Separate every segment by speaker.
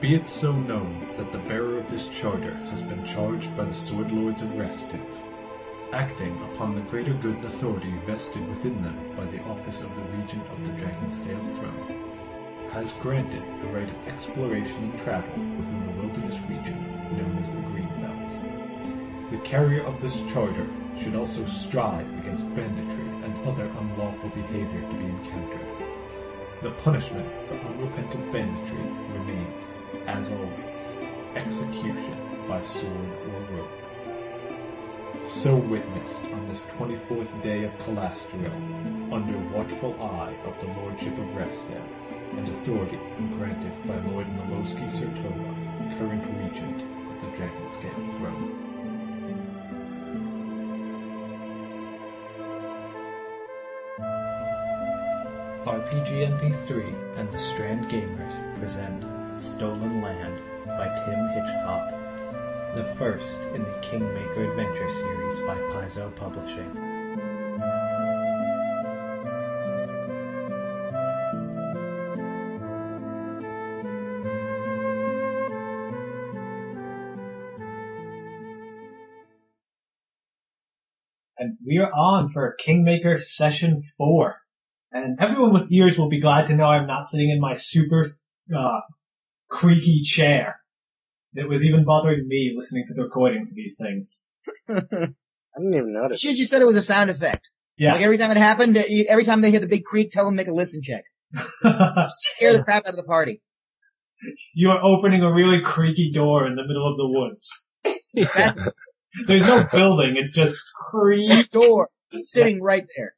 Speaker 1: Be it so known that the bearer of this charter has been charged by the Sword Lords of Restive, acting upon the greater good and authority vested within them by the office of the Regent of the Dragonscale Throne, has granted the right of exploration and travel within the wilderness region known as the Green Belt. The carrier of this charter should also strive against banditry and other unlawful behavior to be encountered. The punishment for unrepentant banditry remains, as always, execution by sword or rope. So witnessed on this 24th day of Calastriel, under watchful eye of the Lordship of Restev, and authority granted by Lord Nalowski Sertova, current regent of the Dragonscale throne.
Speaker 2: RPGMP3 and the Strand Gamers present Stolen Land by Tim Hitchcock, the first in the Kingmaker Adventure series by Paizo Publishing. And we are on for Kingmaker Session 4. And everyone with ears will be glad to know I'm not sitting in my super uh, creaky chair that was even bothering me listening to the recordings of these things.
Speaker 3: I didn't even notice.
Speaker 4: She just said it was a sound effect.
Speaker 2: Yes.
Speaker 4: Like every time it happened, eh, every time they hear the big creak, tell them to make a listen check. Scare the crap out of the party.
Speaker 2: you are opening a really creaky door in the middle of the woods.
Speaker 4: That
Speaker 2: There's no building, it's just creak.
Speaker 4: door is sitting right there.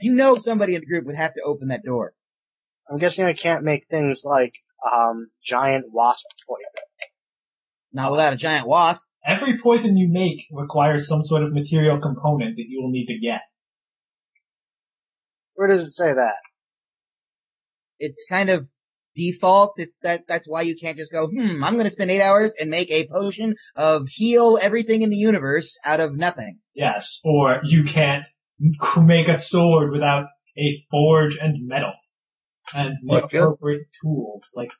Speaker 4: You know somebody in the group would have to open that door.
Speaker 3: I'm guessing I can't make things like um giant wasp poison.
Speaker 4: Not without a giant wasp.
Speaker 2: Every poison you make requires some sort of material component that you will need to get.
Speaker 3: Where does it say that?
Speaker 4: It's kind of default. It's that that's why you can't just go, hmm, I'm gonna spend eight hours and make a potion of heal everything in the universe out of nothing.
Speaker 2: Yes, or you can't c- make a sword without a forge and metal and the
Speaker 5: Well, I feel-
Speaker 2: appropriate tools. Like,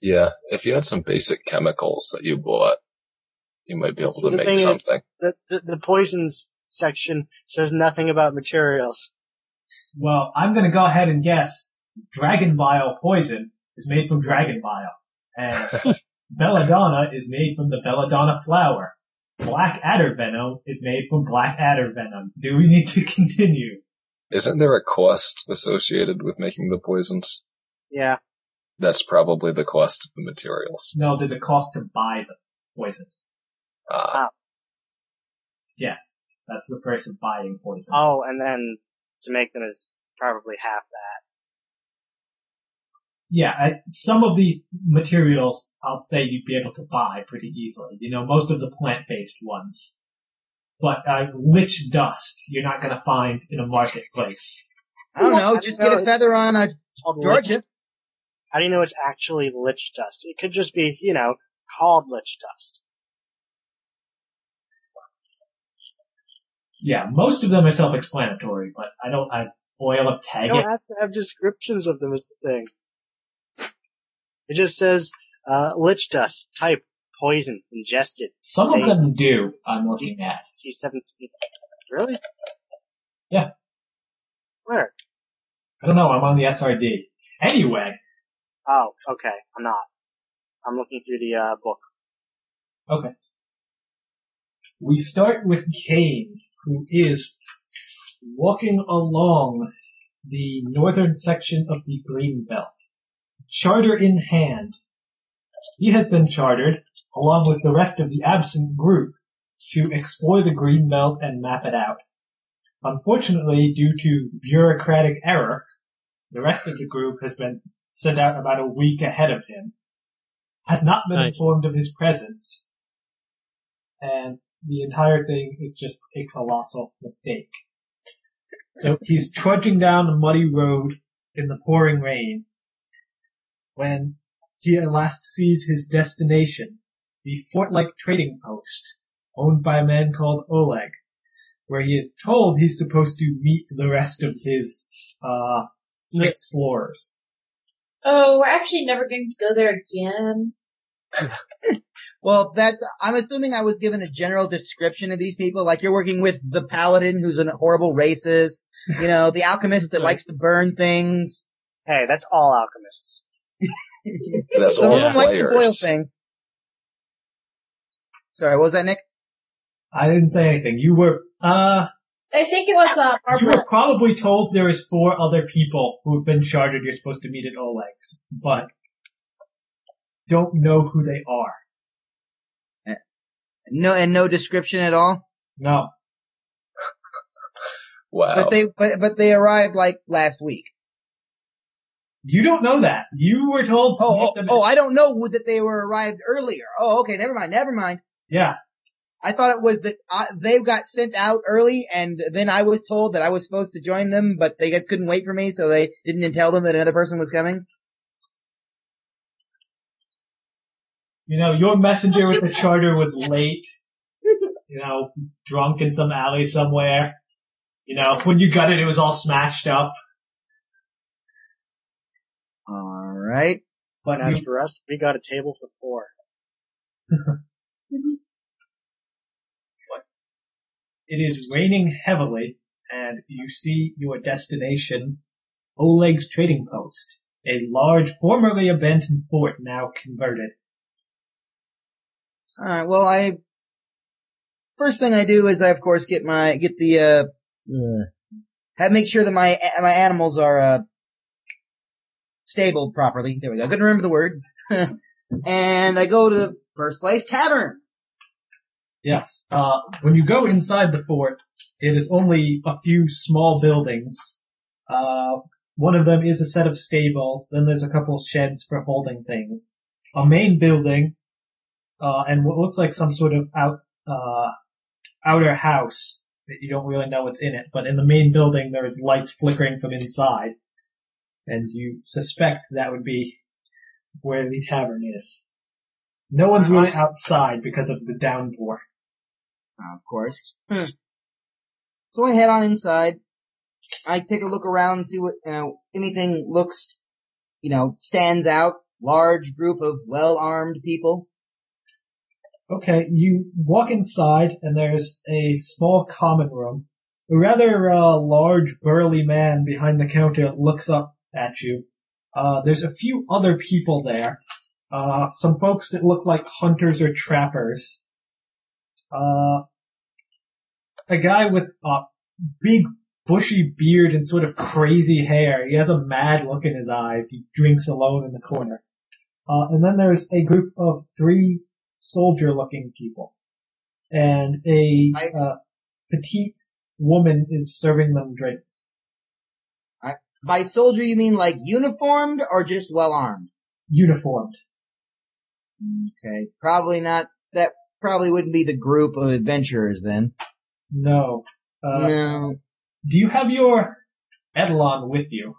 Speaker 5: Yeah, if you had some basic chemicals that you bought, you might be able
Speaker 3: So the
Speaker 5: to make
Speaker 3: thing is-
Speaker 5: something.
Speaker 3: The, the the poisons section says nothing about materials.
Speaker 2: well, I'm gonna go ahead and guess dragon bile poison is made from dragon bile, and belladonna is made from the belladonna flower. Black adder venom is made from black adder venom. Do we need to continue?
Speaker 5: Isn't there a cost associated with making the poisons?
Speaker 3: Yeah.
Speaker 5: That's probably the cost of the materials.
Speaker 2: No, there's a cost to buy the poisons.
Speaker 5: Ah,
Speaker 2: Yes, that's the price of buying poisons.
Speaker 3: Oh, and then to make them is probably half that.
Speaker 2: yeah, I, some of the materials I'll say you'd be able to buy pretty easily. You know, most of the plant-based ones. But uh, lich dust you're not going to find in a marketplace.
Speaker 4: I don't know,
Speaker 3: I
Speaker 4: just
Speaker 3: don't
Speaker 4: get
Speaker 3: know.
Speaker 4: a feather on a
Speaker 3: Called lich.
Speaker 4: Georgia.
Speaker 3: How do you know it's actually lich dust? It could just be, you know, called lich dust.
Speaker 2: Yeah, most of them are self-explanatory, but I don't. I oil up
Speaker 3: You
Speaker 2: tag
Speaker 3: don't
Speaker 2: it.
Speaker 3: have to have descriptions of them is the thing. It just says, uh, lich dust, type, poison, ingested,
Speaker 2: Some
Speaker 3: same.
Speaker 2: of them do. I'm looking at.
Speaker 3: C17. Really?
Speaker 2: Yeah.
Speaker 3: Where?
Speaker 2: I don't know. I'm on the SRD. Anyway,
Speaker 3: Oh, okay. I'm not. I'm looking through the uh, book.
Speaker 2: we start with Kane, who is walking along the northern section of the Green Belt, charter in hand. He has been chartered, along with the rest of the absent group, to explore the Green Belt and map it out. Unfortunately, due to bureaucratic error, the rest of the group has been sent out about a week ahead of him, has not been
Speaker 6: Nice.
Speaker 2: informed of his presence, and the entire thing is just a colossal mistake. So he's trudging down a muddy road in the pouring rain when he at last sees his destination, the fort-like trading post owned by a man called Oleg, where he is told he's supposed to meet the rest of his uh, explorers.
Speaker 6: Oh, we're actually never going to go there again.
Speaker 4: Well, that's, I'm assuming I was given a general description of these people, like you're working with the paladin who's a horrible racist, you know, the alchemist that likes to burn things.
Speaker 3: Hey, that's all alchemists.
Speaker 5: And that's
Speaker 4: Some
Speaker 5: all
Speaker 4: of them like to boil
Speaker 5: players.
Speaker 4: things. Sorry, what was that, Nick?
Speaker 2: I didn't say anything. You were uh
Speaker 6: I think it was uh,
Speaker 2: you
Speaker 6: Barbara.
Speaker 2: were probably told there is four other people who have been chartered you're supposed to meet at Oleg's, but don't know who they are.
Speaker 4: No, and no description at all.
Speaker 2: No.
Speaker 5: Wow.
Speaker 4: But they, but, but they arrived like last week.
Speaker 2: You don't know that. You were told to
Speaker 4: Oh,
Speaker 2: meet
Speaker 4: oh,
Speaker 2: them
Speaker 4: oh, I don't know that they were arrived earlier. Oh, okay, never mind, never mind.
Speaker 2: Yeah.
Speaker 4: I thought it was that I, they got sent out early, and then I was told that I was supposed to join them, but they couldn't wait for me, so they didn't tell them that another person was coming.
Speaker 2: You know, your messenger with the charter was late. You know, drunk in some alley somewhere. You know, when you got it, it was all smashed up.
Speaker 4: All right.
Speaker 2: But
Speaker 3: As
Speaker 2: you-
Speaker 3: for us, we got a table for four.
Speaker 2: it is raining heavily, and you see your destination, Oleg's Trading Post, a large, formerly abandoned fort now converted.
Speaker 4: All right. Well, I first thing I do is I of course get my get the uh, uh have make sure that my my animals are uh stabled properly. There we go. I couldn't remember the word. and I go to the first place tavern.
Speaker 2: Yes. Uh, when you go inside the fort, it is only a few small buildings. Uh, one of them is a set of stables, then there's a couple sheds for holding things. A main building, uh, and what looks like some sort of out, uh, outer house that you don't really know what's in it, but in the main building there is lights flickering from inside, and you suspect that would be where the tavern is. No one's really outside because of the downpour.
Speaker 4: Uh, of course. So I head on inside. I take a look around and see what you know, anything looks, you know, stands out. Large group of well-armed people.
Speaker 2: Okay, you walk inside and there's a small common room. A rather uh, large, burly man behind the counter looks up at you. Uh, there's a few other people there. Uh, some folks that look like hunters or trappers. Uh, a guy with a big, bushy beard and sort of crazy hair. He has a mad look in his eyes. He drinks alone in the corner. Uh, and then there's a group of three soldier looking people. And a
Speaker 4: I-
Speaker 2: uh, petite woman is serving them drinks.
Speaker 4: By soldier, you mean like uniformed or just well-armed?
Speaker 2: Uniformed.
Speaker 4: Okay, probably not. That probably wouldn't be the group of adventurers then.
Speaker 2: No. Uh,
Speaker 4: no.
Speaker 2: Do you have your Edelon with you?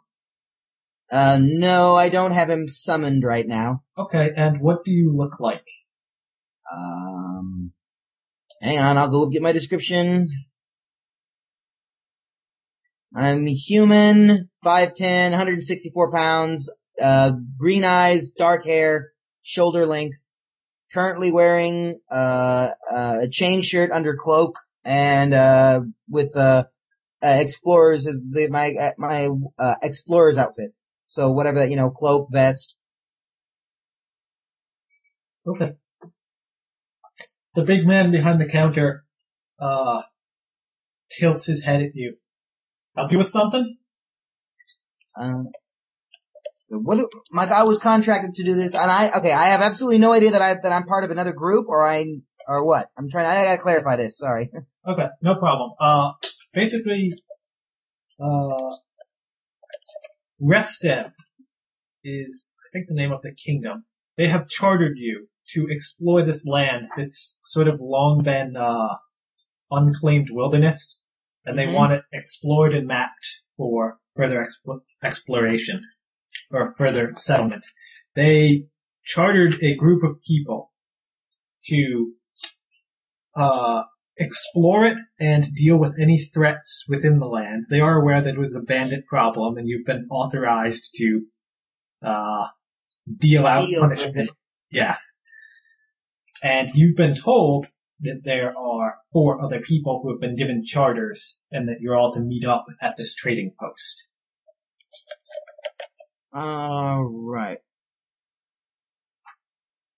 Speaker 4: Uh, no, I don't have him summoned right now.
Speaker 2: Okay, and what do you look like?
Speaker 4: Um, hang on, I'll go get my description. I'm human, 5'10", 164 pounds, uh, green eyes, dark hair, shoulder length, currently wearing, uh, uh, a chain shirt under cloak and, uh, with, uh, uh explorers is the, my, uh, my, uh, explorer's outfit. So whatever that, you know, cloak, vest,
Speaker 2: Okay. The big man behind the counter, uh, tilts his head at you. Help you with something?
Speaker 4: Um, what? do- Mike, I was contracted to do this, and I okay. I have absolutely no idea that I that I'm part of another group, or I or what. I'm trying. I gotta clarify this. Sorry.
Speaker 2: Okay, no problem. Uh, basically, uh, Restev is, I think, the name of the kingdom. They have chartered you to explore this land that's sort of long been, uh, unclaimed wilderness, and they
Speaker 4: Mhm.
Speaker 2: want it explored and mapped for further expl- exploration, or further settlement. They chartered a group of people to, uh, explore it and deal with any threats within the land. They are aware that it was a bandit problem and you've been authorized to uh, deal out
Speaker 4: Deal with
Speaker 2: punishment. Yeah. And you've been told that there are four other people who have been given charters and that you're all to meet up at this trading post.
Speaker 4: Alright.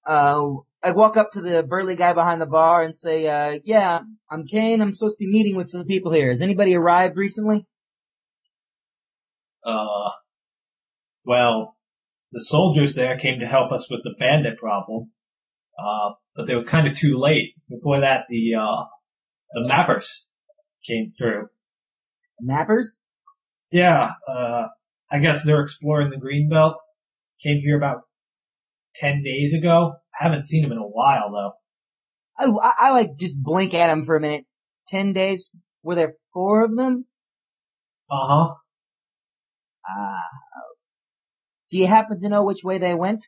Speaker 4: Uh, I walk up to the burly guy behind the bar and say, uh, yeah, I'm Kane. I'm supposed to be meeting with some people here. Has anybody arrived recently?
Speaker 2: Uh, well, the soldiers there came to help us with the bandit problem, uh, but they were kind of too late. Before that, the uh, the mappers came through.
Speaker 4: Mappers?
Speaker 2: Yeah, uh, I guess they're exploring the green belt. Came here about ten days ago. I haven't seen them in a while though.
Speaker 4: I, I, I like just blink at him for a minute. Ten days? Were there four of them?
Speaker 2: Uh huh.
Speaker 4: Ah. Do you happen to know which way they went?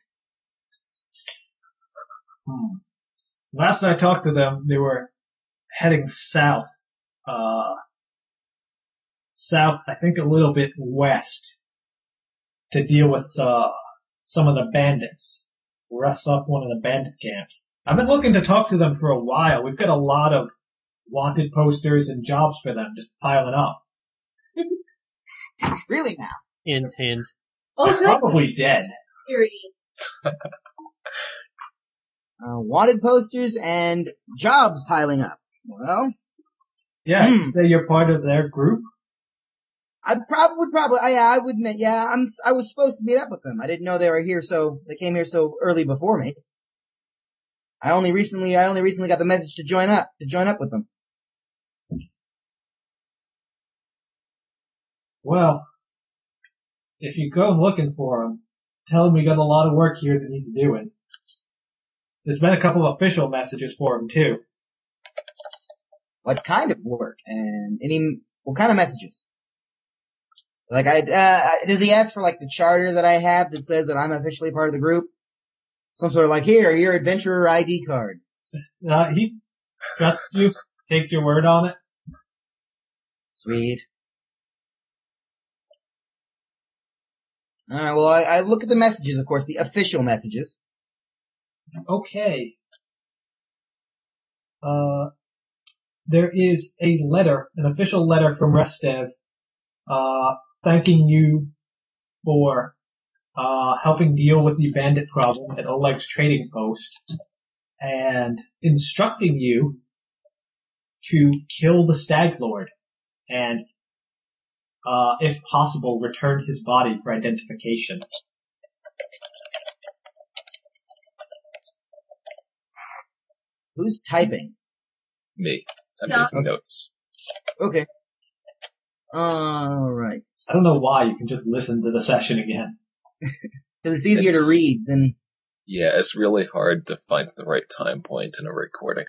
Speaker 2: Hmm. Last I talked to them, they were heading south. Uh, south, I think a little bit west to deal with, uh, some of the bandits. Rust up one of the bandit camps. I've been looking to talk to them for a while. We've got a lot of wanted posters and jobs for them just piling up.
Speaker 4: Really now?
Speaker 7: Hint, hint.
Speaker 6: Oh,
Speaker 2: They're
Speaker 6: good
Speaker 2: probably dead.
Speaker 6: experience.
Speaker 4: Uh, wanted posters and jobs piling up. Well,
Speaker 2: Yeah,
Speaker 4: Hmm.
Speaker 2: you say you're part of their group.
Speaker 4: I probably would probably, I, I would admit, yeah, I'm, I was supposed to meet up with them. I didn't know they were here, so they came here so early before me. I only recently, I only recently got the message to join up, to join up with them.
Speaker 2: Well, if you go looking for them, tell them we got a lot of work here that needs doing. There's been a couple of official messages for them too.
Speaker 4: What kind of work and any, what kind of messages? Like I, uh, I- does he ask for like the charter that I have that says that I'm officially part of the group? Some sort of like, here, your adventurer ID card.
Speaker 2: Uh, he trusts you, takes your word on it.
Speaker 4: Sweet. Alright, well I, I look at the messages, of course, the official messages.
Speaker 2: Okay. Uh, there is a letter, an official letter from Restev, uh, thanking you for, uh, helping deal with the bandit problem at Oleg's trading post and instructing you to kill the stag lord and, uh, if possible, return his body for identification.
Speaker 4: Who's typing?
Speaker 5: Me. I'm
Speaker 6: Yeah.
Speaker 5: taking notes.
Speaker 4: Okay. Alright.
Speaker 2: I don't know why you can just listen to the session again.
Speaker 4: Cause it's easier to
Speaker 5: It's-
Speaker 4: read than,
Speaker 5: Yeah, it's really hard to find the right time point in a recording.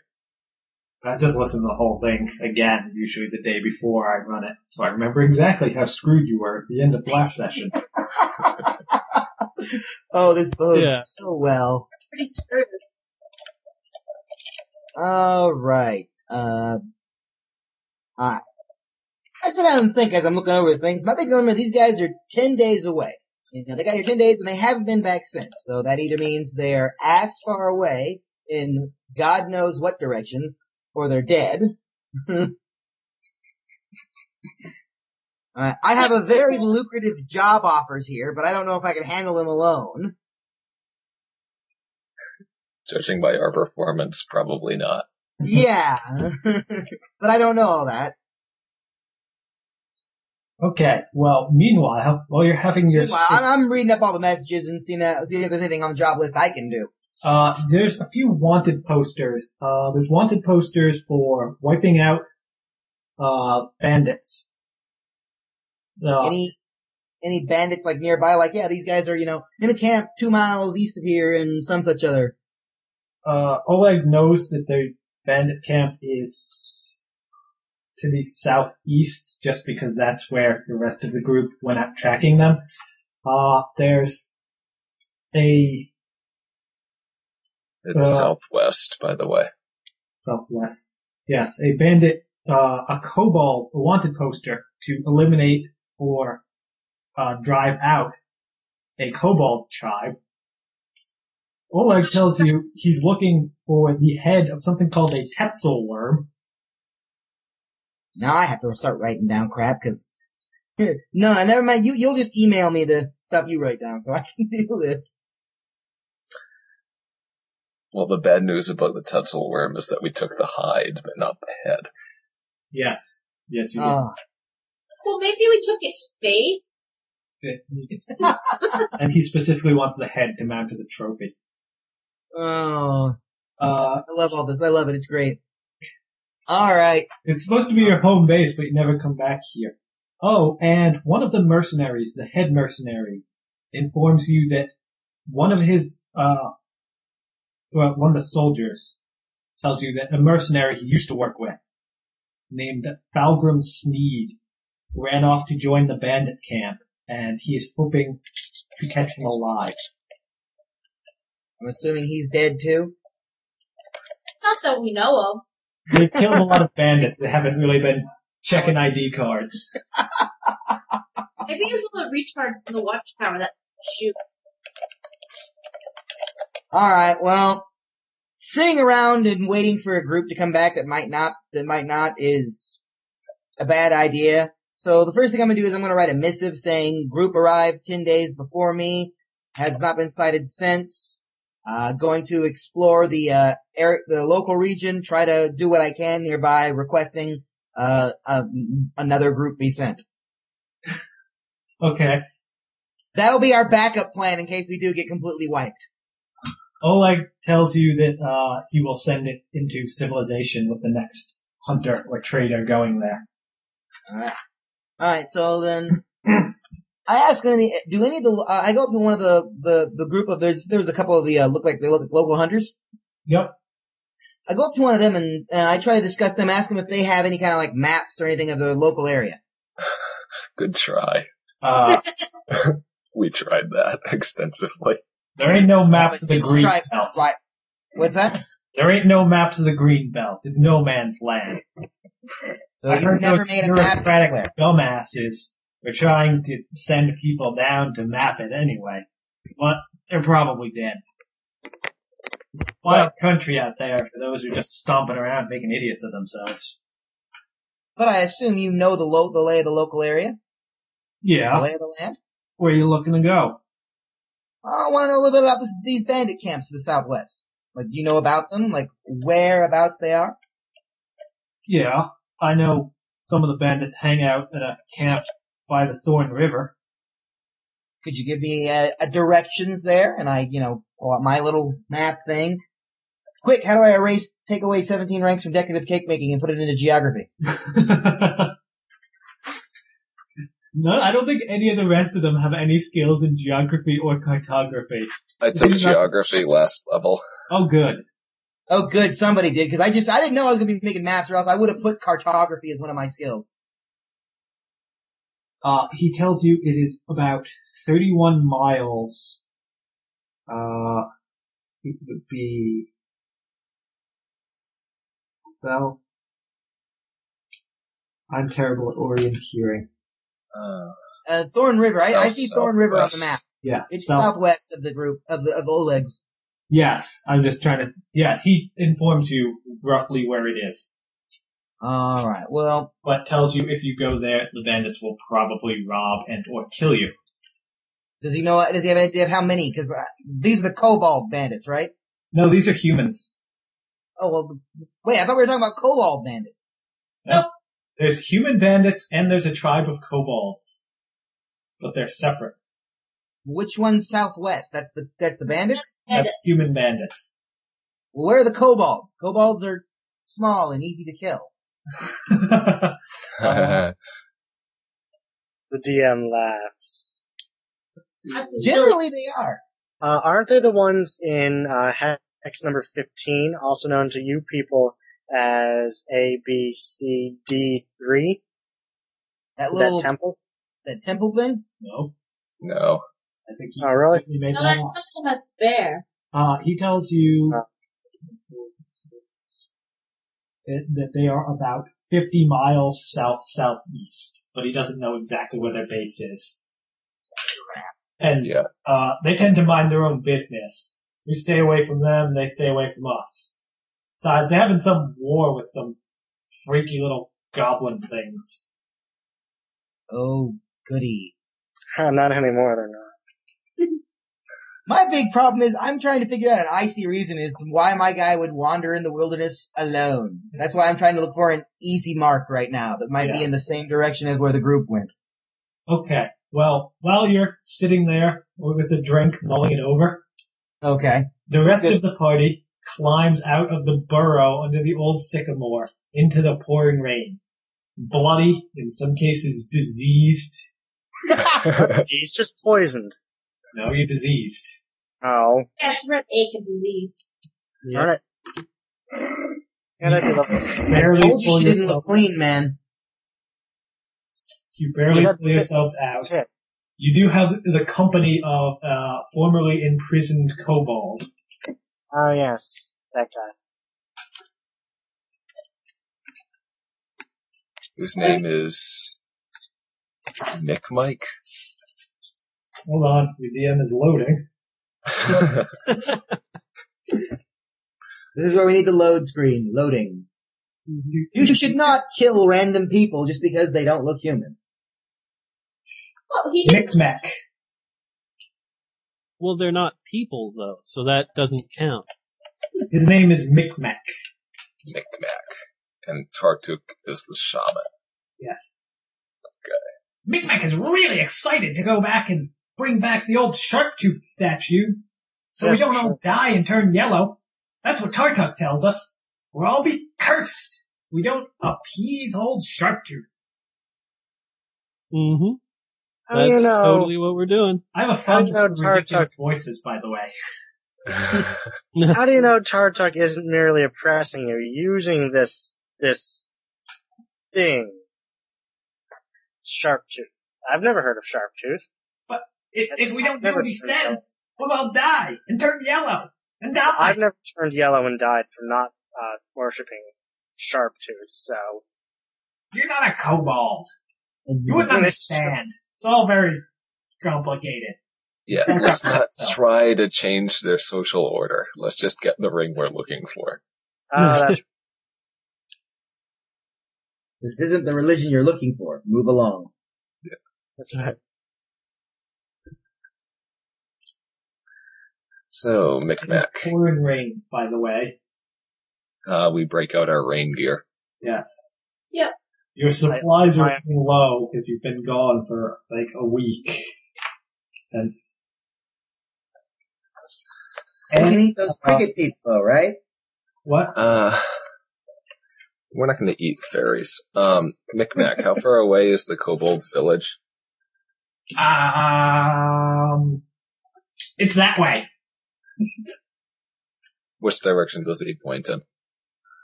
Speaker 2: I just listen to the whole thing again, usually the day before I run it, so I remember exactly how screwed you were at the end of last session.
Speaker 4: oh, this bodes
Speaker 7: Yeah.
Speaker 4: so well.
Speaker 6: Pretty screwed.
Speaker 4: Alright. Uh, I, I sit down and think as I'm looking over things. My big dilemma, these guys are 10 days away. You know, they got here 10 days and they haven't been back since. So that either means they're as far away in God knows what direction, or they're dead. Alright, I have a very lucrative job offers here, but I don't know if I can handle them alone.
Speaker 5: Judging by our performance, probably not.
Speaker 4: Yeah. but I don't know all that.
Speaker 2: Okay, well, meanwhile, while you're having your,
Speaker 4: Meanwhile, I'm, I'm reading up all the messages and seeing, uh, seeing if there's anything on the job list I can do.
Speaker 2: uh, there's a few wanted posters. Uh, there's wanted posters for wiping out, uh, bandits. Uh,
Speaker 4: Any, any bandits like nearby, like, yeah, these guys are, you know, in a camp two miles east of here and some such other.
Speaker 2: uh, Oleg knows that their bandit camp is to the southeast just because that's where the rest of the group went out tracking them. Uh, there's a
Speaker 5: It's
Speaker 2: Uh.
Speaker 5: southwest, by the way.
Speaker 2: southwest. Yes, a bandit, uh, a kobold wanted poster to eliminate or uh, drive out a kobold tribe. Oleg tells you he's looking for the head of something called a tetzel worm.
Speaker 4: Now I have to start writing down crap because no, never mind. You you'll just email me the stuff you write down so I can do this.
Speaker 5: Well, the bad news about the Tetzel worm is that we took the hide, but not the head.
Speaker 2: Yes, yes, you do.
Speaker 4: Oh,
Speaker 6: So maybe we took its face?
Speaker 2: and he specifically wants the head to mount as a trophy.
Speaker 4: oh,
Speaker 2: Uh,
Speaker 4: I love all this. I love it. It's great. All right.
Speaker 2: It's supposed to be your home base, but you never come back here. Oh, and one of the mercenaries, the head mercenary, informs you that one of his, uh, well, one of the soldiers tells you that a mercenary he used to work with, named Balgrim Sneed, ran off to join the bandit camp, and he is hoping to catch him alive.
Speaker 4: I'm assuming he's dead too.
Speaker 6: Not that we know of.
Speaker 2: They've killed a lot of bandits that haven't really been checking ID cards.
Speaker 6: Maybe it was one of the retards in the watchtower that shoot.
Speaker 4: All right. Well, sitting around and waiting for a group to come back that might not that might not is a bad idea. So the first thing I'm gonna do is I'm gonna write a missive saying group arrived ten days before me, has not been sighted since. Uh, going to explore the uh, air, the local region, try to do what I can nearby, requesting uh, a, another group be sent.
Speaker 2: Okay.
Speaker 4: That'll be our backup plan in case we do get completely wiped.
Speaker 2: Oleg tells you that uh, he will send it into civilization with the next hunter or trader going there.
Speaker 4: Alright. Alright, so then, I ask any, do any of the, uh, I go up to one of the, the, the group of, there's, there was a couple of the, uh, look like, they look like local hunters.
Speaker 2: Yep.
Speaker 4: I go up to one of them and, and I try to discuss them, ask them if they have any kind of like maps or anything of the local area.
Speaker 5: Good try.
Speaker 2: Uh,
Speaker 5: We tried that extensively.
Speaker 2: there ain't no maps of the
Speaker 4: People
Speaker 2: green
Speaker 4: try-
Speaker 2: belt.
Speaker 4: Right. What's that?
Speaker 2: There ain't no maps of the green belt. It's no man's land.
Speaker 4: So
Speaker 2: I
Speaker 4: you've
Speaker 2: heard
Speaker 4: never
Speaker 2: those
Speaker 4: made a map
Speaker 2: bureaucratic
Speaker 4: anywhere.
Speaker 2: dumbasses are trying to send people down to map it anyway, but they're probably dead. Wild country out there for those who are just stomping around making idiots of themselves.
Speaker 4: But I assume you know the lo- the lay of the local area? The
Speaker 2: Yeah,
Speaker 4: lay of the land?
Speaker 2: where are you looking to go?
Speaker 4: I want to know a little bit about this, these bandit camps to the southwest. Like, do you know about them? Like, whereabouts they are?
Speaker 2: Yeah, I know some of the bandits hang out at a camp by the Thorn River.
Speaker 4: could you give me uh a directions there? And I, you know, pull out my little map thing. Quick, how do I erase, take away 17 ranks from decorative cake making and put it into geography?
Speaker 2: no, I don't think any of the rest of them have any skills in geography or cartography.
Speaker 5: I took
Speaker 2: Did you not-
Speaker 5: geography last level.
Speaker 2: Oh, good.
Speaker 4: Oh good, somebody did, cause I just, I didn't know I was gonna be making maps or else I would have put cartography as one of my skills.
Speaker 2: Uh, he tells you it is about 31 miles. Uh, it would be south. I'm terrible at orienteering.
Speaker 5: Uh,
Speaker 4: Uh, Thorn River, I, I
Speaker 5: South,
Speaker 4: see Thorn River on the map.
Speaker 5: southwest.
Speaker 2: Yeah,
Speaker 4: It's
Speaker 2: south-
Speaker 4: southwest of the group, of the, of Oleg's.
Speaker 2: Yes, I'm just trying to. Yes, he informs you roughly where it is,
Speaker 4: Alright, well,
Speaker 2: but tells you if you go there, the bandits will probably rob and or kill you.
Speaker 4: does he know, does he have any idea of how many? Cause uh, these are the Cobalt bandits, right?
Speaker 2: No, these are humans.
Speaker 4: Oh well, wait, I thought we were talking about Cobalt bandits.
Speaker 6: Oh,
Speaker 2: There's human bandits and there's a tribe of kobolds, but they're separate.
Speaker 4: Which one's southwest? That's the, that's the bandits?
Speaker 6: Head.
Speaker 2: That's human bandits.
Speaker 4: Well, where are the kobolds? Kobolds are small and easy to kill.
Speaker 2: Let's Um,
Speaker 3: The DM laughs.
Speaker 2: see.
Speaker 6: That's a really-
Speaker 4: Generally they are.
Speaker 3: Uh, aren't they the ones in uh, hex number 15, also known to you people as A, B, C, D, 3?
Speaker 4: That
Speaker 3: Is
Speaker 4: little,
Speaker 3: that
Speaker 4: that,
Speaker 3: temple?
Speaker 4: temple thing?
Speaker 2: No,
Speaker 5: no.
Speaker 2: I think he
Speaker 3: Oh, really?
Speaker 2: completely made
Speaker 6: No,
Speaker 2: that
Speaker 6: that's
Speaker 2: up.
Speaker 6: not Thomas Bear.
Speaker 2: Uh, he tells you.
Speaker 3: Huh.
Speaker 2: that that they are about 50 miles south southeast, but he doesn't know exactly where their base is. And
Speaker 5: Yeah.
Speaker 2: uh, they tend to mind their own business. We stay away from them, they stay away from us. Besides, they're having some war with some freaky little goblin things.
Speaker 4: Oh, goody.
Speaker 3: Not anymore, they're not.
Speaker 4: My big problem is I'm trying to figure out an icy reason as to why my guy would wander in the wilderness alone. That's why I'm trying to look for an easy mark right now that might be
Speaker 2: Yeah.
Speaker 4: in the same direction as where the group went.
Speaker 2: Okay, well, while you're sitting there with a drink, mulling it over,
Speaker 4: Okay.
Speaker 2: The rest
Speaker 4: good.
Speaker 2: of the party climbs out of the burrow under the old sycamore into the pouring rain. Bloody, in some cases diseased.
Speaker 3: He's just poisoned.
Speaker 2: No, you're diseased.
Speaker 3: Oh.
Speaker 6: That's red ache and disease.
Speaker 3: Alright. Yeah, that'd be lovely.
Speaker 2: Barely
Speaker 4: Told you
Speaker 2: pull
Speaker 4: she didn't look
Speaker 2: yourself-
Speaker 4: clean, man.
Speaker 2: You barely
Speaker 3: You had-
Speaker 2: pull yourselves out.
Speaker 3: Okay.
Speaker 2: You do have the company of uh, formerly imprisoned kobold.
Speaker 3: Oh yes, that guy.
Speaker 5: whose name is Nick Mike.
Speaker 2: Hold on, your DM is loading.
Speaker 4: This is where we need the load screen. Loading. You should not kill random people just because they don't look human.
Speaker 6: Oh, he did.
Speaker 2: Knick-knack.
Speaker 7: Well, they're not people though, so that doesn't count.
Speaker 2: His name is Micmac.
Speaker 5: Nick Mac. And Tartuk is the shaman.
Speaker 2: Yes. Okay. Micmac is really excited to go back and bring back the old sharptooth statue, so we
Speaker 3: Yeah.
Speaker 2: don't all die and turn yellow. That's what Tartuk tells us. We'll all be cursed. We don't appease old sharptooth.
Speaker 7: hmm
Speaker 3: How do
Speaker 7: That's
Speaker 3: you know?
Speaker 7: totally what we're doing.
Speaker 2: I have a
Speaker 3: How do
Speaker 2: fondness
Speaker 3: you know
Speaker 2: for ridiculous voices, by the way.
Speaker 3: How do you know Tartuk isn't merely oppressing you using this this thing? Sharptooth. I've never heard of Sharptooth.
Speaker 2: If, if we don't do
Speaker 3: Never
Speaker 2: what he
Speaker 3: turned yellow.
Speaker 2: says, we'll all die and turn yellow and
Speaker 3: I've
Speaker 2: die.
Speaker 3: never turned yellow and died from not uh, worshiping Sharptooth. So
Speaker 2: You're not a kobold. You wouldn't
Speaker 3: Mhm.
Speaker 2: understand. It's all very complicated.
Speaker 5: yeah, let's not try to change their social order. Let's just get the ring we're looking for.
Speaker 3: uh, that's
Speaker 4: This isn't the religion you're looking for. Move along.
Speaker 3: that's right.
Speaker 5: So, Nick
Speaker 2: It's
Speaker 5: Mac,
Speaker 2: pouring rain, by the way.
Speaker 5: uh, we break out our rain gear.
Speaker 2: Yes.
Speaker 6: Yep.
Speaker 2: Your supplies are
Speaker 3: I-
Speaker 2: getting low because you've been gone for like a week. And,
Speaker 4: We
Speaker 2: and
Speaker 4: can eat those cricket people, though, right?
Speaker 2: what?
Speaker 5: Uh, we're not gonna eat fairies. Um, Nick Mac, how far away is the kobold village?
Speaker 2: Um, it's that way.
Speaker 5: Which direction does he point in?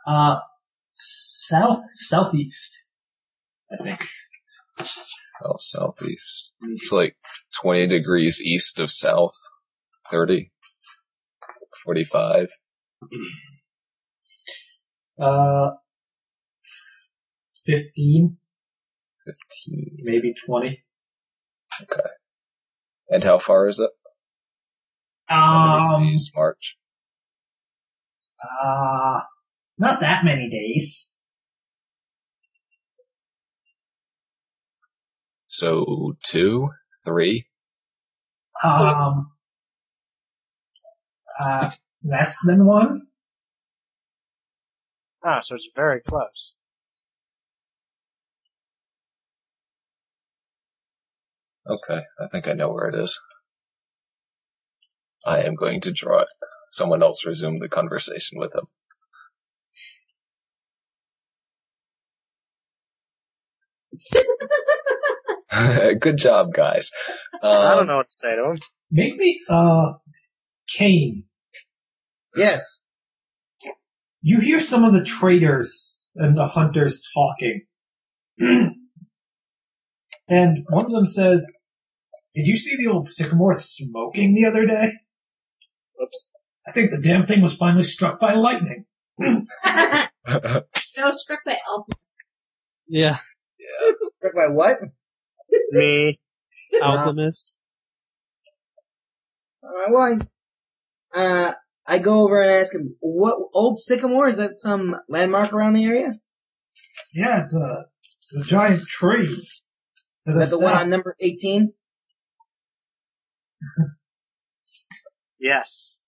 Speaker 2: Uh, south, southeast. I think.
Speaker 5: South, southeast. It's like 20 degrees east of south. 30. 45.
Speaker 2: Uh, 15,
Speaker 5: 15.
Speaker 2: maybe 20.
Speaker 5: And how far is it? How many
Speaker 2: Um,
Speaker 5: days march?
Speaker 2: uh, not that many days.
Speaker 5: So two, three.
Speaker 2: Um, uh, less than one?
Speaker 3: Ah, so it's very close.
Speaker 5: Okay, I think I know where it is. I am going to draw it. Someone else resumed the conversation with him. Good job, guys.
Speaker 3: I don't
Speaker 5: Um,
Speaker 3: know what to say to him.
Speaker 2: Make me, uh, Kane.
Speaker 4: Yes.
Speaker 2: You hear some of the traders and the hunters talking. and one of them says, did you see the old sycamore smoking the other day?
Speaker 3: Oops.
Speaker 2: I think the damn thing was finally struck by lightning.
Speaker 5: Um,
Speaker 6: That's I was struck by alchemists.
Speaker 7: Yeah,
Speaker 4: Struck by what?
Speaker 3: Me.
Speaker 7: alchemist.
Speaker 4: Alright, well, I, uh, I go over and ask him, what, Old Sycamore? Is that some landmark around the area?
Speaker 2: Yeah, it's a, it's a giant tree. Has a
Speaker 4: Is that the one
Speaker 2: sap.
Speaker 4: on number 18?
Speaker 3: Yes.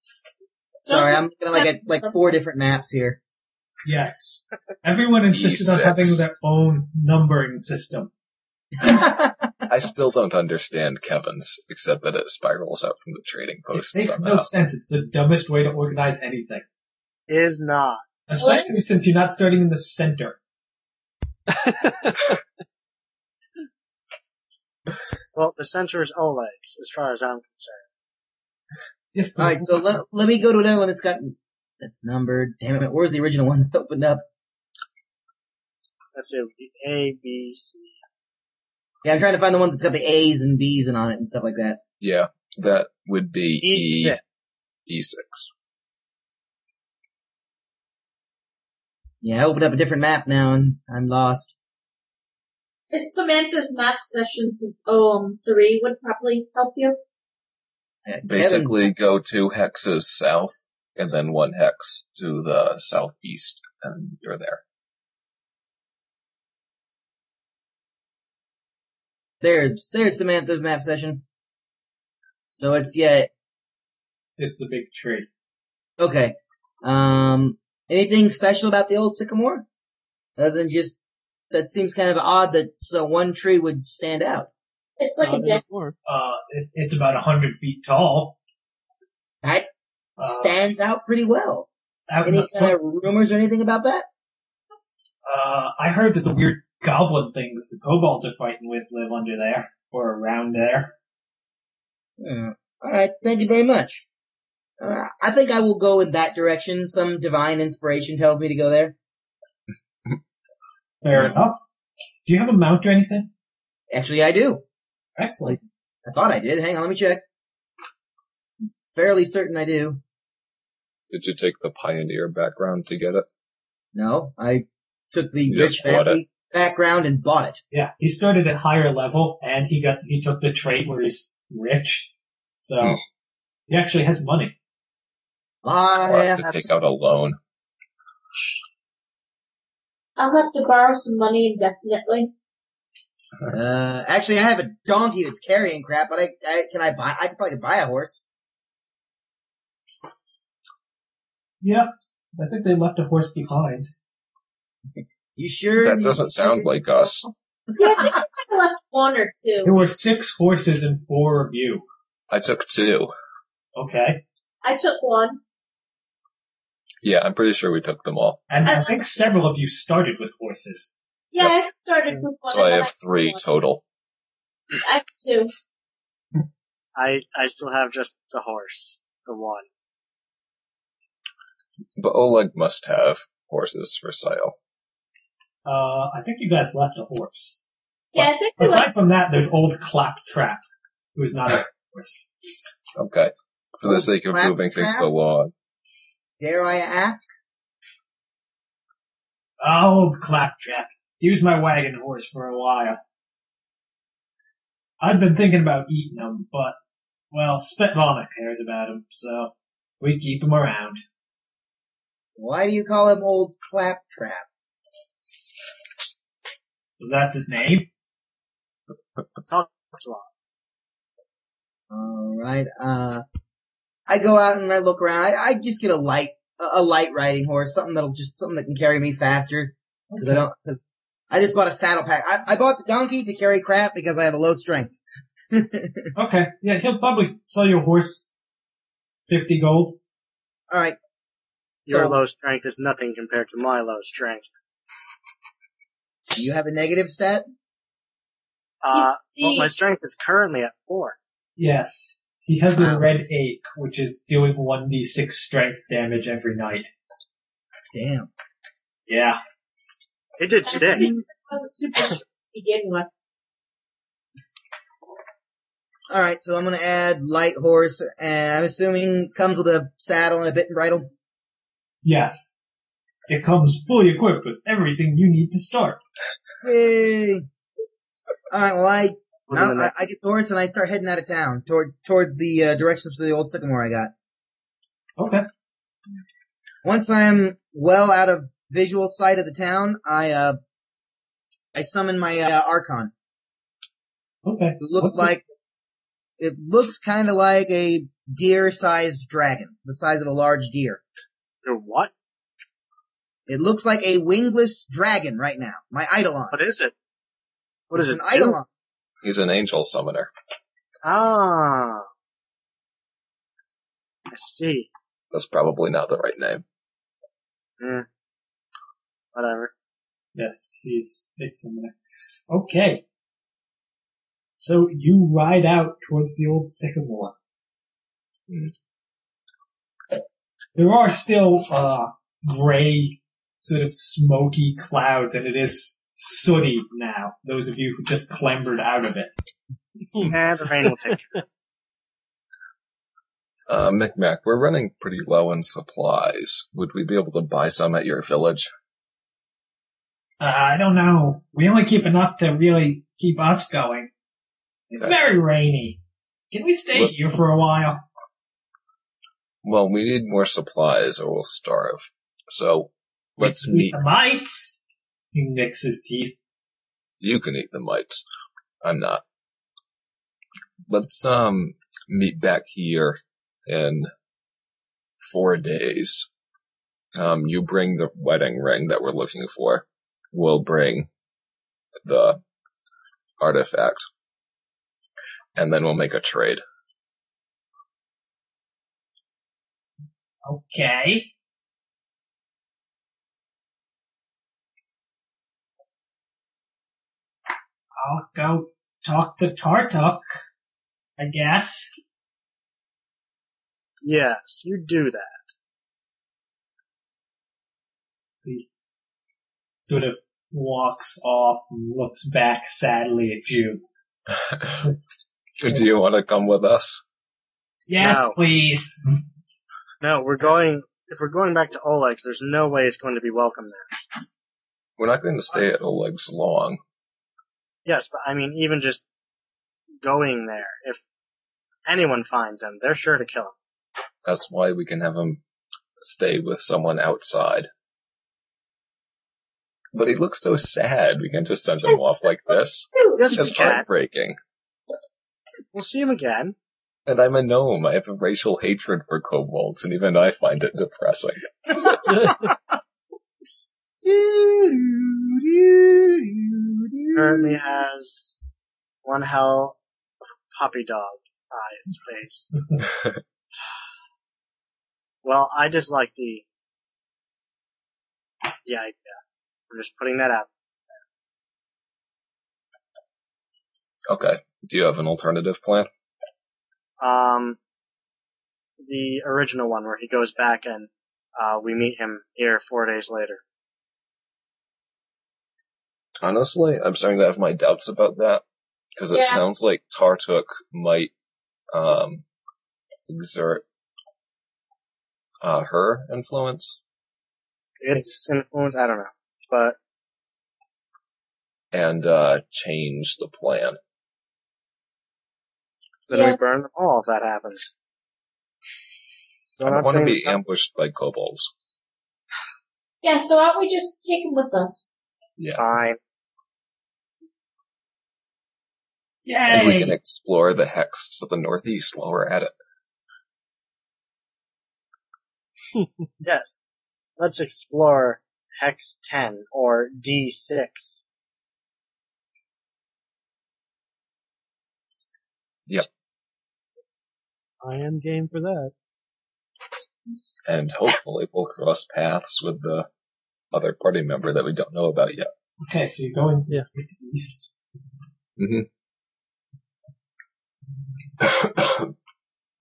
Speaker 4: Sorry, I'm looking at like, at, like four different maps here.
Speaker 2: Yes. Everyone insisted on
Speaker 5: E6.
Speaker 2: having their own numbering system.
Speaker 5: I still don't understand Kevin's, except that it spirals out from the trading post
Speaker 2: it makes
Speaker 5: somehow.
Speaker 2: no sense. It's the dumbest way to organize anything.
Speaker 3: Is not.
Speaker 2: Especially since you're not starting in the center.
Speaker 3: Well, the center is Oleg's, as far as I'm concerned.
Speaker 2: Yes, but-
Speaker 4: Alright, so let, let me go to another one that's got, that's numbered. Damn it, where's the original one that opened up?
Speaker 3: That's it. A, B, C.
Speaker 4: Yeah, I'm trying to find the one that's got the A's and B's and on it and stuff like that.
Speaker 5: Yeah, that would be
Speaker 3: E6.
Speaker 5: E E6.
Speaker 4: Yeah, I opened up a different map now and I'm lost.
Speaker 6: It's Samantha's map session um three would probably help you.
Speaker 4: I got
Speaker 5: Basically, go two hexes south, and then one hex to the southeast, and you're there.
Speaker 4: Kevin. There's, there's Samantha's map session. So it's, yeah,
Speaker 2: it's a big tree.
Speaker 4: Okay. Um, anything special about the old sycamore? Other than just, that seems kind of odd that so one tree would stand out.
Speaker 6: It's like
Speaker 7: Not
Speaker 6: a
Speaker 7: in
Speaker 6: deck.
Speaker 7: the floor.
Speaker 2: Uh, it, it's about a hundred feet tall.
Speaker 4: That
Speaker 2: Uh,
Speaker 4: stands out pretty well.
Speaker 2: out in
Speaker 4: Any
Speaker 2: the
Speaker 4: kind of
Speaker 2: front-
Speaker 4: rumors or anything about that?
Speaker 2: uh, I heard that the weird goblin things the kobolds are fighting with live under there, or around there.
Speaker 4: Hmm. Alright, thank you very much. Uh, I think I will go in that direction. Some divine inspiration tells me to go there.
Speaker 2: Fair enough. Do you have a mount or anything?
Speaker 4: Actually, I do.
Speaker 2: Excellent.
Speaker 4: I thought I did. Hang on, let me check. Fairly certain I do.
Speaker 5: Did you take the pioneer background to get it?
Speaker 4: No, I took the
Speaker 5: You
Speaker 4: rich
Speaker 5: just bought
Speaker 4: family background and bought it.
Speaker 2: Yeah, he started at higher level, and he got he took the trait where he's rich, so
Speaker 5: Hmm.
Speaker 2: he actually has money.
Speaker 4: Ah,
Speaker 5: Or
Speaker 4: yeah,
Speaker 5: to take out a loan?
Speaker 6: I'll have to borrow some money indefinitely.
Speaker 4: Uh, actually, I have a donkey that's carrying crap, but I, I can I buy? I could probably buy a horse.
Speaker 2: Yeah, I think they left a horse behind.
Speaker 4: You sure?
Speaker 5: That
Speaker 4: you-
Speaker 5: doesn't sound like us.
Speaker 6: Yeah, I think I might have left one or
Speaker 2: There
Speaker 6: two.
Speaker 2: were six horses and four of you.
Speaker 5: I took two.
Speaker 2: Okay,
Speaker 6: I took one.
Speaker 5: Yeah, I'm pretty sure we took them all.
Speaker 2: and I
Speaker 6: That's-
Speaker 2: think several of you started with horses.
Speaker 6: Yeah, I started with one.
Speaker 5: So
Speaker 6: and
Speaker 5: I
Speaker 6: then
Speaker 5: have
Speaker 6: took
Speaker 5: three
Speaker 6: one.
Speaker 5: total.
Speaker 6: I have two.
Speaker 3: I, I still have just the horse. The one.
Speaker 5: But Oleg must have horses for sale.
Speaker 2: Uh, I think you guys left a horse.
Speaker 6: Yeah, I think we left
Speaker 2: Aside from that, there's old Claptrap, who's not a horse.
Speaker 5: Okay. For the sake of
Speaker 4: crap,
Speaker 5: moving things
Speaker 4: crap.
Speaker 5: along.
Speaker 4: Dare I ask?
Speaker 2: Old Claptrap. He was my wagon horse for a while. I'd been thinking about eating him, but, well, Svetlana cares about him, so we keep him around.
Speaker 4: Why do you call him old claptrap?
Speaker 2: 'Cause that's his name.
Speaker 3: It's a lot.
Speaker 4: All right. Uh, I go out and I look around. I, I just get a light, a a light riding horse, something that'll just something that can carry me faster. Because I don't. Because I just bought a saddle pack. I, I bought the donkey to carry crap because I have a low strength.
Speaker 2: Okay, yeah, he'll probably sell your horse 50 gold.
Speaker 4: All right.
Speaker 3: Your
Speaker 4: So-
Speaker 3: low strength is nothing compared to my low strength.
Speaker 4: Do you have a negative stat?
Speaker 3: Uh,
Speaker 6: He's
Speaker 3: well, my
Speaker 6: seized.
Speaker 3: strength is currently at four.
Speaker 2: Yes. He has the
Speaker 4: Wow.
Speaker 2: red ache, which is doing 1d6 strength damage every night.
Speaker 4: Damn.
Speaker 2: Yeah.
Speaker 3: It did
Speaker 6: And
Speaker 3: six.
Speaker 6: he wasn't super strong to begin with.
Speaker 4: All right, so I'm gonna add light horse, and I'm assuming comes with a saddle and a bit and bridle.
Speaker 2: Yes. It comes fully equipped with everything you need to start.
Speaker 4: Yay! Alright, well I,
Speaker 3: Within
Speaker 4: now
Speaker 3: the
Speaker 4: I,
Speaker 3: next-
Speaker 4: I get Doris and I start heading out of town toward, towards the uh, directions for the old sycamore I got.
Speaker 2: Okay.
Speaker 4: Once I'm well out of visual sight of the town, I, uh, I summon my, uh, Archon.
Speaker 2: Okay.
Speaker 4: It looks
Speaker 2: What's the-
Speaker 4: like it looks kind of like a deer-sized dragon, the size of a large deer.
Speaker 3: Or what?
Speaker 4: It looks like a wingless dragon right now. My eidolon.
Speaker 3: What is it? What is
Speaker 4: it's
Speaker 3: it?
Speaker 4: An eidolon.
Speaker 5: He's an angel summoner.
Speaker 3: Ah. I see.
Speaker 5: That's probably not the right name.
Speaker 3: Whatever.
Speaker 2: Yes, he's it's similar. Okay. So you ride out towards the old sycamore. There are still uh gray, sort of smoky clouds, and it is sooty now. Those of you who just clambered out of it.
Speaker 3: And the rain will take care.
Speaker 5: Uh, Micmac, we're running pretty low in supplies. Would we be able to buy some at your village?
Speaker 2: Uh, I don't know. We only keep enough to really keep us going. It's
Speaker 5: Okay.
Speaker 2: very rainy. Can we stay
Speaker 5: Look-
Speaker 2: here for a while?
Speaker 5: Well, we need more supplies or we'll starve. So, let's
Speaker 2: We can eat
Speaker 5: meet.
Speaker 2: the mites. He nicks his teeth.
Speaker 5: You can eat the mites. I'm not. Let's, um, meet back here in four days. Um, you bring the wedding ring that we're looking for. We'll bring the artifact. And then we'll make a trade.
Speaker 2: Okay. I'll go talk to Tartuk, I guess.
Speaker 3: Yes, you do that.
Speaker 2: Sort of walks off and looks back sadly at you.
Speaker 5: Do you want to come with us?
Speaker 2: Yes,
Speaker 3: Wow.
Speaker 2: please.
Speaker 3: No, we're going, if we're going back to Oleg's, there's no way it's going to be welcome there.
Speaker 5: We're not going to stay at Oleg's long.
Speaker 3: Yes, but I mean, even just going there, if anyone finds him, they're sure to kill him.
Speaker 5: That's why we can have him stay with someone outside. But he looks so sad. We can't just send him off like this.
Speaker 3: Yes, we
Speaker 5: It's
Speaker 3: can.
Speaker 5: heartbreaking.
Speaker 3: We'll see him again.
Speaker 5: And I'm a gnome. I have a racial hatred for kobolds, and even I find it depressing.
Speaker 3: Currently has one hell of a puppy dog eyes face. well, I dislike the the idea. I'm just putting that out.
Speaker 5: Okay. Do you have an alternative plan?
Speaker 3: Um, the original one where he goes back and uh, we meet him here four days later.
Speaker 5: Honestly, I'm starting to have my doubts about that because it
Speaker 6: Yeah.
Speaker 5: sounds like Tartuk might um, exert uh, her influence.
Speaker 3: It's influence. I don't know, but
Speaker 5: and uh change the plan.
Speaker 3: then
Speaker 6: Yeah.
Speaker 3: we burn them all if that happens. So
Speaker 5: I
Speaker 3: I'm
Speaker 5: don't
Speaker 3: not
Speaker 5: want to
Speaker 3: saying
Speaker 5: be ambushed by kobolds.
Speaker 6: Yeah, so why don't we just take him with us?
Speaker 5: Yeah.
Speaker 3: fine.
Speaker 5: And we
Speaker 2: Yay!
Speaker 5: can explore the hex to the northeast while we're at it.
Speaker 3: Yes. Let's explore hex 10 or D6.
Speaker 7: I am game for that.
Speaker 5: And hopefully we'll cross paths with the other party member that we don't know about yet.
Speaker 2: Okay, so you're going
Speaker 7: Yeah.
Speaker 2: east.
Speaker 5: Mm-hmm.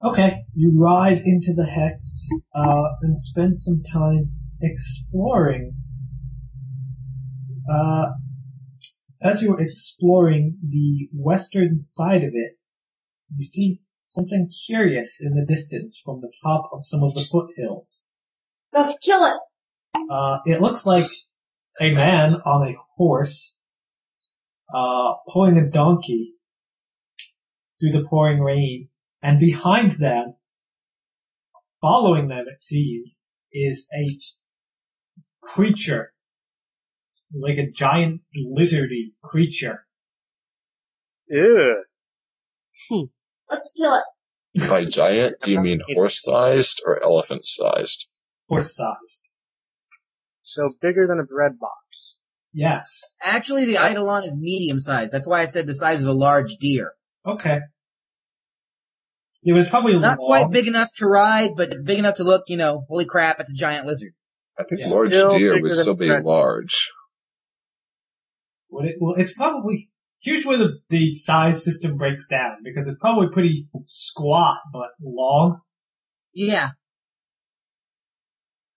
Speaker 2: Okay, you ride into the hex uh, and spend some time exploring. Uh, as you're exploring the western side of it, you see something curious in the distance from the top of some of the foothills.
Speaker 6: Let's kill it.
Speaker 2: Uh, it looks like a man on a horse, uh, pulling a donkey through the pouring rain, and behind them, following them it seems, is a creature. It's like a giant lizardy creature.
Speaker 3: Ew.
Speaker 6: Let's kill it.
Speaker 5: By giant, do
Speaker 3: Uh-huh.
Speaker 5: you mean horse sized or elephant sized?
Speaker 2: Horse sized.
Speaker 3: So bigger than a bread box.
Speaker 2: Yes.
Speaker 4: Actually, the Eidolon is medium sized. That's why I said the size of a large deer.
Speaker 2: Okay. It was probably
Speaker 4: Not
Speaker 2: long.
Speaker 4: quite big enough to ride, but big enough to look, you know, holy crap, it's a giant lizard.
Speaker 5: I think
Speaker 2: Yeah.
Speaker 5: large
Speaker 3: Still
Speaker 5: deer
Speaker 3: bigger
Speaker 5: would
Speaker 3: than
Speaker 5: still be
Speaker 3: Fred.
Speaker 5: large.
Speaker 2: Well, it, well, it's probably here's where the, the size system breaks down because it's probably pretty squat but long.
Speaker 4: Yeah.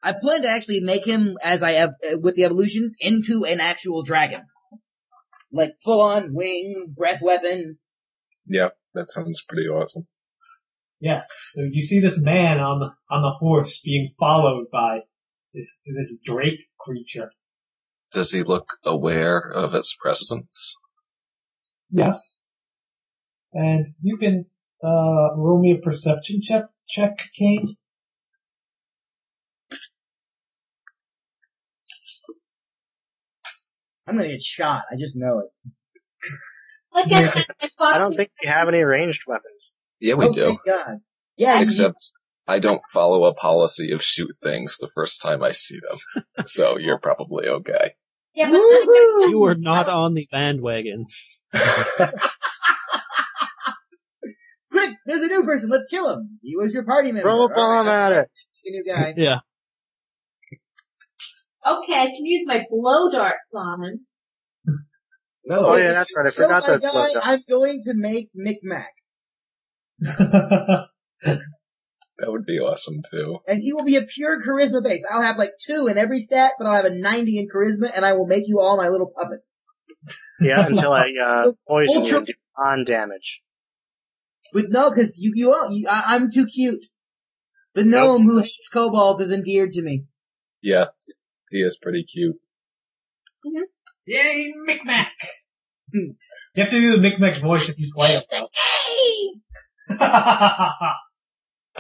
Speaker 4: I plan to actually make him, as I have, with the evolutions, into an actual dragon. Like full on wings, breath weapon.
Speaker 5: Yeah, that sounds pretty awesome.
Speaker 2: Yes. So you see this man on the on the horse being followed by this this drake creature.
Speaker 5: Does he look aware of its presence?
Speaker 2: Yes. And you can uh roll me a perception check check, Kane.
Speaker 4: I'm gonna get shot. I just know it.
Speaker 6: Like I said, my foxy
Speaker 3: I don't think we have any ranged weapons.
Speaker 5: Yeah, we
Speaker 4: oh,
Speaker 5: do.
Speaker 4: Thank God. Yeah. you-
Speaker 5: Except I don't follow a policy of shoot things the first time I see them. so you're probably okay.
Speaker 6: Yeah, but
Speaker 4: Woohoo!
Speaker 7: You are not on the bandwagon.
Speaker 4: quick, there's a new person. Let's kill him. He was your party member.
Speaker 3: Throw a
Speaker 4: All
Speaker 3: bomb
Speaker 4: right,
Speaker 3: at it.
Speaker 4: the new guy.
Speaker 7: Yeah.
Speaker 6: okay, I can use my blow darts on him.
Speaker 5: No.
Speaker 3: Oh, yeah, that's right. I
Speaker 4: Kill
Speaker 3: forgot
Speaker 4: my
Speaker 3: those
Speaker 4: guy.
Speaker 3: blow
Speaker 4: I'm going to make Micmac,
Speaker 5: That would be awesome too.
Speaker 4: and he will be a pure charisma base. I'll have like two in every stat, but I'll have a 90 in charisma, and I will make you all my little puppets.
Speaker 3: Yeah, until I uh,
Speaker 4: Those
Speaker 3: poison you
Speaker 4: ultra-
Speaker 3: and do on damage.
Speaker 4: With no, because you you, all, you I, I'm too cute. The gnome who hates kobolds is endeared to me.
Speaker 5: Yeah, he is pretty cute.
Speaker 2: Yay, Micmac! you have to do the Micmac voice if you play it though.
Speaker 6: Hey!
Speaker 2: that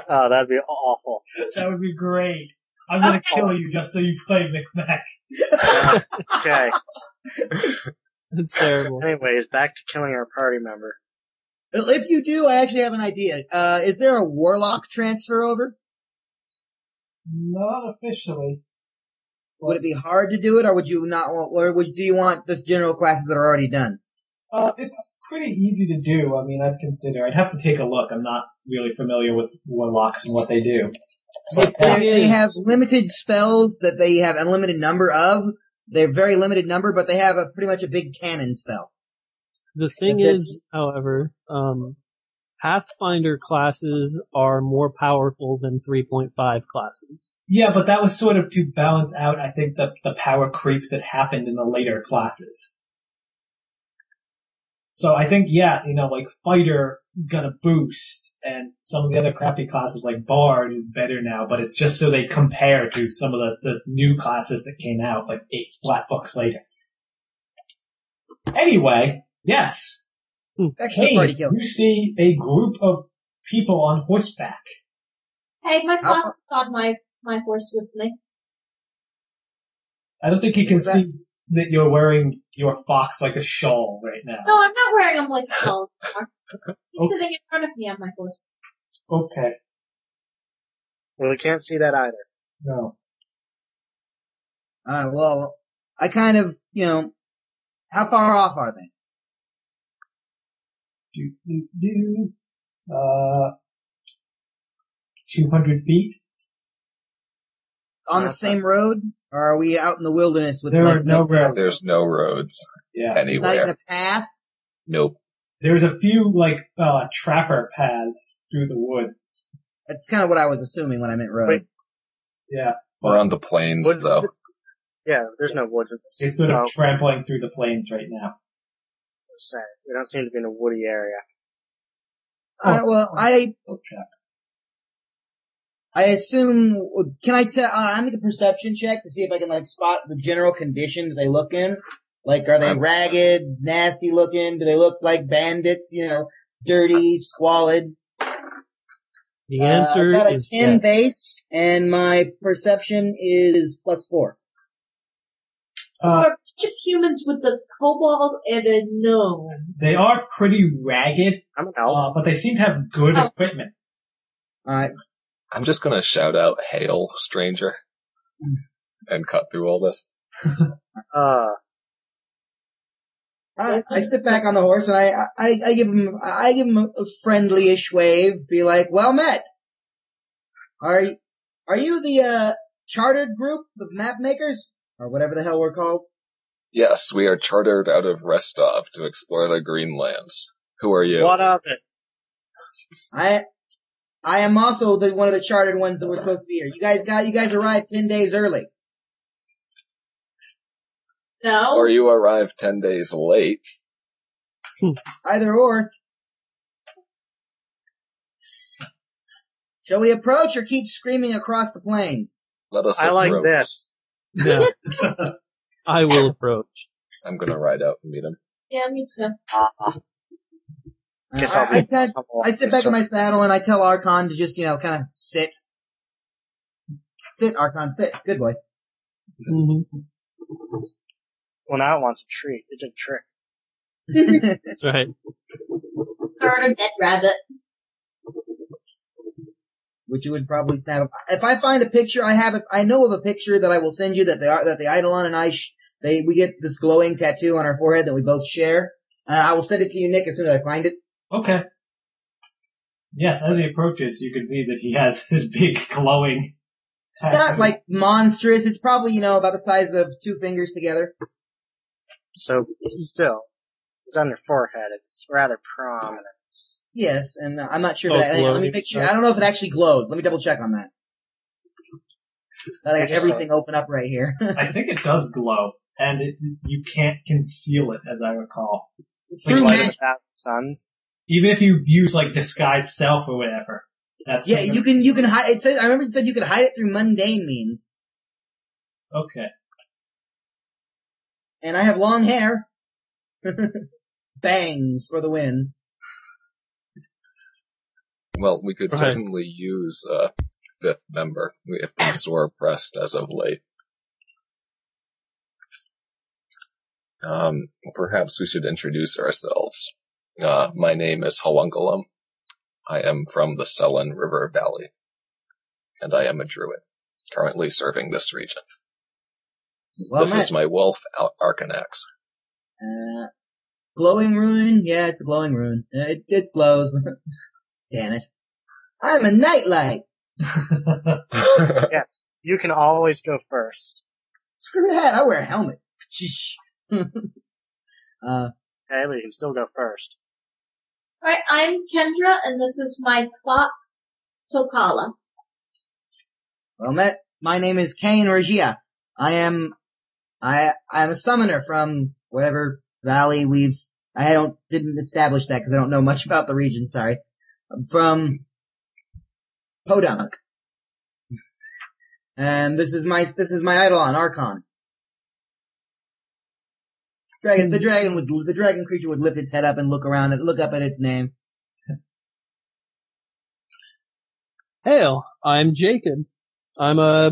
Speaker 3: Oh, that'd be awful.
Speaker 2: would be great. I'm gonna
Speaker 6: Okay.
Speaker 2: kill you just so you play Micmac.
Speaker 3: Okay.
Speaker 7: It's terrible.
Speaker 3: Anyways, back to killing our party member.
Speaker 4: Well, If you do, I actually have an idea. Uh, is there a warlock transfer over?
Speaker 2: Not officially.
Speaker 4: Would it be hard to do it, or would you not want, or would do you want the general classes that are already done?
Speaker 2: Uh, it's pretty easy to do. I mean, I'd consider. I'd have to take a look. I'm not really familiar with warlocks and what they do. But
Speaker 4: They-
Speaker 2: uh,
Speaker 7: Thing
Speaker 4: they
Speaker 7: is-
Speaker 4: have limited spells that they have unlimited number of. They're very limited number, but they have a pretty much a big cannon spell.
Speaker 7: The thing
Speaker 4: That's-
Speaker 7: is, however, um, Pathfinder classes are more powerful than 3.5 classes.
Speaker 2: yeah, but that was sort of to balance out, I think, the the power creep that happened in the later classes. So I think, yeah, you know, like fighter got a boost, and some of the other crappy classes like bard is better now. But it's just so they compare to some of the the new classes that came out like eight flat books later. Anyway, yes,
Speaker 4: Extra
Speaker 2: Hey,
Speaker 4: party kill.
Speaker 2: you see a group of people on horseback.
Speaker 6: Hey, my
Speaker 4: How-
Speaker 6: fox is on my, my horse with me.
Speaker 2: I don't think he can
Speaker 4: What's
Speaker 2: see that you're wearing your fox like a shawl right now.
Speaker 6: No, I'm not wearing him like a doll. He's
Speaker 2: Okay.
Speaker 6: sitting in front of me on my horse.
Speaker 2: Okay,
Speaker 3: Well, we can't see that either.
Speaker 2: no.
Speaker 4: Uh, well, I kind of, you know, how far off are they?
Speaker 2: Do, do, do. Uh, 200 feet?
Speaker 4: On the
Speaker 3: Uh,
Speaker 4: same road, or are we out in the wilderness with
Speaker 2: There
Speaker 4: like,
Speaker 2: are no roads.
Speaker 5: There's no roads
Speaker 2: Yeah.
Speaker 4: There's Not even
Speaker 5: anywhere.
Speaker 4: a path.
Speaker 5: Nope.
Speaker 2: There's a few, like, uh, trapper paths through the woods.
Speaker 4: That's kind of what I was assuming when I meant road.
Speaker 3: Wait.
Speaker 2: Yeah.
Speaker 5: We're on the plains
Speaker 3: Woods
Speaker 5: though.
Speaker 3: Yeah, there's no woods in this.
Speaker 2: They're sort of
Speaker 3: Oh,
Speaker 2: trampling through the plains right now.
Speaker 3: sad. we don't seem to be in a woody area.
Speaker 7: Oh.
Speaker 4: All right, well, I
Speaker 2: Oh, trap.
Speaker 4: I assume. Can I tell? Uh, I make a perception check to see if I can like spot the general condition that they look in. Like, are they
Speaker 5: I'm-
Speaker 4: ragged, nasty looking? Do they look like bandits? You know, dirty, squalid.
Speaker 7: The
Speaker 4: Uh,
Speaker 7: answer
Speaker 4: I've got a
Speaker 7: is
Speaker 4: ten
Speaker 7: yes.
Speaker 4: base, and my perception is plus four.
Speaker 2: Uh,
Speaker 6: Or chip humans with the kobold and a gnome.
Speaker 2: they are pretty ragged,
Speaker 3: I'm an elf.
Speaker 2: uh, but they seem to have good
Speaker 6: Oh.
Speaker 2: equipment.
Speaker 4: All right.
Speaker 5: I'm just gonna shout out "Hail, stranger," and cut through all this.
Speaker 3: Uh,
Speaker 4: I, I sit back on the horse and I, I, I give him, I give him a friendly-ish wave, be like, well met. Are, y- are you the, uh, chartered group of map makers? Or whatever the hell we're called?
Speaker 5: Yes, we are chartered out of Restov to explore the Greenlands. Who are you?
Speaker 3: what of it?
Speaker 4: I, I am also the, one of the chartered ones that were supposed to be here. You guys got, you guys arrived 10 days early.
Speaker 6: No?
Speaker 5: Or you arrived ten days late.
Speaker 4: Either or. Shall we approach or keep screaming across the plains?
Speaker 5: Let us
Speaker 3: I like
Speaker 5: approach.
Speaker 3: this.
Speaker 7: Yeah. I will approach.
Speaker 5: I'm gonna ride out and meet him.
Speaker 6: yeah, me too.
Speaker 3: Guess
Speaker 4: I-
Speaker 3: I'll be
Speaker 4: I got- I sit back in
Speaker 3: Sure.
Speaker 4: my saddle and I tell Archon to just, you know, kind of sit. Sit, Archon, sit. Good boy.
Speaker 7: Mhm.
Speaker 3: Well, now it wants a treat. It did a trick.
Speaker 7: That's right.
Speaker 6: Third of dead rabbit.
Speaker 4: Which you would probably snap. If I find a picture, I have, a, I know of a picture that I will send you that the that the Eidolon and I, sh- they we get this glowing tattoo on our forehead that we both share. Uh, I will send it to you, Nick, as soon as I find it.
Speaker 2: Okay. Yes, as he approaches, you can see that he has his big glowing.
Speaker 4: It's not like monstrous. It's probably you know about the size of two fingers together.
Speaker 3: So, still, it's on your forehead. It's rather prominent.
Speaker 4: Yes, and uh, I'm not sure.
Speaker 7: Oh,
Speaker 4: But I, let me
Speaker 7: glowing
Speaker 4: make sure.
Speaker 7: stuff.
Speaker 4: I don't know if it actually glows. Let me double check on that. But I got
Speaker 3: Yes,
Speaker 4: everything open up right here.
Speaker 2: I think it does glow, and it, you can't conceal it, as I recall.
Speaker 4: Through
Speaker 2: Like,
Speaker 4: magic.
Speaker 3: Without suns.
Speaker 2: Even if you use like disguise self or whatever, that's
Speaker 4: Yeah,
Speaker 2: still gonna-
Speaker 4: you can you can hide. It says I remember it said you could hide it through mundane means.
Speaker 2: Okay.
Speaker 4: And I have long hair, bangs for the win.
Speaker 5: Well, we could
Speaker 7: Right.
Speaker 5: certainly use a fifth member. We have been sore pressed as of late. Um, perhaps we should introduce ourselves. Uh, my name is Halunkalum. I am from the Selen River Valley, and I am a druid, currently serving this region.
Speaker 4: Well,
Speaker 5: this
Speaker 4: Matt,
Speaker 5: is my wolf, Al- Arcanax.
Speaker 4: uh, glowing rune. Yeah, it's a glowing rune. Uh, It it glows. Damn it! I'm a nightlight.
Speaker 3: Yes, you can always go first.
Speaker 4: Screw that! I wear a helmet. Sheesh. uh,
Speaker 3: Okay, but you can still go first.
Speaker 6: Alright, I'm Kendra and this is my fox, Tokala.
Speaker 4: well, Matt, my name is Kane Regia. I am I I am a summoner from whatever valley we've. I don't didn't establish that because I don't know much about the region. Sorry, I'm from Podunk, and this is my this is my eidolon Archon. Dragon, the dragon would the dragon creature would lift its head up and look around and look up at its name.
Speaker 7: Hail, I'm Jacob. I'm a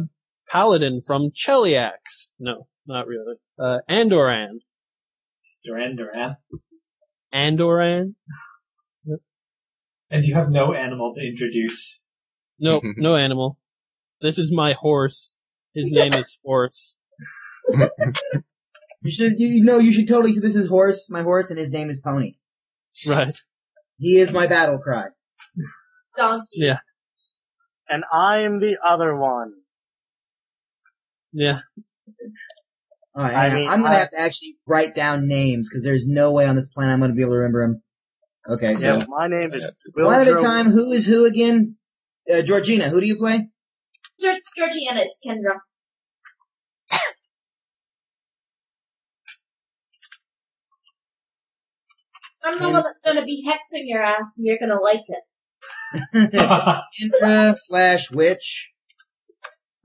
Speaker 7: paladin from Cheliax. No, not really. Uh, Andoran.
Speaker 2: Duran Duran.
Speaker 7: Andoran?
Speaker 2: And you have no animal to introduce.
Speaker 7: No, no animal. This is my horse. His name is Horse.
Speaker 4: You should you you know you should totally say this is horse my horse and his name is Pony.
Speaker 7: Right.
Speaker 4: He is my battle cry.
Speaker 6: Donkey.
Speaker 7: Yeah.
Speaker 3: And I'm the other one.
Speaker 7: Yeah.
Speaker 4: All right,
Speaker 3: I
Speaker 4: hang on.
Speaker 3: mean,
Speaker 4: I'm gonna
Speaker 3: I-
Speaker 4: have to actually write down names because there's no way on this planet I'm gonna be able to remember them. Okay, so
Speaker 5: Yeah.
Speaker 3: Yeah, my name is
Speaker 5: Yeah.
Speaker 3: Will
Speaker 4: one at a
Speaker 3: Dro-
Speaker 4: time. Who is who again? Uh, Georgina, who do you play?
Speaker 6: It's Georgiana, it's Kendra. I'm the
Speaker 4: Ken-
Speaker 6: one that's gonna be hexing your ass and you're gonna like it.
Speaker 4: Intra slash witch.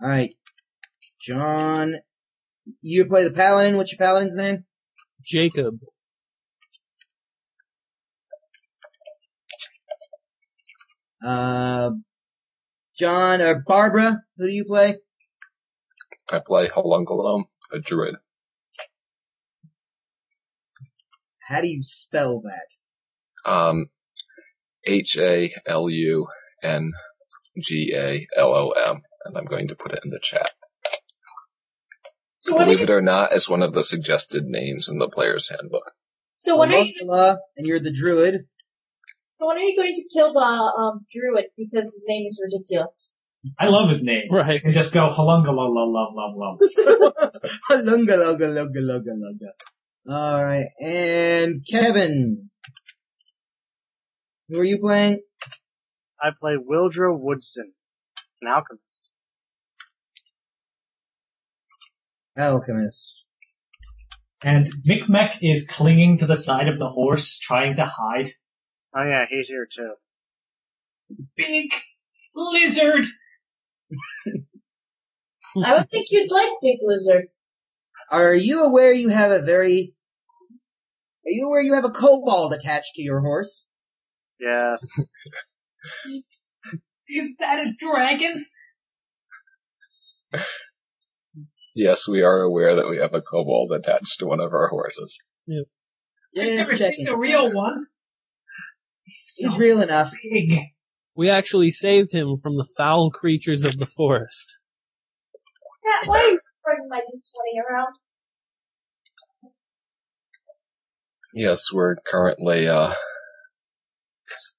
Speaker 4: Alright. John, you play the paladin. What's your paladin's name?
Speaker 7: Jacob.
Speaker 4: Uh, John or Barbara, who do you play?
Speaker 5: I play Halungalum, a druid.
Speaker 4: How do you spell that?
Speaker 5: Um, H A L U N G A L O M, and I'm going to put it in the chat.
Speaker 6: So what are
Speaker 5: Believe
Speaker 6: you,
Speaker 5: it or not, it's one of the suggested names in the player's handbook.
Speaker 6: so what are you,
Speaker 4: Amokula, and you're the druid.
Speaker 6: so when are you going to kill the, um, druid because his name is ridiculous?
Speaker 2: I love his name.
Speaker 7: Right.
Speaker 2: And just go halunga lum lum lum lum.
Speaker 4: lunga, lunga, lunga, lunga, lunga. Alright, and Kevin. Who are you playing?
Speaker 3: I play Wildra Woodson, an alchemist.
Speaker 4: Alchemist.
Speaker 2: And Micmac is clinging to the side of the horse, trying to hide.
Speaker 3: Oh yeah, he's here too.
Speaker 2: Big lizard!
Speaker 6: I would think you'd like big lizards.
Speaker 4: Are you aware you have a very, are you aware you have a kobold attached to your horse?
Speaker 3: Yes.
Speaker 2: Is that a dragon?
Speaker 5: Yes, we are aware that we have a kobold attached to one of our horses.
Speaker 2: I've
Speaker 4: Just
Speaker 2: never
Speaker 4: checking.
Speaker 2: seen a real one. He's
Speaker 4: He's
Speaker 2: so
Speaker 4: real enough.
Speaker 2: big.
Speaker 7: We actually saved him from the foul creatures of the forest.
Speaker 6: Cat, why are you throwing my D20 around?
Speaker 5: Yes, we're currently uh,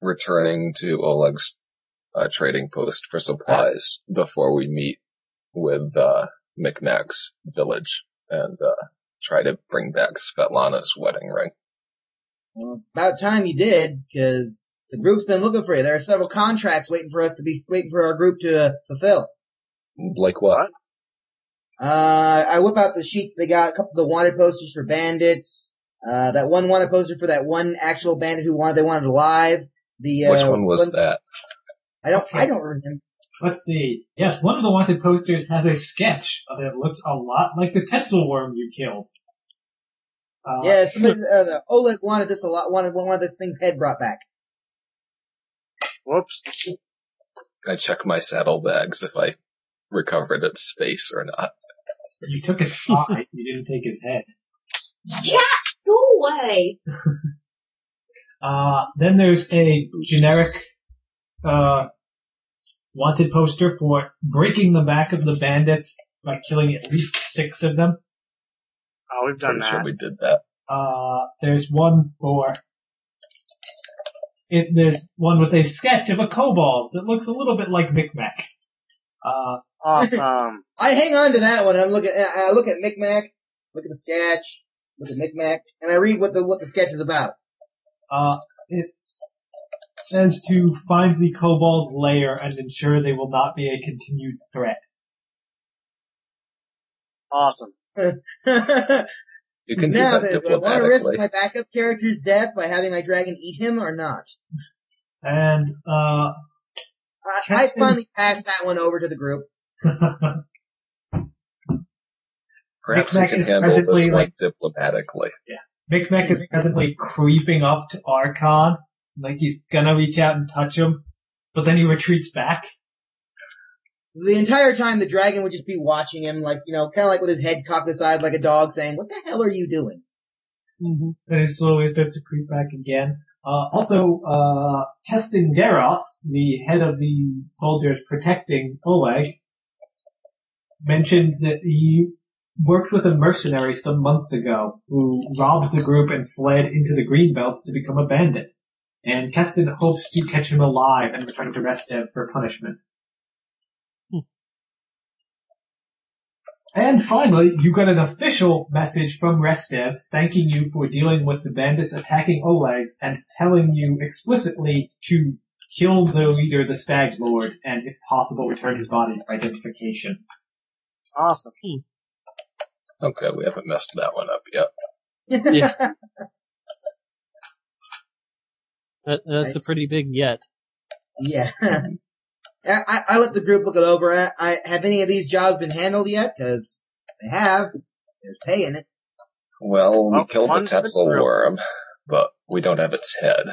Speaker 5: returning to Oleg's uh, trading post for supplies before we meet with uh, Micmac's village and uh, try to bring back Svetlana's wedding ring.
Speaker 4: Well, it's about time you did, because the group's been looking for you. There are several contracts waiting for us to be waiting for our group to uh, fulfill.
Speaker 5: Like what?
Speaker 4: Uh, I whip out the sheet they got, a couple of the wanted posters for bandits. Uh, that one wanted poster for that one actual bandit who wanted they wanted alive. The uh,
Speaker 5: Which one was that?
Speaker 4: I don't
Speaker 2: Okay.
Speaker 4: I don't remember.
Speaker 2: Let's see. Yes, one of the wanted posters has a sketch that looks a lot like the Tetzel worm you killed. Uh,
Speaker 4: yeah, somebody, uh, the Oleg wanted this a lot. Wanted wanted this thing's head brought back.
Speaker 3: Whoops.
Speaker 5: I check my saddlebags if I recovered its face or not.
Speaker 2: You took his eye, you didn't take his head.
Speaker 6: Cat, go away!
Speaker 2: Uh, then there's a
Speaker 5: Oops.
Speaker 2: generic, uh, wanted poster for breaking the back of the bandits by killing at least six of them.
Speaker 3: Oh, we've done
Speaker 5: Pretty sure
Speaker 3: that.
Speaker 5: we did that.
Speaker 2: Uh, there's one for, it, there's one with a sketch of a kobold that looks a little bit like Micmac. Uh,
Speaker 3: Awesome.
Speaker 4: I hang on to that one. I'm looking. I I look at Micmac. Look at the sketch. Look at Micmac, and I read what the what the sketch is about.
Speaker 2: Uh, it says to find the kobold's lair and ensure they will not be a continued threat.
Speaker 3: Awesome.
Speaker 5: You can
Speaker 4: now
Speaker 5: do
Speaker 4: then,
Speaker 5: that
Speaker 4: do I want to risk
Speaker 5: diplomatically.
Speaker 4: my backup character's death by having my dragon eat him or not?
Speaker 2: And, uh,
Speaker 4: I, I
Speaker 2: Casting-
Speaker 4: finally passed that one over to the group.
Speaker 5: Perhaps
Speaker 2: Micmac
Speaker 5: we can
Speaker 2: is
Speaker 5: handle this
Speaker 2: presently,
Speaker 5: one
Speaker 2: like-
Speaker 5: diplomatically.
Speaker 2: Micmac is presently creeping up to Archon, like he's gonna reach out and touch him, but then he retreats back.
Speaker 4: The entire time the dragon would just be watching him like, you know, kind of like with his head cocked aside like a dog saying, what the hell are you doing?
Speaker 2: Then he slowly starts to creep back again. Uh, also, uh, Kestingeros, the head of the soldiers protecting Oleg, mentioned that he worked with a mercenary some months ago who robbed the group and fled into the Greenbelts to become a bandit. And Kestin hopes to catch him alive and return to Restev for punishment. And finally, you got an official message from Restev thanking you for dealing with the bandits attacking Oleg's and telling you explicitly to kill the leader, the Stag Lord, and if possible, return his body for identification.
Speaker 3: Awesome.
Speaker 5: Okay, we haven't messed that one up yet.
Speaker 7: Yeah. That, that's
Speaker 4: Nice.
Speaker 7: a pretty big yet.
Speaker 4: Yeah. I, I, I let the group look it over. I, I have any of these jobs been handled yet? Because they have. There's pay in it.
Speaker 5: Well, we
Speaker 3: Well,
Speaker 5: killed the
Speaker 3: one's been
Speaker 5: Tesla
Speaker 3: real-
Speaker 5: worm, but we don't have its head.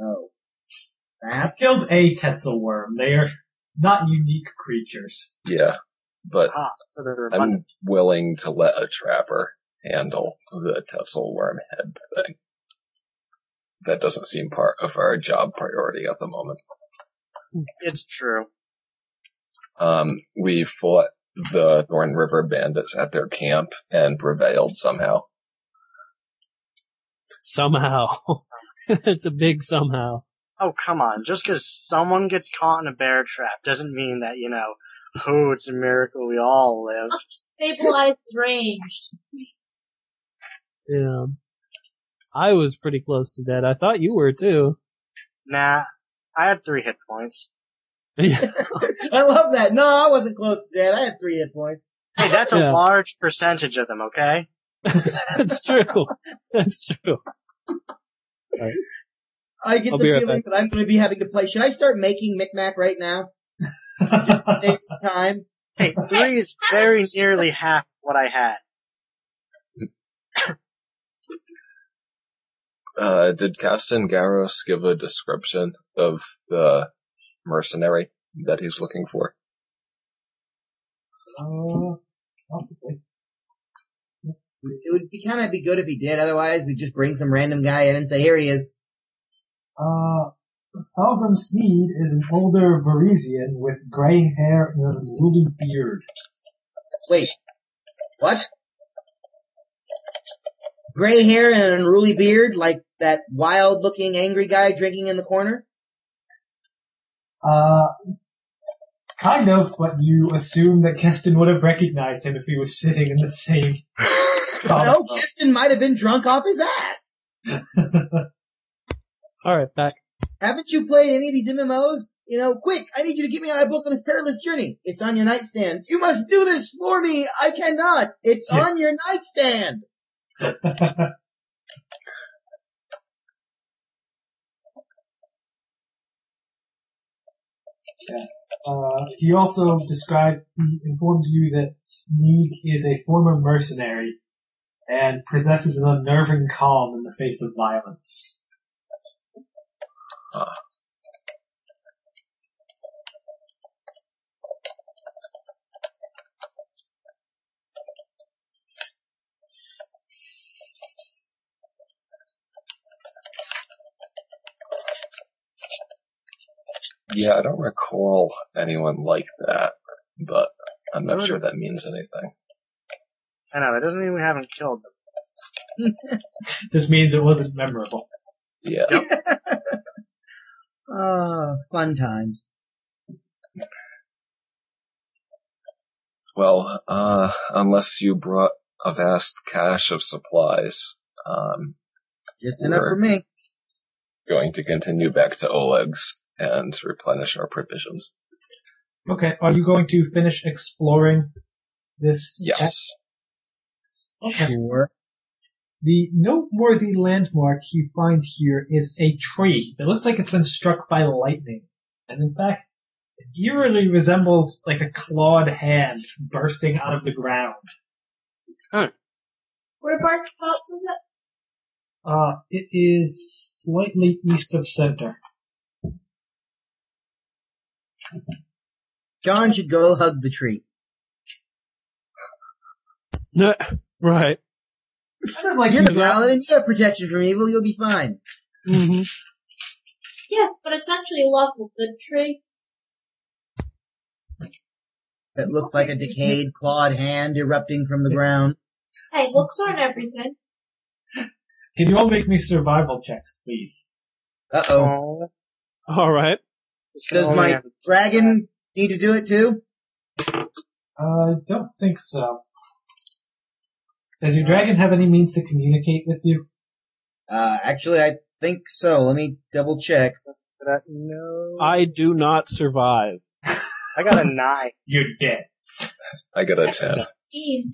Speaker 4: Oh.
Speaker 2: I've
Speaker 4: Crap.
Speaker 2: killed a Tetzel worm. They are not unique creatures.
Speaker 5: Yeah, but
Speaker 3: Ah, so they're abundant.
Speaker 5: I'm willing to let a trapper handle the Tesla worm head thing. That doesn't seem part of our job priority at the moment.
Speaker 3: It's true.
Speaker 5: Um, we fought the Thorn River bandits at their camp and prevailed somehow.
Speaker 7: Somehow. it's a big somehow.
Speaker 3: Oh, come on. Just because someone gets caught in a bear trap doesn't mean that, you know, oh, it's a miracle we all live.
Speaker 6: Stabilized ranged.
Speaker 7: Yeah. I was pretty close to dead. I thought you were too.
Speaker 3: Nah, I had three hit points.
Speaker 7: Yeah.
Speaker 4: I love that. No, I wasn't close to that. I had three hit points.
Speaker 3: Hey, that's a
Speaker 7: Yeah.
Speaker 3: large percentage of them, okay?
Speaker 7: That's true. That's true.
Speaker 4: I get
Speaker 7: I'll
Speaker 4: the
Speaker 7: be right
Speaker 4: feeling that I'm going to be having to play. Should I start making Micmac right now? Just to save some time.
Speaker 3: Hey, three is very nearly half what I had.
Speaker 5: Uh, did Castan Garros give a description of the mercenary that he's looking for?
Speaker 2: Uh, possibly. Let's see.
Speaker 4: It would be kind of be good if he did. Otherwise, we just bring some random guy in and say, here he is.
Speaker 2: Uh, Falgrim Sneed is an older Varisian with graying hair and a woolly beard.
Speaker 4: Wait. What? Gray hair and an unruly beard, like that wild looking angry guy drinking in the corner?
Speaker 2: Uh, kind of, but you assume that Keston would have recognized him if he was sitting in the same.
Speaker 4: no, Keston might have been drunk off his ass.
Speaker 7: Alright, back.
Speaker 4: Haven't you played any of these MMOs? You know, quick, I need you to get me out of book on this perilous journey. It's on your nightstand. You must do this for me. I cannot. It's
Speaker 2: Yeah.
Speaker 4: on your nightstand.
Speaker 2: Yes. Uh, he also described, he informed you that Sneak is a former mercenary and possesses an unnerving calm in the face of violence.
Speaker 5: Yeah, I don't recall anyone like that, but I'm not
Speaker 3: Good.
Speaker 5: sure that means anything.
Speaker 3: I know, that doesn't mean we haven't killed them.
Speaker 2: Just means it wasn't memorable.
Speaker 5: Yeah.
Speaker 4: Ah, fun times.
Speaker 5: Well, uh, unless you brought a vast cache of supplies, um,
Speaker 4: Just enough for me.
Speaker 5: going to continue back to Oleg's and replenish our provisions.
Speaker 2: Okay, are you going to finish exploring this?
Speaker 5: Yes.
Speaker 2: Okay.
Speaker 4: Sure.
Speaker 2: The noteworthy landmark you find here is a tree that looks like it's been struck by lightning. And in fact, it eerily resembles like a clawed hand bursting out of the ground.
Speaker 6: Where Bark Spots is it?
Speaker 2: Uh, it is slightly east of center.
Speaker 4: John should go hug the tree.
Speaker 7: No, right.
Speaker 2: Kind of like
Speaker 4: You're
Speaker 2: you
Speaker 4: the paladin. You have protection from evil. You'll be fine.
Speaker 7: hmm
Speaker 6: Yes, but it's actually a lawful good tree.
Speaker 4: That looks like a decayed, clawed hand erupting from the ground.
Speaker 6: Hey, looks aren't everything.
Speaker 2: Can you all make me survival checks, please?
Speaker 4: Uh
Speaker 2: Um,
Speaker 4: oh.
Speaker 3: Oh.
Speaker 7: Alright.
Speaker 4: Does my dragon need to do it too?
Speaker 2: I don't think so. Does your dragon have any means to communicate with you?
Speaker 4: Uh, actually, I think so. Let me double check.
Speaker 3: No. I,
Speaker 7: I do not survive.
Speaker 3: got a nine.
Speaker 2: You're dead.
Speaker 5: I got a 10.
Speaker 6: Team.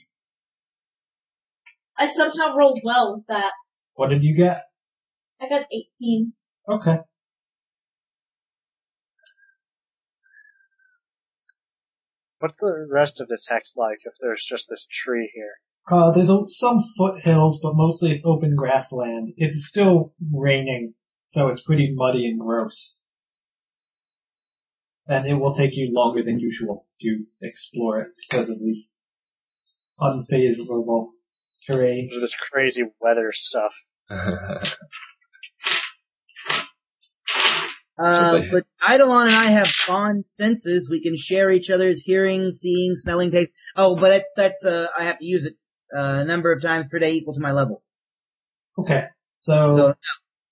Speaker 6: I somehow rolled well with that.
Speaker 2: What did you get?
Speaker 6: I got 18.
Speaker 2: Okay.
Speaker 3: What's the rest of this hex like if there's just this tree here?
Speaker 2: Uh, there's a, some foothills, but mostly it's open grassland. It's still raining, so it's pretty muddy and gross. And it will take you longer than usual to explore it because of the unfavorable terrain.
Speaker 3: There's this crazy weather stuff.
Speaker 5: That's
Speaker 4: Uh,
Speaker 5: they-
Speaker 4: but Eidolon and I have fond senses. We can share each other's hearing, seeing, smelling, taste. Oh, but that's that's uh, I have to use it uh, a number of times per day equal to my level.
Speaker 2: Okay, so,
Speaker 4: So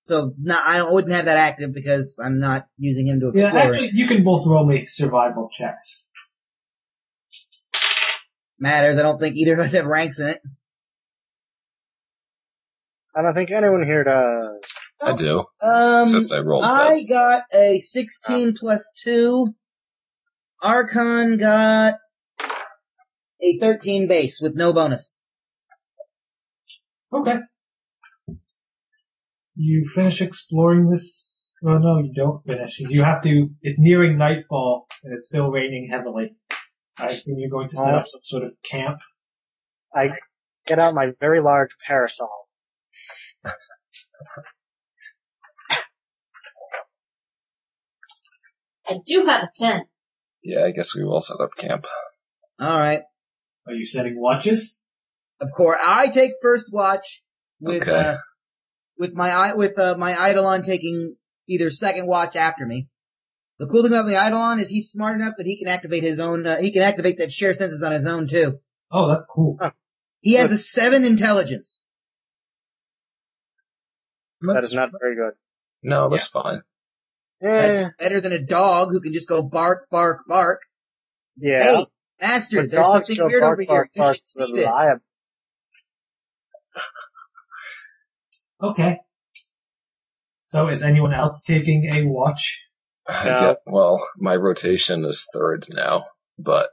Speaker 4: so no, I don't- wouldn't have that active because I'm not using him to
Speaker 2: yeah,
Speaker 4: explore.
Speaker 2: actually you can both roll me survival checks.
Speaker 4: Matters. I don't think either of us have ranks in it.
Speaker 3: I don't think anyone here does.
Speaker 5: I do,
Speaker 4: Um,
Speaker 5: except I rolled
Speaker 4: I got a 16 plus two. Archon got a 13 base with no bonus.
Speaker 2: Okay. You finish exploring this? Well, no, you don't finish. You have to. It's nearing nightfall, and it's still raining heavily. I assume you're going to set up some sort of camp.
Speaker 3: I get out my very large parasol.
Speaker 6: I do have a tent.
Speaker 5: Yeah, I guess we will set up camp.
Speaker 4: All right.
Speaker 2: Are you setting watches?
Speaker 4: Of course, I take first watch with
Speaker 5: Okay.
Speaker 4: uh, with my i- with uh, my Eidolon taking either second watch after me. The cool thing about the Eidolon is he's smart enough that he can activate his own. Uh, he can activate that share senses on his own too.
Speaker 2: Oh, that's cool.
Speaker 4: He has a seven intelligence.
Speaker 3: That is not very good. Eh,
Speaker 5: No, that's fine.
Speaker 3: Yeah.
Speaker 4: That's better than a dog who can just go bark, bark, bark.
Speaker 3: yeah.
Speaker 4: Hey, master,
Speaker 3: But
Speaker 4: there's
Speaker 3: dogs
Speaker 4: something
Speaker 3: go
Speaker 4: weird
Speaker 3: bark,
Speaker 4: over here.
Speaker 3: bark,
Speaker 4: you
Speaker 3: bark
Speaker 4: should see this.
Speaker 3: reliably.
Speaker 2: Okay. So is anyone else taking a watch?
Speaker 5: I
Speaker 3: No.
Speaker 5: get, well, my rotation is third now, but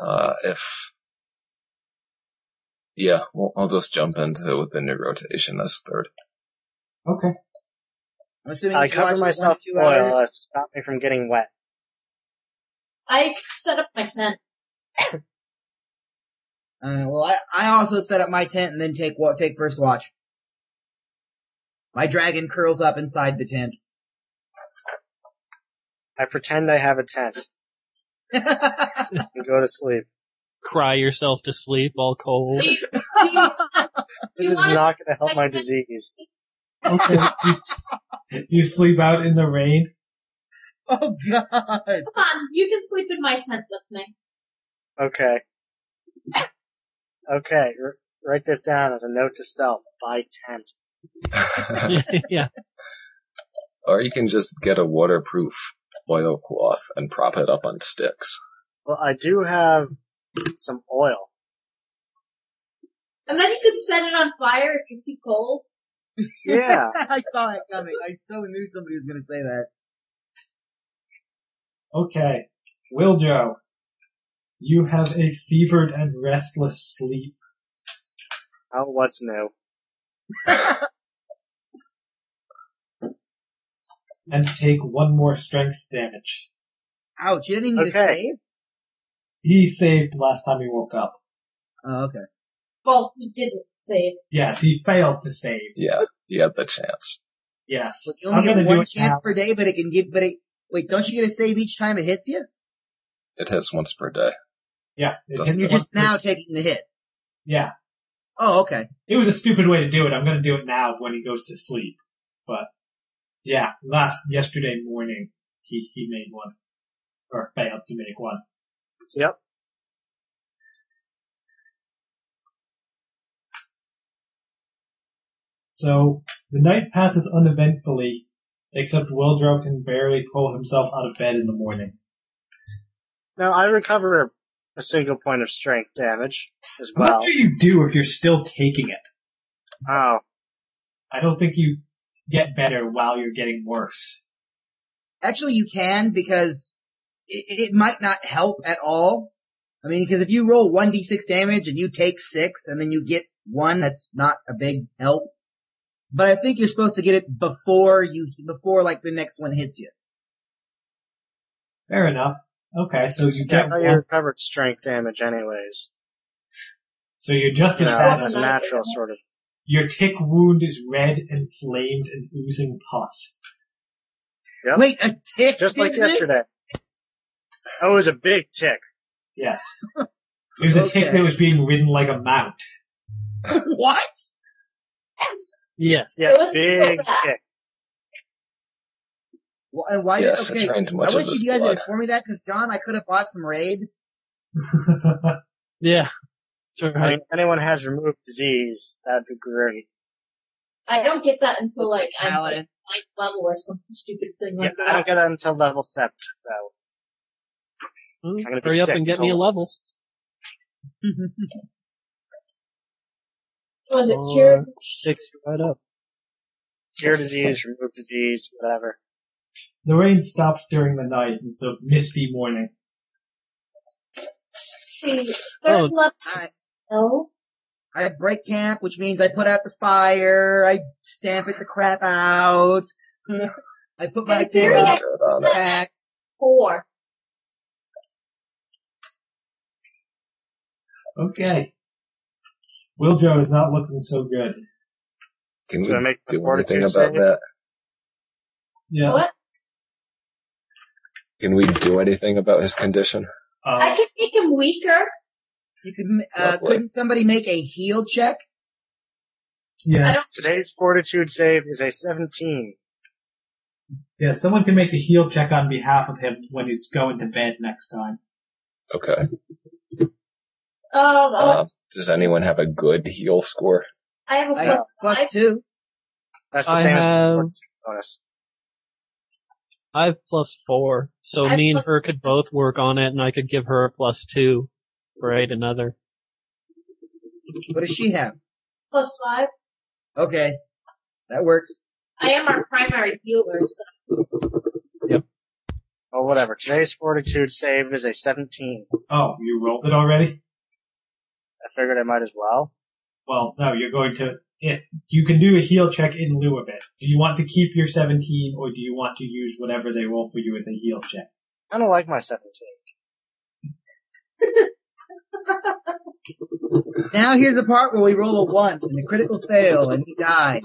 Speaker 5: uh if yeah, well, I'll just jump into the new rotation as third.
Speaker 2: Okay.
Speaker 4: I'm assuming
Speaker 3: I
Speaker 4: each
Speaker 3: cover
Speaker 4: watch is one to
Speaker 3: myself
Speaker 4: two
Speaker 3: in oil
Speaker 4: hours.
Speaker 3: as to stop me from getting wet.
Speaker 6: I set up my tent.
Speaker 4: Uh, well, I, I also set up my tent and then take wa- take first watch. My dragon curls up inside the tent.
Speaker 3: I pretend I have a tent and go to sleep.
Speaker 7: Cry yourself to sleep all cold.
Speaker 6: Do you, do you,
Speaker 3: This
Speaker 6: You
Speaker 3: is
Speaker 6: wanna-
Speaker 3: not going to help
Speaker 6: like
Speaker 3: my
Speaker 6: tent?
Speaker 3: disease.
Speaker 2: Okay. you, s- you sleep out in the rain.
Speaker 4: oh God!
Speaker 6: come on, you can sleep in my tent with me.
Speaker 3: Okay. Okay, r- write this down as a note to self. Buy tent.
Speaker 7: yeah.
Speaker 5: or you can just get a waterproof oilcloth and prop it up on sticks.
Speaker 3: Well, I do have some oil.
Speaker 6: And then you can set it on fire if you're too cold.
Speaker 3: Yeah.
Speaker 4: I saw that coming. I so knew somebody was going to say that.
Speaker 2: Okay. Wiljo, you have a fevered and restless sleep.
Speaker 3: Oh, what's new?
Speaker 2: and take one more strength damage.
Speaker 4: Ouch! You didn't even need a
Speaker 3: Okay.
Speaker 4: save.
Speaker 2: He saved last time he woke up.
Speaker 4: Oh, okay.
Speaker 6: Well, you didn't save.
Speaker 2: Yes, he failed to save.
Speaker 5: Yeah, you had the chance.
Speaker 2: Yes.
Speaker 4: You
Speaker 2: I'm
Speaker 4: only
Speaker 2: gonna
Speaker 4: get
Speaker 2: do
Speaker 4: one
Speaker 2: it
Speaker 4: chance
Speaker 2: now.
Speaker 4: per day, but it can give. But it, wait, don't you get a save each time it hits you?
Speaker 5: It hits once per day.
Speaker 2: Yeah. it
Speaker 5: Just
Speaker 2: hit
Speaker 4: And you're
Speaker 2: the one-
Speaker 4: just now taking the hit.
Speaker 2: Yeah.
Speaker 4: Oh, okay.
Speaker 2: It was a stupid way to do it. I'm gonna do it now when he goes to sleep. But, yeah, last, yesterday morning, he, he made one. Or failed to make one.
Speaker 3: Yep.
Speaker 2: So, the night passes uneventfully, except Wildrow can barely pull himself out of bed in the morning.
Speaker 3: Now I recover a single point of strength damage as
Speaker 2: What
Speaker 3: well.
Speaker 2: do you do if you're still taking it?
Speaker 3: Oh,
Speaker 2: I don't think you get better while you're getting worse.
Speaker 4: Actually, you can because it, it might not help at all. I mean, because if you roll one d6 damage and you take six, and then you get one, that's not a big help. But I think you're supposed to get it before you before like the next one hits you.
Speaker 2: Fair enough. Okay, so you
Speaker 3: Yeah, I
Speaker 2: get
Speaker 3: thought you
Speaker 2: one.
Speaker 3: recovered strength damage anyways.
Speaker 2: So you're just
Speaker 3: You
Speaker 2: as
Speaker 3: know,
Speaker 2: bad
Speaker 3: it's
Speaker 2: as
Speaker 3: a
Speaker 6: not-
Speaker 3: natural sort of.
Speaker 2: Your tick wound is red, inflamed, and oozing pus.
Speaker 3: Yep.
Speaker 4: Wait, a tick?
Speaker 3: Just like
Speaker 4: did this?
Speaker 3: yesterday. Oh, it was a big tick.
Speaker 2: Yes. It was a tick
Speaker 4: Okay.
Speaker 2: that was being ridden like a mount.
Speaker 4: what?
Speaker 7: Yes.
Speaker 3: Yeah,
Speaker 6: was-
Speaker 3: big tick.
Speaker 4: Why? why
Speaker 5: yes,
Speaker 4: okay.
Speaker 5: I drank too
Speaker 4: I
Speaker 5: much of
Speaker 4: wish
Speaker 5: this
Speaker 4: you guys had
Speaker 5: blood.
Speaker 4: informed me that because John, I could have bought some raid.
Speaker 7: Yeah. That's
Speaker 3: I
Speaker 7: right.
Speaker 3: mean, if anyone has removed disease, that'd be great.
Speaker 7: Oh
Speaker 6: I don't get that until like I'm like
Speaker 4: Paladin.
Speaker 6: ninth level or some stupid thing
Speaker 3: Yeah, I
Speaker 6: like
Speaker 3: don't
Speaker 6: that.
Speaker 3: get that until level seven, though.
Speaker 7: Hmm,
Speaker 3: I'm gonna be
Speaker 7: Hurry up
Speaker 3: sick
Speaker 7: and get me a
Speaker 3: till-
Speaker 7: level.
Speaker 6: Was it
Speaker 7: Or-
Speaker 6: cure disease?
Speaker 7: Shakes you right up.
Speaker 3: Cure disease, remove disease, whatever.
Speaker 2: the rain stops during the night. It's a misty morning.
Speaker 6: See, third level
Speaker 4: I-
Speaker 6: spell.
Speaker 4: I break camp, which means I put out the fire, I stamp it the crap out, I put my
Speaker 6: And
Speaker 4: tail
Speaker 6: very
Speaker 4: out
Speaker 6: nice.
Speaker 5: Good on it.
Speaker 4: back.
Speaker 6: Four.
Speaker 2: Okay. Wildro is not looking so good.
Speaker 5: Can
Speaker 3: Should I
Speaker 5: we
Speaker 3: make the
Speaker 5: do anything
Speaker 3: fortitude
Speaker 5: about
Speaker 3: save?
Speaker 5: that?
Speaker 2: Yeah.
Speaker 6: What?
Speaker 5: Can we do anything about his condition?
Speaker 6: I
Speaker 2: Uh,
Speaker 6: could make him weaker.
Speaker 4: You could, m- uh,
Speaker 5: Lovely.
Speaker 4: couldn't somebody make a heal check?
Speaker 2: yes.
Speaker 3: Today's fortitude save is a 17.
Speaker 2: Yeah, someone can make a heal check on behalf of him when he's going to bed next time.
Speaker 5: Okay.
Speaker 6: Um, I'll-
Speaker 5: Um, does anyone have a good heal score?
Speaker 6: I have a
Speaker 4: I have
Speaker 6: plus
Speaker 4: plus
Speaker 6: five.
Speaker 4: two.
Speaker 3: That's the
Speaker 7: I
Speaker 3: same as
Speaker 7: have,
Speaker 3: fortitude bonus.
Speaker 7: I have plus four. So
Speaker 6: I have
Speaker 7: me and
Speaker 6: plus-
Speaker 7: her could both work on it and I could give her a plus two. Right, another.
Speaker 4: What does she have?
Speaker 6: plus five.
Speaker 4: Okay. That works.
Speaker 6: I am our primary healer, so
Speaker 3: Well, whatever. Today's fortitude save is a 17.
Speaker 2: Oh, you rolled it already?
Speaker 3: I figured I might as well.
Speaker 2: Well, no, you're going to. It, you can do a heal check in lieu of it. Do you want to keep your 17, or do you want to use whatever they roll for you as a heal check?
Speaker 3: I don't like my 17.
Speaker 4: Now here's the part where we roll a one and a critical fail and he dies.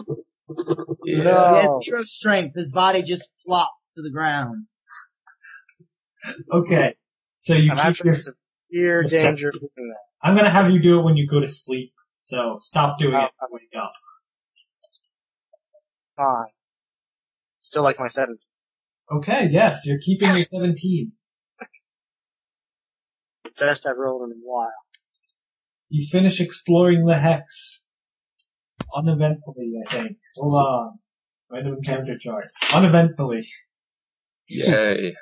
Speaker 5: Yeah.
Speaker 4: He has
Speaker 3: No.
Speaker 4: zero strength. His body just flops to the ground.
Speaker 2: Okay, so you
Speaker 3: I'm
Speaker 2: keep your.
Speaker 3: actually in severe
Speaker 2: your seven.
Speaker 3: danger of doing that.
Speaker 2: I'm gonna have you do it when you go to sleep. So stop doing
Speaker 3: Oh.
Speaker 2: it. I wake up.
Speaker 3: Fine. Still like my 17.
Speaker 2: Okay, yes, you're keeping your 17.
Speaker 3: Best I've rolled in a while.
Speaker 2: You finish exploring the hex. Uneventfully, I think. Hold on. Random encounter chart. Uneventfully.
Speaker 5: Yay.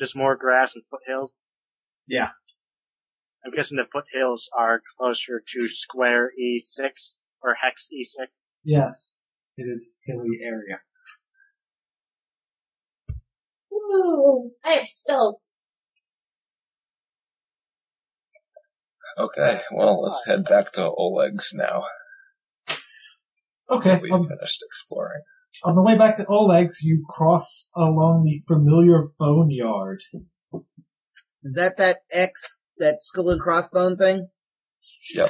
Speaker 3: Just more grass and foothills.
Speaker 2: Yeah.
Speaker 3: I'm guessing the foothills are closer to square E6 or hex E E6.
Speaker 2: Yes, it is a hilly area.
Speaker 6: Ooh, I have spells.
Speaker 5: Okay. Well, let's head back to Oleg's now.
Speaker 2: Okay, um,
Speaker 5: We've
Speaker 2: on,
Speaker 5: finished exploring.
Speaker 2: on the way back to Oleg's, you cross along the familiar boneyard.
Speaker 4: Is that that X, that skull and crossbone thing?
Speaker 5: Do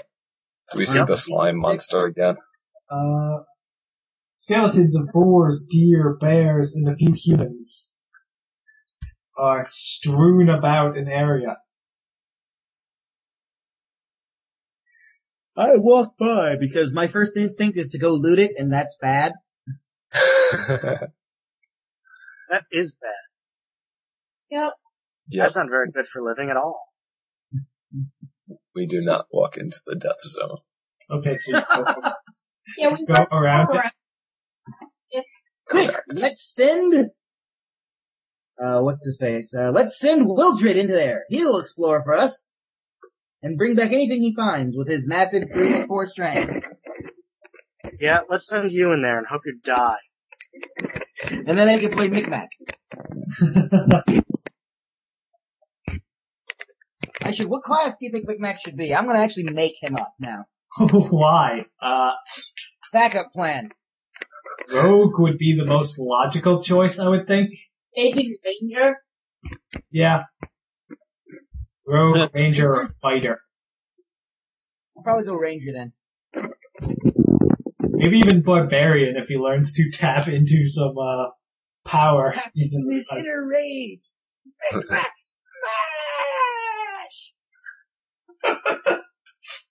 Speaker 5: we see
Speaker 4: Yep.
Speaker 5: the slime monster again?
Speaker 2: Uh, skeletons of boars, deer, bears, and a few humans are strewn about an area.
Speaker 4: I walk by because my first instinct is to go loot it and that's bad.
Speaker 3: That is bad.
Speaker 6: Yep.
Speaker 5: yep.
Speaker 3: That's not very good for living at all.
Speaker 5: We do not walk into the death zone.
Speaker 2: Okay, so you go,
Speaker 6: Yeah, we
Speaker 2: go
Speaker 6: walk
Speaker 2: around it.
Speaker 6: around.
Speaker 4: Quick, let's send. Uh, what's his face? Uh, let's send Wildred into there. He'll explore for us and bring back anything he finds with his massive three and four strength.
Speaker 3: Yeah, let's send you in there and hope you die.
Speaker 4: And then they can play knickknack. I should. What class do you think knickknack should be? I'm gonna actually make him up now.
Speaker 2: Why? Uh,
Speaker 4: Backup plan.
Speaker 2: rogue would be the most logical choice, I would think.
Speaker 6: Maybe ranger.
Speaker 2: Yeah. Rogue, ranger, or fighter.
Speaker 4: I'll probably go ranger then.
Speaker 2: Maybe even barbarian if he learns to tap into some uh power.
Speaker 4: inner rage.
Speaker 5: Make
Speaker 4: back smash.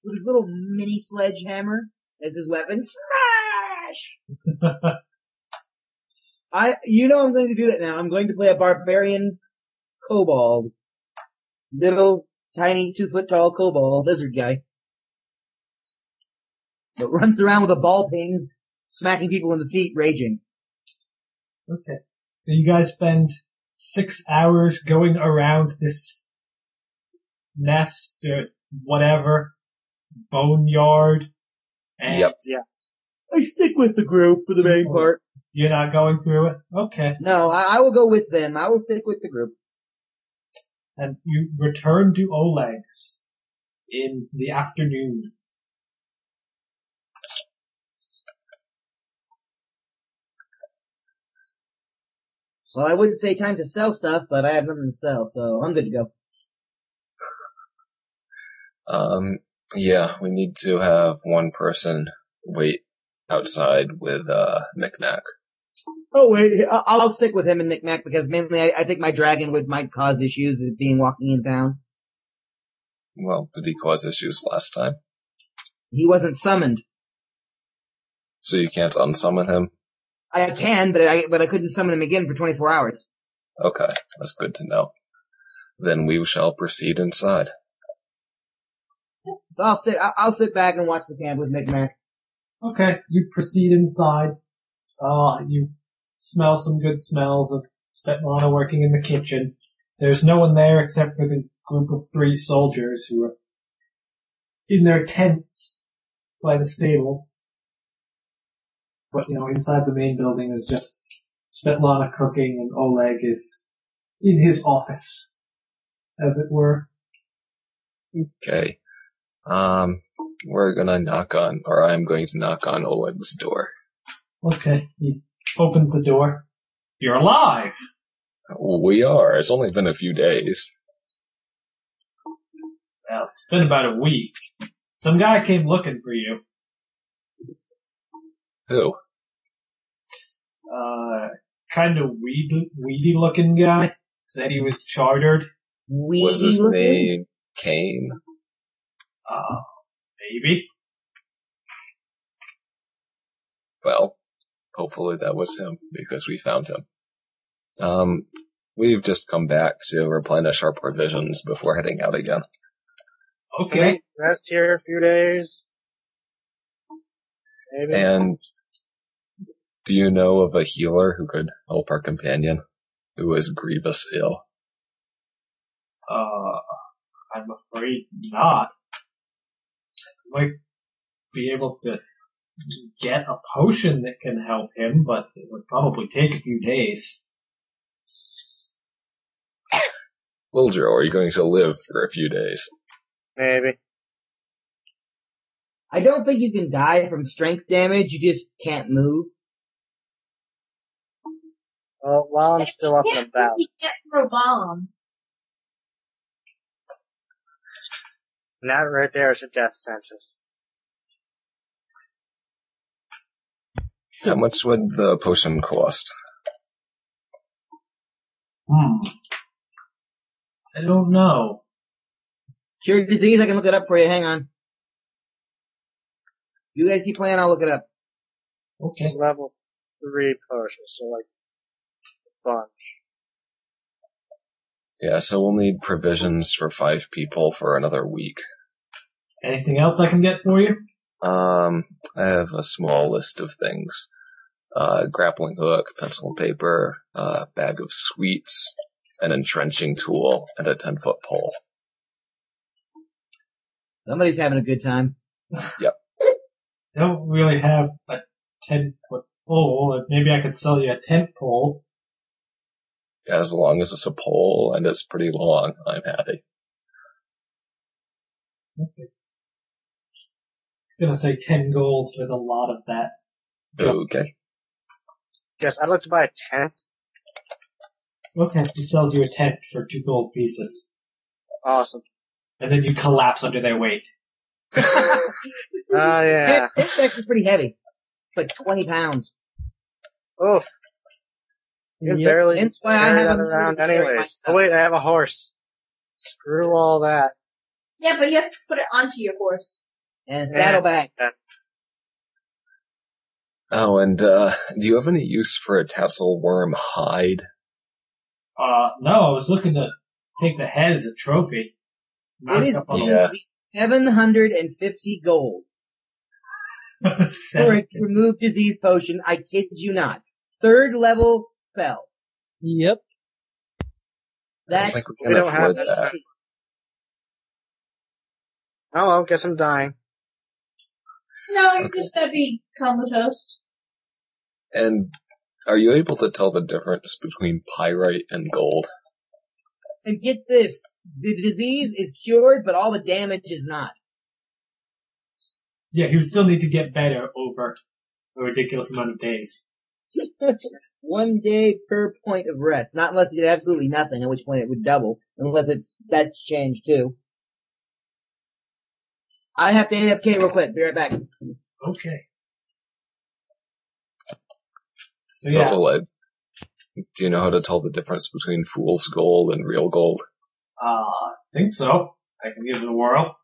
Speaker 4: With his little mini sledgehammer as his weapon. Smash. I, you know, I'm going to do that now. I'm going to play a barbarian kobold, little tiny two foot tall kobold lizard guy that runs around with a ball ping, smacking people in the feet, raging.
Speaker 2: Okay. So you guys spend six hours going around this nest or whatever, boneyard, and
Speaker 5: Yep.
Speaker 4: Yes. I stick with the group for the main part.
Speaker 2: you're not going through it? Okay.
Speaker 4: No, I, I will go with them. I will stick with the group.
Speaker 2: And you return to Oleg's in the afternoon.
Speaker 4: Well, I wouldn't say time to sell stuff, but I have nothing to sell, so I'm good to go.
Speaker 5: Um, yeah, we need to have one person wait outside with, uh, Knickknack.
Speaker 4: Oh wait, I- I'll, I'll stick with him and Micmac because mainly I, I think my dragon would might cause issues with being walking in town.
Speaker 5: Well, did he cause issues last time?
Speaker 4: He wasn't summoned.
Speaker 5: So you can't unsummon him?
Speaker 4: I can, but I but I couldn't summon him again for 24 hours.
Speaker 5: Okay, that's good to know. Then we shall proceed inside.
Speaker 4: So I'll sit I'll, I'll sit back and watch the camp with Micmac.
Speaker 2: Okay, you proceed inside. Ah, you smell some good smells of Svetlana working in the kitchen. There's no one there except for the group of three soldiers who are in their tents by the stables. But, you know, inside the main building is just Svetlana cooking and Oleg is in his office, as it were.
Speaker 5: Okay. Um, we're gonna knock on, or I'm going to knock on Oleg's door.
Speaker 2: Okay, he opens the door. You're alive!
Speaker 5: We are. It's only been a few days.
Speaker 2: Well, it's been about a week. Some guy came looking for you.
Speaker 5: Who?
Speaker 2: Uh, kind of weedy, weedy looking guy. Said he was chartered.
Speaker 4: Weedy
Speaker 5: Was his
Speaker 4: looking.
Speaker 5: name Kane?
Speaker 2: Uh, maybe.
Speaker 5: Well, hopefully that was him because we found him. Um, we've just come back to replenish our provisions before heading out again.
Speaker 2: Okay.
Speaker 3: Rest here a few days. Maybe.
Speaker 5: And do you know of a healer who could help our companion who is grievous ill?
Speaker 2: Uh, I'm afraid not. Might be able to get a potion that can help him, but it would probably take a few days.
Speaker 5: Wildro, are you going to live for a few days?
Speaker 3: Maybe.
Speaker 4: I don't think you can die from strength damage. You just can't move.
Speaker 3: Well, Oh, while I'm still up
Speaker 6: Yeah,
Speaker 3: and about,
Speaker 6: We can't throw bombs.
Speaker 3: and that right there is a death sentence.
Speaker 5: How much would the potion cost?
Speaker 2: Hmm. I don't know.
Speaker 4: Cure disease. I can look it up for you. Hang on. You guys keep playing. I'll look it up.
Speaker 3: It's level three potion, so like fun.
Speaker 5: Yeah, so we'll need provisions for five people for another week.
Speaker 2: Anything else I can get for you?
Speaker 5: Um, I have a small list of things. Uh, grappling hook, pencil and paper, uh, bag of sweets, an entrenching tool, and a 10 foot pole.
Speaker 4: Somebody's having a good time.
Speaker 2: don't really have a tent foot pole. and Maybe I could sell you a tent pole.
Speaker 5: As long as it's a pole and it's pretty long, I'm happy.
Speaker 2: I'm gonna say ten gold for the lot of that.
Speaker 5: Okay.
Speaker 3: Yes, I'd like to buy a tent.
Speaker 2: Okay, he sells you a tent for two gold pieces.
Speaker 3: Awesome.
Speaker 2: And then you collapse under their weight.
Speaker 3: Oh, yeah.
Speaker 4: It's actually pretty heavy. It's like 20 pounds.
Speaker 3: Oof. You
Speaker 7: Yep.
Speaker 3: barely
Speaker 4: That's why I
Speaker 3: carry
Speaker 4: have
Speaker 3: that
Speaker 4: a mule
Speaker 3: around
Speaker 4: to carry my
Speaker 3: anyways.
Speaker 4: stuff.
Speaker 3: Oh wait, I have a horse. Screw all that.
Speaker 6: Yeah, but you have to put it onto your horse.
Speaker 4: And a saddlebag.
Speaker 5: Oh, and uh, do you have any use for a tassel worm hide?
Speaker 2: Uh, no, I was looking to take the head as a trophy.
Speaker 4: It is
Speaker 2: Knocked up
Speaker 4: going
Speaker 2: on
Speaker 5: Yeah.
Speaker 4: to be 750 gold
Speaker 2: the-
Speaker 4: for a remove disease potion. I kid you not. Third level spell.
Speaker 7: Yep.
Speaker 5: I
Speaker 4: That's
Speaker 5: think we
Speaker 3: We
Speaker 5: can
Speaker 3: don't have
Speaker 5: afford
Speaker 3: that.
Speaker 5: that.
Speaker 3: Oh well, guess I'm dying.
Speaker 6: No, you're
Speaker 5: Okay.
Speaker 6: just gonna be comatose.
Speaker 5: And are you able to tell the difference between pyrite and gold?
Speaker 4: And get this. The disease is cured, but all the damage is not.
Speaker 2: yeah, he would still need to get better over a ridiculous amount of days.
Speaker 4: One day per point of rest. Not unless you did absolutely nothing, at which point it would double. Unless it's, that's changed too. I have to AFK real quick. Be right back.
Speaker 2: Okay. So
Speaker 5: So,
Speaker 2: yeah,
Speaker 5: like, do you know how to tell the difference between fool's gold and real gold?
Speaker 2: uh, I think so. I can give it a whirl.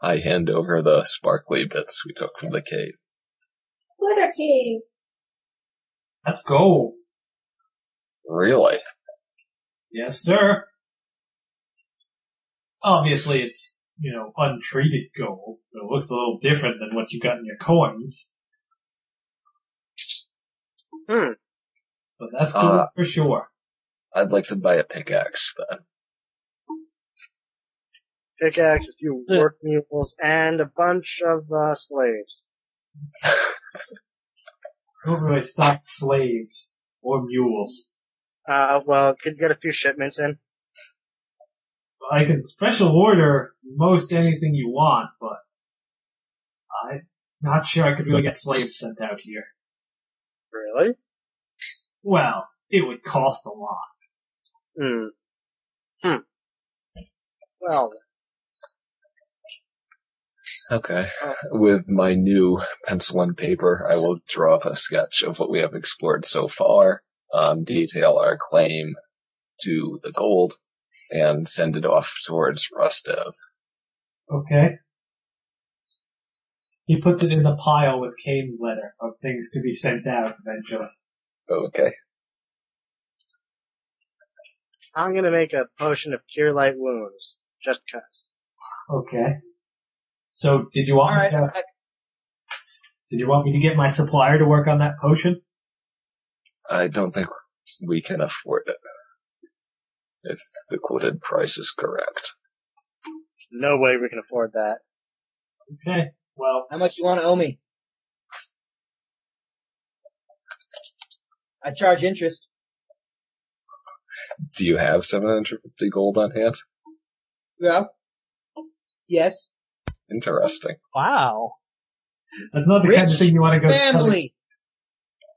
Speaker 5: I hand over the sparkly bits we took from the cave.
Speaker 6: Glitter cave.
Speaker 2: That's gold.
Speaker 5: Really?
Speaker 2: Yes, sir. Obviously, it's, you know, untreated gold. It looks a little different than what you got in your coins.
Speaker 3: Hmm.
Speaker 2: But that's gold
Speaker 5: Uh,
Speaker 2: for sure.
Speaker 5: I'd like to buy a pickaxe then.
Speaker 3: Pickaxe, a few
Speaker 7: Yeah.
Speaker 3: work mules, and a bunch of uh, slaves.
Speaker 2: Don't really stock slaves or mules.
Speaker 3: Uh, well, could get a few shipments in.
Speaker 2: But I can special order most anything you want, but I'm not sure I could really get slaves sent out here.
Speaker 3: Really?
Speaker 2: Well, it would cost a lot.
Speaker 3: Hmm. Hmm. Well,
Speaker 5: Okay. With my new pencil and paper, I will draw up a sketch of what we have explored so far, um, detail our claim to the gold, and send it off towards Rostov.
Speaker 2: Okay. He puts it in the pile with Kane's letter of things to be sent out eventually.
Speaker 5: Okay.
Speaker 3: I'm gonna make a potion of cure light wounds, just cause.
Speaker 2: Okay. So did you want
Speaker 4: Alright,
Speaker 2: me to, did you want me to get my supplier to work on that potion?
Speaker 5: I don't think we can afford it. If the quoted price is correct.
Speaker 3: No way we can afford that.
Speaker 2: Okay. Well,
Speaker 4: How much you want to owe me? I charge interest.
Speaker 5: Do you have 750 gold on hand?
Speaker 4: Yeah. Yes.
Speaker 5: Interesting.
Speaker 7: Wow.
Speaker 2: that's not the kind of
Speaker 4: Rich
Speaker 2: thing you want to go
Speaker 4: Family.
Speaker 6: Okay,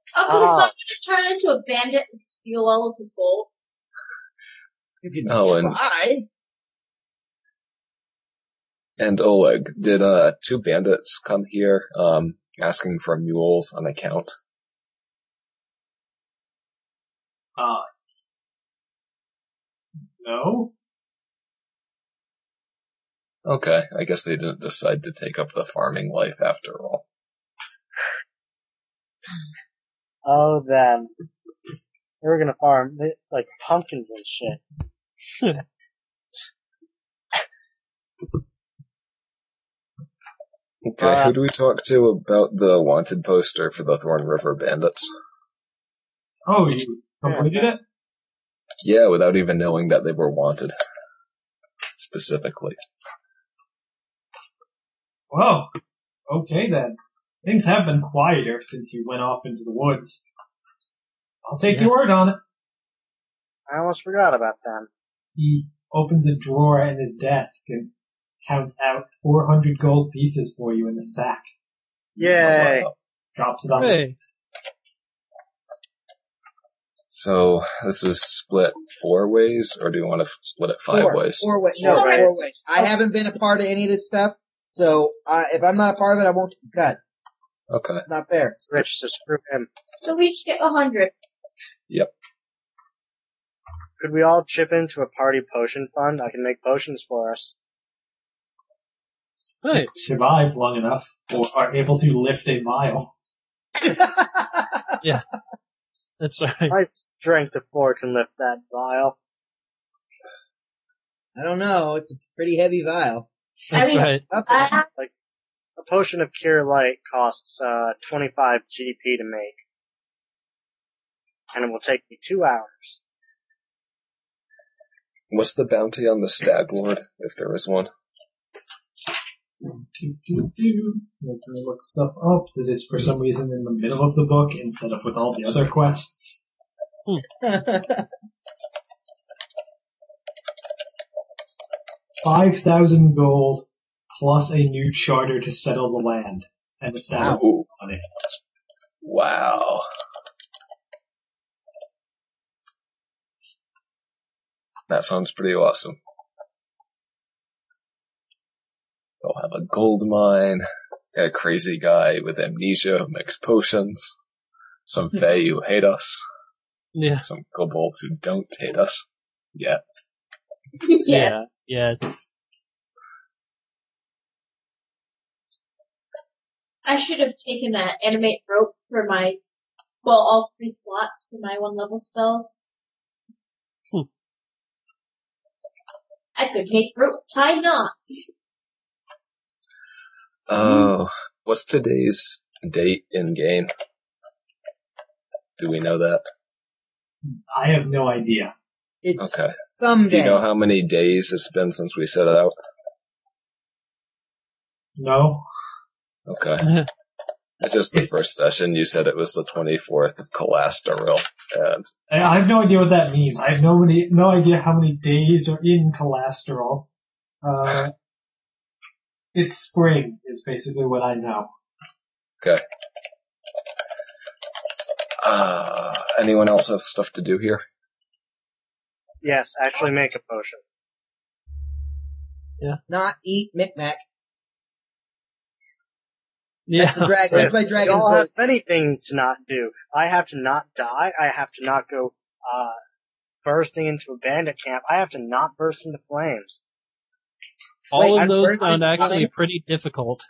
Speaker 6: so
Speaker 3: Ah.
Speaker 6: I'm gonna turn into a bandit and steal all of his gold.
Speaker 4: You can
Speaker 5: Oh, and-
Speaker 4: try.
Speaker 5: And Oleg, did uh two bandits come here um asking for mules on account?
Speaker 2: to No?
Speaker 5: Okay, I guess they didn't decide to take up the farming life after all.
Speaker 3: Oh, them. They were gonna farm, they- like, pumpkins and shit.
Speaker 5: Okay,
Speaker 4: Uh,
Speaker 5: who do we talk to about the wanted poster for the Thorn River Bandits?
Speaker 2: Oh, you completed it?
Speaker 5: Yeah, without even knowing that they were wanted. Specifically.
Speaker 2: Well, okay then. Things have been quieter since you went off into the woods. I'll take your word on it.
Speaker 3: I almost forgot about them.
Speaker 2: He opens a drawer in his desk and counts out 400 gold pieces for you in the sack.
Speaker 3: Yay!
Speaker 5: Wow.
Speaker 2: Drops it on
Speaker 7: Hey.
Speaker 2: the
Speaker 5: So this is split four ways, or do you want to f- split it five
Speaker 4: four,
Speaker 5: ways?
Speaker 4: Four ways. No,
Speaker 6: Four
Speaker 4: four
Speaker 6: ways.
Speaker 4: ways. I haven't been a part of any of this stuff, so uh, if I'm not a part of it, I won't get cut.
Speaker 5: Okay.
Speaker 4: It's not fair.
Speaker 3: It's Rich, so screw him.
Speaker 6: So we each get a hundred.
Speaker 3: Could we all chip into a party potion fund? I can make potions for us.
Speaker 7: Nice.
Speaker 2: survive long enough or are able to lift a mile.
Speaker 7: That's right.
Speaker 3: My strength of four can lift that vial.
Speaker 4: I don't know. It's a pretty heavy vial.
Speaker 7: That's
Speaker 6: mean,
Speaker 7: right.
Speaker 4: That's it.
Speaker 6: I,
Speaker 3: Like, a potion of cure light costs uh, 25 GP to make, and it will take me two hours.
Speaker 5: What's the bounty on the stag lord, if there is one?
Speaker 2: Do, do, do. Let me look stuff up that is for some reason in the middle of the book instead of with all the other quests. Five thousand gold plus a new charter to settle the land and establish
Speaker 5: Ooh.
Speaker 2: Money.
Speaker 5: Wow. That sounds pretty awesome. They'll have a gold mine, a crazy guy with amnesia who makes potions, some Fey who hate us,
Speaker 7: Yeah.
Speaker 5: some kobolds who don't hate us. Yeah.
Speaker 6: yeah.
Speaker 7: Yeah.
Speaker 6: I should have taken that animate rope for my, well, all three slots for my one level spells.
Speaker 7: Hmm.
Speaker 6: I could make rope tie knots.
Speaker 5: Oh, what's today's date in game? Do we know that?
Speaker 2: I have no idea.
Speaker 4: It's
Speaker 5: Okay. Do
Speaker 4: someday.
Speaker 5: you know how many days it's been since we set it out?
Speaker 2: No?
Speaker 5: Okay.
Speaker 7: yeah.
Speaker 5: It's just the
Speaker 2: It's-
Speaker 5: first session. You said it was the 24th of Calastaril. And
Speaker 2: I I have no idea what that means. I have no, many, no idea how many days are in cholesterol. Uh, it's spring is basically what I know.
Speaker 5: uh, anyone else have stuff to do here?
Speaker 3: Yes, actually make a potion.
Speaker 4: Not eat Micmac. That's the
Speaker 7: Yeah.
Speaker 4: dragon. That's my dragon's
Speaker 3: Y'all have
Speaker 4: voice.
Speaker 3: many things to not do. I have to not die. I have to not go uh, bursting into a bandit camp. I have to not burst into flames.
Speaker 7: All
Speaker 4: Wait,
Speaker 7: of
Speaker 4: I'm
Speaker 7: those
Speaker 4: first
Speaker 7: sound
Speaker 4: into
Speaker 7: actually
Speaker 4: flames?
Speaker 7: pretty difficult.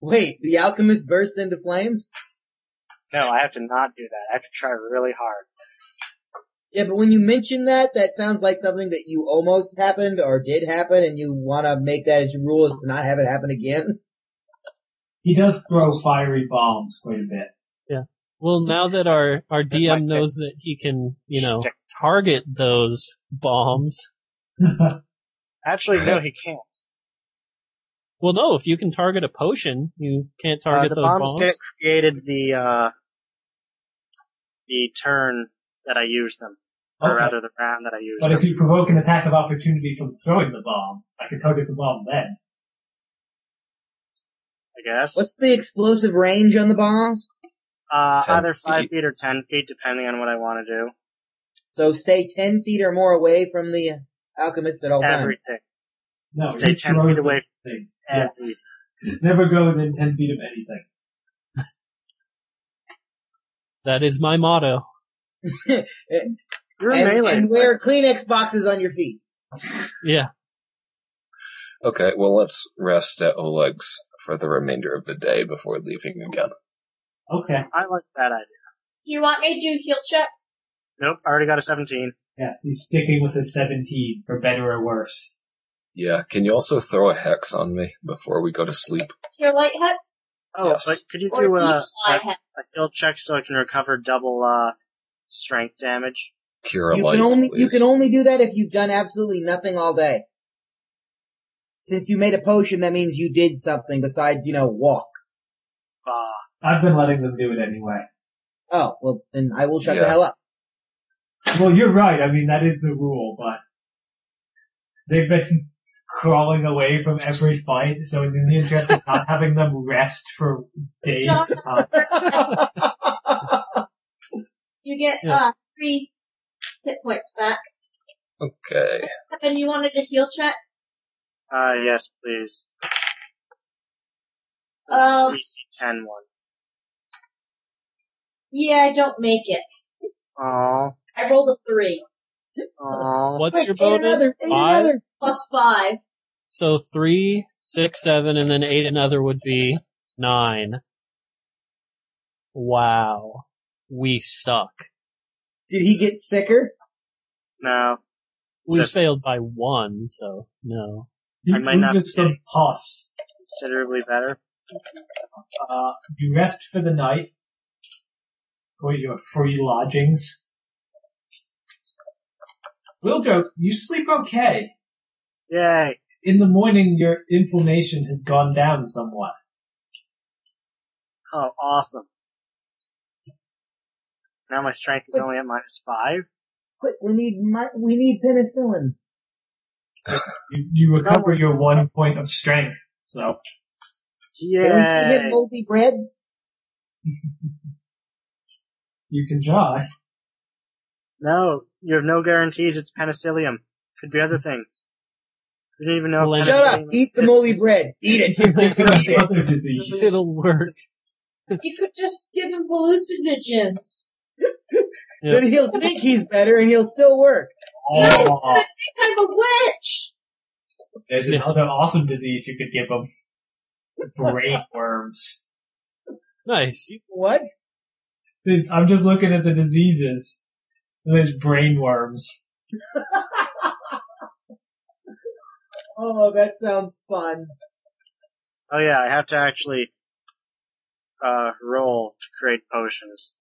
Speaker 4: Wait, the alchemist bursts into flames?
Speaker 3: No, I have to not do that. I have to try really hard.
Speaker 4: Yeah, but when you mention that, that sounds like something that you almost happened or did happen and you want to make that as your rule is to not have it happen again.
Speaker 2: He does throw fiery bombs quite a bit.
Speaker 7: Well, now that our, our
Speaker 3: That's my
Speaker 7: DM knows that he can, you know,
Speaker 3: Shit.
Speaker 7: target those bombs.
Speaker 3: Actually, no, he can't.
Speaker 7: Well, no, if you can target a potion, you can't
Speaker 3: Uh,
Speaker 7: target
Speaker 3: the
Speaker 7: those
Speaker 3: bombs,
Speaker 7: bombs.
Speaker 3: get created the uh, the turn that I used them, or
Speaker 2: Okay.
Speaker 3: rather the round that I used
Speaker 2: But
Speaker 3: them.
Speaker 2: if you provoke an attack of opportunity from throwing the bombs, I can target the bomb then.
Speaker 3: I guess
Speaker 4: What's the explosive range on the bombs?
Speaker 3: uh,
Speaker 5: 10
Speaker 3: either five
Speaker 5: feet.
Speaker 3: feet or ten feet, depending on what I want to do.
Speaker 4: So stay 10 feet or more away from the alchemist at all times.
Speaker 3: Everything.
Speaker 2: No,
Speaker 3: Stay
Speaker 2: he
Speaker 3: 10
Speaker 2: throws
Speaker 3: feet away
Speaker 2: the things.
Speaker 3: Yeah.
Speaker 2: Yes. Never go within 10 feet of anything.
Speaker 7: That is my motto.
Speaker 3: You're a
Speaker 4: And,
Speaker 3: melee. player.
Speaker 4: and wear Kleenex boxes on your feet.
Speaker 7: Yeah.
Speaker 5: Okay, well, let's rest at Oleg's for the remainder of the day before leaving again.
Speaker 2: Okay.
Speaker 3: I like that idea.
Speaker 6: Do you want me to do heal check?
Speaker 3: Nope, I already got a 17.
Speaker 2: Yes, he's sticking with his 17, for better or worse.
Speaker 5: Yeah, can you also throw a hex on me before we go to sleep?
Speaker 6: Your light hex?
Speaker 3: Oh,
Speaker 5: Yes.
Speaker 3: but could you uh,
Speaker 6: Or
Speaker 3: do
Speaker 6: each
Speaker 3: a, a,
Speaker 6: light
Speaker 3: a
Speaker 6: hex?
Speaker 3: heal check so I can recover double uh strength damage?
Speaker 5: Cure a
Speaker 4: you
Speaker 5: light,
Speaker 4: can only you
Speaker 5: please.
Speaker 4: can only do that if you've done absolutely nothing all day. Since you made a potion, that means you did something besides, you know, walk.
Speaker 3: Uh,
Speaker 2: I've been letting them do it anyway.
Speaker 4: Oh, well, then I will shut the
Speaker 5: Yeah.
Speaker 4: hell up.
Speaker 2: Well, you're right. I mean, that is the rule, but they've been crawling away from every fight, so in the interest of not having them Uh, rest for days,
Speaker 6: John,
Speaker 2: uh,
Speaker 6: you get
Speaker 7: Yeah.
Speaker 6: uh three hit points back.
Speaker 5: Okay.
Speaker 6: Kevin, you wanted a heal check?
Speaker 3: Uh, yes, please.
Speaker 6: Um,
Speaker 3: 3C10 one.
Speaker 6: yeah, I don't make it.
Speaker 3: Aww.
Speaker 6: I rolled a three
Speaker 3: Aww.
Speaker 7: What's your bonus? Five?
Speaker 6: plus five.
Speaker 7: So three, six, seven, and then eight another would be nine. Wow. We suck.
Speaker 4: Did he get sicker?
Speaker 3: No.
Speaker 7: We
Speaker 3: Just-
Speaker 7: failed by one, so no.
Speaker 2: He
Speaker 3: I might not
Speaker 2: oozes
Speaker 3: be
Speaker 2: some pus.
Speaker 3: Considerably better.
Speaker 2: Uh, you rest for the night for your free lodgings. Wilco, you sleep okay.
Speaker 3: Yay.
Speaker 2: In the morning, your inflammation has gone down somewhat.
Speaker 3: Oh, awesome. Now my strength is only at minus five.
Speaker 4: Quick, we need my, we need penicillin.
Speaker 2: You, you recover
Speaker 3: Someone-
Speaker 2: your one point of strength, so
Speaker 4: Can we feed him
Speaker 3: Yay.
Speaker 4: moldy bread?
Speaker 2: you can try.
Speaker 3: No, you have no guarantees it's penicillium. Could be other things. We didn't even know
Speaker 7: Well,
Speaker 3: if
Speaker 4: Shut up!
Speaker 3: penicillium
Speaker 4: Eat the
Speaker 3: existed.
Speaker 4: moldy bread. Eat it.
Speaker 2: It's other disease.
Speaker 7: It'll work.
Speaker 6: You could just give him hallucinogens.
Speaker 7: Yeah.
Speaker 4: Then he'll think he's better and he'll still work.
Speaker 6: Guys,
Speaker 2: Oh,
Speaker 6: I think I'm a witch!
Speaker 2: there's another awesome disease you could give them. Brain worms.
Speaker 7: Nice.
Speaker 4: What?
Speaker 2: There's- I'm just looking at the diseases. And there's brain worms.
Speaker 4: Oh, that sounds fun.
Speaker 3: Oh yeah, I have to actually uh roll to create potions.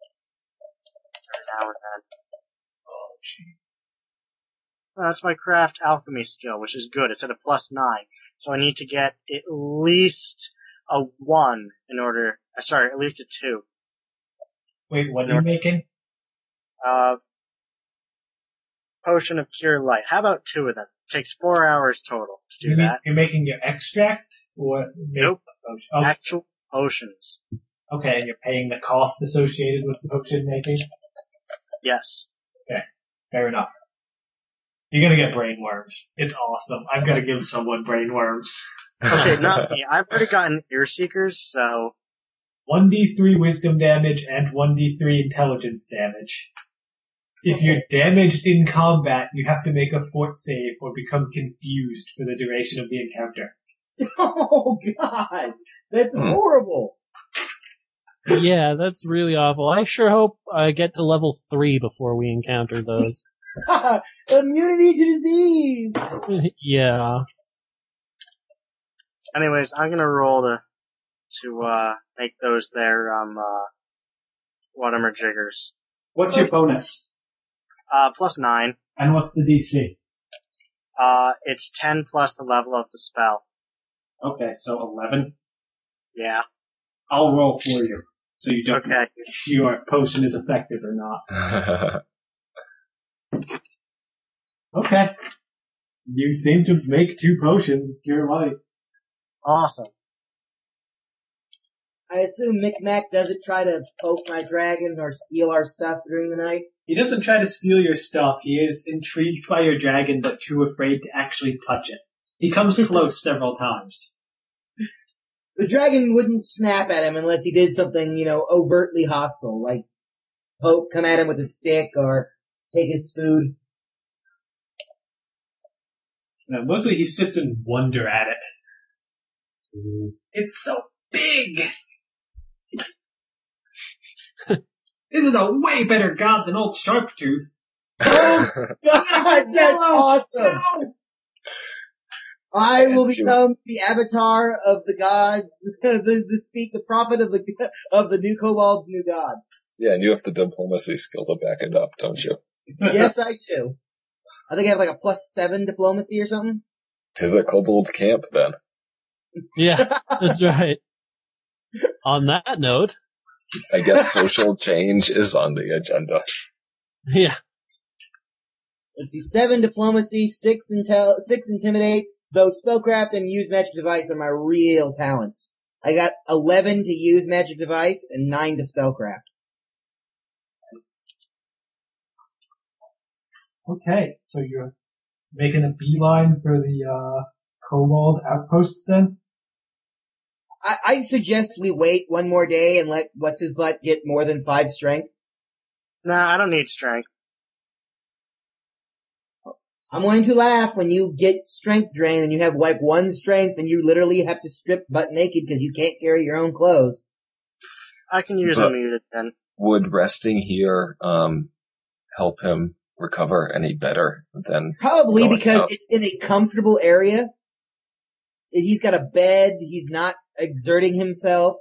Speaker 3: Every now and then.
Speaker 2: Oh, jeez.
Speaker 3: Well, that's my craft alchemy skill, which is good. It's at a plus nine. So I need to get at least a one in order, uh, sorry, at least a two.
Speaker 2: Wait, what are you making?
Speaker 3: Uh, potion of cure light. How about two of them? takes four hours total to do
Speaker 2: You mean,
Speaker 3: that.
Speaker 2: you're making your extract? Or make
Speaker 3: Nope.
Speaker 2: Oh,
Speaker 3: Actual potions.
Speaker 2: okay, and you're paying the cost associated with potion making?
Speaker 3: Yes.
Speaker 2: Fair enough. You're gonna get brain worms. It's awesome. I'm gonna give someone brain worms.
Speaker 3: Okay, not me. I've already gotten ear seekers, so
Speaker 2: 1d3 wisdom damage and 1d3 intelligence damage. If you're damaged in combat, you have to make a fort save or become confused for the duration of the encounter.
Speaker 4: Oh God, that's
Speaker 5: Hmm.
Speaker 4: horrible.
Speaker 7: Yeah, that's really awful. I sure hope I get to level three before we encounter those.
Speaker 4: Immunity to disease.
Speaker 7: yeah.
Speaker 3: anyways, I'm gonna roll to, to, uh, make those their, um, uh, Whatever jiggers.
Speaker 2: What's your bonus?
Speaker 3: Uh, plus nine.
Speaker 2: And what's the DC?
Speaker 3: Uh, it's ten plus the level of the spell.
Speaker 2: Okay, so 11.
Speaker 3: Yeah.
Speaker 2: I'll roll for you. So you don't know
Speaker 3: Okay.
Speaker 2: if your potion is effective or not. Okay. You seem to make two potions. You're right.
Speaker 3: Awesome.
Speaker 4: I assume Micmac doesn't try to poke my dragon or steal our stuff during the night.
Speaker 2: He doesn't try to steal your stuff. He is intrigued by your dragon, but too afraid to actually touch it. He comes close several times.
Speaker 4: The dragon wouldn't snap at him unless he did something, you know, overtly hostile, like poke, come at him with a stick or take his food.
Speaker 2: Now, mostly he sits and wonder at it. It's so big! this is a way better god than old Sharptooth.
Speaker 4: God, that's awesome!
Speaker 2: No!
Speaker 4: I will
Speaker 5: That's you.
Speaker 4: become the avatar of the gods, the, the speak, the prophet of the, of the new kobold's new god.
Speaker 5: yeah, and you have the diplomacy skill to back it up, don't you?
Speaker 4: Yes, I do. I think I have like a plus seven diplomacy or something.
Speaker 5: To the kobold camp then.
Speaker 7: Yeah, that's right. On that note,
Speaker 5: I guess social change is on the agenda.
Speaker 7: yeah,
Speaker 4: Let's see, seven diplomacy, six intel, six intimidate, though spellcraft and use magic device are my real talents. I got 11 to use magic device and nine to spellcraft.
Speaker 2: Okay, so you're making a beeline for the uh, Kobold outpost then?
Speaker 4: I, I suggest we wait one more day and let what's his butt get more than five strength.
Speaker 3: Nah, I don't need strength.
Speaker 4: I'm going to laugh when you get strength drain and you have like one strength and you literally have to strip butt naked because you can't carry your own clothes.
Speaker 3: I can use
Speaker 5: But-
Speaker 3: unmuted then.
Speaker 5: Would resting here um help him recover any better than
Speaker 4: Probably
Speaker 5: Going
Speaker 4: because
Speaker 5: up.
Speaker 4: it's in a comfortable area. He's got a bed. He's not exerting himself.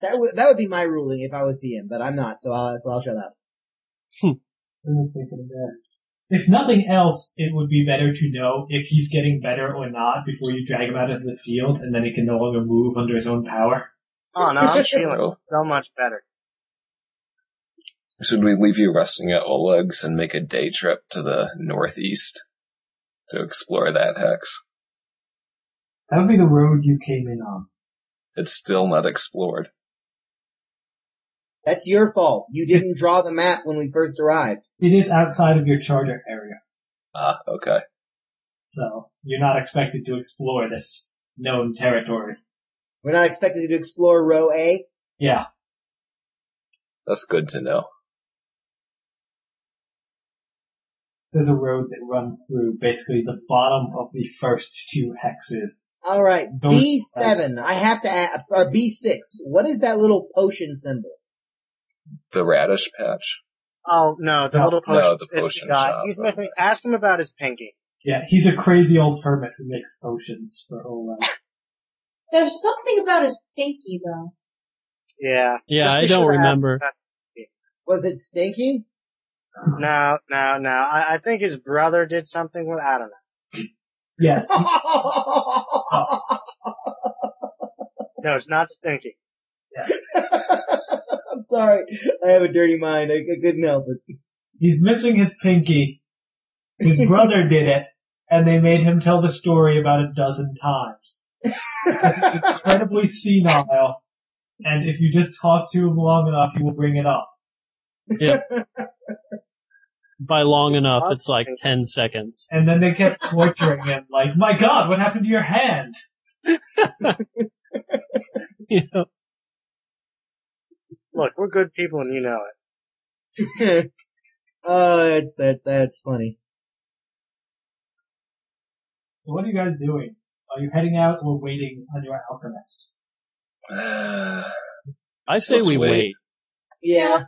Speaker 4: That would that would be my ruling if I was DM, but I'm not, so I'll so I'll shut up.
Speaker 2: I was thinking of that. If nothing else, it would be better to know if he's getting better or not before you drag him out into the field, and then he can no longer move under his own power.
Speaker 3: Oh no, I'm feeling
Speaker 5: Well,
Speaker 3: so much better.
Speaker 5: should we leave you resting at Oleg's and make a day trip to the northeast to explore that hex?
Speaker 2: That would be the road you came in on.
Speaker 5: It's still not explored.
Speaker 4: That's your fault. You didn't draw the map when we first arrived.
Speaker 2: It is outside of your charter area,
Speaker 5: Ah, okay.
Speaker 2: so you're not expected to explore this known territory.
Speaker 4: We're not expected to explore row A.
Speaker 2: Yeah.
Speaker 5: That's good to know.
Speaker 2: there's a road that runs through basically the bottom of the first two hexes.
Speaker 4: All right,
Speaker 2: Don't-
Speaker 4: B7. I have to add, or B6. What is that little potion symbol?
Speaker 5: The radish patch.
Speaker 3: Oh no, the
Speaker 2: No.
Speaker 3: little
Speaker 5: No,
Speaker 3: potion.
Speaker 5: the
Speaker 3: it's
Speaker 5: potion
Speaker 3: the guy.
Speaker 5: shop.
Speaker 3: He's missing. Ask him about his pinky.
Speaker 2: Yeah, he's a crazy old hermit who makes potions for Oleg.
Speaker 6: There's something about his pinky though.
Speaker 3: Yeah.
Speaker 7: Yeah,
Speaker 3: Just be
Speaker 7: I don't
Speaker 3: sure to ask
Speaker 7: remember.
Speaker 3: about-
Speaker 4: Was it stinky?
Speaker 3: No, no, no. I, I think his brother did something with. I don't know.
Speaker 2: Yes,
Speaker 4: I'm
Speaker 3: No, it's not stinky.
Speaker 4: sorry. I have a dirty mind. I, I couldn't help it.
Speaker 2: he's missing his pinky. His brother did it, and they made him tell the story about a dozen times. It's incredibly senile, and if you just talk to him long enough, he will bring it up.
Speaker 7: By long enough,
Speaker 3: Huh?
Speaker 7: it's like 10 seconds.
Speaker 2: And then they kept torturing him, like, my god, what happened to your hand?
Speaker 7: You know?
Speaker 3: Look, we're good people, and you know it.
Speaker 4: oh, it's that. That's funny.
Speaker 2: So what are you guys doing? Are you heading out or waiting on your alchemist?
Speaker 7: I say
Speaker 5: Let's
Speaker 7: we
Speaker 5: wait.
Speaker 7: wait.
Speaker 4: Yeah.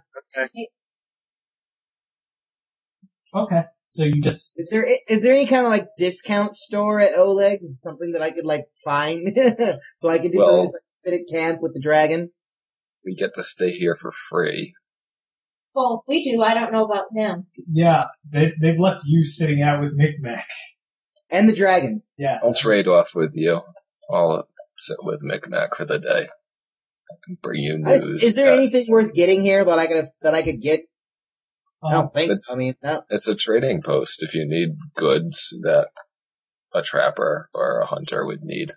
Speaker 2: Okay. So you just
Speaker 4: Is there is there any kind of like discount store at Oleg's? Something that I could like find, so I could do
Speaker 5: Well-
Speaker 4: something just, like, sit at camp with the dragon.
Speaker 5: We get to stay here for free.
Speaker 6: Well, if we do. I don't know about them.
Speaker 2: yeah, they they've left you sitting out with Micmac.
Speaker 4: And the dragon.
Speaker 2: Yeah.
Speaker 5: I'll trade off with you. I'll sit with Micmac for the day. I can bring you
Speaker 4: Is,
Speaker 5: news.
Speaker 4: is there
Speaker 5: that-
Speaker 4: anything worth getting here that I could that I could get? I
Speaker 2: Um,
Speaker 4: don't think
Speaker 5: But-
Speaker 4: so. I mean, I don't-
Speaker 5: It's a trading post if you need goods that a trapper or a hunter would need.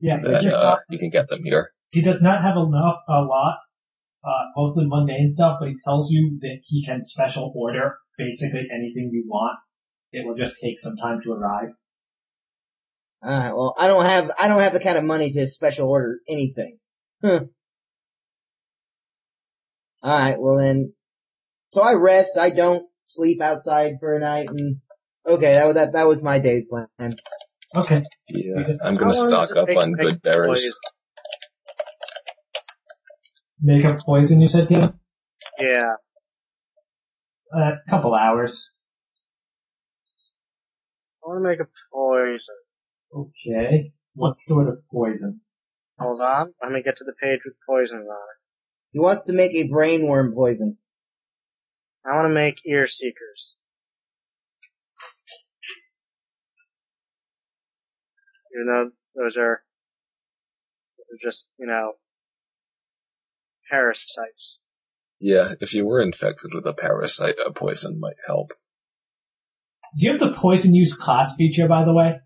Speaker 2: yeah. He,
Speaker 5: Then
Speaker 2: just,
Speaker 5: uh, you can get them here.
Speaker 2: he does not have enough a lot, uh, mostly mundane stuff, but he tells you that he can special order basically anything you want. It will just take some time to arrive.
Speaker 4: all right. Uh, Well, I don't have I don't have the kind of money to special order anything. Huh. All right. Well then, so I rest. I don't sleep outside for a night. And okay, that was that that was my day's plan.
Speaker 2: Okay.
Speaker 5: Yeah,
Speaker 2: Because
Speaker 5: I'm
Speaker 3: How
Speaker 5: gonna
Speaker 3: long does
Speaker 5: stock
Speaker 3: it
Speaker 5: up
Speaker 3: take
Speaker 5: on
Speaker 3: to make
Speaker 5: good berries.
Speaker 3: poison?
Speaker 2: Make up poison you said, Kim?
Speaker 3: Yeah.
Speaker 2: A couple hours.
Speaker 3: I want to make a poison.
Speaker 2: Okay. What sort of poison?
Speaker 3: Hold on. Let me get to the page with poison on it.
Speaker 4: He wants to make a brainworm poison.
Speaker 3: I want to make ear seekers. Even though those are those are just, you know, parasites.
Speaker 5: Yeah, if you were infected with a parasite, a poison might help.
Speaker 2: Do you have the poison use class feature, by the way?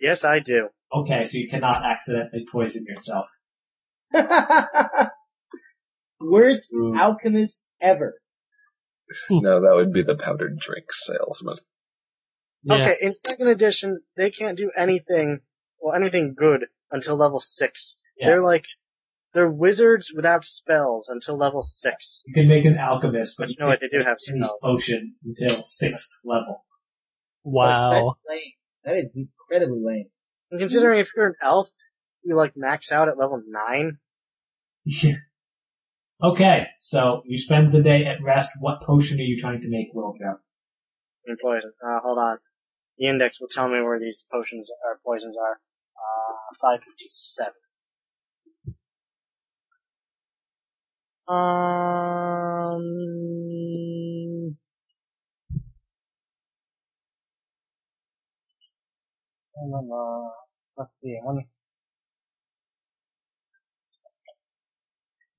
Speaker 3: Yes, I do.
Speaker 2: Okay, so you cannot accidentally poison yourself.
Speaker 4: Worst
Speaker 2: Ooh.
Speaker 4: alchemist ever.
Speaker 5: no, that would be the powdered drink salesman.
Speaker 7: Yeah.
Speaker 3: Okay, in second edition, they can't do anything, well, anything good until level six. They're
Speaker 2: Yes.
Speaker 3: like, they're wizards without spells until level six.
Speaker 2: You can make an alchemist, but
Speaker 3: But
Speaker 2: you
Speaker 3: you know what? They do have
Speaker 2: can't make any
Speaker 3: spells.
Speaker 2: potions until sixth level.
Speaker 7: Wow.
Speaker 4: That's lame. That is incredibly lame.
Speaker 3: And considering if you're an elf, you like max out at level nine.
Speaker 2: okay, so you spend the day at rest. What potion are you trying to make, Will Joe?
Speaker 3: in poison. Uh, hold on. The index will tell me where these potions or poisons are. Uh, 557. Um, uh, let's see. One,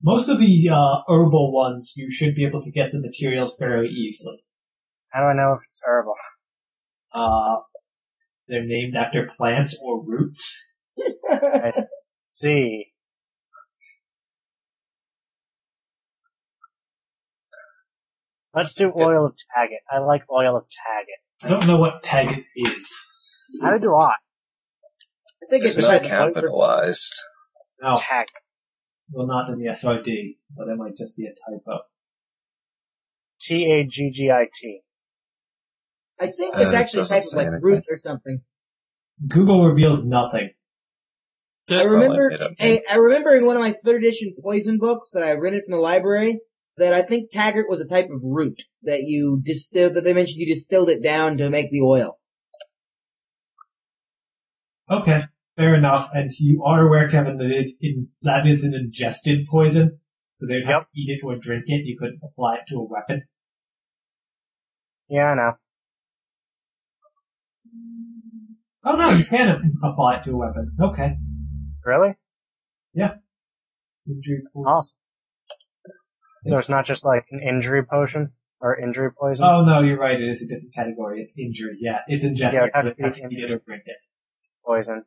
Speaker 2: Most of the uh, herbal ones, you should be able to get the materials fairly easily.
Speaker 3: how do I know if it's herbal?
Speaker 2: Uh, they're named after plants or roots.
Speaker 3: I see. Let's do oil of Taggart. I like oil of Taggart.
Speaker 2: I don't know what Taggart is.
Speaker 3: How do I?
Speaker 4: I think
Speaker 5: It's
Speaker 4: it's,
Speaker 5: not
Speaker 4: just
Speaker 5: capitalized.
Speaker 2: No,
Speaker 3: Taggart.
Speaker 2: well, not in the SRD, but it might just be a typo.
Speaker 3: T A G G I T.
Speaker 4: I think
Speaker 5: Uh,
Speaker 4: it's
Speaker 5: it
Speaker 4: actually a
Speaker 5: doesn't
Speaker 4: type of
Speaker 5: say
Speaker 4: like
Speaker 5: anything.
Speaker 4: root or something.
Speaker 2: Google reveals nothing.
Speaker 4: I
Speaker 7: That's
Speaker 5: probably
Speaker 4: remember,
Speaker 5: made up name.
Speaker 4: I, I remember in one of my third edition poison books that I rented from the library that I think Taggart was a type of root that you distilled, that they mentioned you distilled it down to make the oil.
Speaker 2: Okay, fair enough. And you are aware, Kevin, that is in that is an ingested poison, so they'd have to eat it or drink it. You couldn't apply it to a weapon.
Speaker 3: Yeah, I know.
Speaker 2: Oh no, you can a- apply it to a weapon. Okay.
Speaker 3: Really?
Speaker 2: Injury poison.
Speaker 3: Awesome. So it's not just like an injury potion or injury poison?
Speaker 2: Oh no, you're right. It is a different category. It's injury. Yeah, it's ingested.
Speaker 3: Yeah,
Speaker 2: so
Speaker 3: it
Speaker 2: you have
Speaker 3: has to
Speaker 2: to
Speaker 3: be
Speaker 2: eat it or drink it.
Speaker 3: Poison.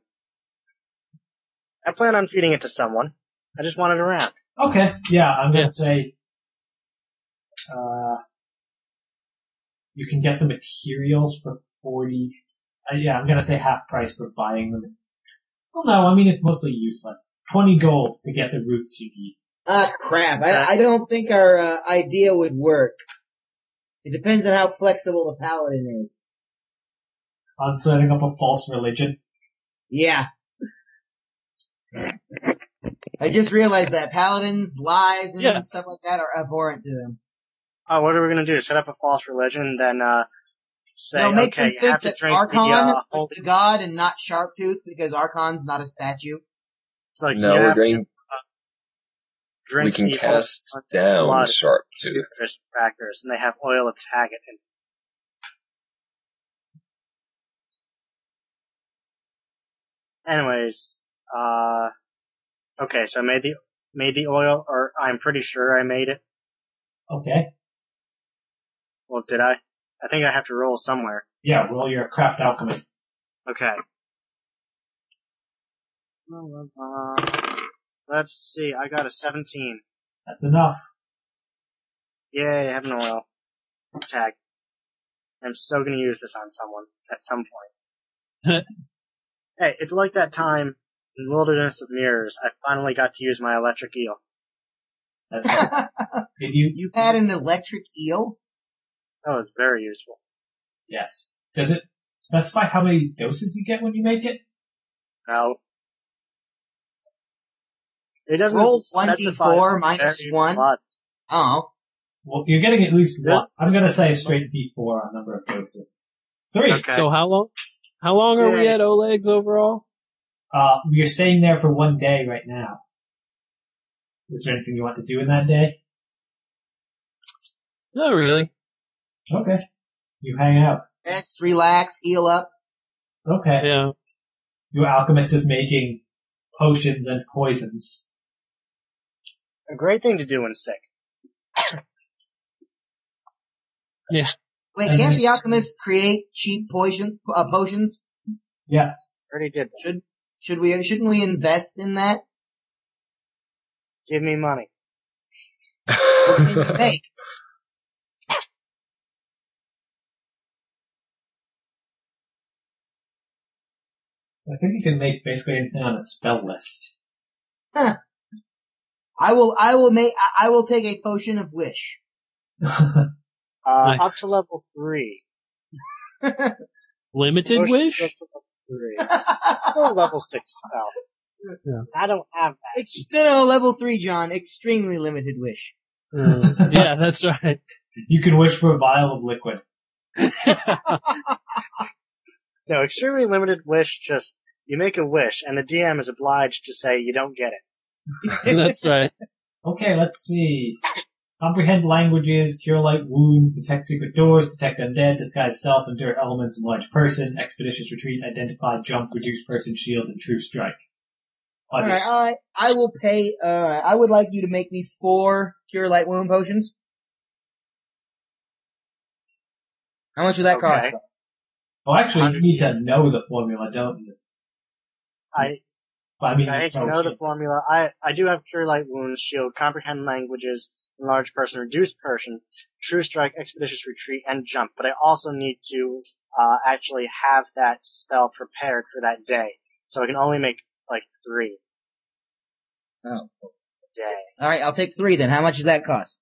Speaker 3: I plan on feeding it to someone. I just want it around.
Speaker 2: Okay. Yeah, I'm gonna
Speaker 7: Yeah.
Speaker 2: say. Uh, you can get the materials for forty. Uh, yeah, I'm gonna say half price for buying them. Well, no, I mean it's mostly useless. Twenty gold to get the roots you need.
Speaker 4: Ah, crap. I, I don't think our uh, idea would work. It depends on how flexible the paladin is.
Speaker 2: On setting up a false religion.
Speaker 4: Yeah. I just realized that paladins, lies, and
Speaker 7: Yeah.
Speaker 4: stuff like that are abhorrent to them.
Speaker 3: Oh, what are we gonna do? Set up a false religion and then, uh, say,
Speaker 4: They'll make
Speaker 3: okay,
Speaker 4: them
Speaker 3: you
Speaker 4: think
Speaker 3: have to
Speaker 4: that
Speaker 3: drink
Speaker 4: Archon
Speaker 3: the, uh,
Speaker 4: was
Speaker 3: holy,
Speaker 4: the god and not Sharptooth because Archon's not a statue.
Speaker 3: it's like,
Speaker 5: no,
Speaker 3: you
Speaker 5: we're
Speaker 3: have to
Speaker 5: going,
Speaker 3: drink
Speaker 5: we can
Speaker 3: the
Speaker 5: cast
Speaker 3: holy
Speaker 5: down
Speaker 3: blood.
Speaker 5: Sharptooth.
Speaker 3: There's crackers, and they have oil of Taggart in Anyways, uh, okay, so I made the, made the oil, or I'm pretty sure I made it.
Speaker 2: Okay.
Speaker 3: Well, did I? I think I have to roll somewhere.
Speaker 2: Yeah, well, you're a craft alchemist.
Speaker 3: Okay. Uh, let's see, I got a 17.
Speaker 2: That's enough.
Speaker 3: Yay, I have an oil tag. I'm so gonna use this on someone at some point. hey, it's like that time in Wilderness of Mirrors, I finally got to use my electric eel.
Speaker 2: That's all. Did you?
Speaker 4: you had an electric eel?
Speaker 3: That was very useful.
Speaker 2: Yes. Does it specify how many doses you get when you make it?
Speaker 3: No. It doesn't
Speaker 4: Roll
Speaker 3: specify
Speaker 4: 1d4 minus
Speaker 3: very
Speaker 4: 1.
Speaker 3: much.
Speaker 4: Oh.
Speaker 2: Well, you're getting at least
Speaker 3: Yes.
Speaker 2: one. I'm gonna say a straight D4 on number of doses. Three.
Speaker 3: Okay.
Speaker 7: So how long? How long are we
Speaker 3: Yeah.
Speaker 7: at Oleg's overall?
Speaker 2: Uh, you're staying there for one day right now. Is there anything you want to do in that day?
Speaker 7: Not really.
Speaker 2: Okay. You hang out.
Speaker 4: Rest, relax, heal up.
Speaker 2: Okay.
Speaker 7: Yeah.
Speaker 2: Your alchemist is making potions and poisons.
Speaker 3: A great thing to do when sick.
Speaker 4: Wait,
Speaker 2: And
Speaker 4: can't
Speaker 2: we-
Speaker 4: the alchemists create cheap potion, uh, potions?
Speaker 2: Yes.
Speaker 3: Already did that.
Speaker 4: Should, should we, shouldn't we invest in that?
Speaker 3: Give me money.
Speaker 4: What can you make?
Speaker 2: I think you can make basically anything on a spell list.
Speaker 4: I will, I will make, I- I will take a potion of wish.
Speaker 3: Uh,
Speaker 7: Nice.
Speaker 3: Up to level three.
Speaker 7: Limited
Speaker 3: Potions
Speaker 7: wish?
Speaker 3: up to level three. It's still a level six spell.
Speaker 7: Yeah.
Speaker 3: I don't have that.
Speaker 4: Ex- no, no, level three, John. Extremely limited wish.
Speaker 7: Uh, yeah, that's right.
Speaker 2: you can wish for a vial of liquid.
Speaker 3: No, extremely limited wish. Just you make a wish, and the DM is obliged to say you don't get it.
Speaker 7: That's right.
Speaker 2: Okay, let's see. Comprehend languages, cure light wounds, detect secret doors, detect undead, disguise self, endure elements, enlarge person, expeditious retreat, identify, jump, reduce person, shield, and true strike. I'll
Speaker 4: Alright,
Speaker 2: just-
Speaker 4: I, I will pay, alright, I would like you to make me four cure light wound potions. How much would that
Speaker 3: Okay.
Speaker 4: cost?
Speaker 2: well, oh, actually, you need to know the formula, don't you?
Speaker 3: I
Speaker 2: Well, I mean,
Speaker 3: I
Speaker 2: you
Speaker 3: hate to
Speaker 2: probably
Speaker 3: know the
Speaker 2: should.
Speaker 3: formula. I I do have cure light wounds, shield, comprehend languages, enlarge person, reduce person, true strike, expeditious retreat, and jump. But I also need to uh, actually have that spell prepared for that day, so I can only make like three
Speaker 4: Oh.
Speaker 3: a day.
Speaker 4: Alright, I'll take three then. How much does that cost?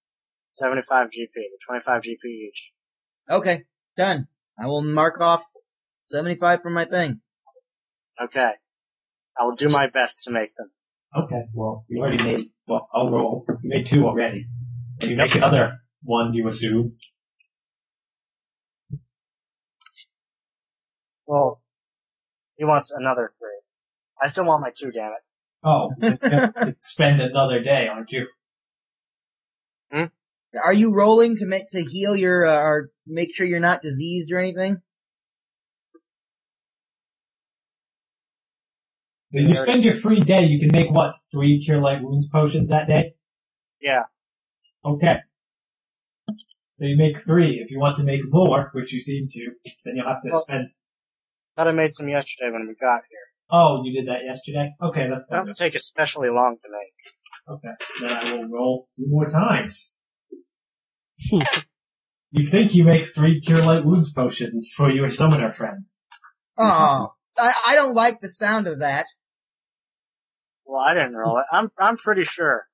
Speaker 3: 75 GP, 25 GP each.
Speaker 4: Okay, done. I will mark off 75 from my thing.
Speaker 3: Okay. I will do my best to make them.
Speaker 2: Okay, well, you already made, well, I'll roll. You made two already. And you make another one, you assume.
Speaker 3: Well, he wants another three. I still want my two, damn it.
Speaker 2: Oh, you're gonna spend another day, aren't you?
Speaker 4: Are you rolling to make, to heal your, uh, or make sure you're not diseased or anything?
Speaker 2: If you spend your free day, you can make what, three cure light wounds potions that day?
Speaker 3: Yeah.
Speaker 2: Okay. So you make three. If you want to make more, which you seem to, then you'll have to
Speaker 3: Well-
Speaker 2: spend.
Speaker 3: Thought I made some yesterday when we got here.
Speaker 2: Oh, you did that yesterday? Okay, that's fine.
Speaker 3: That'll take especially long to make.
Speaker 2: Okay. Then I will roll two more times. you think you make three cure light wounds potions for your summoner friend.
Speaker 4: Oh, I, I don't like the sound of that.
Speaker 3: Well, I didn't roll it. I'm, I'm pretty sure.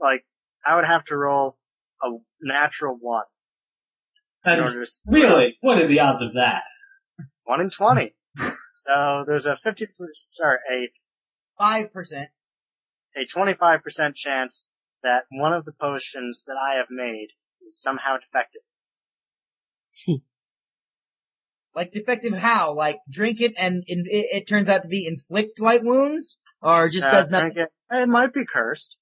Speaker 3: Like, I would have to roll a natural one in order to,
Speaker 2: really, what are the odds of that?
Speaker 3: one in 20. So there's a 50, sorry, a
Speaker 4: Five percent.
Speaker 3: a 25% chance that one of the potions that I have made is somehow defective.
Speaker 4: Like defective how? Like drink it and in, it, it turns out to be inflict light wounds, or just
Speaker 3: Uh,
Speaker 4: does nothing.
Speaker 3: drink It, it might be cursed.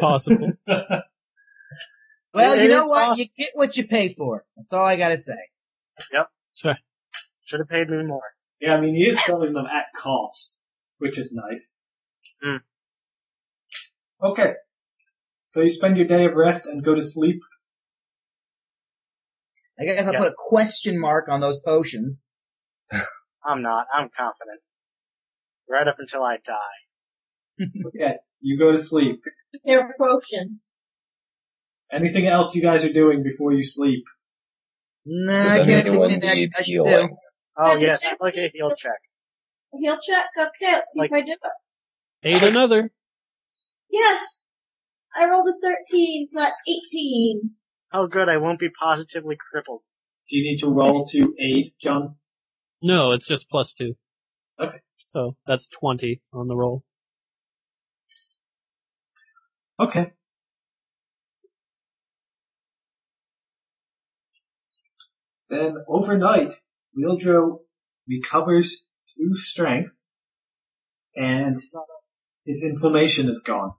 Speaker 7: Possible.
Speaker 4: Well,
Speaker 3: It-
Speaker 4: you
Speaker 3: it
Speaker 4: know
Speaker 3: is
Speaker 4: what?
Speaker 3: possible.
Speaker 4: You get what you pay for. That's all I gotta say.
Speaker 7: That's right.
Speaker 3: Should have paid me more.
Speaker 2: Yeah, I mean, he is selling them at cost, which is nice.
Speaker 3: Hmm.
Speaker 2: Okay. So you spend your day of rest and go to sleep.
Speaker 4: I guess I'll
Speaker 3: Yes.
Speaker 4: put a question mark on those potions.
Speaker 3: I'm not. I'm confident. Right up until I die.
Speaker 2: Okay. You go to sleep.
Speaker 6: They're potions.
Speaker 2: Anything else you guys are doing before you sleep?
Speaker 4: No,
Speaker 5: Does
Speaker 4: I can't do
Speaker 5: anyone
Speaker 4: anything I-
Speaker 5: need
Speaker 4: I should do.
Speaker 5: healing?
Speaker 3: Oh
Speaker 6: And
Speaker 3: yes,
Speaker 6: is there-
Speaker 3: I'd like a heal check.
Speaker 6: Heal check. Okay, let's see
Speaker 3: Like-
Speaker 6: if I do it.
Speaker 7: Ate another.
Speaker 6: Yes! I rolled a 13, so that's 18.
Speaker 3: Oh good, I won't be positively crippled.
Speaker 2: Do you need to roll to aid, John?
Speaker 7: No, it's just plus two.
Speaker 2: Okay.
Speaker 7: So that's 20 on the roll.
Speaker 2: Okay. Then overnight, Wildro recovers two strength and his inflammation is gone.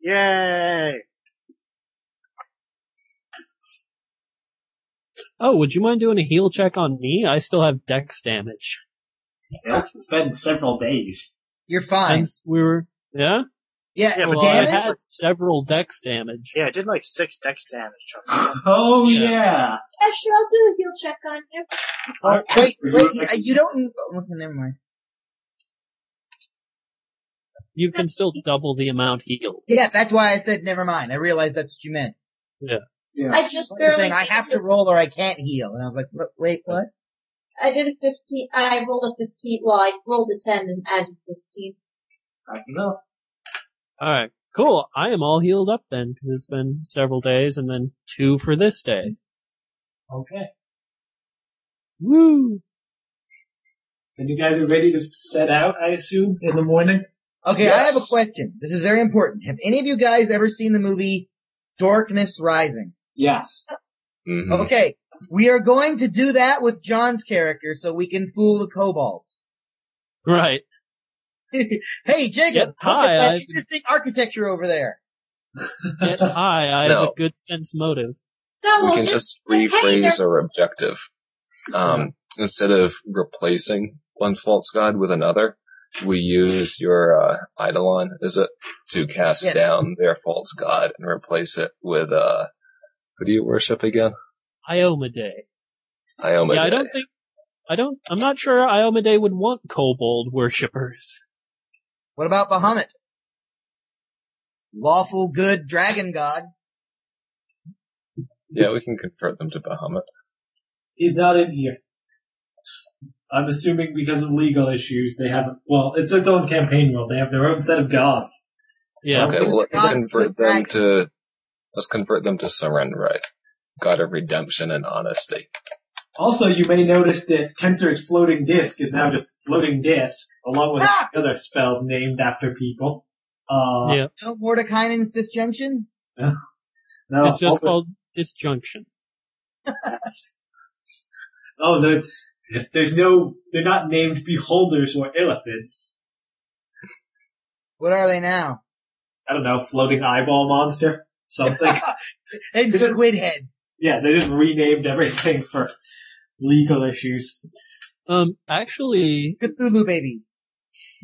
Speaker 3: Yay!
Speaker 7: Oh, would you mind doing a heal check on me? I still have dex damage.
Speaker 2: Still, it's been several days.
Speaker 4: You're fine.
Speaker 7: Since we were, yeah?
Speaker 4: yeah,
Speaker 3: Yeah, but
Speaker 7: well,
Speaker 4: damage.
Speaker 7: I had several dex damage.
Speaker 3: Yeah, I did like six dex damage.
Speaker 2: oh
Speaker 7: Yeah.
Speaker 2: yeah.
Speaker 6: Asher, I'll do a heal check on you.
Speaker 4: Uh, wait,
Speaker 2: Were you
Speaker 4: wait. You,
Speaker 2: affected?
Speaker 4: you don't. oh, Okay, never mind.
Speaker 7: You can still double the amount healed.
Speaker 4: Yeah, that's why I said never mind. I realized that's what you meant.
Speaker 2: Yeah.
Speaker 6: I just
Speaker 4: You're
Speaker 6: barely.
Speaker 4: saying I have to roll or I can't heal, and I was like, "Wha- wait, what?
Speaker 6: I did a 15, I rolled a 15, well, I rolled a 10 and added 15.
Speaker 4: That's enough.
Speaker 7: All right, cool. I am all healed up then because it's been several days and then two for this day.
Speaker 2: Okay.
Speaker 7: Woo!
Speaker 2: Then you guys are ready to set out, I assume, in the morning?
Speaker 4: Okay, I have a
Speaker 5: Yes.
Speaker 4: question. This is very important. Have any of you guys ever seen the movie Darkness Rising?
Speaker 2: Yes.
Speaker 5: Mhm.
Speaker 4: Okay, we are going to do that with John's character so we can fool the kobolds.
Speaker 7: Right.
Speaker 4: Hey, Jacob,
Speaker 7: Yep,
Speaker 4: look
Speaker 7: hi,
Speaker 4: at that
Speaker 7: I've-
Speaker 4: interesting architecture over there.
Speaker 7: Get high. I have
Speaker 5: No.
Speaker 7: a good sense motive.
Speaker 6: No,
Speaker 5: we
Speaker 6: we'll
Speaker 5: can
Speaker 6: Oh, just,
Speaker 5: just rephrase
Speaker 6: hey,
Speaker 5: our objective. Um, instead of replacing one false god with another, we use your uh, Eidolon, is it, to cast
Speaker 4: Yes.
Speaker 5: down their false god and replace it with uh, who do you worship again?
Speaker 7: Iomade.
Speaker 5: Iomade.
Speaker 7: Yeah, I don't think, I don't, I'm not sure Iomade would want kobold worshippers.
Speaker 4: What about Bahamut? Lawful good dragon god.
Speaker 5: Yeah, we can convert them to Bahamut.
Speaker 2: He's not in here. I'm assuming because of legal issues, they have, well, it's its own campaign rule. They have their own set of gods.
Speaker 7: Yeah.
Speaker 5: Okay,
Speaker 4: Who's
Speaker 5: well,
Speaker 4: the
Speaker 5: let's
Speaker 4: god
Speaker 5: convert
Speaker 4: of
Speaker 5: them
Speaker 4: dragons?
Speaker 5: to let's convert them to Serenrite, god of redemption and honesty.
Speaker 2: Also, you may notice that Tensor's floating disk is now just floating disk, along with
Speaker 4: Ah!
Speaker 2: other spells named after people. Uh,
Speaker 7: yeah.
Speaker 4: No Mordekainen's disjunction?
Speaker 2: no,
Speaker 7: it's just
Speaker 2: all the-
Speaker 7: called disjunction.
Speaker 2: Oh, the, there's no, they're not named beholders or elephants.
Speaker 4: What are they now?
Speaker 2: I don't know, floating eyeball monster? Something.
Speaker 4: And
Speaker 2: Is it-
Speaker 4: squid head.
Speaker 2: yeah, they just renamed everything for legal issues.
Speaker 7: Um, actually,
Speaker 4: Cthulhu babies.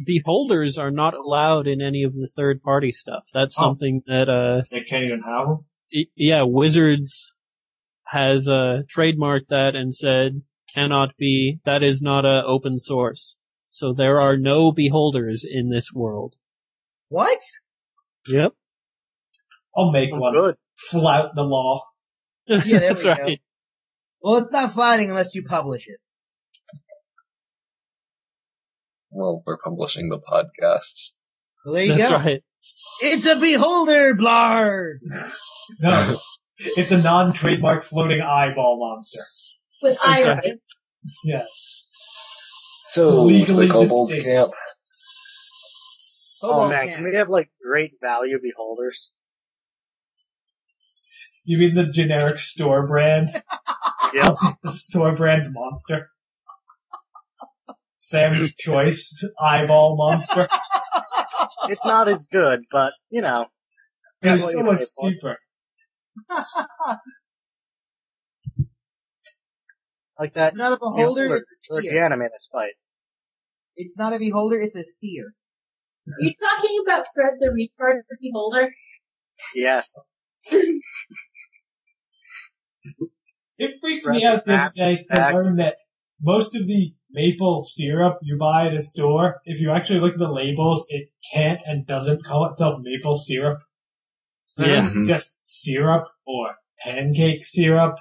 Speaker 7: beholders are not allowed in any of the third party stuff. That's
Speaker 2: Oh.
Speaker 7: something that, uh,
Speaker 2: They can't even have them.
Speaker 7: y- yeah, Wizards has, uh, trademarked that and said cannot be, that is not a open source. So there are no beholders in this world.
Speaker 4: What?
Speaker 7: Yep.
Speaker 2: I'll make
Speaker 3: Oh,
Speaker 2: one.
Speaker 3: good.
Speaker 2: Flout the law.
Speaker 4: Yeah, there
Speaker 7: That's
Speaker 4: we go.
Speaker 7: right.
Speaker 4: Well, it's not flying unless you publish it.
Speaker 5: Well, we're publishing the podcasts.
Speaker 4: Well, there you
Speaker 7: That's
Speaker 4: go.
Speaker 7: right.
Speaker 4: It's a beholder, blar.
Speaker 2: No. it's a non-trademark floating eyeball monster.
Speaker 6: with
Speaker 7: That's
Speaker 6: iron.
Speaker 7: right.
Speaker 2: Yes.
Speaker 5: So
Speaker 2: Legally
Speaker 5: the kobold
Speaker 2: distinct.
Speaker 5: camp.
Speaker 3: Oh
Speaker 4: Kobold
Speaker 3: man,
Speaker 4: camp.
Speaker 3: can we have like great value beholders?
Speaker 2: You mean the generic store brand?
Speaker 3: Yep.
Speaker 2: the store brand monster? Sam's Choice eyeball monster.
Speaker 3: it's not as good, but you know.
Speaker 2: It was
Speaker 3: That's what
Speaker 2: so
Speaker 3: you
Speaker 2: much
Speaker 3: pay for.
Speaker 2: cheaper.
Speaker 3: Like that.
Speaker 4: It's not a beholder,
Speaker 3: beholder
Speaker 4: it's a
Speaker 3: or
Speaker 4: seer.
Speaker 3: reanimate this fight.
Speaker 4: It's not a beholder, it's a seer.
Speaker 6: Are you talking about Fred the retard beholder?
Speaker 3: Yes.
Speaker 2: It freaked
Speaker 3: Rather
Speaker 2: me out the other
Speaker 3: fast
Speaker 2: day to
Speaker 3: attack.
Speaker 2: learn that most of the maple syrup you buy at a store, if you actually look at the labels, it can't and doesn't call itself maple syrup.
Speaker 4: Uh-huh.
Speaker 7: Yeah.
Speaker 2: It's just syrup or pancake syrup.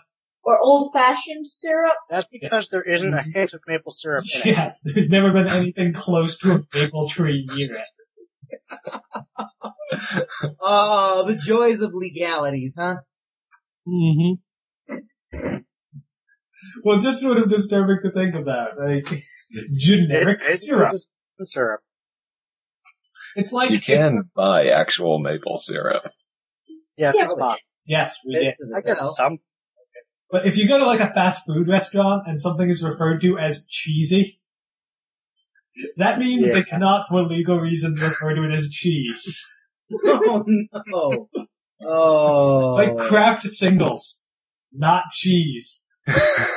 Speaker 6: Or old fashioned syrup?
Speaker 3: That's because there isn't a hint of maple syrup in it.
Speaker 2: Yes, there's never been anything close to a maple tree near it.
Speaker 4: Oh, the joys of legalities, huh?
Speaker 7: hmm
Speaker 2: Well, it's just sort of disturbing to think about. Like, generic
Speaker 3: It's basically
Speaker 2: syrup.
Speaker 3: just maple syrup.
Speaker 2: It's like,
Speaker 5: You can buy actual maple syrup.
Speaker 3: Yes,
Speaker 4: Yeah,
Speaker 3: it's
Speaker 4: but-
Speaker 3: possible.
Speaker 2: yes, we did.
Speaker 4: Bits of
Speaker 3: I
Speaker 4: the
Speaker 3: guess
Speaker 4: cell.
Speaker 3: some.
Speaker 2: But if you go to like a fast food restaurant and something is referred to as cheesy, that means
Speaker 3: Yeah.
Speaker 2: they cannot, for legal reasons, refer to it as cheese.
Speaker 4: Oh no. Oh.
Speaker 2: Like Kraft singles, not cheese.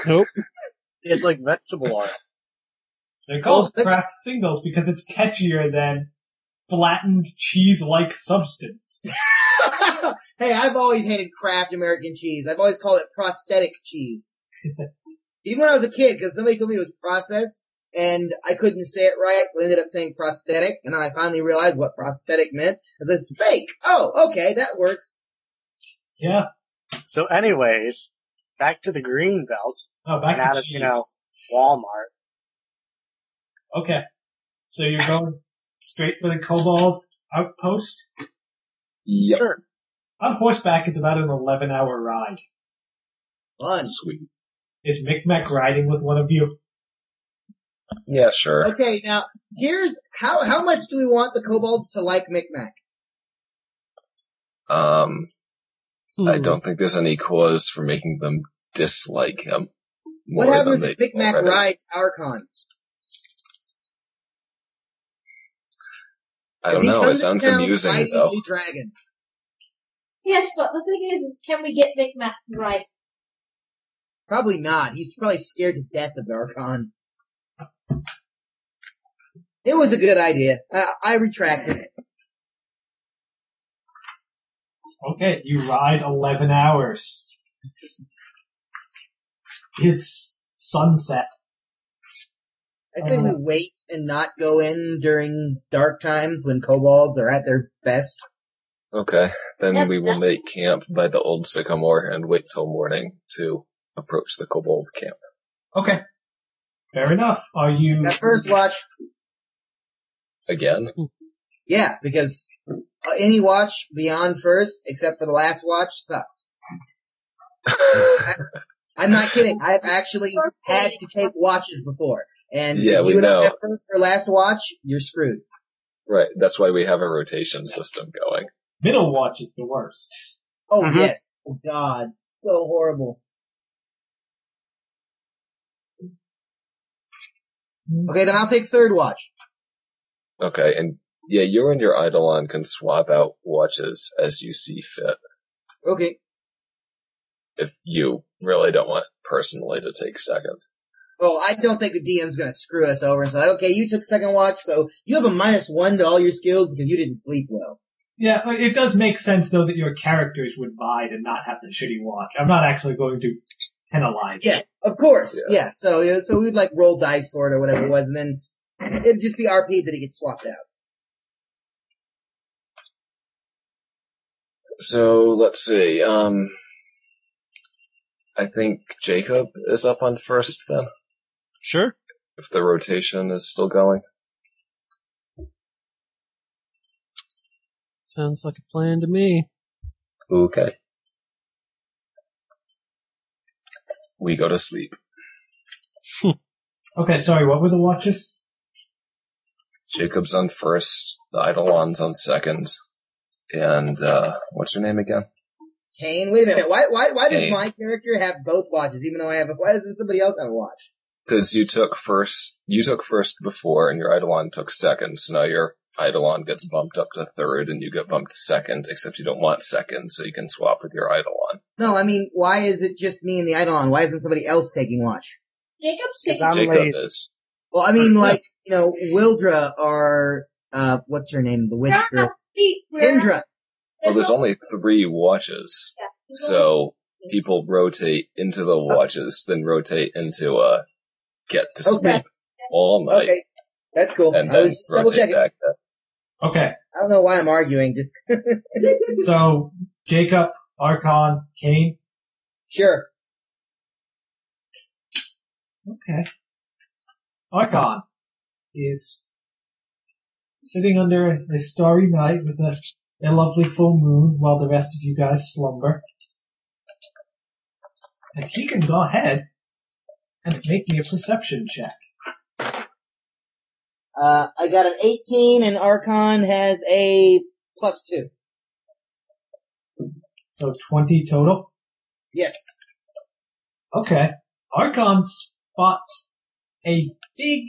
Speaker 7: Nope.
Speaker 3: It's like vegetable oil.
Speaker 2: They're
Speaker 3: Oh,
Speaker 2: called
Speaker 4: Well, that's-
Speaker 2: Kraft singles because it's catchier than flattened cheese-like substance.
Speaker 4: hey, I've always hated Kraft American cheese. I've always called it prosthetic cheese. Even when I was a kid, because somebody told me it was processed, and I couldn't say it right, so I ended up saying prosthetic, and then I finally realized what prosthetic meant. I said, fake! Oh, okay, that works.
Speaker 2: Yeah.
Speaker 3: So anyways, back to the green belt.
Speaker 2: Oh, back
Speaker 3: And out
Speaker 2: Oh, to
Speaker 3: of,
Speaker 2: cheese.
Speaker 3: you know, Walmart.
Speaker 2: Okay. So you're going straight for the Kobold outpost?
Speaker 5: Yep.
Speaker 3: Sure.
Speaker 2: On horseback, it's about an 11 hour ride.
Speaker 4: Fun.
Speaker 5: Sweet.
Speaker 2: Is Micmac riding with one of you?
Speaker 5: Yeah, sure.
Speaker 4: Okay, now here's how how much do we want the kobolds to like Micmac?
Speaker 5: Um, I
Speaker 7: Hmm.
Speaker 5: don't think there's any cause for making them dislike him.
Speaker 4: What
Speaker 5: more
Speaker 4: happens
Speaker 5: than
Speaker 4: if
Speaker 5: they
Speaker 4: Micmac
Speaker 5: already-
Speaker 4: rides Archon?
Speaker 5: I
Speaker 4: If
Speaker 5: don't
Speaker 4: he
Speaker 5: know. It
Speaker 4: comes to
Speaker 5: sounds
Speaker 4: town
Speaker 5: amusing
Speaker 4: riding
Speaker 5: though.
Speaker 4: Blue Dragon.
Speaker 6: Yes, but the thing is, is can we get McMac right?
Speaker 4: Probably not. He's probably scared to death of Archon. It was a good idea. I, I retracted it.
Speaker 2: Okay, you ride 11 hours. It's sunset.
Speaker 4: I say we wait and not go in during dark times when kobolds are at their best.
Speaker 5: Okay,
Speaker 6: Yep,
Speaker 5: then we will
Speaker 6: that's-
Speaker 5: make camp by the old sycamore and wait till morning to approach the kobold camp.
Speaker 2: Okay. Fair enough. Are you,
Speaker 4: That first watch,
Speaker 5: Again?
Speaker 4: yeah, because any watch beyond first, except for the last watch, sucks. I'm not kidding. I've actually had to take watches before. And
Speaker 5: Yeah,
Speaker 4: if
Speaker 5: we
Speaker 4: you don't
Speaker 5: know.
Speaker 4: have first or last watch, you're screwed.
Speaker 5: right, that's why we have a rotation system going.
Speaker 2: middle watch is the worst.
Speaker 4: Oh
Speaker 3: Mhm.
Speaker 4: yes. Oh god. So horrible. Okay, then I'll take third watch.
Speaker 5: Okay, and yeah, you and your Eidolon can swap out watches as you see fit.
Speaker 4: Okay.
Speaker 5: If you really don't want personally to take second.
Speaker 4: Oh, I don't think the DM's gonna screw us over and say, okay, you took second watch, so you have a minus one to all your skills because you didn't sleep well.
Speaker 2: Yeah, but it does make sense though that your characters would buy and not have the shitty watch. I'm not actually going to penalize.
Speaker 4: Yeah, of course. Yeah. so yeah, so we'd like roll dice for it or whatever it was, and then it'd just be RP that it gets swapped out.
Speaker 5: So let's see. Um, I think Jacob is up on first then,
Speaker 7: Hmm. Sure.
Speaker 5: if the rotation is still going.
Speaker 7: Sounds like a plan to me.
Speaker 5: Okay. We go to sleep.
Speaker 2: Okay, sorry, what were the watches?
Speaker 5: Jacob's on first, the Eidolon's on second, and uh, what's your name again?
Speaker 4: Kane, wait a minute. Why why why does
Speaker 5: Kane.
Speaker 4: my character have both watches even though I have a why does somebody else have a watch?
Speaker 5: Because you took first, you took first before, and your Eidolon took second. So now your Eidolon gets bumped up to third, and you get bumped to second. Except you don't want second, so you can swap with your Eidolon.
Speaker 4: No, I mean, why is it just me and the Eidolon? Why isn't somebody else taking watch?
Speaker 6: Jacob's
Speaker 3: Cause
Speaker 6: taking
Speaker 3: I'm
Speaker 5: Jacob
Speaker 3: lazy.
Speaker 5: is
Speaker 4: Well, I mean, like, you know, Wildra or, uh, what's her name? The witch
Speaker 6: We're on
Speaker 4: girl.
Speaker 6: our feet. We're on-
Speaker 4: Indra.
Speaker 5: Well, there's
Speaker 6: no-
Speaker 5: only three watches,
Speaker 6: yeah, there's only-
Speaker 5: so people rotate into the watches, then rotate into a get to
Speaker 4: Okay.
Speaker 5: sleep all night,
Speaker 4: Okay. That's cool.
Speaker 5: and
Speaker 4: I
Speaker 5: then
Speaker 4: was just double
Speaker 5: rotate
Speaker 4: checking.
Speaker 5: back. That.
Speaker 2: Okay,
Speaker 4: I don't know why I'm arguing. Just,
Speaker 2: so Jacob, Archon, Kane.
Speaker 4: sure.
Speaker 2: Okay. Archon is sitting under a starry night with a, a lovely full moon while the rest of you guys slumber. And he can go ahead and make me a perception check.
Speaker 4: Uh, I got an 18 and Archon has a plus two.
Speaker 2: So 20 total.
Speaker 4: Yes.
Speaker 2: Okay. Archon spots a big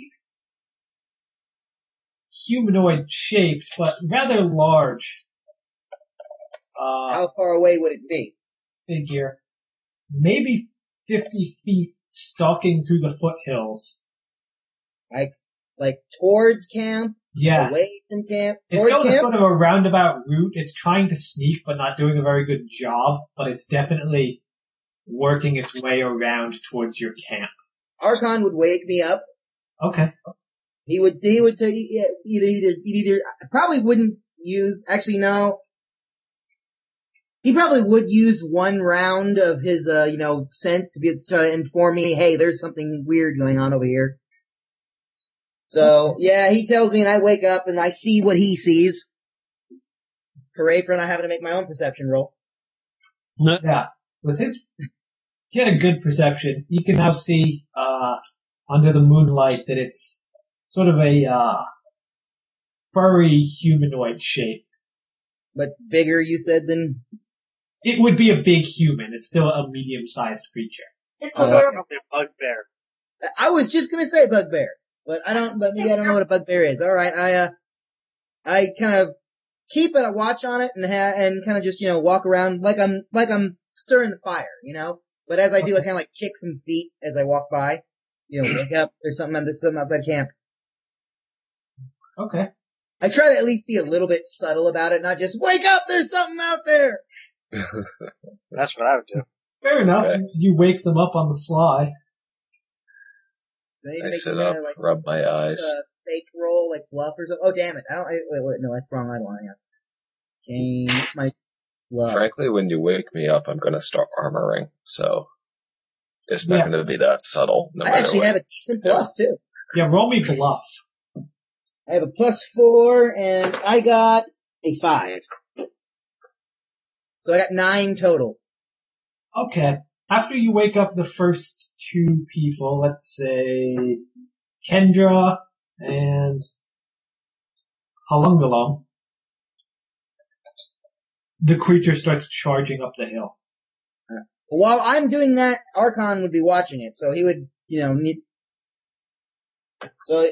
Speaker 2: humanoid shaped, but rather large, uh,
Speaker 4: How far away would it be?
Speaker 2: figure, maybe 50 feet stalking through the foothills.
Speaker 4: Like towards camp?
Speaker 2: Yes.
Speaker 4: Away from camp?
Speaker 2: It's
Speaker 4: towards
Speaker 2: going
Speaker 4: camp?
Speaker 2: sort of a roundabout route. It's trying to sneak, but not doing a very good job, but it's definitely working its way around towards your camp.
Speaker 4: Archon would wake me up.
Speaker 2: Okay.
Speaker 4: He would, he would take, yeah, either, either, he'd either, I probably wouldn't use, actually no. He probably would use one round of his, uh, you know, sense to get to inform me, hey, there's something weird going on over here. So yeah, he tells me, and I wake up and I see what he sees. Hooray for not having to make my own perception roll.
Speaker 2: Yeah. With his, he had a good perception. You can now see, uh, under the moonlight that it's sort of a, uh, furry humanoid shape.
Speaker 4: But bigger, you said, than
Speaker 2: It would be a big human. It's still a medium-sized creature.
Speaker 6: It's
Speaker 4: Oh,
Speaker 6: a
Speaker 4: okay.
Speaker 6: werewolf.
Speaker 3: Probably a bugbear.
Speaker 4: I was just gonna say bugbear, but I don't. But maybe I don't know what a bugbear is. All right, I uh, I kind of keep a watch on it and ha- and kind of just you know walk around like I'm like I'm stirring the fire, you know. But as I do, I kind of like kick some feet as I walk by. You know, wake up. There's something. There's something outside camp.
Speaker 2: Okay.
Speaker 4: I try to at least be a little bit subtle about it, not just wake up. There's something out there.
Speaker 3: That's what I would do.
Speaker 2: Fair enough.
Speaker 5: Okay.
Speaker 2: You- You wake them up on the sly.
Speaker 4: They
Speaker 5: I
Speaker 4: make
Speaker 5: sit
Speaker 4: me
Speaker 5: up,
Speaker 4: kinda, like,
Speaker 5: rub my eyes.
Speaker 4: uh, fake roll, like bluff or something. Oh damn it! I don't. I, wait, wait, no, that's wrong. I don't want to. Game my bluff.
Speaker 5: Frankly, when you wake me up, I'm gonna start armoring, so it's not
Speaker 2: Yeah.
Speaker 5: gonna be that subtle, no
Speaker 4: I
Speaker 5: matter
Speaker 4: actually
Speaker 5: what.
Speaker 4: have a decent bluff too.
Speaker 2: Yeah, roll me bluff.
Speaker 4: I have a plus four and I got a five. So I got nine total.
Speaker 2: Okay. After you wake up the first two people, let's say Kendra and Halungalum, the creature starts charging up the hill.
Speaker 4: While I'm doing that, Archon would be watching it, so he would, you know, need, so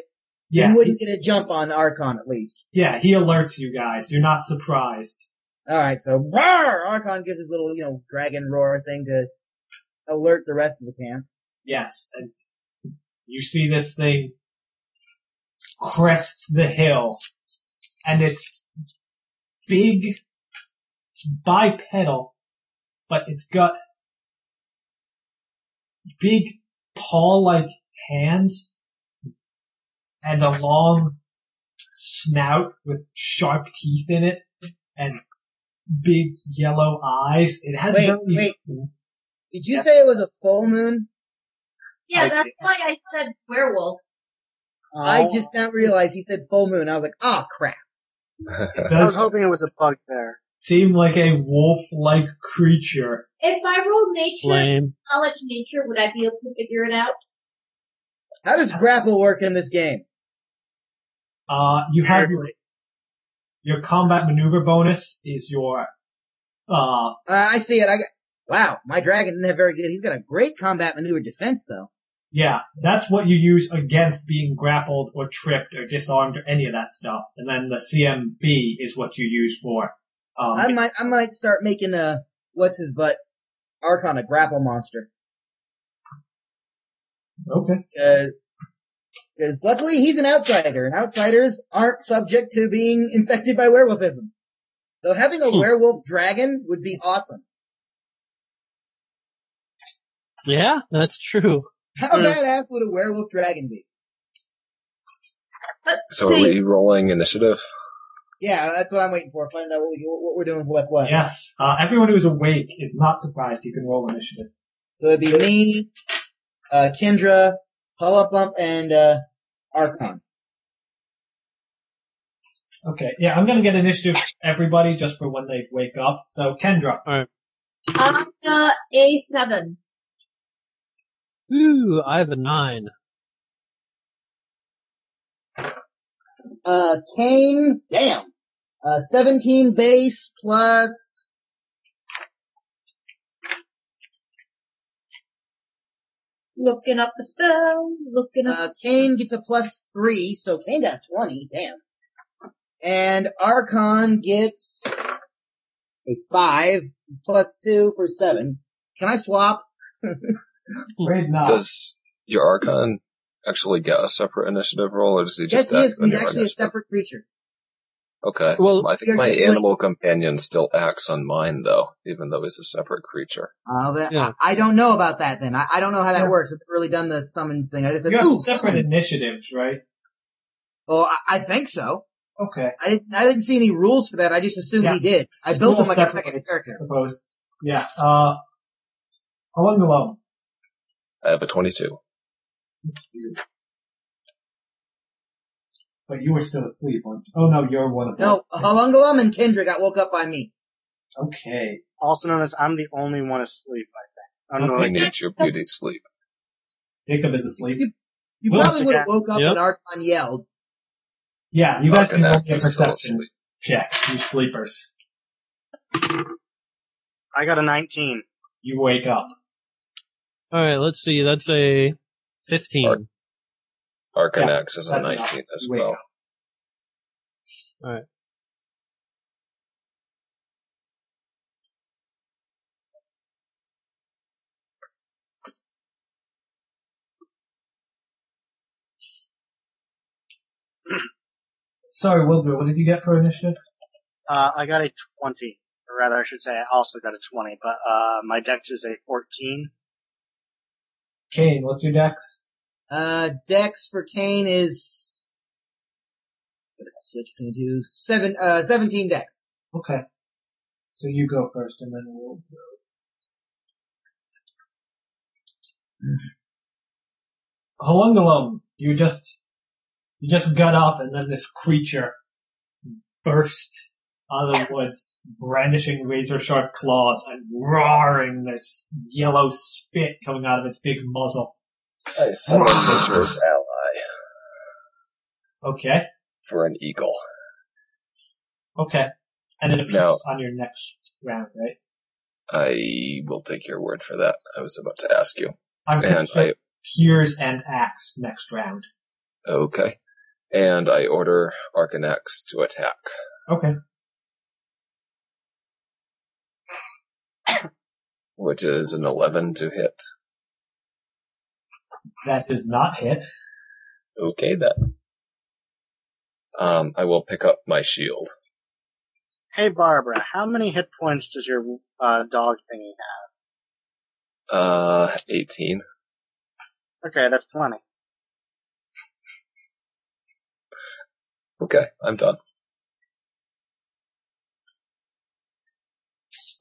Speaker 2: Yeah,
Speaker 4: he
Speaker 2: he,
Speaker 4: wouldn't get a jump on Archon at least.
Speaker 2: yeah, he alerts you guys. You're not surprised.
Speaker 4: Alright, so roar! Archon gives his little, you know, dragon roar thing to alert the rest of the camp.
Speaker 2: Yes, and you see this thing crest the hill, and it's big, bipedal, but it's got big paw-like hands and a long snout with sharp teeth in it and big yellow eyes. It has
Speaker 4: Wait,
Speaker 2: very
Speaker 4: Did you say it was a full moon?
Speaker 6: Yeah,
Speaker 3: I
Speaker 6: that's why I said werewolf.
Speaker 4: I
Speaker 5: Uh,
Speaker 4: just now realized he said full moon. I was like, ah crap.
Speaker 2: it
Speaker 3: I was
Speaker 2: does
Speaker 3: hoping it was a bugbear.
Speaker 2: seem like a wolf-like creature.
Speaker 6: If I roll nature,
Speaker 7: Lame.
Speaker 6: knowledge nature, would I be able to figure it out?
Speaker 4: How does grapple work in this game?
Speaker 2: Uh, you have your, your combat maneuver bonus is your, uh,
Speaker 4: Uh, I see it. I got, wow, my dragon didn't have very good. He's got a great combat maneuver defense though.
Speaker 2: yeah, that's what you use against being grappled or tripped or disarmed or any of that stuff. And then the CMB is what you use for, um,
Speaker 4: I might, I might start making a, what's his butt, Archon a grapple monster.
Speaker 2: okay.
Speaker 4: Because Uh, luckily he's an outsider, and outsiders aren't subject to being infected by werewolfism. Though having a
Speaker 7: Hmm.
Speaker 4: werewolf dragon would be awesome.
Speaker 7: Yeah, that's true.
Speaker 4: How
Speaker 3: Hmm.
Speaker 4: badass would a werewolf dragon be?
Speaker 6: Let's
Speaker 5: So are
Speaker 6: see.
Speaker 5: we rolling initiative?
Speaker 4: Yeah, that's what I'm waiting for. Find out what, we, what we're doing with what.
Speaker 2: Yes, uh, everyone who is awake is not surprised you can roll initiative.
Speaker 4: So it'd be me, uh, Kendra, Hulla Bump, and uh, Archon.
Speaker 2: Okay, yeah, I'm gonna get initiative for everybody just for when they wake up. So Kendra,
Speaker 6: I got a seven.
Speaker 7: Ooh, I have a nine.
Speaker 4: Uh, Kane, damn. Uh, 17 base plus,
Speaker 6: Looking up a spell, looking up.
Speaker 4: uh, Kane gets a plus three, so Kane got 20, damn. And Archon gets a five, plus two for seven. Can I swap?
Speaker 2: grade
Speaker 4: Uh,
Speaker 2: nine.
Speaker 5: Does your Archon actually get a separate initiative roll, or does he
Speaker 4: Yes,
Speaker 5: just
Speaker 4: he
Speaker 5: act
Speaker 4: is,
Speaker 5: on
Speaker 4: he's
Speaker 5: your
Speaker 4: actually a
Speaker 5: initiative?
Speaker 4: separate creature.
Speaker 5: Okay.
Speaker 7: Well,
Speaker 5: I
Speaker 4: you're
Speaker 5: think my
Speaker 4: just like-
Speaker 5: animal companion still acts on mine though, even though he's a separate creature.
Speaker 4: Uh, but
Speaker 7: Yeah.
Speaker 4: I, I don't know about that then. I, I don't know how that
Speaker 2: Yeah.
Speaker 4: works. I've really done the summons thing. I just said,
Speaker 2: you have
Speaker 4: ooh,
Speaker 2: separate
Speaker 4: summon.
Speaker 2: initiatives, right?
Speaker 4: Oh, I, I think so.
Speaker 2: Okay.
Speaker 4: I didn't, I didn't see any rules for that. I just assumed
Speaker 2: Yeah.
Speaker 4: he did. I built
Speaker 2: Roll
Speaker 4: him like a
Speaker 2: separately,
Speaker 4: second character.
Speaker 2: I suppose. Yeah. Uh, along the loan.
Speaker 5: I have a 22.
Speaker 2: But you were still asleep. Weren't you? Oh no, you're one of them.
Speaker 4: No, Halungalam and Kendra got woke up by me.
Speaker 2: Okay.
Speaker 3: Also known as I'm the only one asleep, I
Speaker 2: Oh,
Speaker 3: think.
Speaker 5: You
Speaker 3: Unknown.
Speaker 5: need your beauty sleep.
Speaker 2: Jacob is asleep.
Speaker 4: You
Speaker 2: Well,
Speaker 4: probably would have
Speaker 3: yeah.
Speaker 4: woke up
Speaker 7: Yep.
Speaker 4: when Archon yelled.
Speaker 2: Yeah, you guys can roll me a
Speaker 5: Arcanax is still
Speaker 2: perception
Speaker 5: asleep.
Speaker 2: check. You sleepers.
Speaker 3: I got a 19.
Speaker 2: You wake up.
Speaker 7: Alright, let's see, that's a 15.
Speaker 5: Alright. Arcanax is a
Speaker 2: that's
Speaker 5: 19
Speaker 2: enough.
Speaker 5: as
Speaker 2: Wait.
Speaker 5: well.
Speaker 2: Sorry, Wilbur. What did you get for initiative?
Speaker 3: Uh, I got a 20. Or rather, I should say I also got a 20, but, uh, my dex is a 14.
Speaker 2: Kane, what's your dex?
Speaker 4: Uh, Dex for Kane is. Gonna switch between the two. Seven, uh, 17 Dex.
Speaker 2: Okay. So you go first, and then we'll. Halungalum, you just you just got up, and then this creature burst out of the woods, brandishing razor sharp claws and roaring. There's yellow spit coming out of its big muzzle.
Speaker 5: I summon Nature's ally
Speaker 2: Okay,
Speaker 5: for an eagle.
Speaker 2: okay, and then it peaks
Speaker 5: No.
Speaker 2: on your next round, right?
Speaker 5: I will take your word for that. I was about to ask you.
Speaker 2: I'm pretty
Speaker 5: And I,
Speaker 2: sure Piers and Axe next round.
Speaker 5: okay. And I order Arcanax to attack.
Speaker 2: Okay.
Speaker 5: which is an 11 to hit.
Speaker 2: That does not hit.
Speaker 5: Okay then. Um, I will pick up my shield.
Speaker 3: Hey, Barbara, how many hit points does your, uh, dog thingy
Speaker 5: Uh, 18.
Speaker 3: have? Okay, that's plenty.
Speaker 5: Okay, I'm done.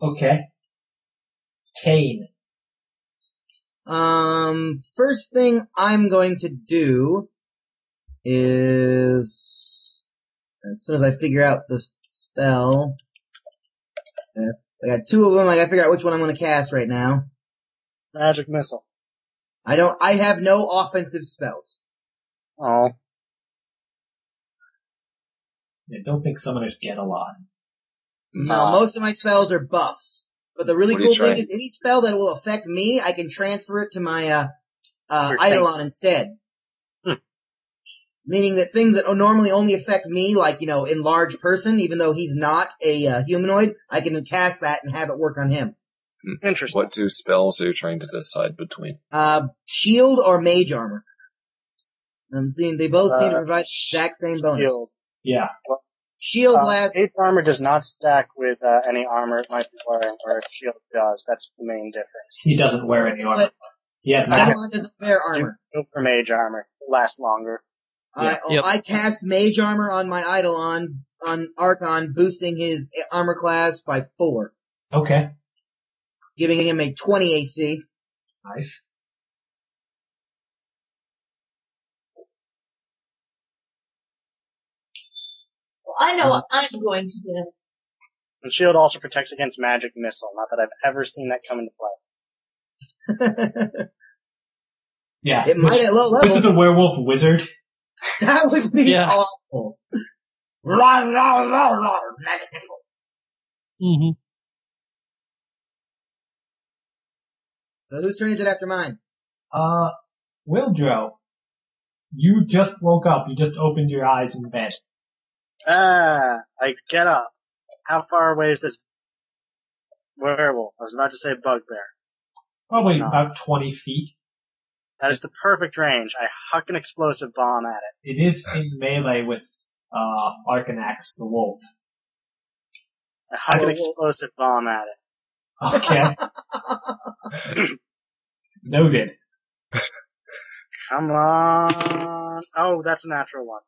Speaker 2: Okay. Kane.
Speaker 4: Um, first thing I'm going to do is, as soon as I figure out the s- spell, uh, I got two of them. I gotta figure out which one I'm gonna cast right now.
Speaker 3: Magic missile.
Speaker 4: I don't, I have no offensive spells.
Speaker 3: Oh.
Speaker 2: I don't think summoners get a lot.
Speaker 4: No,
Speaker 3: Uh,
Speaker 4: most of my spells are buffs. But the really
Speaker 5: What are you
Speaker 4: cool thing
Speaker 5: trying-
Speaker 4: is any spell that will affect me, I can transfer it to my uh uh
Speaker 3: Your thing.
Speaker 4: Eidolon instead.
Speaker 3: Hmm.
Speaker 4: Meaning that things that normally only affect me, like, you know, enlarge person, even though he's not a uh, humanoid, I can cast that and have it work on him.
Speaker 3: Interesting.
Speaker 5: What two spells are you trying to decide between?
Speaker 4: Uh, shield or mage armor. I'm seeing they both seem to
Speaker 3: Uh,
Speaker 4: provide the exact same bonus. Shield,
Speaker 3: Shield.
Speaker 2: Yeah.
Speaker 3: Uh,
Speaker 4: lasts
Speaker 3: ape armor does not stack with uh, any armor it might be wearing, whereas shield does. That's the main difference.
Speaker 2: He doesn't wear any armor.
Speaker 4: But-
Speaker 2: he has magic.
Speaker 4: Eidolon doesn't wear armor.
Speaker 3: Go for mage armor. It lasts longer.
Speaker 4: I,
Speaker 7: Yeah. Yep.
Speaker 4: I cast Mage Armor on my Eidolon, on Archon, boosting his armor class by four,
Speaker 2: Okay.
Speaker 4: giving him a 20 AC.
Speaker 2: Nice.
Speaker 6: Well, I know what I'm going to do.
Speaker 3: And shield also protects against magic missile. Not that I've ever seen that come into play.
Speaker 4: it
Speaker 2: Yeah.
Speaker 4: might at low
Speaker 2: This is
Speaker 4: level.
Speaker 2: a werewolf wizard.
Speaker 4: that would be
Speaker 7: Yeah.
Speaker 4: awful. La, la, la, la, magnificent.
Speaker 7: Mm-hmm.
Speaker 4: So whose turn is it after mine?
Speaker 2: Uh, Wildro, you just woke up. You just opened your eyes in bed.
Speaker 3: Ah, I get up. How far away is this werewolf? I was about to say bugbear.
Speaker 2: Probably
Speaker 3: No.
Speaker 2: about 20 feet.
Speaker 3: That is the perfect range. I huck an explosive bomb at it.
Speaker 2: It is in melee with, uh, Arcanax, the wolf.
Speaker 3: I huck an
Speaker 4: Werewolf.
Speaker 3: explosive bomb at it.
Speaker 2: Okay. Noted.
Speaker 3: Come on. Oh, that's a natural one.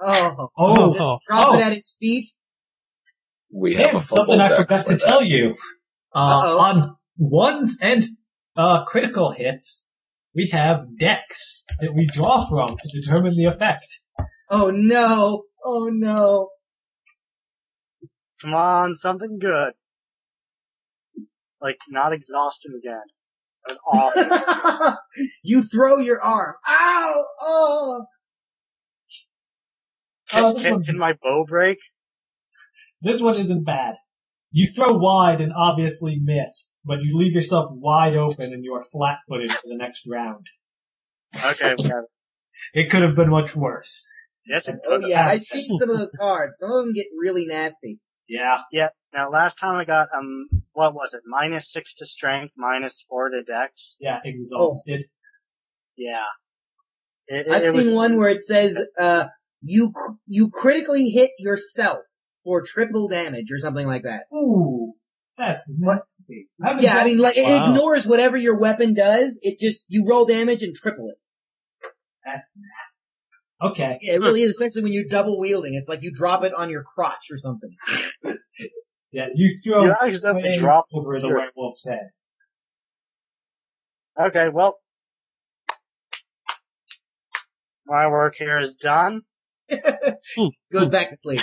Speaker 4: Oh,
Speaker 2: Oh,
Speaker 7: Oh.
Speaker 4: just drop it at his feet.
Speaker 5: We have
Speaker 2: Damn,
Speaker 5: a
Speaker 2: something I
Speaker 5: fumbleback
Speaker 2: forgot
Speaker 5: for
Speaker 2: to tell you. Uh,
Speaker 4: Uh-oh.
Speaker 2: on ones and uh, critical hits, we have decks that we draw from to determine the effect.
Speaker 4: Oh no, oh no.
Speaker 3: Come on, something good. Like, not exhaustion again. That was
Speaker 4: Oh,
Speaker 3: awful.
Speaker 4: you throw your arm. Ow! Oh!
Speaker 3: can,
Speaker 2: Oh, this
Speaker 3: can-
Speaker 2: one's-
Speaker 3: can my bow break?
Speaker 2: This one isn't bad. You throw wide and obviously miss, but you leave yourself wide open and you are flat-footed for the next round.
Speaker 3: Okay, we got it.
Speaker 2: It could have been much worse.
Speaker 3: Yes, it
Speaker 4: Oh
Speaker 3: could.
Speaker 4: yeah, I've seen some of those cards. Some of them get really nasty.
Speaker 2: Yeah.
Speaker 3: Now, last time I got, um, what was it? Minus six to strength, minus four to dex.
Speaker 2: Yeah, exhausted.
Speaker 3: Yeah. It, it-
Speaker 4: I've
Speaker 3: it was-
Speaker 4: seen one where it says, uh, you, you critically hit yourself for triple damage or something like that.
Speaker 2: Ooh, that's nasty. haven't
Speaker 4: Oh. Yeah, I
Speaker 2: done-
Speaker 4: mean, like, it
Speaker 7: Wow.
Speaker 4: ignores whatever your weapon does. It just, you roll damage and triple it.
Speaker 2: That's nasty. Okay.
Speaker 4: Yeah, it really is, especially when you're double wielding. It's like you drop it on your crotch or something.
Speaker 2: Yeah, you throw
Speaker 3: You actually have
Speaker 2: way
Speaker 3: to drop.
Speaker 2: over the
Speaker 3: Sure.
Speaker 2: werewolf's head.
Speaker 3: Okay, well. My work here is done.
Speaker 4: Goes back to sleep.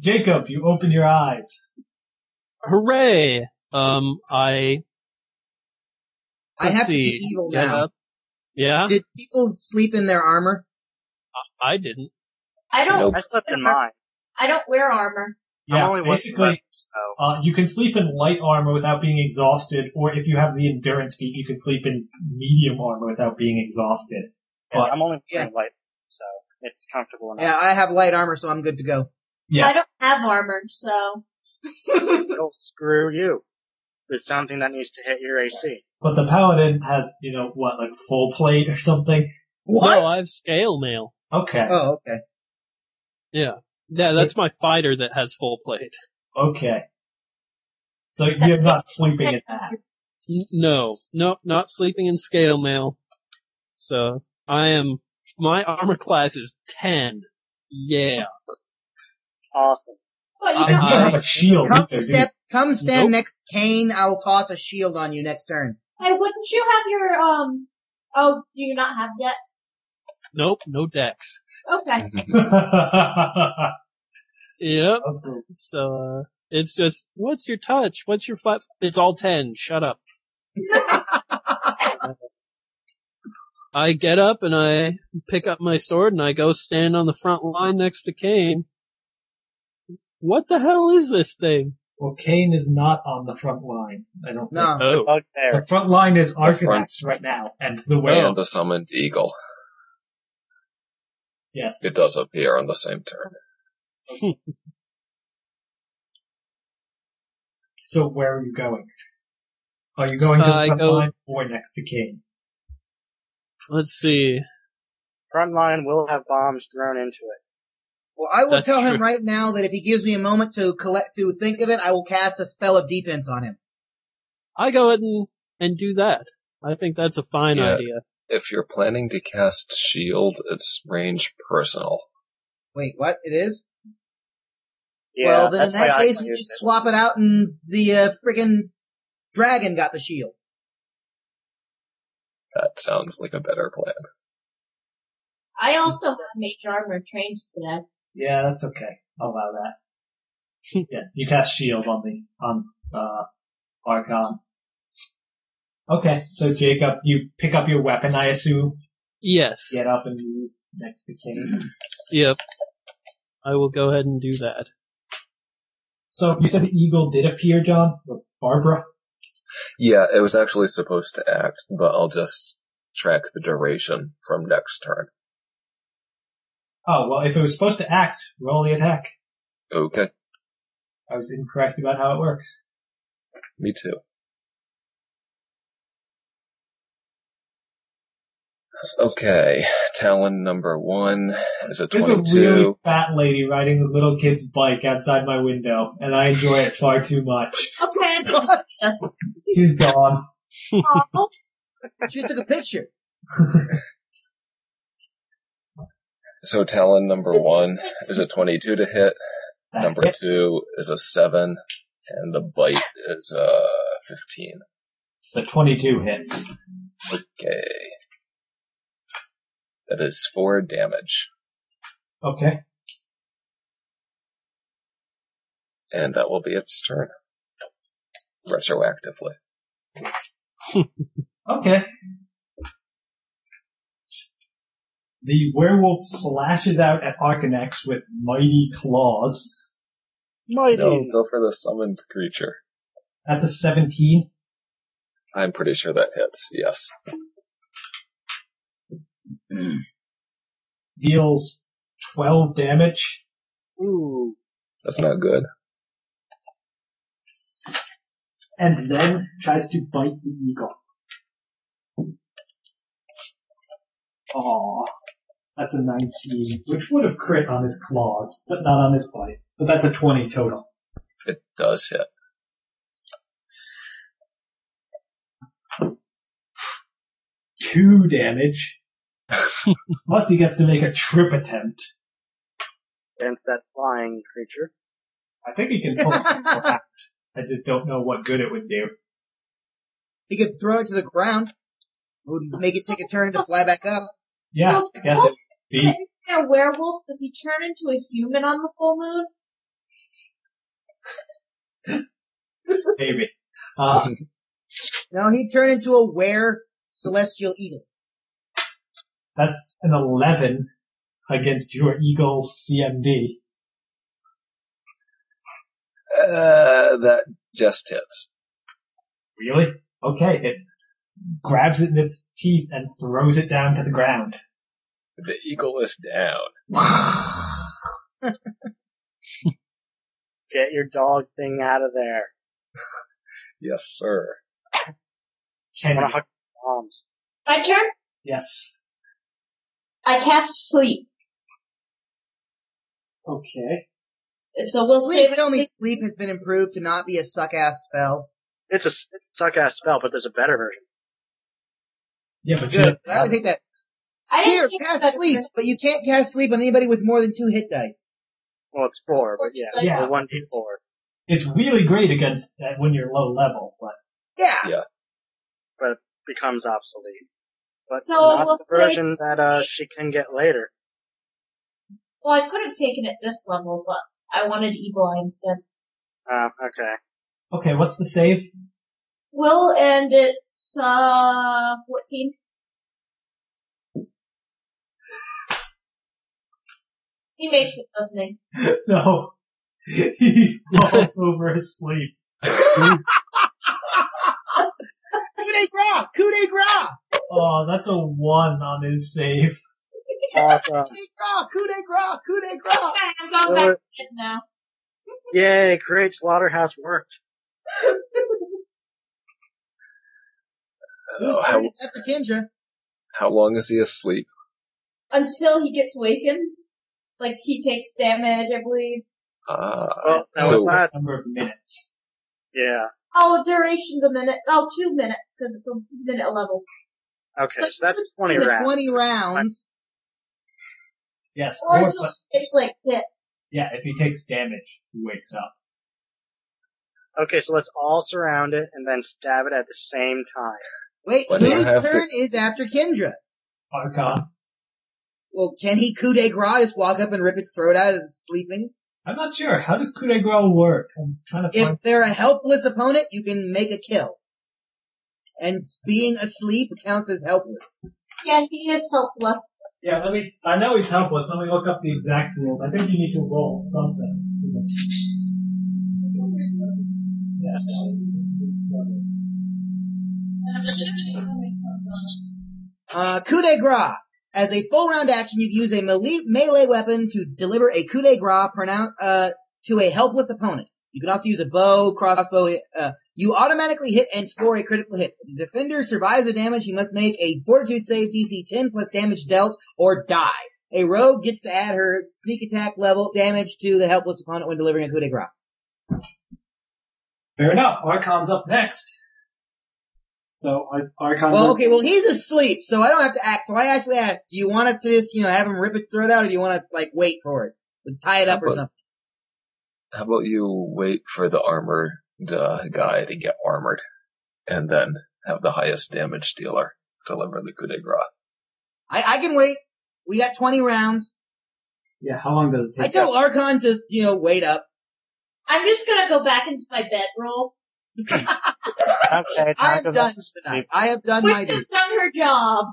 Speaker 2: Jacob, you open your eyes.
Speaker 7: Hooray! Um, I
Speaker 4: I
Speaker 7: Let's
Speaker 4: have to
Speaker 7: see.
Speaker 4: be evil
Speaker 7: get
Speaker 4: now.
Speaker 7: up. Yeah,
Speaker 4: Did people sleep in their armor?
Speaker 7: I didn't.
Speaker 6: I don't.
Speaker 5: Nope.
Speaker 3: I slept in mine.
Speaker 6: I don't wear armor.
Speaker 2: Yeah,
Speaker 3: I'm only
Speaker 2: basically,
Speaker 3: one so.
Speaker 2: uh, you can sleep in light armor without being exhausted, or if you have the endurance feat, you can sleep in medium armor without being exhausted.
Speaker 3: Yeah,
Speaker 2: But
Speaker 3: I'm only
Speaker 4: Yeah.
Speaker 3: wearing white, so it's comfortable enough.
Speaker 4: Yeah, I have light armor, so I'm good to go.
Speaker 2: Yeah.
Speaker 6: I don't have armor, so.
Speaker 3: It'll screw you. It's something that needs to hit your AC.
Speaker 2: but the paladin has, you know, what, like full plate or something?
Speaker 4: What?
Speaker 7: No, I have scale mail.
Speaker 2: Okay,
Speaker 4: Oh, okay.
Speaker 7: Yeah, that's my fighter that has full plate.
Speaker 2: okay. So you're not sleeping in that.
Speaker 7: N- No, no, not sleeping in scale mail. So I am. My armor class is ten. Yeah.
Speaker 3: Awesome.
Speaker 6: But you don't
Speaker 7: I-
Speaker 2: You don't have a
Speaker 7: Nice.
Speaker 2: shield
Speaker 4: Come
Speaker 2: either, do you?
Speaker 4: step, come stand
Speaker 7: Nope.
Speaker 4: next to Kane. I'll toss a shield on you next turn.
Speaker 6: Hey, wouldn't you have your, um, oh, do you not have decks?
Speaker 7: Nope. No dex.
Speaker 6: Okay.
Speaker 7: Yep.
Speaker 2: Also,
Speaker 7: So uh, it's just what's your touch? What's your flat? It's all ten. Shut up. I get up and I pick up my sword and I go stand on the front line next to Kane. What the hell is this thing?
Speaker 2: well, Kane is not on the front line. I don't think.
Speaker 4: No.
Speaker 3: The
Speaker 7: Oh,
Speaker 3: bug
Speaker 2: The
Speaker 3: there.
Speaker 2: front line is
Speaker 5: front-
Speaker 2: Archivacts right now, and the
Speaker 5: and
Speaker 2: werewolf.
Speaker 5: the summoned eagle.
Speaker 2: Yes.
Speaker 5: It does appear on the same turn.
Speaker 2: So where are you going? Are you going to the
Speaker 7: I
Speaker 2: front
Speaker 7: go-
Speaker 2: line or next to Kane?
Speaker 7: let's see.
Speaker 3: Front line will have bombs thrown into it.
Speaker 4: Well, I will
Speaker 7: That's
Speaker 4: tell him
Speaker 7: true.
Speaker 4: right now that if he gives me a moment to collect, to think of it, I will cast a spell of defense on him.
Speaker 7: I go ahead and, and do that. I think that's a fine
Speaker 5: Yeah.
Speaker 7: idea.
Speaker 5: If you're planning to cast shield, it's range personal.
Speaker 4: Wait, what? It is?
Speaker 3: Yeah,
Speaker 4: well, then in
Speaker 3: that's why
Speaker 4: that
Speaker 3: I
Speaker 4: case, we
Speaker 3: used
Speaker 4: just
Speaker 3: it.
Speaker 4: swap it out and the, uh, friggin' dragon got the shield.
Speaker 5: That sounds like a better plan.
Speaker 6: I also have mage armor trained today.
Speaker 2: Yeah, that's okay. I'll allow that. yeah, you cast shield on the on uh Archon. Okay, so Jacob, you pick up your weapon, I assume,
Speaker 7: Yes.
Speaker 2: get up and move next to Kane.
Speaker 7: Yep. I will go ahead and do that.
Speaker 2: So you said the eagle did appear, John? Or Barbara?
Speaker 5: Yeah, it was actually supposed to act, but I'll just track the duration from next turn.
Speaker 2: Oh well if it was supposed to act, roll the attack.
Speaker 5: Okay,
Speaker 2: I was incorrect about how it works.
Speaker 5: me too. Okay, Talon number one is a
Speaker 2: There's
Speaker 5: 22.
Speaker 2: a really fat lady riding a little kid's bike outside my window, and I enjoy it far too much.
Speaker 6: Okay, I didn't see us.
Speaker 2: She's gone.
Speaker 6: Aw.
Speaker 4: She took a picture.
Speaker 5: So Talon number one is a 22 to hit.
Speaker 2: That
Speaker 5: Number
Speaker 2: hits.
Speaker 5: two is a seven, and the bite is a 15.
Speaker 2: The 22 hits.
Speaker 5: Okay. That is four damage,
Speaker 2: Okay.
Speaker 5: and that will be its turn. Retroactively.
Speaker 2: Okay. The werewolf slashes out at Arcanax with mighty claws.
Speaker 3: Mighty.
Speaker 5: No, go for the summoned creature.
Speaker 2: That's a 17.
Speaker 5: I'm pretty sure that hits, yes.
Speaker 2: Deals 12 damage.
Speaker 3: Ooh.
Speaker 5: That's not good.
Speaker 2: And then tries to bite the eagle. Aww. That's a 19, which would have crit on his claws, but not on his bite. But that's a 20 total.
Speaker 5: It does hit.
Speaker 2: Two damage. Plus he gets to make a trip attempt.
Speaker 3: Against that flying creature.
Speaker 2: I think he can pull it out. I just don't know what good it would do.
Speaker 4: He could throw it to the ground. It would make it take a turn to fly back up.
Speaker 2: Yeah, I guess it would be.
Speaker 6: A werewolf? Does he turn into a human on the full moon?
Speaker 2: Maybe. Uh,
Speaker 4: No, he'd turn into a were celestial eagle.
Speaker 2: that's an 11 against your Eagle CMD.
Speaker 5: Uh, that just hits.
Speaker 2: Really? Okay, it grabs it in its teeth and throws it down to the ground.
Speaker 5: The eagle is down.
Speaker 3: Get your dog thing out of there.
Speaker 5: Yes, sir.
Speaker 3: I wanna
Speaker 2: Kennedy.
Speaker 3: hug your arms.
Speaker 6: My turn?
Speaker 2: Yes.
Speaker 6: I cast sleep.
Speaker 2: Okay.
Speaker 6: It's a will
Speaker 4: Please
Speaker 6: save.
Speaker 4: tell me sleep has been improved to not be a suck ass spell.
Speaker 3: It's a, it's a suck ass spell, but there's a better version.
Speaker 2: Yeah, but
Speaker 4: Good.
Speaker 2: you-
Speaker 4: I always think that.
Speaker 6: I didn't
Speaker 4: Here,
Speaker 6: take
Speaker 4: cast
Speaker 6: that
Speaker 4: sleep, but you can't cast sleep on anybody with more than two hit dice.
Speaker 3: Well, it's four, but yeah.
Speaker 2: Yeah,
Speaker 3: Or one d
Speaker 2: it's-
Speaker 3: four.
Speaker 2: it's really great against that when you're low level, but
Speaker 4: Yeah.
Speaker 3: Becomes obsolete. But
Speaker 6: So
Speaker 3: not
Speaker 6: we'll
Speaker 3: the
Speaker 6: say-
Speaker 3: version that, uh, she can get later.
Speaker 6: Well, I could have taken it this level, but I wanted evil eye instead.
Speaker 3: Uh, okay.
Speaker 2: okay, what's the save?
Speaker 6: Will and it's uh 14. He makes it, doesn't he?
Speaker 2: no. he falls over asleep.
Speaker 4: Coup de grace! Coup de grace!
Speaker 2: Oh, that's a one on his save.
Speaker 3: Awesome.
Speaker 4: Coup de grace! Coup de grace! Coup de grace!
Speaker 6: Okay, I'm going back
Speaker 3: Will
Speaker 6: to
Speaker 3: it-
Speaker 6: bed now.
Speaker 3: Yay, great slaughterhouse worked.
Speaker 4: Who's
Speaker 5: Oh,
Speaker 4: turn
Speaker 5: how,
Speaker 4: is that for Kendra?
Speaker 5: how long is he asleep?
Speaker 6: Until he gets wakened. Like he takes damage, I believe.
Speaker 5: Ah,
Speaker 3: Well, Oh, that
Speaker 5: So-
Speaker 3: was last,
Speaker 2: number of minutes.
Speaker 3: yeah.
Speaker 6: Oh, duration's a minute. Oh, two minutes, because it's a minute level.
Speaker 3: Okay,
Speaker 6: But
Speaker 3: so that's
Speaker 6: six
Speaker 3: 20
Speaker 6: to
Speaker 3: rounds.
Speaker 4: 20 rounds.
Speaker 2: Yes,
Speaker 6: Or
Speaker 2: or,
Speaker 6: until it's like hit.
Speaker 2: yeah, if he takes damage, he wakes up.
Speaker 3: Okay, so let's all surround it and then stab it at the same time.
Speaker 4: Wait,
Speaker 5: Why do you
Speaker 4: whose
Speaker 5: have to-
Speaker 4: turn is after Kendra?
Speaker 2: Archon.
Speaker 4: Well, can he coup de grace just walk up and rip its throat out as it's sleeping?
Speaker 2: I'm not sure. How does coup de grace work? I'm trying to find.
Speaker 4: If they're a helpless opponent, you can make a kill. And being asleep counts as helpless.
Speaker 6: Yeah, he is helpless.
Speaker 2: Yeah, let me. I know he's helpless. Let me look up the exact rules. I think you need to roll something. Yeah.
Speaker 4: Uh, coup de grace. As a full round action, you can use a melee, melee weapon to deliver a coup de grace pronoun- uh, to a helpless opponent. You can also use a bow, crossbow, uh, you automatically hit and score a critical hit. If the defender survives the damage, he must make a fortitude save DC 10 plus damage dealt or die. A rogue gets to add her sneak attack level damage to the helpless opponent when delivering a coup de grace.
Speaker 2: Fair enough. Archon's up next. So I've archived.
Speaker 4: Well,
Speaker 2: it.
Speaker 4: okay, well he's asleep, so I don't have to act. So I actually asked, do you want us to just, you know, have him rip its throat out, or do you want to like wait for it, tie it up or
Speaker 5: But-
Speaker 4: something?
Speaker 5: How about you wait for the armored uh, guy to get armored, and then have the highest damage dealer deliver the coup de grace?
Speaker 4: I, I can wait. We got 20 rounds.
Speaker 2: Yeah, how long does it take?
Speaker 4: I tell Archon to, you know, wait up.
Speaker 6: I'm just gonna go back into my bedroll.
Speaker 3: Okay,
Speaker 4: I
Speaker 3: time
Speaker 4: am
Speaker 3: goes
Speaker 4: done
Speaker 3: up.
Speaker 4: tonight. I have done my
Speaker 6: Which
Speaker 4: duty.
Speaker 6: has done her job.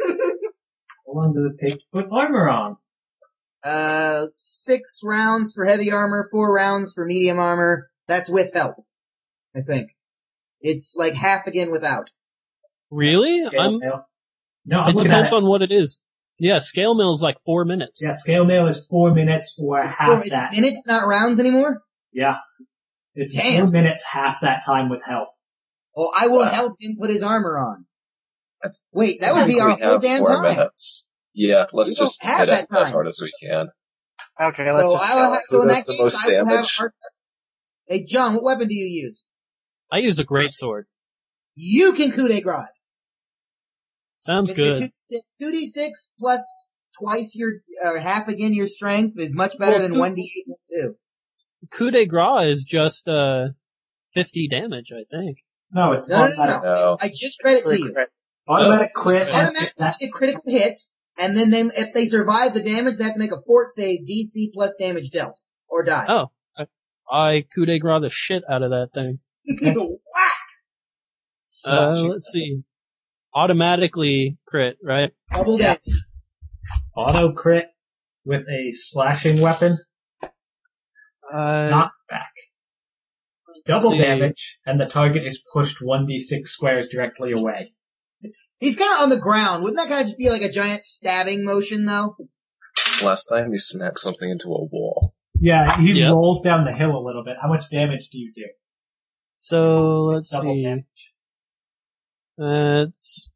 Speaker 2: How long does it take to put armor on?
Speaker 4: Uh, six rounds for heavy armor, four rounds for medium armor. That's with help, I think. It's like half again without.
Speaker 7: Really?
Speaker 2: Scale
Speaker 7: I'm,
Speaker 2: mail. No, I'm
Speaker 7: it
Speaker 2: looking at
Speaker 7: depends
Speaker 2: it.
Speaker 7: on what it is. Yeah, scale mill's like four minutes.
Speaker 2: Yeah, scale mail is four minutes or
Speaker 4: It's, four,
Speaker 2: half
Speaker 4: it's
Speaker 2: that.
Speaker 4: minutes, not rounds anymore.
Speaker 2: yeah, it's
Speaker 4: Damn.
Speaker 2: four minutes, half that time with help.
Speaker 4: Well, I will
Speaker 5: Wow.
Speaker 4: help him put his armor on. Wait, that
Speaker 5: I
Speaker 4: would
Speaker 5: think
Speaker 4: be our
Speaker 5: we
Speaker 4: whole
Speaker 5: have
Speaker 4: damn
Speaker 5: four
Speaker 4: time.
Speaker 5: minutes. Yeah, let's
Speaker 4: We don't
Speaker 5: just
Speaker 4: have
Speaker 5: hit it
Speaker 4: that
Speaker 5: as
Speaker 4: time.
Speaker 5: hard as we can.
Speaker 3: Okay, let's
Speaker 4: So
Speaker 3: just
Speaker 4: I
Speaker 3: go.
Speaker 4: will have,
Speaker 5: Who
Speaker 4: so in that
Speaker 5: does the
Speaker 4: case,
Speaker 5: most
Speaker 4: I will have
Speaker 5: damage?
Speaker 4: Arthur. Hey John, what weapon do you use?
Speaker 7: I used a great sword.
Speaker 4: You can coup de grace.
Speaker 7: Sounds good.
Speaker 4: Two d six plus twice your or half again your strength is much better
Speaker 7: Well,
Speaker 4: than
Speaker 7: coup-
Speaker 4: one d eight plus two.
Speaker 7: Coup de grace is just, uh, 50 damage, I think.
Speaker 2: No, it's
Speaker 4: No, no, no,
Speaker 2: automatic.
Speaker 4: no.
Speaker 5: No.
Speaker 4: I just read it to you.
Speaker 3: Regret.
Speaker 2: Automatic crit.
Speaker 7: Okay.
Speaker 2: and
Speaker 4: Automatically
Speaker 2: that-
Speaker 4: get critical hits, and then they, if they survive the damage, they have to make a fort save DC plus damage dealt or die.
Speaker 7: Oh. I, I coup de grace the shit out of that thing.
Speaker 4: Whack!
Speaker 7: Uh,
Speaker 2: Slash.
Speaker 7: let's see. Automatically crit, right?
Speaker 4: Double
Speaker 2: Yeah.
Speaker 4: damage.
Speaker 2: Auto crit with a slashing weapon,
Speaker 7: Uh,
Speaker 2: knockback, double
Speaker 7: see.
Speaker 2: damage, and the target is pushed 1d6 squares directly away.
Speaker 4: He's kind of on the ground. Wouldn't that kind of just be like a giant stabbing motion though?
Speaker 5: Last time he smacked something into a wall.
Speaker 2: Yeah, he
Speaker 7: Yeah.
Speaker 2: rolls down the hill a little bit. How much damage do you do?
Speaker 7: So let's
Speaker 2: It's double
Speaker 7: see.
Speaker 2: damage.
Speaker 7: That's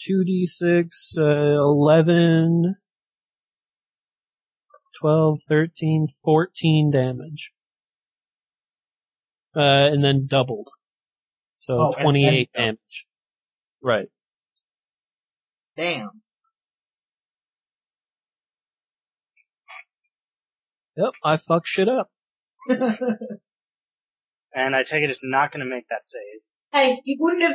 Speaker 7: two d six, uh, 11, 12, 13, 14 damage. Uh, and then doubled.
Speaker 2: Oh,
Speaker 7: So
Speaker 2: and then
Speaker 7: 28
Speaker 2: doubled.
Speaker 7: damage. Right.
Speaker 4: Damn.
Speaker 7: Yep, I fuck shit up.
Speaker 3: And I take it it's not going to make that save.
Speaker 6: Hey, you wouldn't have,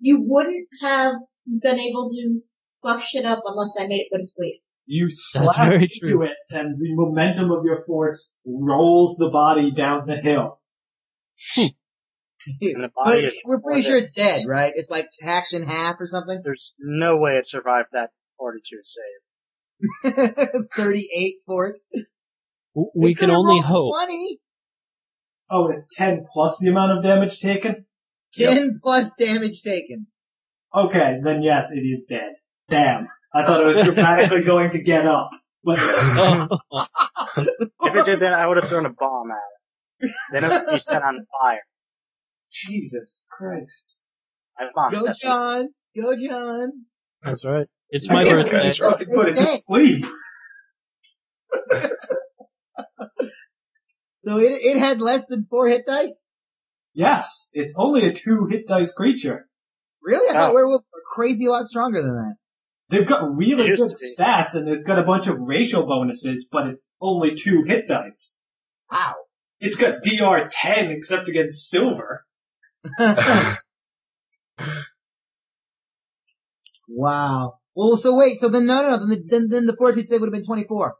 Speaker 6: you wouldn't have been able to fuck shit up unless I made it go to sleep.
Speaker 2: You slash
Speaker 7: very
Speaker 2: into
Speaker 7: true.
Speaker 2: it, and the momentum of your force rolls the body down the hill.
Speaker 3: And the
Speaker 4: But
Speaker 3: body is.
Speaker 4: we're pretty sure it's dead, right? It's like hacked in half or something.
Speaker 3: There's no way it survived that fortitude save.
Speaker 4: 38 fort.
Speaker 7: W- We can only hope.
Speaker 4: 20.
Speaker 2: Oh, and it's 10 plus the amount of damage taken?
Speaker 4: 10 plus damage taken.
Speaker 2: Okay, then yes, it is dead. Damn. I thought it was dramatically going to get up. But
Speaker 7: Oh,
Speaker 3: If it did that, I would have thrown a bomb at it. Then it would be set on fire.
Speaker 2: Jesus Christ.
Speaker 3: I bombed
Speaker 4: Go
Speaker 3: that thing.
Speaker 4: John. Go John.
Speaker 7: that's right. It's
Speaker 5: I
Speaker 7: my
Speaker 5: think I
Speaker 7: birthday.
Speaker 5: tried.
Speaker 2: Put it to sleep.
Speaker 4: So it, it had less than four hit dice?
Speaker 2: Yes, it's only a two hit dice creature.
Speaker 4: Really?
Speaker 3: Oh.
Speaker 4: I thought werewolves were crazy a lot stronger than that.
Speaker 2: They've got really
Speaker 3: It used
Speaker 2: good
Speaker 3: to be.
Speaker 2: stats and it's got a bunch of racial bonuses, but it's only two hit dice.
Speaker 4: Wow.
Speaker 2: It's got DR 10 except against silver.
Speaker 4: wow. Well, so wait, so then no, no, no, then the, then, then the fortitude save would have been 24.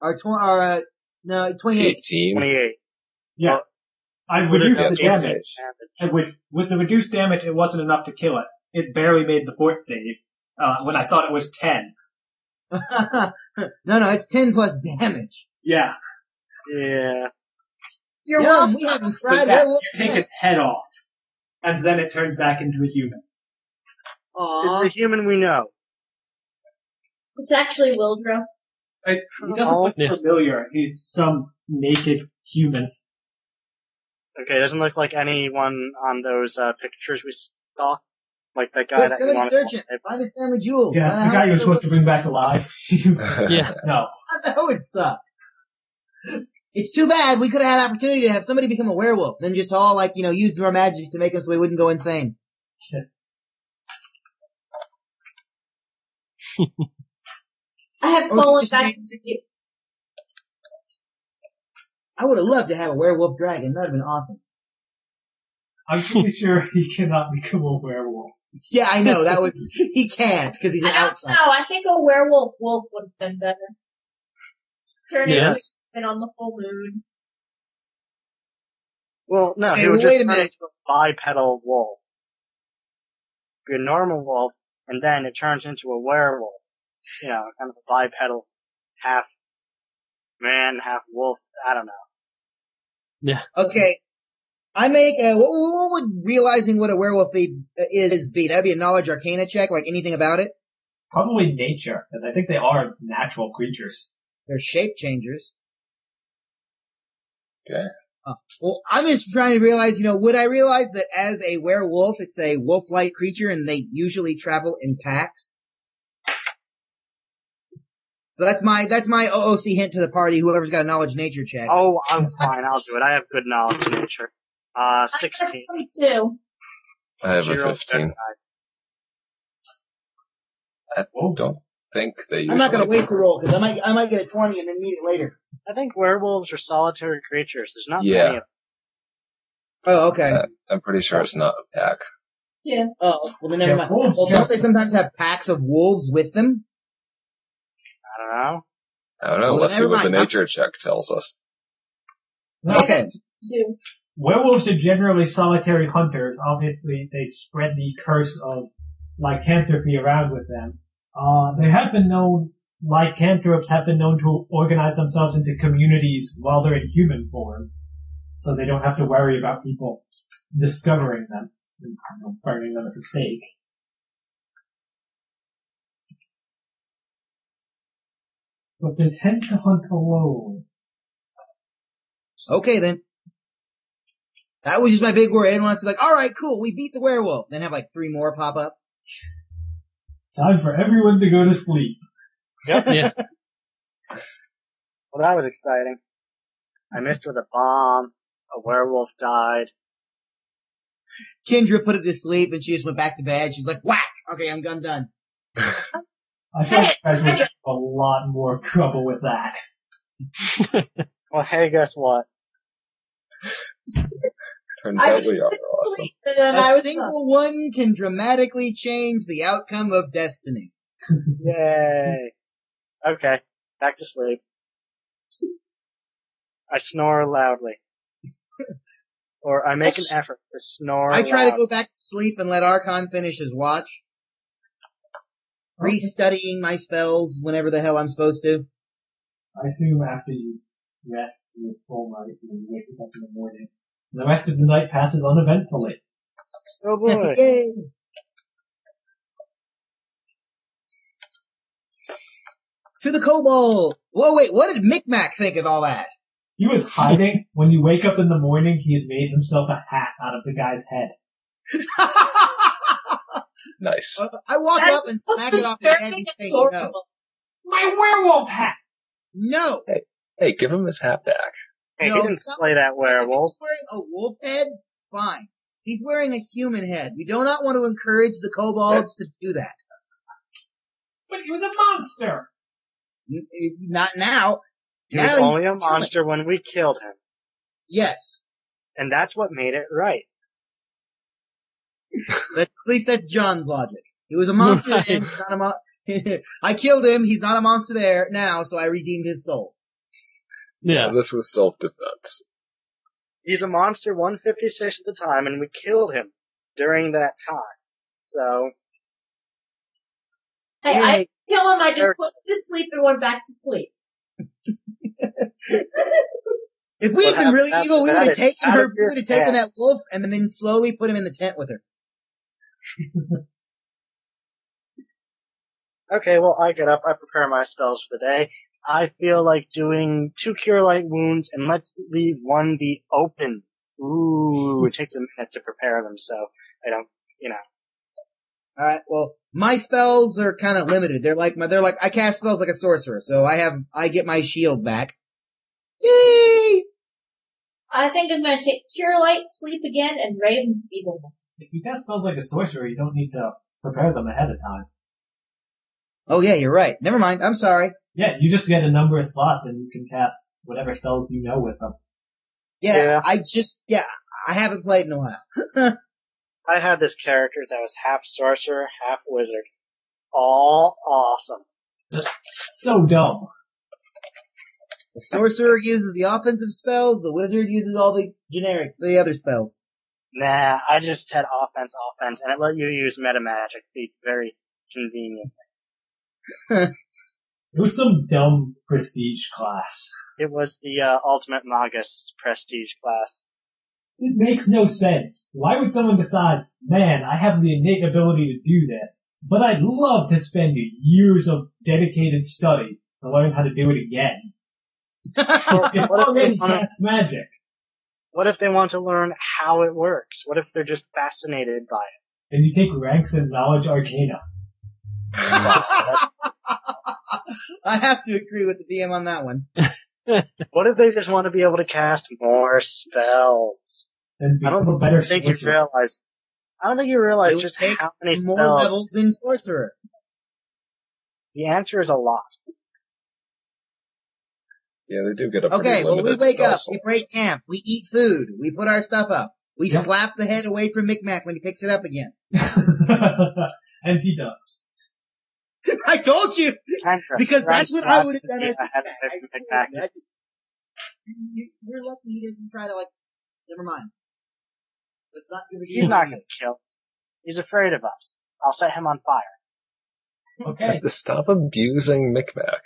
Speaker 4: Or tw- or, uh, no, 28.
Speaker 5: 18.
Speaker 3: 28.
Speaker 2: Yeah.
Speaker 3: Well,
Speaker 2: I
Speaker 3: Would've
Speaker 2: reduced
Speaker 5: got
Speaker 2: the
Speaker 5: the damage.
Speaker 2: damage.
Speaker 3: Damage.
Speaker 2: And with, with the reduced damage, it wasn't enough to kill it. It barely made the fort save, uh, when I thought it was 10.
Speaker 4: no, no, it's 10 plus damage.
Speaker 2: Yeah,
Speaker 3: Yeah.
Speaker 6: You're
Speaker 4: Yum,
Speaker 6: welcome.
Speaker 4: we haven't
Speaker 2: so
Speaker 4: fried
Speaker 2: that, you
Speaker 4: werewolf
Speaker 2: take
Speaker 4: yet.
Speaker 2: its head off, and then it turns back into a human.
Speaker 3: It's
Speaker 4: Aw.
Speaker 3: the human we know.
Speaker 6: It's actually Wildro.
Speaker 2: It, he doesn't look
Speaker 7: Yeah.
Speaker 2: familiar, he's some naked human.
Speaker 3: Okay, it doesn't look like anyone on those uh, pictures we saw. Like that guy
Speaker 4: Wait,
Speaker 3: that we
Speaker 4: somebody
Speaker 3: wanted
Speaker 4: search
Speaker 3: to
Speaker 4: it. Find his family jewels.
Speaker 2: Yeah,
Speaker 4: Find
Speaker 2: it's the
Speaker 4: out
Speaker 2: guy
Speaker 4: how
Speaker 2: you were
Speaker 4: much
Speaker 2: supposed to bring back alive.
Speaker 7: Yeah.
Speaker 2: no.
Speaker 4: that would suck. It's too bad. We could have had opportunity to have somebody become a werewolf, then just all like you know use more magic to make him so he wouldn't go insane.
Speaker 6: I have
Speaker 4: Or we
Speaker 6: fallen
Speaker 4: just
Speaker 6: back
Speaker 4: make-
Speaker 6: into the
Speaker 4: I would have loved to have a werewolf dragon. That'd have been awesome.
Speaker 2: I'm pretty sure he cannot become a werewolf.
Speaker 4: Yeah, I know. That was he can't because he's an
Speaker 6: I don't
Speaker 4: outsider.
Speaker 6: know. I think a werewolf wolf would have been better. Turning
Speaker 7: Yeah.
Speaker 6: yeah. and on the full moon.
Speaker 3: Well, no,
Speaker 4: Okay,
Speaker 3: he would
Speaker 4: well, wait
Speaker 3: just
Speaker 4: a
Speaker 3: turn
Speaker 4: minute.
Speaker 3: into a bipedal wolf. Be a normal wolf, and then it turns into a werewolf. You know, kind of a bipedal, half man, half wolf. I don't know.
Speaker 4: Okay. I make a, what, what would realizing what a werewolf be, uh, is be? That'd be a knowledge arcana check, like anything about it.
Speaker 2: Probably nature, because I think they are natural creatures.
Speaker 4: They're shape changers.
Speaker 5: Okay.
Speaker 4: Uh, well, I'm just trying to realize, you know, would I realize that as a werewolf, it's a wolf-like creature and they usually travel in packs? So that's my, that's my OOC hint to the party, whoever's got a knowledge nature check.
Speaker 3: Oh, I'm fine. I'll do it. I have good knowledge of nature. Uh,
Speaker 6: I got
Speaker 3: 16.
Speaker 6: 22.
Speaker 5: I have a
Speaker 3: Zero
Speaker 5: 15. I don't think they usually.
Speaker 4: I'm not gonna waste a roll, cause I might, I might get a 20 and then need it later.
Speaker 3: I think werewolves are solitary creatures. There's not
Speaker 5: Yeah.
Speaker 3: many of
Speaker 4: Oh, okay.
Speaker 5: Uh, I'm pretty sure it's not a pack.
Speaker 6: Yeah.
Speaker 4: Oh, well then never
Speaker 2: Yeah,
Speaker 4: mind.
Speaker 2: wolves
Speaker 4: Well,
Speaker 2: count.
Speaker 4: don't they sometimes have packs of wolves with them?
Speaker 3: I don't know.
Speaker 5: I don't know.
Speaker 4: Well,
Speaker 5: Let's see
Speaker 4: never
Speaker 5: what the
Speaker 4: mind.
Speaker 5: nature check tells us.
Speaker 4: Okay.
Speaker 6: Two.
Speaker 2: Werewolves are generally solitary hunters. Obviously, they spread the curse of lycanthropy around with them. Uh, they have been known, lycanthropes have been known to organize themselves into communities while they're in human form, so they don't have to worry about people discovering them and you know, burning them at the stake. But they tend to hunt alone.
Speaker 4: Okay then. That was just my big worry. I didn't want us to be like, alright, cool, we beat the werewolf. Then have like three more pop up.
Speaker 2: Time for everyone to go to sleep.
Speaker 3: Well, that was exciting. I missed with a bomb. A werewolf died.
Speaker 4: Kendra put it to sleep and she just went back to bed. She's like, whack! Okay, I'm, I'm done.
Speaker 2: I
Speaker 6: Hey,
Speaker 2: thought you guys would
Speaker 6: Kendra.
Speaker 2: have a lot more trouble with that.
Speaker 3: Well, hey, guess what?
Speaker 5: Turns
Speaker 6: I
Speaker 5: out
Speaker 6: was
Speaker 5: we are
Speaker 6: put to
Speaker 5: awesome.
Speaker 6: sleep and then I
Speaker 4: A
Speaker 6: was
Speaker 4: single one can dramatically change the outcome of destiny.
Speaker 3: Yay. Okay, back to sleep. I snore loudly. Or I make an effort to snore
Speaker 4: I try to
Speaker 3: loud.
Speaker 4: go back to sleep and let Archon finish his watch. Restudying my spells whenever the hell I'm supposed to.
Speaker 2: I assume after you rest your full night and you wake up in the morning, the rest of the night passes uneventfully.
Speaker 3: Oh boy.
Speaker 4: Yay. To the kobold! Whoa wait, what did Micmac think of all that?
Speaker 2: He was hiding. when you wake up in the morning, he's made himself a hat out of the guy's head.
Speaker 5: Nice.
Speaker 4: Uh, I walk
Speaker 6: That's
Speaker 4: up and
Speaker 6: so
Speaker 4: smack it off his head and
Speaker 6: disturbing
Speaker 4: say,
Speaker 6: and
Speaker 4: no.
Speaker 6: adorable.
Speaker 2: My werewolf hat!
Speaker 4: No!
Speaker 5: Hey, give him his hat back.
Speaker 3: Hey,
Speaker 4: no,
Speaker 3: he didn't
Speaker 4: stop.
Speaker 3: slay that werewolf.
Speaker 4: He's wearing a wolf head? Fine. He's wearing a human head. We do not want to encourage the kobolds to do that.
Speaker 2: But he was a monster!
Speaker 4: N- n- Not now.
Speaker 3: He
Speaker 4: now
Speaker 3: was
Speaker 4: he's
Speaker 3: only a
Speaker 4: human.
Speaker 3: monster when we killed him.
Speaker 4: Yes.
Speaker 3: And that's what made it right.
Speaker 4: But at least that's John's logic. He was a monster
Speaker 7: Right.
Speaker 4: then, he's not a mon- I killed him, he's not a monster there now, so I redeemed his soul.
Speaker 7: Yeah.
Speaker 5: This was self-defense.
Speaker 3: He's a monster 156 at the time, and we killed him during that time. So,
Speaker 6: Hey, I didn't kill him. I just
Speaker 3: Eric.
Speaker 6: put him to sleep and went back to sleep.
Speaker 4: If we
Speaker 3: What
Speaker 4: had been
Speaker 3: happened
Speaker 4: really
Speaker 3: after
Speaker 4: evil, we
Speaker 3: that
Speaker 4: would
Speaker 3: is
Speaker 4: have taken
Speaker 3: out
Speaker 4: her,
Speaker 3: of
Speaker 4: we
Speaker 3: your
Speaker 4: would have
Speaker 3: head.
Speaker 4: taken that wolf and then slowly put him in the tent with her.
Speaker 3: okay, well, I get up, I prepare my spells for the day. I feel like doing two cure light wounds, and let's leave one be open. Ooh, it takes a minute to prepare them, so I don't, you know.
Speaker 4: All right. Well, my spells are kind of limited. They're like my, they're like I cast spells like a sorcerer, so I have I get my shield back. Yay!
Speaker 6: I think I'm gonna take Cure Light, Sleep again, and Raven Feeble.
Speaker 2: If you cast spells like a sorcerer, you don't need to prepare them ahead of time.
Speaker 4: Oh yeah, you're right. Never mind. I'm sorry.
Speaker 2: Yeah, you just get a number of slots and you can cast whatever spells you know with them.
Speaker 4: Yeah,
Speaker 3: Yeah.
Speaker 4: I just yeah, I haven't played in a while.
Speaker 3: I had this character that was half sorcerer, half wizard. All awesome.
Speaker 2: So dumb.
Speaker 4: The sorcerer uses the offensive spells. The wizard uses all the generic, the other spells.
Speaker 3: Nah, I just had offense, offense, and it let you use meta magic. It's very convenient.
Speaker 2: It was some dumb prestige class.
Speaker 3: It was the uh, ultimate magus prestige class.
Speaker 2: It makes no sense. Why would someone decide, man, I have the innate ability to do this, but I'd love to spend years of dedicated study to learn how to do it again. It's
Speaker 3: What if
Speaker 2: already
Speaker 3: they wanna-
Speaker 2: cast magic.
Speaker 3: What if they want to learn how it works? What if they're just fascinated by it?
Speaker 2: And you take ranks in knowledge arcana.
Speaker 4: I have to agree with the DM on that one.
Speaker 3: What if they just want to be able to cast more spells?
Speaker 2: and
Speaker 3: I don't
Speaker 2: become a better
Speaker 3: I think you
Speaker 2: sorcerer.
Speaker 3: realize. I don't think you realize
Speaker 4: It would
Speaker 3: just
Speaker 4: take
Speaker 3: how many
Speaker 4: More
Speaker 3: spells.
Speaker 4: levels in sorcerer.
Speaker 3: The answer is a lot.
Speaker 5: Yeah, they do get a pretty
Speaker 4: Okay, well we
Speaker 5: limited
Speaker 4: wake
Speaker 5: spell
Speaker 4: up,
Speaker 5: slot.
Speaker 4: we break camp, we eat food, we put our stuff up, we
Speaker 2: Yep.
Speaker 4: slap the head away from Micmac when he picks it up again.
Speaker 2: and he does.
Speaker 4: I told you
Speaker 3: Tantra.
Speaker 4: because that's what I would have done. As
Speaker 3: I had to
Speaker 4: I
Speaker 3: pick
Speaker 4: swear,
Speaker 3: back.
Speaker 4: I just- You- You're lucky he doesn't try to like. Never mind. Let's not give a
Speaker 3: He's not gonna kill us. He's afraid of us. I'll set him on fire.
Speaker 2: Okay.
Speaker 5: Stop abusing Micmac.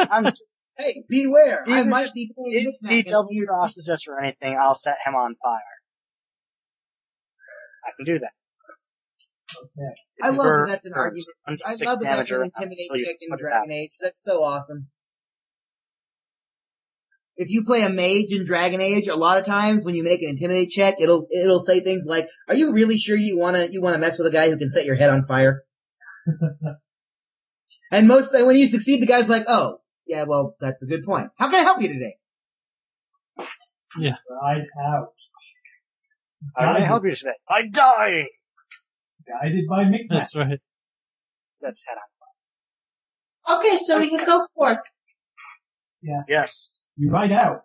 Speaker 3: I'm,
Speaker 4: Hey, beware! I
Speaker 3: Even
Speaker 4: might
Speaker 3: just-
Speaker 4: be pulling
Speaker 3: if
Speaker 4: Micmac.
Speaker 3: he
Speaker 4: in
Speaker 3: double
Speaker 4: here.
Speaker 3: crosses us or anything, I'll set him on fire. I can do that.
Speaker 2: okay.
Speaker 4: I love
Speaker 3: We're-
Speaker 4: that that's an
Speaker 3: we're-
Speaker 4: argument.
Speaker 3: I'm
Speaker 4: I
Speaker 3: six
Speaker 4: love that that's
Speaker 3: damage
Speaker 4: an
Speaker 3: around,
Speaker 4: intimidate
Speaker 3: so you
Speaker 4: check in
Speaker 3: put it
Speaker 4: Dragon Age. That's so awesome. If you play a mage in Dragon Age, a lot of times when you make an intimidate check, it'll it'll say things like, "Are you really sure you wanna you wanna mess with a guy who can set your head on fire?" and most when you succeed, the guy's like, "Oh, yeah, well, that's a good point. How can I help you today?"
Speaker 2: Ride out.
Speaker 3: out. How can I help you today? I'm dying!
Speaker 2: Guided by Micmac.
Speaker 7: That's right.
Speaker 3: Sets head on.
Speaker 6: Okay, so we can go forth.
Speaker 2: Yes.
Speaker 3: Yes.
Speaker 2: You ride out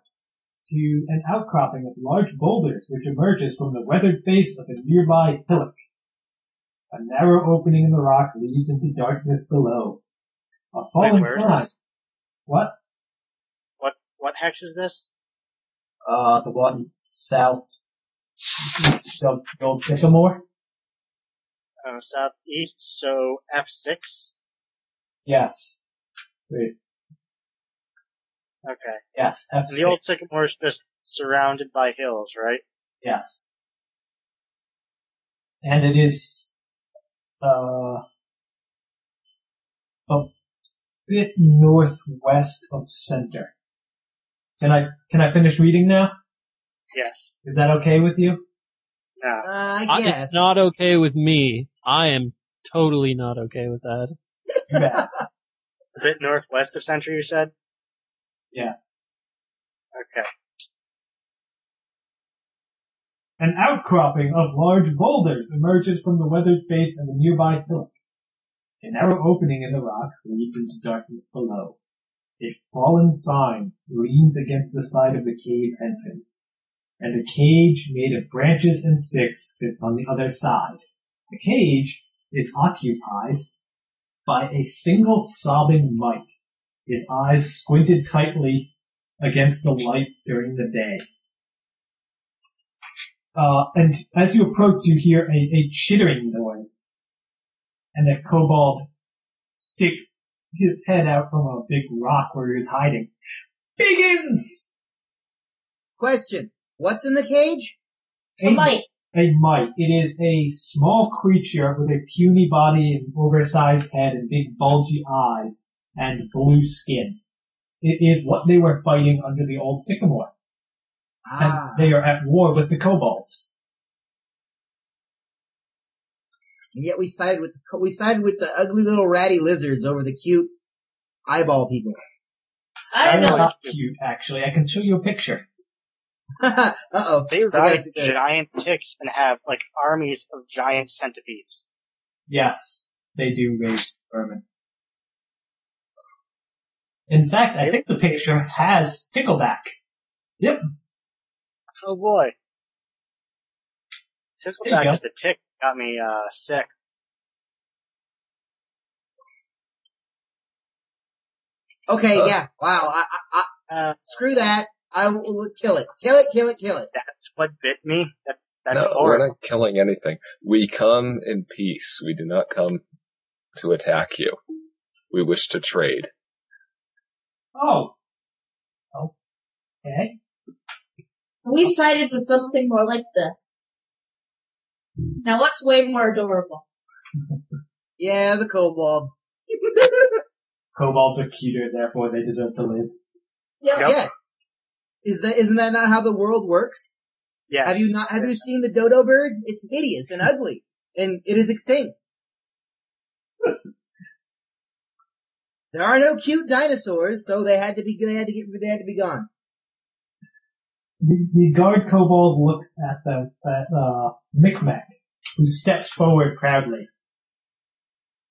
Speaker 2: to an outcropping of large boulders which emerges from the weathered face of a nearby hillock. A narrow opening in the rock leads into darkness below. A
Speaker 3: Wait,
Speaker 2: fallen
Speaker 3: where is
Speaker 2: sign.
Speaker 3: this?
Speaker 2: What?
Speaker 3: What, what hex is this?
Speaker 2: Uh, the one south east of the old sycamore?
Speaker 3: Uh, southeast, so F6?
Speaker 2: Yes. Wait,
Speaker 3: Okay.
Speaker 2: Yes,
Speaker 3: And the
Speaker 2: F6.
Speaker 3: old sycamore is just surrounded by hills, right?
Speaker 2: Yes. And it is, uh, a bit northwest of center. Can I, can I finish reading now?
Speaker 3: Yes.
Speaker 2: Is that okay with you?
Speaker 3: No.
Speaker 4: Uh, I
Speaker 7: I-
Speaker 4: guess.
Speaker 7: It's not okay with me. I am totally not okay with that.
Speaker 2: Too bad.
Speaker 3: A bit northwest of Century, you said?
Speaker 2: yes.
Speaker 3: Okay.
Speaker 2: An outcropping of large boulders emerges from the weathered face of a nearby hillock. A narrow opening in the rock leads into darkness below. A fallen sign leans against the side of the cave entrance, and a cage made of branches and sticks sits on the other side. The cage is occupied by a single sobbing mite, his eyes squinted tightly against the light during the day. Uh, and as you approach, you hear a, a chittering noise. And the kobold sticks his head out from a big rock where he was hiding. Biggins!
Speaker 4: Question: What's in the cage?
Speaker 6: A mite.
Speaker 2: A mite. It is a small creature with a puny body and oversized head and big bulgy eyes and blue skin. It is what they were fighting under the old sycamore.
Speaker 4: Ah,
Speaker 2: And they are at war with the kobolds.
Speaker 4: and yet we sided with the, co- we sided with the ugly little ratty lizards over the cute eyeball people.
Speaker 6: I don't
Speaker 2: They're
Speaker 6: know.
Speaker 2: not cute, actually. I can show you a picture.
Speaker 4: uh oh.
Speaker 3: They
Speaker 4: I gotta
Speaker 3: ride
Speaker 4: see this.
Speaker 3: giant ticks and have like armies of giant centipedes.
Speaker 2: Yes, they do raise vermin. In fact, I think the picture has Tickleback. Yep.
Speaker 3: Oh boy.
Speaker 2: There you
Speaker 3: Tickleback
Speaker 2: go.
Speaker 3: is the tick that got me uh sick.
Speaker 4: Okay,
Speaker 5: Uh,
Speaker 4: yeah. Wow. I, I, I,
Speaker 3: Uh,
Speaker 4: screw that. I will will kill it. Kill it, kill it, kill it.
Speaker 3: that's what bit me. That's that's
Speaker 5: no,
Speaker 3: horrible.
Speaker 5: we're not killing anything. We come in peace. We do not come to attack you. We wish to trade.
Speaker 2: Oh. Okay.
Speaker 6: We sided with something more like this. Now what's way more adorable?
Speaker 4: Yeah, the kobold.
Speaker 2: Kobolds are cuter, therefore they deserve to live.
Speaker 3: Yep.
Speaker 4: Yes. Is that isn't that not how the world works?
Speaker 3: Yes.
Speaker 4: Have you not have you seen the dodo bird? It's hideous and ugly. And it is extinct. there are no cute dinosaurs, so they had to be they had to get they had to be gone.
Speaker 2: The, the guard kobold looks at the at, uh, Micmac, who steps forward proudly.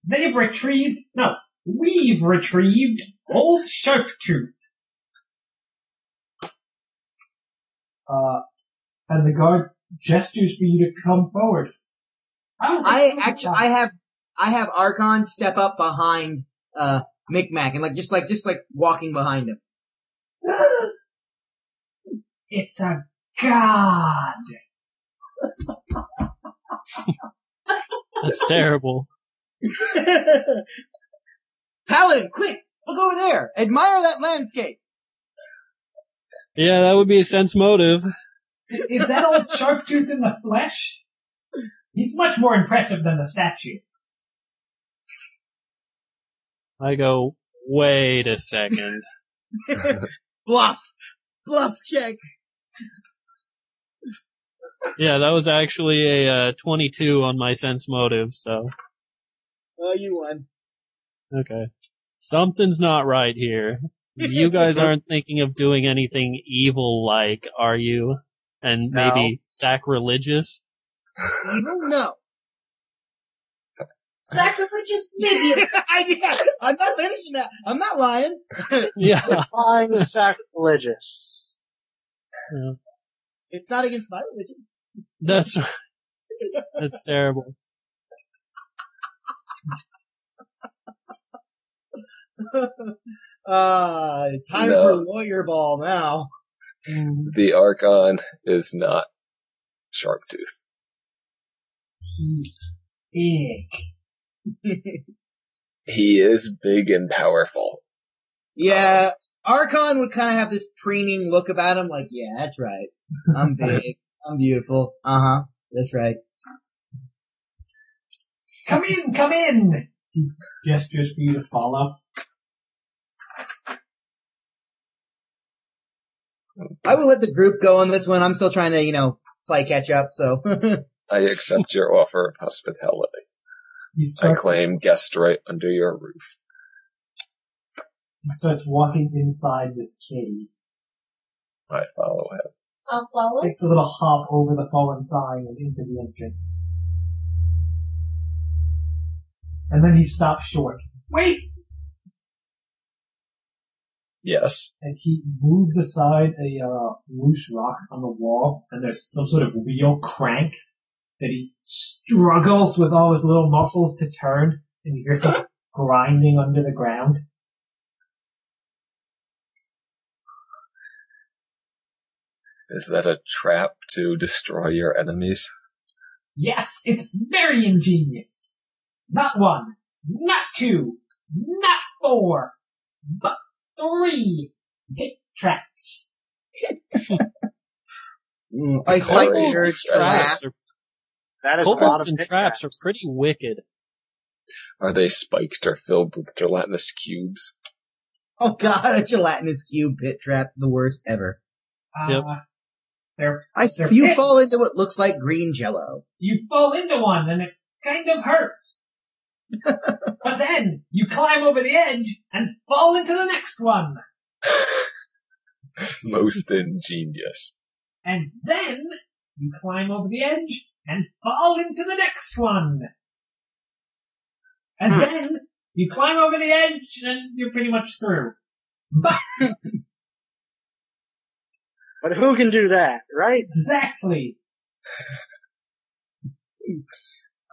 Speaker 2: They've retrieved, no, we've retrieved old Sharptooth. Uh, and the guard gestures for you to come forward. Oh,
Speaker 4: I actually I have I have Archon step up behind uh Micmac and like just like just like walking behind him.
Speaker 2: it's a god.
Speaker 7: That's terrible.
Speaker 4: Paladin, quick, look over there. Admire that landscape.
Speaker 7: Yeah, that would be a sense motive.
Speaker 2: Is that old Sharptooth in the flesh? He's much more impressive than the statue.
Speaker 7: I go, wait a second.
Speaker 4: Bluff. Bluff check.
Speaker 7: yeah, that was actually a uh, 22 on my sense motive, so,
Speaker 4: Oh, you won.
Speaker 7: okay. Something's not right here. You guys aren't thinking of doing anything evil like, are you? And
Speaker 3: No.
Speaker 7: maybe sacrilegious?
Speaker 4: Evil? No.
Speaker 6: Sacrilegious? Maybe.
Speaker 4: I, yeah, I'm not finishing that. I'm not lying.
Speaker 7: Yeah.
Speaker 3: Define sacrilegious.
Speaker 4: It's not against my religion.
Speaker 7: That's that's terrible.
Speaker 4: Uh, time
Speaker 5: No.
Speaker 4: for lawyer ball now.
Speaker 5: The Archon is not Sharptooth.
Speaker 2: He's big.
Speaker 4: Mm.
Speaker 5: He is big and powerful.
Speaker 4: Yeah, Archon would kind of have this preening look about him, like, yeah, that's right. I'm big. I'm beautiful. Uh huh. That's right.
Speaker 2: Come in, come in! He gestures for you to follow.
Speaker 4: I will let the group go on this one. I'm still trying to, you know, play catch up. So
Speaker 5: I accept your offer of hospitality.
Speaker 2: He
Speaker 5: I
Speaker 2: starts,
Speaker 5: claim guest right under your roof.
Speaker 2: he starts walking inside this cave.
Speaker 5: I follow him.
Speaker 6: I'll follow.
Speaker 2: Takes a little hop over the fallen sign and into the entrance. And then he stops short. Wait!
Speaker 5: Yes.
Speaker 2: and he moves aside a uh, loose rock on the wall, and there's some sort of wheel crank that he struggles with all his little muscles to turn, and you hear some grinding under the ground.
Speaker 5: Is that a trap to destroy your enemies?
Speaker 2: Yes, it's very ingenious. Not one, not two, not four, but three pit traps.
Speaker 4: I fight
Speaker 5: Very
Speaker 4: your trap.
Speaker 7: Traps are-
Speaker 3: That is a lot
Speaker 7: Kobolds
Speaker 3: of
Speaker 7: and
Speaker 3: pit
Speaker 7: traps are pretty wicked.
Speaker 5: Are they spiked or filled with gelatinous cubes?
Speaker 4: Oh god, a gelatinous cube pit trap, the worst ever.
Speaker 7: Yep.
Speaker 2: Uh, there,
Speaker 4: I,
Speaker 2: They're
Speaker 4: you
Speaker 2: pit-
Speaker 4: fall into what looks like green jello.
Speaker 2: you fall into one, and it kind of hurts. But then you climb over the edge and fall into the next one.
Speaker 5: Most ingenious.
Speaker 2: and then you climb over the edge and fall into the next one. And
Speaker 3: Hmm.
Speaker 2: then you climb over the edge and you're pretty much through.
Speaker 3: But who can do that, right?
Speaker 2: Exactly.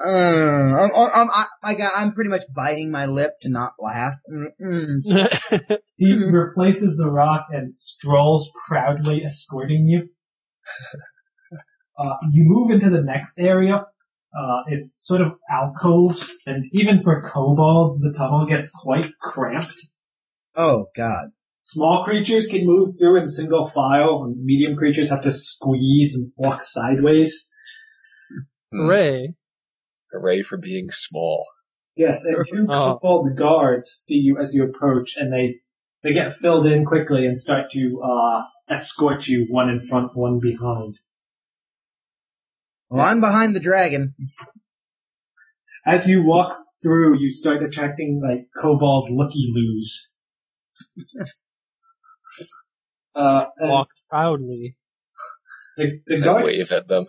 Speaker 4: Uh, I'm, I'm, I, my God, I'm pretty much biting my lip to not laugh. Mm-mm.
Speaker 2: He
Speaker 4: Mhm.
Speaker 2: replaces the rock and strolls proudly escorting you. Uh, you move into the next area. Uh, it's sort of alcoves, and even for kobolds, the tunnel gets quite cramped.
Speaker 4: Oh God.
Speaker 2: Small creatures can move through in single file, and medium creatures have to squeeze and walk sideways.
Speaker 5: Hmm.
Speaker 7: Hooray.
Speaker 5: Hooray for being small.
Speaker 2: Yes, and two
Speaker 7: Oh.
Speaker 2: kobold guards see you as you approach, and they they get filled in quickly and start to uh, escort you, one in front, one behind.
Speaker 4: Well, I'm behind the dragon.
Speaker 2: As you walk through, you start attracting like kobold looky loos. Uh,
Speaker 3: Hmm.
Speaker 2: and
Speaker 7: Walk proudly.
Speaker 2: the, the
Speaker 5: I
Speaker 2: guard,
Speaker 5: wave at them.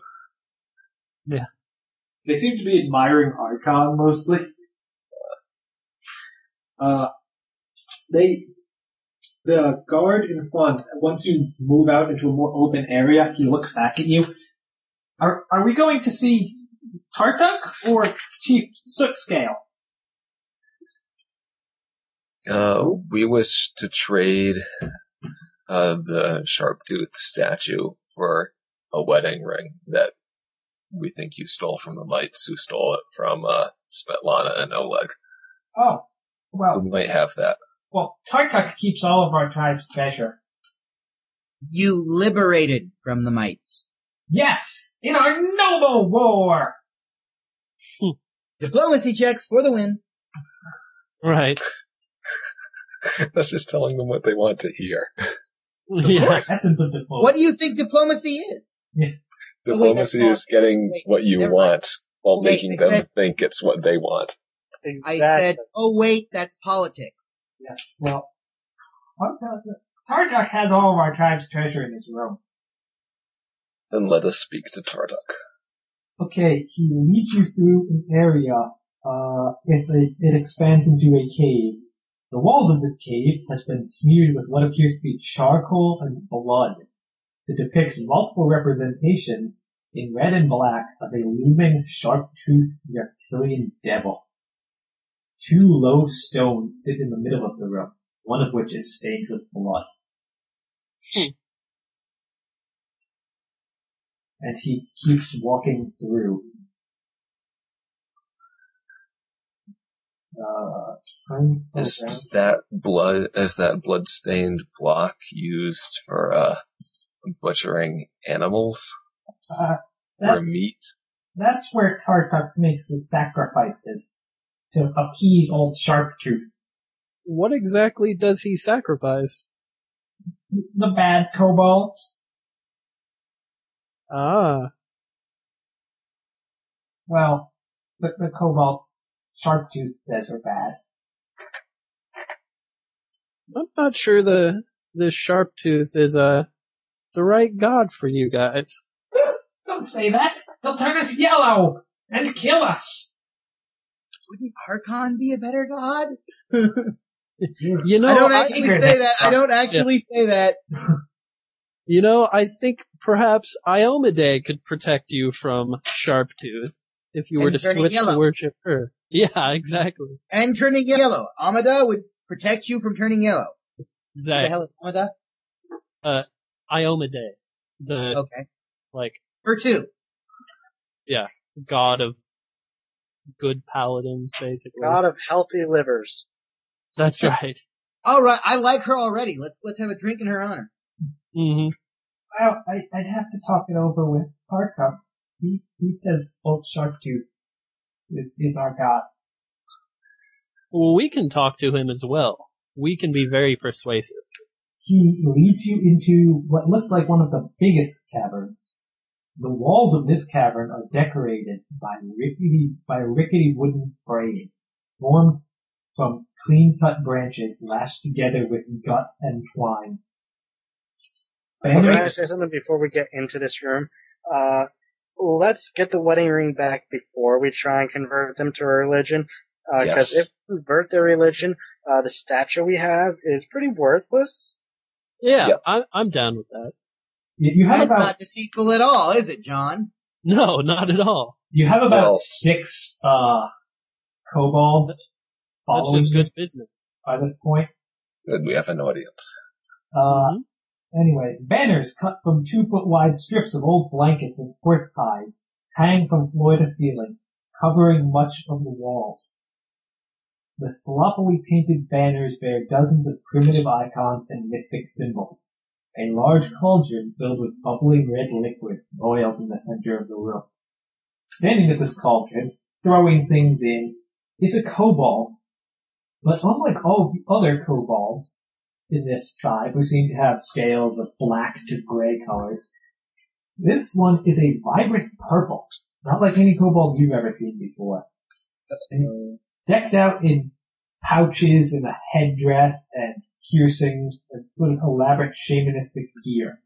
Speaker 2: they seem to be admiring Archon mostly. Uh, they, the guard in front, once you move out into a more open area, he looks back at you. Are, are we going to see Tartuk or Chief Sootscale?
Speaker 5: Uh, we wish to trade uh, the sharp tooth statue for a wedding ring that we think you stole from the mites who stole it from uh, Svetlana and Oleg.
Speaker 2: Oh, well,
Speaker 5: We might have that.
Speaker 2: well, Tartuk keeps all of our tribe's treasure.
Speaker 4: You liberated from the mites.
Speaker 2: Yes, in our noble war.
Speaker 4: Diplomacy checks for the win.
Speaker 7: Right.
Speaker 5: That's just telling them what they want to hear.
Speaker 7: Yeah.
Speaker 2: That's in some diplomacy.
Speaker 4: What do you think diplomacy is? Oh, wait, that's
Speaker 5: Diplomacy is getting
Speaker 4: wait,
Speaker 5: what you
Speaker 4: never
Speaker 5: want
Speaker 4: mind.
Speaker 5: while
Speaker 4: Wait,
Speaker 5: making
Speaker 4: I
Speaker 5: them
Speaker 4: said-
Speaker 5: think it's what they want.
Speaker 4: I
Speaker 3: Exactly.
Speaker 4: said, oh wait, that's politics.
Speaker 2: Yes, well, Tartak has all of our tribe's treasure in his room.
Speaker 5: Then let us speak to Tarduk.
Speaker 2: Okay, he leads you through an area. Uh, it's a, it expands into a cave. The walls of this cave has been smeared with what appears to be charcoal and blood to depict multiple representations in red and black of a looming sharp-toothed reptilian devil. Two low stones sit in the middle of the room, one of which is stained with blood. And he keeps walking through. Uh, turns
Speaker 5: Is
Speaker 2: around.
Speaker 5: that blood, is that blood-stained block used for, uh, butchering animals
Speaker 2: Uh,
Speaker 5: or
Speaker 2: that's-
Speaker 5: meat?
Speaker 2: That's where Tartuk makes his sacrifices to appease old Sharptooth.
Speaker 7: What exactly does he sacrifice?
Speaker 2: The bad kobolds.
Speaker 7: Ah.
Speaker 2: Well, the, the kobolds Sharptooth says are bad.
Speaker 7: I'm not sure the, this sharp tooth is, uh, the right god for you guys.
Speaker 2: Don't say that! They'll turn us yellow and kill us!
Speaker 4: Wouldn't Archon be a better god?
Speaker 7: You know,
Speaker 4: I don't
Speaker 7: I-
Speaker 4: actually say that. I don't actually say that.
Speaker 7: You know, I think perhaps Iomade could protect you from Sharptooth if you were
Speaker 4: And
Speaker 7: to
Speaker 4: turn it
Speaker 7: switch to
Speaker 4: yellow.
Speaker 7: worship her. Yeah, exactly.
Speaker 4: And turning yellow. Amada would protect you from turning yellow. What the
Speaker 7: Exactly.
Speaker 4: hell is Amada?
Speaker 7: Iomade, the
Speaker 4: Okay.
Speaker 7: like
Speaker 4: Her too.
Speaker 7: god of good paladins, basically.
Speaker 3: God of healthy livers.
Speaker 7: That's right.
Speaker 4: All right, I like her already. Let's let's have a drink in her honor.
Speaker 7: hmm
Speaker 2: Well, I, I'd have to talk it over with Tartuk. He, he says old Sharptooth is, is our god.
Speaker 7: Well, we can talk to him as well. We can be very persuasive.
Speaker 2: he leads you into what looks like one of the biggest caverns. The walls of this cavern are decorated by rickety, by rickety wooden framing, formed from clean-cut branches lashed together with gut and twine.
Speaker 3: Can
Speaker 2: Banner,
Speaker 3: I say something before we get into this room? Uh, let's get the wedding ring back before we try and convert them to our religion. Because
Speaker 5: Yes.
Speaker 3: if we convert their religion, uh, the statue we have is pretty worthless.
Speaker 7: Yeah,
Speaker 5: Yeah.
Speaker 7: I, I'm down with that.
Speaker 2: you have
Speaker 4: That's
Speaker 2: about
Speaker 4: not deceitful at all, is it, John?
Speaker 7: No, not at all.
Speaker 2: you have about
Speaker 5: Well-
Speaker 2: six uh kobolds
Speaker 7: That's
Speaker 2: following
Speaker 7: just
Speaker 2: you
Speaker 7: good business.
Speaker 2: by this point.
Speaker 5: Then we have an audience.
Speaker 2: Uh, anyway, banners cut from two foot wide strips of old blankets and horse hides hang from floor to ceiling, covering much of the walls. The sloppily painted banners bear dozens of primitive icons and mystic symbols. A large cauldron filled with bubbling red liquid boils in the center of the room. Standing at this cauldron, throwing things in, is a kobold. But unlike all the other kobolds, in this tribe who seem to have scales of black to gray colors. This one is a vibrant purple, not like any kobold you've ever seen before. And it's decked out in pouches and a headdress and piercings and sort of elaborate shamanistic gear.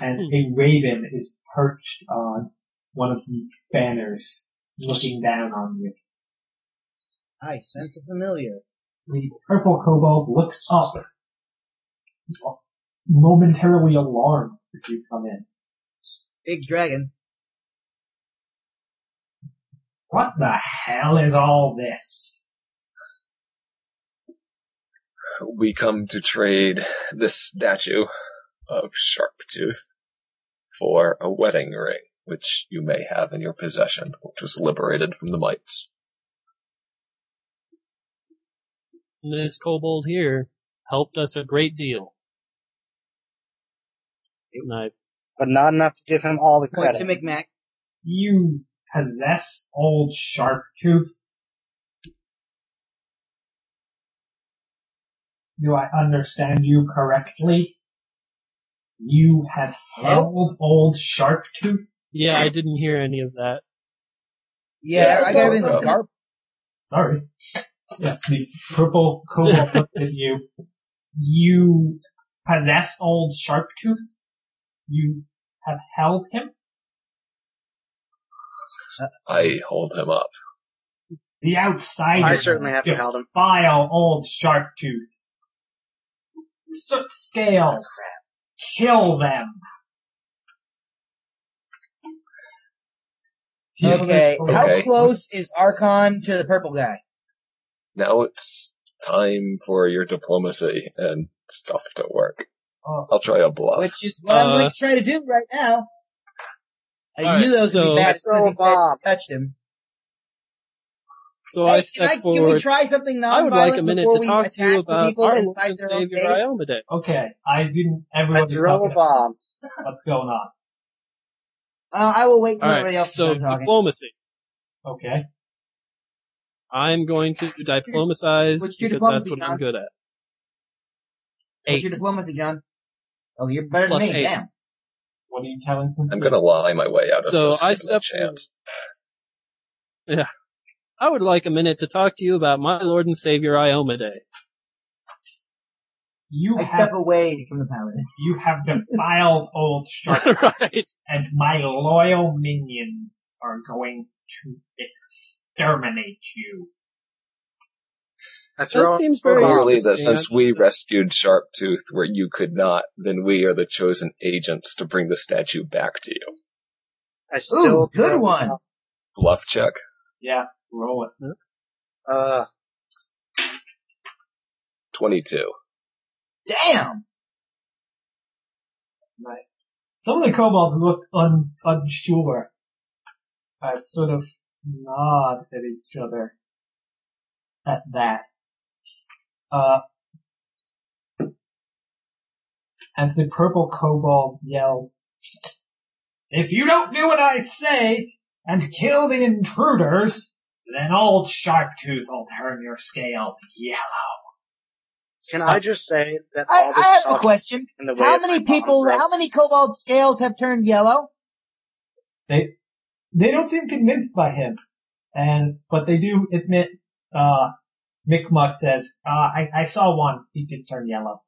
Speaker 2: And a raven is perched on one of the banners looking down on you.
Speaker 4: I sense a familiar.
Speaker 2: the purple kobold looks up, s- momentarily alarmed as you come in.
Speaker 4: Big dragon.
Speaker 2: What the hell is all this?
Speaker 5: We come to trade this statue of Sharptooth for a wedding ring, which you may have in your possession, which was liberated from the mites.
Speaker 7: And this kobold here helped us a great deal. And I,
Speaker 3: But not enough to give him all the
Speaker 4: Point to
Speaker 3: credit.
Speaker 4: McMac.
Speaker 2: You possess old sharp tooth. Do I understand you correctly? You have held old sharp tooth?
Speaker 7: yeah, I didn't hear any of that.
Speaker 4: Yeah,
Speaker 5: Yeah,
Speaker 4: I got everything
Speaker 5: no,
Speaker 4: was
Speaker 5: no.
Speaker 4: garb.
Speaker 2: Sorry. Yes, the purple kobold looked at you. You possess old Sharptooth? You have held him?
Speaker 5: I hold him up.
Speaker 2: The
Speaker 3: I
Speaker 2: outsiders
Speaker 3: certainly haven't held him.
Speaker 2: defile old Sharptooth. Soot
Speaker 4: Oh,
Speaker 2: scales! Kill them!
Speaker 4: Okay.
Speaker 2: How-
Speaker 4: How
Speaker 5: Okay.
Speaker 4: close is Archon to the purple guy?
Speaker 5: Now it's time for your diplomacy and stuff to work.
Speaker 4: Oh.
Speaker 5: I'll try a bluff.
Speaker 4: Which is what I'm
Speaker 7: Uh,
Speaker 4: going to try to do right now. I
Speaker 7: All
Speaker 4: knew
Speaker 7: right,
Speaker 4: those would
Speaker 7: so-
Speaker 4: be bad as soon as he
Speaker 3: Let's roll Bob.
Speaker 4: said touched him.
Speaker 7: So I
Speaker 4: Hey, can,
Speaker 7: step
Speaker 4: I, can we
Speaker 7: forward.
Speaker 4: try something nonviolent
Speaker 7: I would like a minute
Speaker 4: before
Speaker 7: to
Speaker 4: we
Speaker 7: talk
Speaker 4: attack
Speaker 7: to you
Speaker 4: the
Speaker 7: about
Speaker 4: people
Speaker 7: our Lord
Speaker 4: inside
Speaker 7: and
Speaker 4: their own
Speaker 7: Savior
Speaker 4: base?
Speaker 7: Iomade.
Speaker 2: Okay, I didn't, everyone
Speaker 3: Let's
Speaker 2: just
Speaker 3: roll
Speaker 2: talking
Speaker 3: a bomb.
Speaker 2: what's going on.
Speaker 4: Uh, I will wait until
Speaker 7: All
Speaker 4: everybody
Speaker 7: right,
Speaker 4: else
Speaker 7: so
Speaker 4: is done talking.
Speaker 7: diplomacy.
Speaker 2: Okay.
Speaker 7: I'm going to diplomatize
Speaker 4: What's your
Speaker 7: because that's
Speaker 4: diplomacy,
Speaker 7: what
Speaker 4: John?
Speaker 7: I'm good at.
Speaker 4: What's
Speaker 7: Eight
Speaker 4: your diplomacy, John? Oh, you're better
Speaker 7: Plus
Speaker 4: than me.
Speaker 7: eight.
Speaker 4: Damn.
Speaker 2: What are you telling them?
Speaker 5: I'm gonna lie my way out of
Speaker 7: So
Speaker 5: this. given
Speaker 7: I
Speaker 5: a
Speaker 7: step
Speaker 5: chance.
Speaker 7: I would like a minute to talk to you about my Lord and Savior Iomade.
Speaker 2: You
Speaker 4: I
Speaker 2: have,
Speaker 4: step away from the paladin.
Speaker 2: you have defiled old Sharptooth.
Speaker 7: right.
Speaker 2: and my loyal minions are going to exterminate you.
Speaker 3: I throw
Speaker 7: seems
Speaker 3: throw a
Speaker 7: very
Speaker 3: bomb.
Speaker 5: Clearly, that
Speaker 7: interesting.
Speaker 5: since we rescued Sharptooth where you could not, then we are the chosen agents to bring the statue back to you.
Speaker 3: I still
Speaker 4: Ooh, good
Speaker 3: throw a
Speaker 4: one.
Speaker 3: bomb.
Speaker 5: Bluff check.
Speaker 2: Yeah, roll it.
Speaker 3: Uh,
Speaker 5: 22.
Speaker 4: Damn.
Speaker 2: Some of the kobolds look un- unsure. Uh, sort of nod at each other at that. Uh, and the purple kobold yells, If you don't do what I say and kill the intruders, then old Sharptooth will turn your scales yellow.
Speaker 3: can I just say that all
Speaker 4: I,
Speaker 3: this
Speaker 4: I have a
Speaker 3: talk
Speaker 4: question.
Speaker 3: in the way
Speaker 4: How
Speaker 3: of my
Speaker 4: many
Speaker 3: bomb
Speaker 4: people,
Speaker 3: broke-
Speaker 4: how many cobalt scales have turned yellow?
Speaker 2: they don't seem convinced by him, and but they do admit uh, Mi'kmaq says, uh, I, I saw one. He did turn yellow.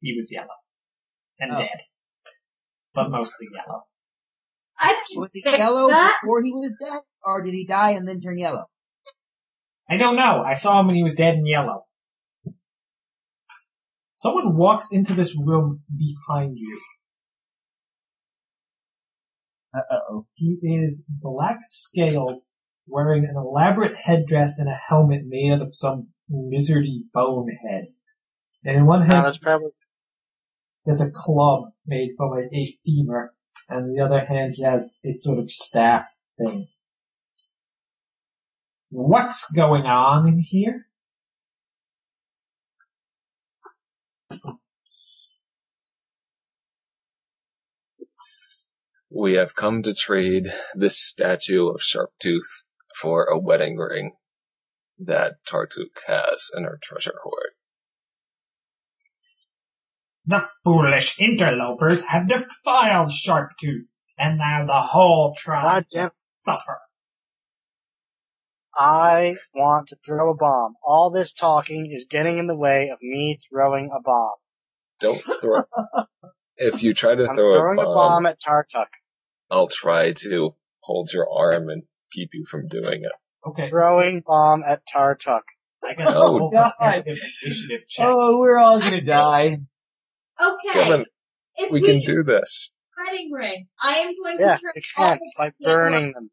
Speaker 2: He was yellow. And
Speaker 4: Oh.
Speaker 2: dead. But mostly yellow.
Speaker 6: I can
Speaker 4: Was he
Speaker 6: fix
Speaker 4: yellow
Speaker 6: that.
Speaker 4: before he was dead, or did he die and then turn yellow?
Speaker 2: I don't know. I saw him when he was dead and yellow. Someone walks into this room behind you.
Speaker 4: Uh oh.
Speaker 2: He is black scaled, wearing an elaborate headdress and a helmet made out of some misery bone head. And in one
Speaker 3: Uh,
Speaker 2: hand,
Speaker 3: that's probably
Speaker 2: He has a club made from a, a femur, and the other hand he has a sort of staff thing. What's going on in here?
Speaker 5: We have come to trade this statue of Sharptooth for a wedding ring that Tartuk has in her treasure hoard.
Speaker 2: The foolish interlopers have defiled Sharptooth, and now the whole tribe
Speaker 3: God damn-
Speaker 2: will suffer.
Speaker 3: I want to throw a bomb. All this talking is getting in the way of me throwing a bomb.
Speaker 5: Don't throw. if you try to
Speaker 3: I'm
Speaker 5: throw a
Speaker 3: throwing
Speaker 5: bomb,
Speaker 3: a bomb at Tartuk.
Speaker 5: I'll try to hold your arm and keep you from doing it.
Speaker 2: Okay,
Speaker 3: Throwing bomb at Tartuk.
Speaker 2: I guess
Speaker 5: Oh,
Speaker 2: roll
Speaker 4: God.
Speaker 2: comparative initiative check.
Speaker 4: Oh, we're all gonna die.
Speaker 6: Okay.
Speaker 5: Kevin,
Speaker 6: if
Speaker 5: we
Speaker 6: we,
Speaker 5: can
Speaker 6: do
Speaker 5: do this.
Speaker 6: wedding ring, I am going
Speaker 3: Yeah,
Speaker 6: to turn
Speaker 3: we
Speaker 6: all
Speaker 3: can't
Speaker 6: the
Speaker 3: by
Speaker 6: people-
Speaker 3: burning them.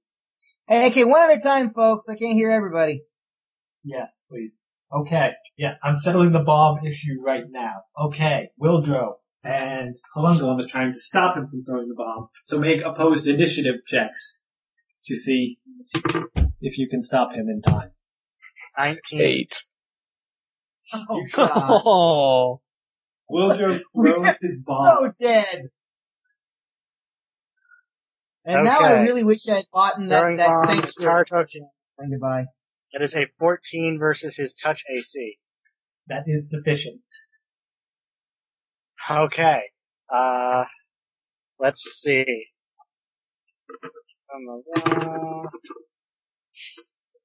Speaker 4: Hey, okay, one at a time, folks. I can't hear everybody.
Speaker 2: Yes, please. Okay, yes, I'm settling the bomb issue right now. Okay, Wildro and Colungulum is trying to stop him from throwing the bomb, so make opposed initiative checks to see if you can stop him in time.
Speaker 3: 19.
Speaker 5: Eight.
Speaker 4: Oh, God.
Speaker 7: Oh,
Speaker 2: Wildro
Speaker 4: We
Speaker 2: throws
Speaker 4: are
Speaker 2: his bomb.
Speaker 4: so dead. And now I
Speaker 3: Okay.
Speaker 4: really wish I'd bought in that,
Speaker 3: Throwing
Speaker 4: that
Speaker 3: bomb at
Speaker 4: sanctuary.
Speaker 3: Tartuk.
Speaker 4: thing to buy.
Speaker 3: That is a 14 versus his touch AC.
Speaker 2: That is sufficient.
Speaker 3: Okay. Uh, let's see. On the wall.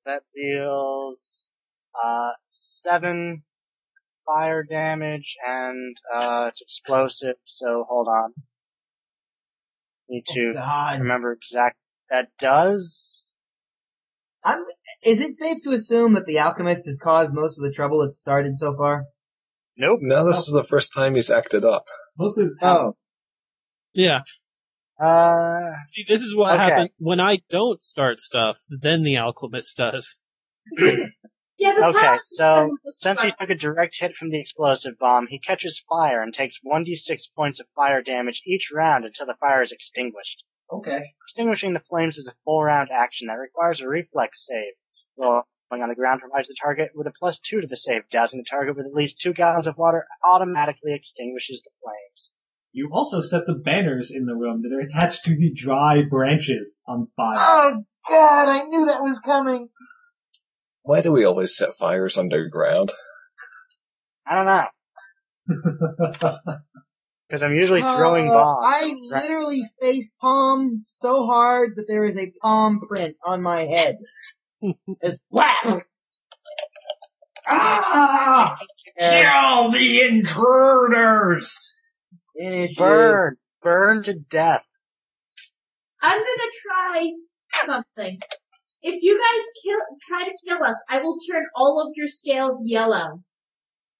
Speaker 3: That deals, uh, seven fire damage and, uh, it's explosive, so hold on. Need to
Speaker 4: God.
Speaker 3: remember exact, that does,
Speaker 4: I'm, is it safe to assume that the alchemist has caused most of the trouble that's started so far?
Speaker 3: nope.
Speaker 5: Now this is the first time he's acted up.
Speaker 2: Mostly it's out.
Speaker 3: Um,
Speaker 4: Oh,
Speaker 7: yeah.
Speaker 3: Uh,
Speaker 7: See, this is what
Speaker 3: Okay.
Speaker 7: happens when I don't start stuff. Then the alchemist does.
Speaker 6: Yeah, the
Speaker 3: Okay,
Speaker 6: past-
Speaker 3: so since he took a direct hit from the explosive bomb, he catches fire and takes 1d6 points of fire damage each round until the fire is extinguished.
Speaker 2: Okay.
Speaker 3: Extinguishing the flames is a full round action that requires a reflex save. Rolling on the ground provides the target with a plus 2 to the save. Dousing the target with at least 2 gallons of water automatically extinguishes the flames.
Speaker 2: You also set the banners in the room that are attached to the dry branches on fire.
Speaker 4: oh God! I knew that was coming.
Speaker 5: Why do we always set fires underground?
Speaker 3: I don't know, because I'm usually throwing
Speaker 4: Uh,
Speaker 3: bombs.
Speaker 4: I
Speaker 3: right?
Speaker 4: literally face palm so hard that there is a palm print on my head. It's whack.
Speaker 2: ah!
Speaker 4: And
Speaker 2: Kill the intruders!
Speaker 4: Finish you.
Speaker 3: Burn! Burn to death!
Speaker 6: I'm gonna try something. If you guys kill, try to kill us, I will turn all of your scales yellow.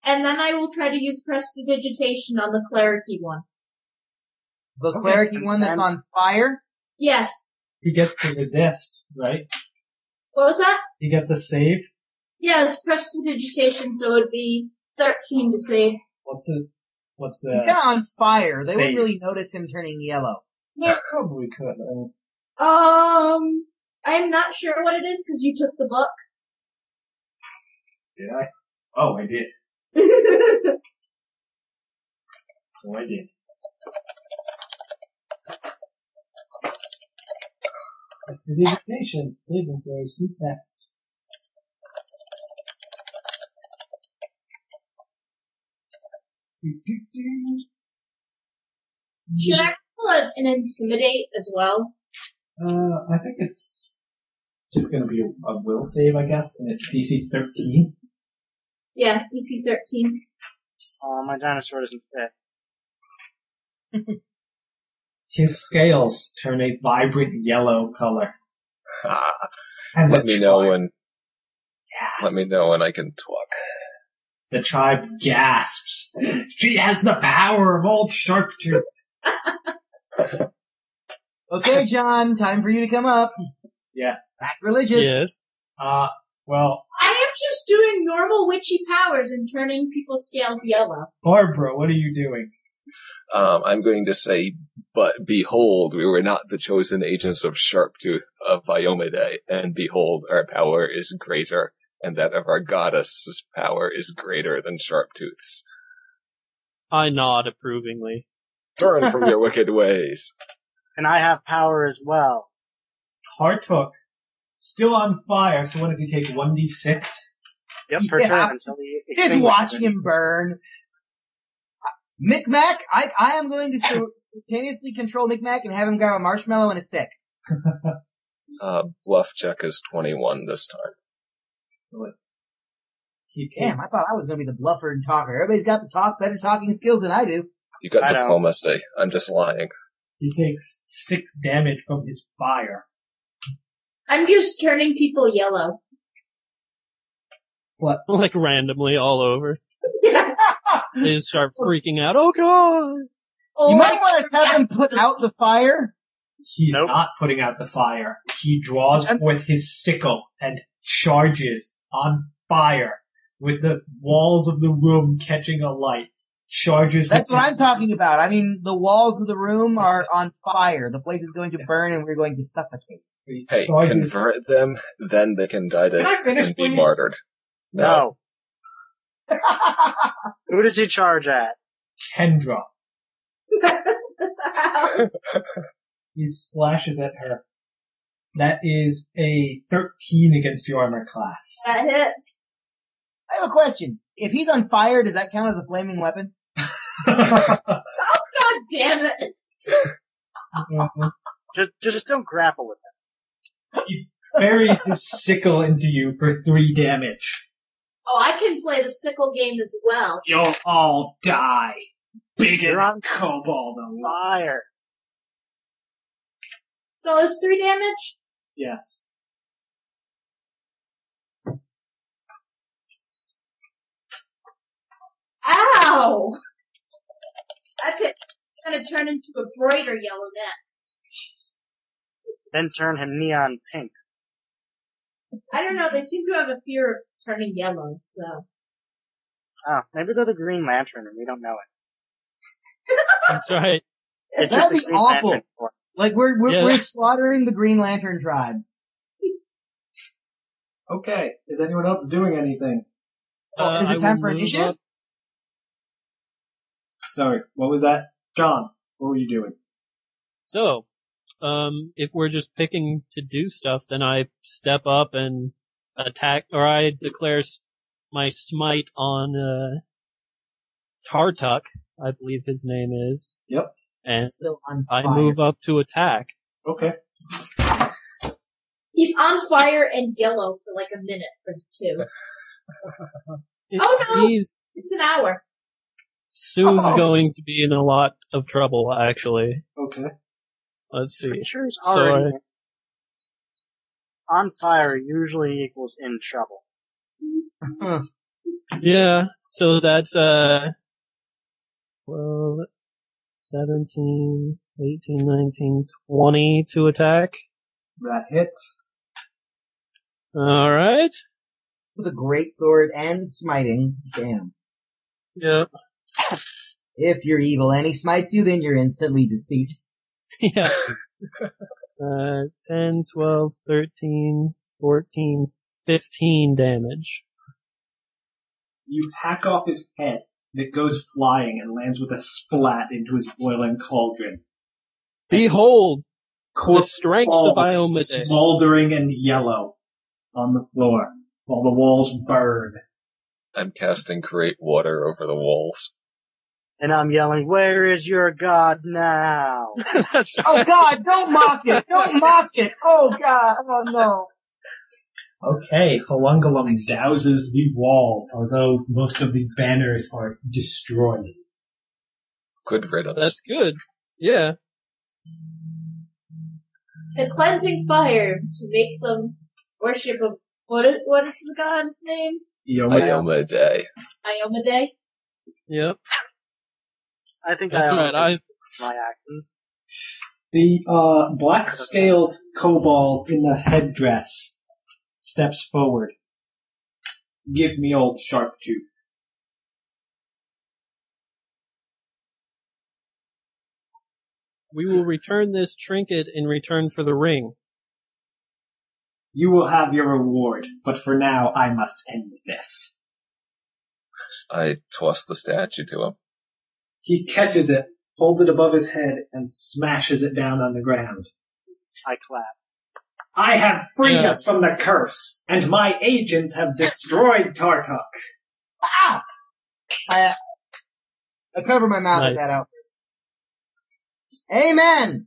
Speaker 6: And then I will try to use prestidigitation on the clericy one.
Speaker 4: The
Speaker 2: Okay.
Speaker 4: cleric one that's on fire.
Speaker 6: Yes.
Speaker 2: He gets to resist, right?
Speaker 6: What was that?
Speaker 2: He gets a save.
Speaker 6: Yeah, it's prestidigitation, so it'd be 13 to save.
Speaker 2: What's the what's
Speaker 4: He's
Speaker 2: the
Speaker 4: kind of on fire. They
Speaker 2: Save.
Speaker 4: wouldn't really notice him turning yellow.
Speaker 2: Yeah, probably could. Uh,
Speaker 6: Um, I'm not sure what it is because you took the book.
Speaker 2: did I? Oh, I did. So I did. Prestidigitation, saving throw, see text.
Speaker 6: Should I roll an, an intimidate as well?
Speaker 2: Uh, I think it's just gonna be a, a will save, I guess, and it's DC 13.
Speaker 6: Yeah, DC 13.
Speaker 3: Oh, my dinosaur doesn't fit.
Speaker 2: His scales turn a vibrant yellow color.
Speaker 5: Ah,
Speaker 2: And
Speaker 5: let
Speaker 2: the
Speaker 5: me know
Speaker 2: tribe-
Speaker 5: when. Let me know when I can talk.
Speaker 2: The tribe gasps. She has the power of old Sharptooth.
Speaker 4: Okay, John, time for you to come up.
Speaker 2: Yes.
Speaker 4: Sacrilegious.
Speaker 7: Yes.
Speaker 2: Uh, well,
Speaker 6: I am just doing normal witchy powers and turning people's scales yellow.
Speaker 2: Barbara, what are you doing?
Speaker 5: Um, I'm going to say, but behold, we were not the chosen agents of Sharptooth of Biomidae, and behold, our power is greater, and that of our goddess's power is greater than Sharptooth's.
Speaker 7: I nod approvingly.
Speaker 5: Turn from your wicked ways.
Speaker 3: And I have power as well.
Speaker 2: Heart hook. Still on fire, so what does he take? 1d6?
Speaker 3: Yep, per
Speaker 4: Yeah.
Speaker 3: turn until he
Speaker 4: Just
Speaker 3: extinguishes
Speaker 4: watching
Speaker 3: it.
Speaker 4: him burn. Uh, Micmac, I, I am going to sim- simultaneously control Micmac and have him grab a marshmallow and a stick.
Speaker 5: Uh, bluff check is 21 this time.
Speaker 2: Excellent. He takes,
Speaker 4: Damn, I thought I was going to be the bluffer and talker. Everybody's got the talk, better talking skills than I do.
Speaker 5: You got
Speaker 3: I don't.
Speaker 5: diplomacy. I'm just lying.
Speaker 2: he takes 6 damage from his fire.
Speaker 6: I'm just turning people yellow.
Speaker 7: Like randomly all over.
Speaker 6: Yes.
Speaker 7: They start freaking out. Oh god!
Speaker 4: You
Speaker 6: Oh,
Speaker 4: might want to have him put out the fire.
Speaker 2: He's
Speaker 3: Nope.
Speaker 2: not putting out the fire. He draws
Speaker 4: I'm-
Speaker 2: forth his sickle and charges on fire with the walls of the room catching alight. Charges
Speaker 4: That's
Speaker 2: with
Speaker 4: what I'm
Speaker 2: his-
Speaker 4: talking about. I mean, the walls of the room are on fire. The place is going to burn and we're going to suffocate.
Speaker 2: he
Speaker 5: Hey,
Speaker 2: charges-
Speaker 5: convert them, then they can die to
Speaker 2: Can I finish,
Speaker 5: and be
Speaker 2: please?
Speaker 5: martyred. No.
Speaker 3: No. Who does he charge at?
Speaker 2: Kendra.
Speaker 6: wow.
Speaker 2: He slashes at her. That is a 13 against your armor class.
Speaker 6: that hits.
Speaker 4: I have a question. If he's on fire, does that count as a flaming weapon?
Speaker 6: God damn it.
Speaker 3: Just, just don't grapple with
Speaker 2: Buries his sickle into you for three damage.
Speaker 6: Oh, I can play the sickle game as well.
Speaker 2: You'll all die. Bigot
Speaker 3: You're on-
Speaker 2: kobold
Speaker 3: him.
Speaker 2: alive.
Speaker 3: Fire.
Speaker 6: So it's three damage?
Speaker 2: Yes.
Speaker 6: Ow! That's it. I'm gonna turn into a brighter yellow next.
Speaker 3: Then turn him neon pink.
Speaker 6: I don't know, they seem to have a fear of turning yellow, so.
Speaker 3: Oh, maybe they're the Green Lantern and we don't know it.
Speaker 7: That's right.
Speaker 3: It's just
Speaker 4: That'd
Speaker 3: the
Speaker 4: be
Speaker 3: Green
Speaker 4: awful.
Speaker 3: Lantern Corps.
Speaker 4: Like we're we're,
Speaker 7: Yeah.
Speaker 4: we're slaughtering the Green Lantern tribes.
Speaker 2: Okay. Is anyone else doing anything?
Speaker 4: Well, Oh, is it
Speaker 7: Uh, I
Speaker 4: time
Speaker 7: will
Speaker 4: for
Speaker 7: move
Speaker 4: initiative?
Speaker 7: up.
Speaker 2: Sorry. What was that? John, what were you doing?
Speaker 7: So, um, if we're just picking to do stuff, then I step up and attack, or I declare s- my smite on uh, Tartuk, I believe his name is.
Speaker 2: Yep.
Speaker 7: And
Speaker 4: Still on
Speaker 7: I
Speaker 4: fire.
Speaker 7: move up to attack.
Speaker 2: Okay.
Speaker 6: He's on fire and yellow for like a minute or two. Oh, no.
Speaker 7: He's
Speaker 6: It's an hour.
Speaker 7: soon
Speaker 2: Oh.
Speaker 7: going to be in a lot of trouble, actually.
Speaker 2: Okay.
Speaker 7: Let's see.
Speaker 3: Pretty sure he's
Speaker 7: So
Speaker 3: already in- on fire usually equals in trouble.
Speaker 7: Yeah, so that's, uh, 12, 17, 18, 19, 20 to attack.
Speaker 2: That hits.
Speaker 7: Alright.
Speaker 4: with a great sword and smiting. Damn.
Speaker 7: Yeah.
Speaker 4: If you're evil and he smites you, then you're instantly deceased.
Speaker 7: Yeah. uh, 10, 12, 13, 14, 15 damage.
Speaker 2: You hack off his head that goes flying and lands with a splat into his boiling cauldron.
Speaker 7: Behold, the
Speaker 2: Corpse
Speaker 7: strength of
Speaker 2: falls,
Speaker 7: Iomade.
Speaker 2: smoldering and yellow on the floor while the walls burn.
Speaker 5: I'm casting create water over the walls.
Speaker 3: And I'm yelling, where is your god now?
Speaker 7: That's
Speaker 4: Oh god, don't mock it! Don't mock it! Oh god, oh no.
Speaker 2: Okay, Howangalum.
Speaker 8: Douses the walls, although most of the banners are destroyed.
Speaker 5: Good riddance.
Speaker 7: That's good. Yeah.
Speaker 6: The cleansing fire to make them worship of what? i- What is the god's name?
Speaker 2: Oh,
Speaker 5: Ioma Day.
Speaker 6: Iomade.
Speaker 7: Yep.
Speaker 3: I think
Speaker 7: That's
Speaker 3: I
Speaker 7: right. I
Speaker 3: my actions.
Speaker 2: The uh, black scaled kobold in the headdress steps forward. Give me old sharp tooth.
Speaker 7: we will return this trinket in return for the ring.
Speaker 2: You will have your reward, but for now I must end this.
Speaker 5: I tossed the statue to him.
Speaker 2: He catches it, holds it above his head, and smashes it down on the ground.
Speaker 3: I clap.
Speaker 2: I have freed
Speaker 7: Yeah.
Speaker 2: us from the curse, and my agents have destroyed Tartuk.
Speaker 4: I, I cover my mouth with
Speaker 7: Nice.
Speaker 4: that outburst. Amen!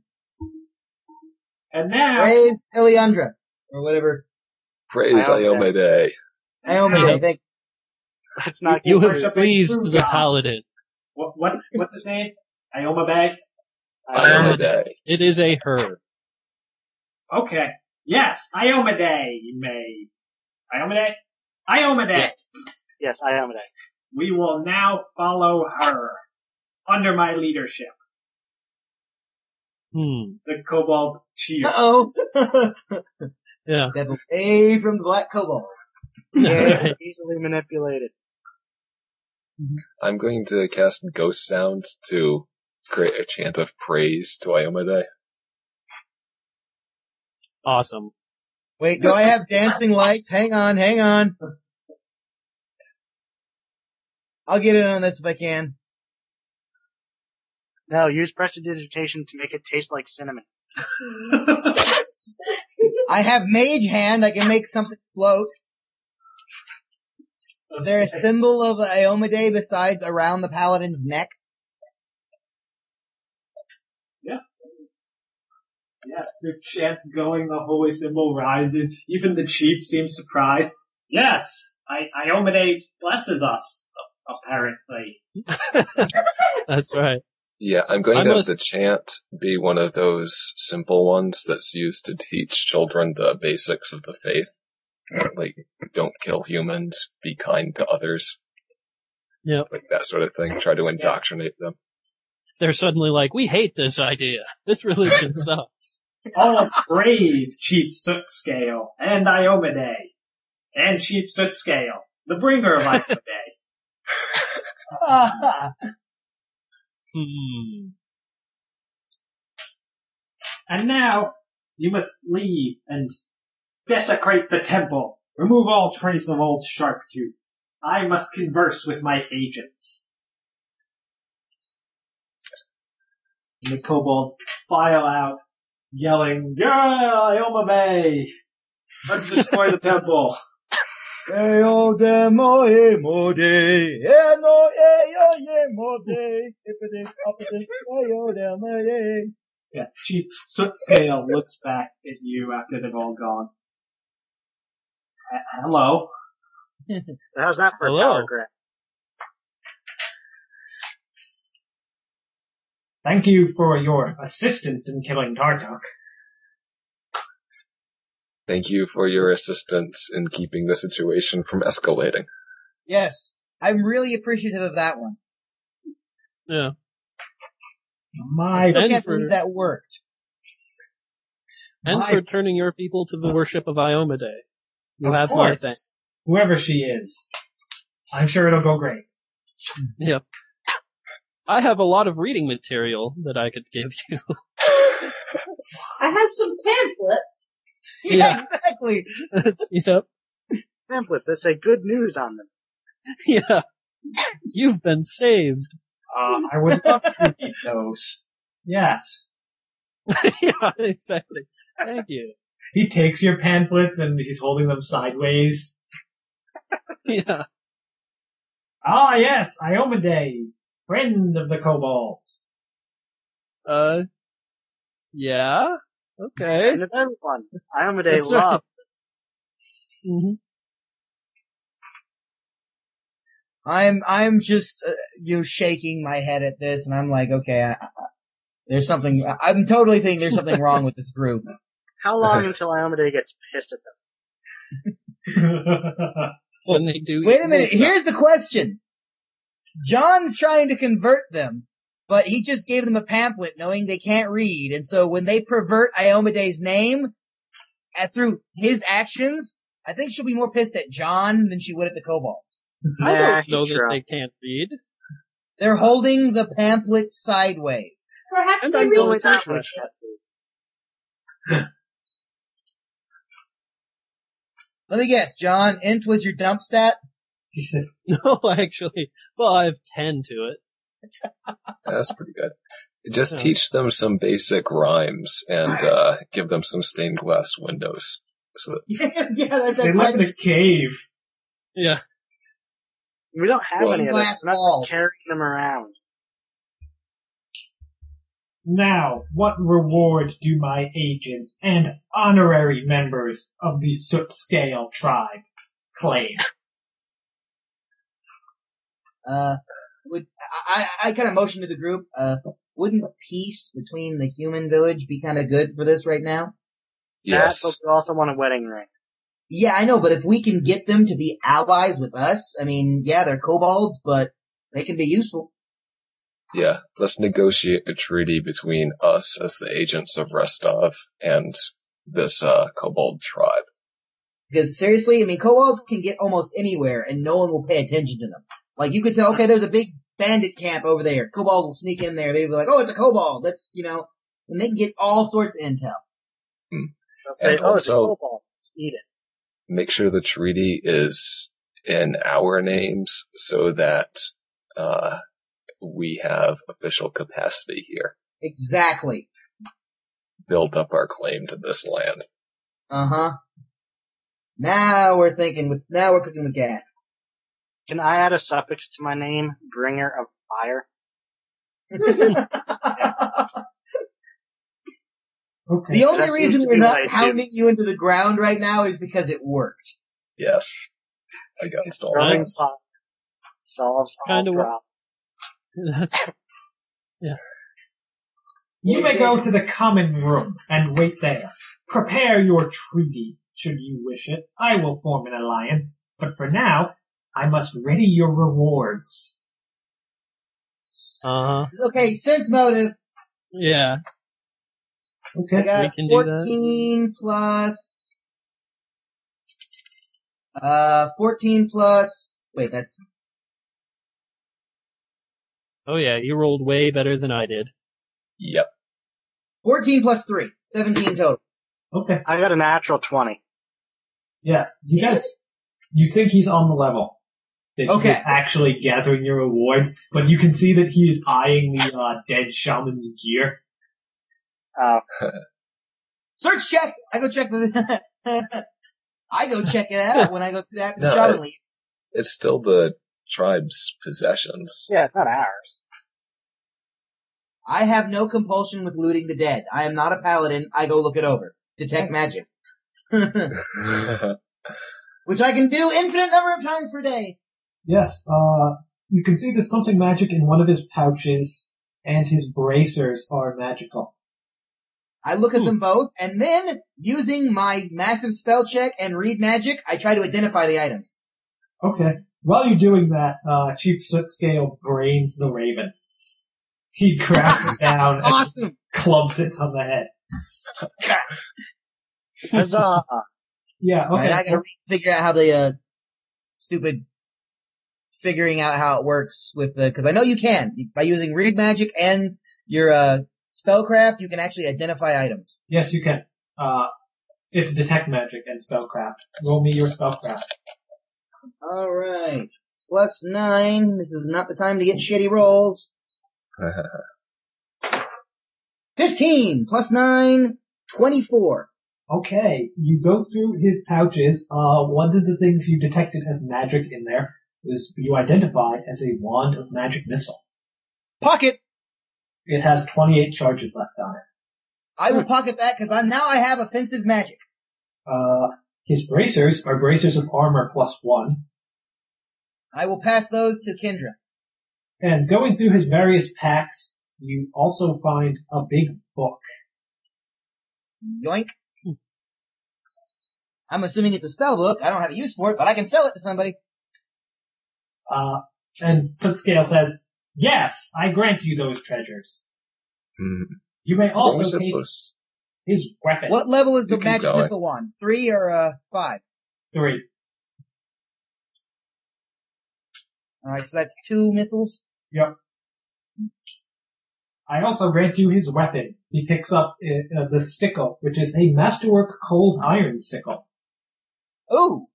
Speaker 2: And now,
Speaker 4: Praise Iliandra. Or whatever.
Speaker 5: Praise
Speaker 3: Ioma
Speaker 5: Ioma Day.
Speaker 4: Iomade,
Speaker 7: Yep.
Speaker 4: thank
Speaker 3: Let's not
Speaker 7: You
Speaker 3: get
Speaker 2: Well,
Speaker 7: have
Speaker 2: first
Speaker 3: confused.
Speaker 2: up, like,
Speaker 7: pleased
Speaker 2: true
Speaker 7: the
Speaker 2: God.
Speaker 7: paladin.
Speaker 2: what, what what's his name? Ioma Bay.
Speaker 7: Ioma
Speaker 5: Ioma
Speaker 7: Day.
Speaker 5: Day.
Speaker 7: It is a her.
Speaker 2: Okay. Yes, Ioma Day. May Ioma Day. Ioma Day.
Speaker 7: Yeah.
Speaker 3: Yes, I am an act.
Speaker 2: We will now follow her under my leadership.
Speaker 7: Hmm.
Speaker 2: The kobolds cheer.
Speaker 4: Uh-oh.
Speaker 7: Yeah.
Speaker 4: Step away from the black kobold.
Speaker 3: Yeah, easily manipulated.
Speaker 5: I'm going to cast Ghost Sound to create a chant of praise to Ioma Day.
Speaker 7: Awesome.
Speaker 4: Wait, do I have dancing lights? Hang on, hang on. I'll get in on this if I can.
Speaker 3: No, use prestidigitation to make it taste like cinnamon.
Speaker 4: I have mage hand. I can make something float. Is there a symbol of Iomade besides around the paladin's neck?
Speaker 2: Yes, the chant's going, the holy symbol rises. Even the chief seems surprised. Yes, I- Iomade blesses us, apparently.
Speaker 7: That's right.
Speaker 5: Yeah, I'm going
Speaker 7: I
Speaker 5: to
Speaker 7: must-
Speaker 5: have the chant be one of those simple ones that's used to teach children the basics of the faith. Like, don't kill humans, be kind to others.
Speaker 7: Yep.
Speaker 5: Like that sort of thing. Try to indoctrinate them.
Speaker 7: They're suddenly like, we hate this idea. This religion sucks.
Speaker 2: All praise Chief Sootscale and Iomade and Chief Sootscale, the bringer of Iomade.
Speaker 7: Hmm.
Speaker 2: and now you must leave and desecrate the temple. Remove all trace of old Sharptooth. I must converse with my agents. And the kobolds file out, yelling, Yeah, Ioma Bay! Let's destroy the temple! Yes, Chief Sootscale looks back at you after they've all gone. "H- Hello?
Speaker 3: So how's that for
Speaker 7: Hello.
Speaker 3: a power grab?
Speaker 2: Thank you for your assistance in killing Tartok.
Speaker 5: Thank you for your assistance in keeping the situation from escalating.
Speaker 4: yes. I'm really appreciative of that one.
Speaker 7: Yeah.
Speaker 4: I
Speaker 2: My
Speaker 4: still
Speaker 7: And
Speaker 4: can't
Speaker 7: for-
Speaker 4: believe that worked.
Speaker 7: And
Speaker 2: My-
Speaker 7: for turning your people to
Speaker 4: Uh.
Speaker 7: the worship of Ioma Day. You
Speaker 2: Of
Speaker 7: have my
Speaker 2: course.
Speaker 7: thanks.
Speaker 2: Whoever she is. I'm sure it'll go great.
Speaker 7: Yep. I have a lot of reading material that I could give you.
Speaker 6: I have some pamphlets.
Speaker 4: Yeah,
Speaker 7: Yeah.
Speaker 4: exactly.
Speaker 7: That's- yep.
Speaker 3: Pamphlets that say good news on them.
Speaker 7: Yeah. You've been saved.
Speaker 2: Uh, I would love to read those. Yes.
Speaker 7: yeah, exactly. Thank you.
Speaker 2: He takes your pamphlets and he's holding them sideways.
Speaker 7: Yeah.
Speaker 2: Ah, yes, Iomade, friend of the kobolds.
Speaker 7: Uh, yeah. Okay.
Speaker 3: And if everyone, Iomade
Speaker 7: That's right.
Speaker 3: loves
Speaker 7: Mm-hmm.
Speaker 4: I'm I'm just uh, you know, shaking my head at this, and I'm like, okay, I, I, there's something. I- I'm totally thinking there's something wrong with this group.
Speaker 3: How long until Iomade gets pissed at them?
Speaker 7: When they do.
Speaker 4: Wait a
Speaker 7: equal
Speaker 4: minute.
Speaker 7: stuff.
Speaker 4: Here's the question. John's trying to convert them, but he just gave them a pamphlet knowing they can't read. And so when they pervert Iomade's name at, through his actions, I think she'll be more pissed at John than she would at the kobolds.
Speaker 7: I don't
Speaker 3: Nah,
Speaker 7: know
Speaker 3: he
Speaker 7: that
Speaker 3: drunk.
Speaker 7: they can't read.
Speaker 4: They're holding the pamphlet sideways.
Speaker 6: Perhaps
Speaker 7: And
Speaker 6: they
Speaker 7: I'm
Speaker 3: Only
Speaker 6: really
Speaker 7: going
Speaker 6: don't
Speaker 3: that much.
Speaker 4: Let me guess, John, int was your dump stat?
Speaker 7: No, actually. Well, I have 10 to it.
Speaker 5: That's pretty good. Just
Speaker 7: Yeah.
Speaker 5: teach them some basic rhymes and uh, give them some stained glass windows. So that,
Speaker 4: yeah,
Speaker 2: They
Speaker 4: that, that
Speaker 2: live in
Speaker 4: might
Speaker 2: a cave.
Speaker 7: Yeah.
Speaker 3: We don't have
Speaker 4: Stained
Speaker 3: any of
Speaker 4: glass
Speaker 3: this. I'm not
Speaker 4: walls.
Speaker 3: carrying them around.
Speaker 2: Now, what reward do my agents and honorary members of the Soot Scale tribe claim?
Speaker 4: uh, would I, I kind of motioned to the group, uh, wouldn't peace between the human village be kind of good for this right now?
Speaker 5: yes.
Speaker 3: That, but we also want a wedding ring.
Speaker 4: Yeah, I know, but if we can get them to be allies with us, I mean, yeah, they're kobolds, but they can be useful.
Speaker 5: Yeah, let's negotiate a treaty between us as the agents of Restov and this uh, kobold tribe.
Speaker 4: Because seriously, I mean, kobolds can get almost anywhere and no one will pay attention to them. Like you could tell, okay, there's a big bandit camp over there. Kobold will sneak in there. They'll be like, oh, it's a kobold. Let's, you know, and they can get all sorts of intel.
Speaker 3: They'll say,
Speaker 5: And
Speaker 3: oh, it's a
Speaker 5: also-
Speaker 3: cobalt. Let's eat it.
Speaker 5: Make sure the treaty is in our names so that uh, we have official capacity here.
Speaker 4: Exactly.
Speaker 5: Build up our claim to this land.
Speaker 4: Uh huh. Now we're thinking with, now we're cooking with gas.
Speaker 3: Can I add a suffix to my name? Bringer of fire?
Speaker 4: the
Speaker 2: Okay.
Speaker 4: only
Speaker 3: That seems
Speaker 4: reason
Speaker 3: to
Speaker 4: we're
Speaker 3: be
Speaker 4: not
Speaker 3: what I do.
Speaker 4: pounding you into the ground right now is because it worked.
Speaker 5: Yes. Against all
Speaker 3: Throwing
Speaker 7: Oh, Nice.
Speaker 5: odds.
Speaker 3: fire solves
Speaker 7: It's
Speaker 3: all
Speaker 7: kinda what-
Speaker 3: problems.
Speaker 7: That's,
Speaker 2: You may go to the common room and wait there. Prepare your treaty, should you wish it. I will form an alliance, but for now, I must ready your rewards.
Speaker 7: uh,
Speaker 4: Okay, sense motive.
Speaker 7: yeah.
Speaker 4: I
Speaker 2: Okay.
Speaker 4: got
Speaker 7: can do that.
Speaker 4: 14 plus, uh, 14 plus, wait, that's,
Speaker 7: Oh yeah, you rolled way better than I did.
Speaker 5: Yep.
Speaker 4: 14 plus 3, 17 total.
Speaker 2: Okay.
Speaker 3: I got a natural 20.
Speaker 2: Yeah. You guys, you think he's on the level. That
Speaker 4: Okay.
Speaker 2: he is actually gathering your rewards, but you can see that he is eyeing the uh, dead shaman's gear.
Speaker 3: Uh,
Speaker 4: Search check! I go check the, I go check it out when I go see after the
Speaker 5: No,
Speaker 4: shaman
Speaker 5: I-
Speaker 4: leaves.
Speaker 5: It's still the tribe's possessions.
Speaker 3: yeah, it's not ours.
Speaker 4: I have no compulsion with looting the dead. I am not a paladin. I go look it over. Detect magic. Which I can do infinite number of times per day.
Speaker 2: Yes, uh, you can see there's something magic in one of his pouches, and his bracers are magical.
Speaker 4: I look at
Speaker 7: Hmm.
Speaker 4: them both, and then, using my massive spell check and read magic, I try to identify the items.
Speaker 2: Okay. While you're doing that, uh, Chief Footscale brains the raven. He grabs it down and just
Speaker 4: Awesome!
Speaker 2: clubs it on the head.
Speaker 3: Huzzah!
Speaker 2: Yeah, okay.
Speaker 4: Alright, I gotta re- figure out how the, uh, stupid figuring out how it works with the, cause I know you can. By using read magic and your, uh, spellcraft, you can actually identify items.
Speaker 2: yes, you can. Uh, it's detect magic and spellcraft. Roll me your spellcraft.
Speaker 4: Alright. Plus nine. This is not the time to get shitty rolls. Fifteen! Plus nine. Twenty-four.
Speaker 2: Okay, you go through his pouches. Uh, one of the things you detected as magic in there is you identify as a wand of magic missile.
Speaker 4: Pocket!
Speaker 2: It has 28 charges left on it.
Speaker 4: I will pocket that because I, now I have offensive magic.
Speaker 2: Uh, His bracers are bracers of armor plus one.
Speaker 4: I will pass those to Kendra.
Speaker 2: And going through his various packs, you also find a big book.
Speaker 4: Yoink. I'm assuming it's a spell book. I don't have a use for it, but I can sell it to somebody.
Speaker 2: Uh, and Footscale says, yes, I grant you those treasures.
Speaker 5: Hmm.
Speaker 2: You may
Speaker 5: What was
Speaker 2: also
Speaker 5: it
Speaker 2: take
Speaker 5: was?
Speaker 2: his weapon.
Speaker 4: What level is
Speaker 5: You
Speaker 4: the
Speaker 5: keep
Speaker 4: magic
Speaker 5: going.
Speaker 4: missile wand? Three or uh, five?
Speaker 2: Three.
Speaker 4: All right, so that's two missiles.
Speaker 2: I also grant you his weapon. He picks up uh, uh, the sickle, which is a masterwork cold iron sickle.
Speaker 4: Ooh,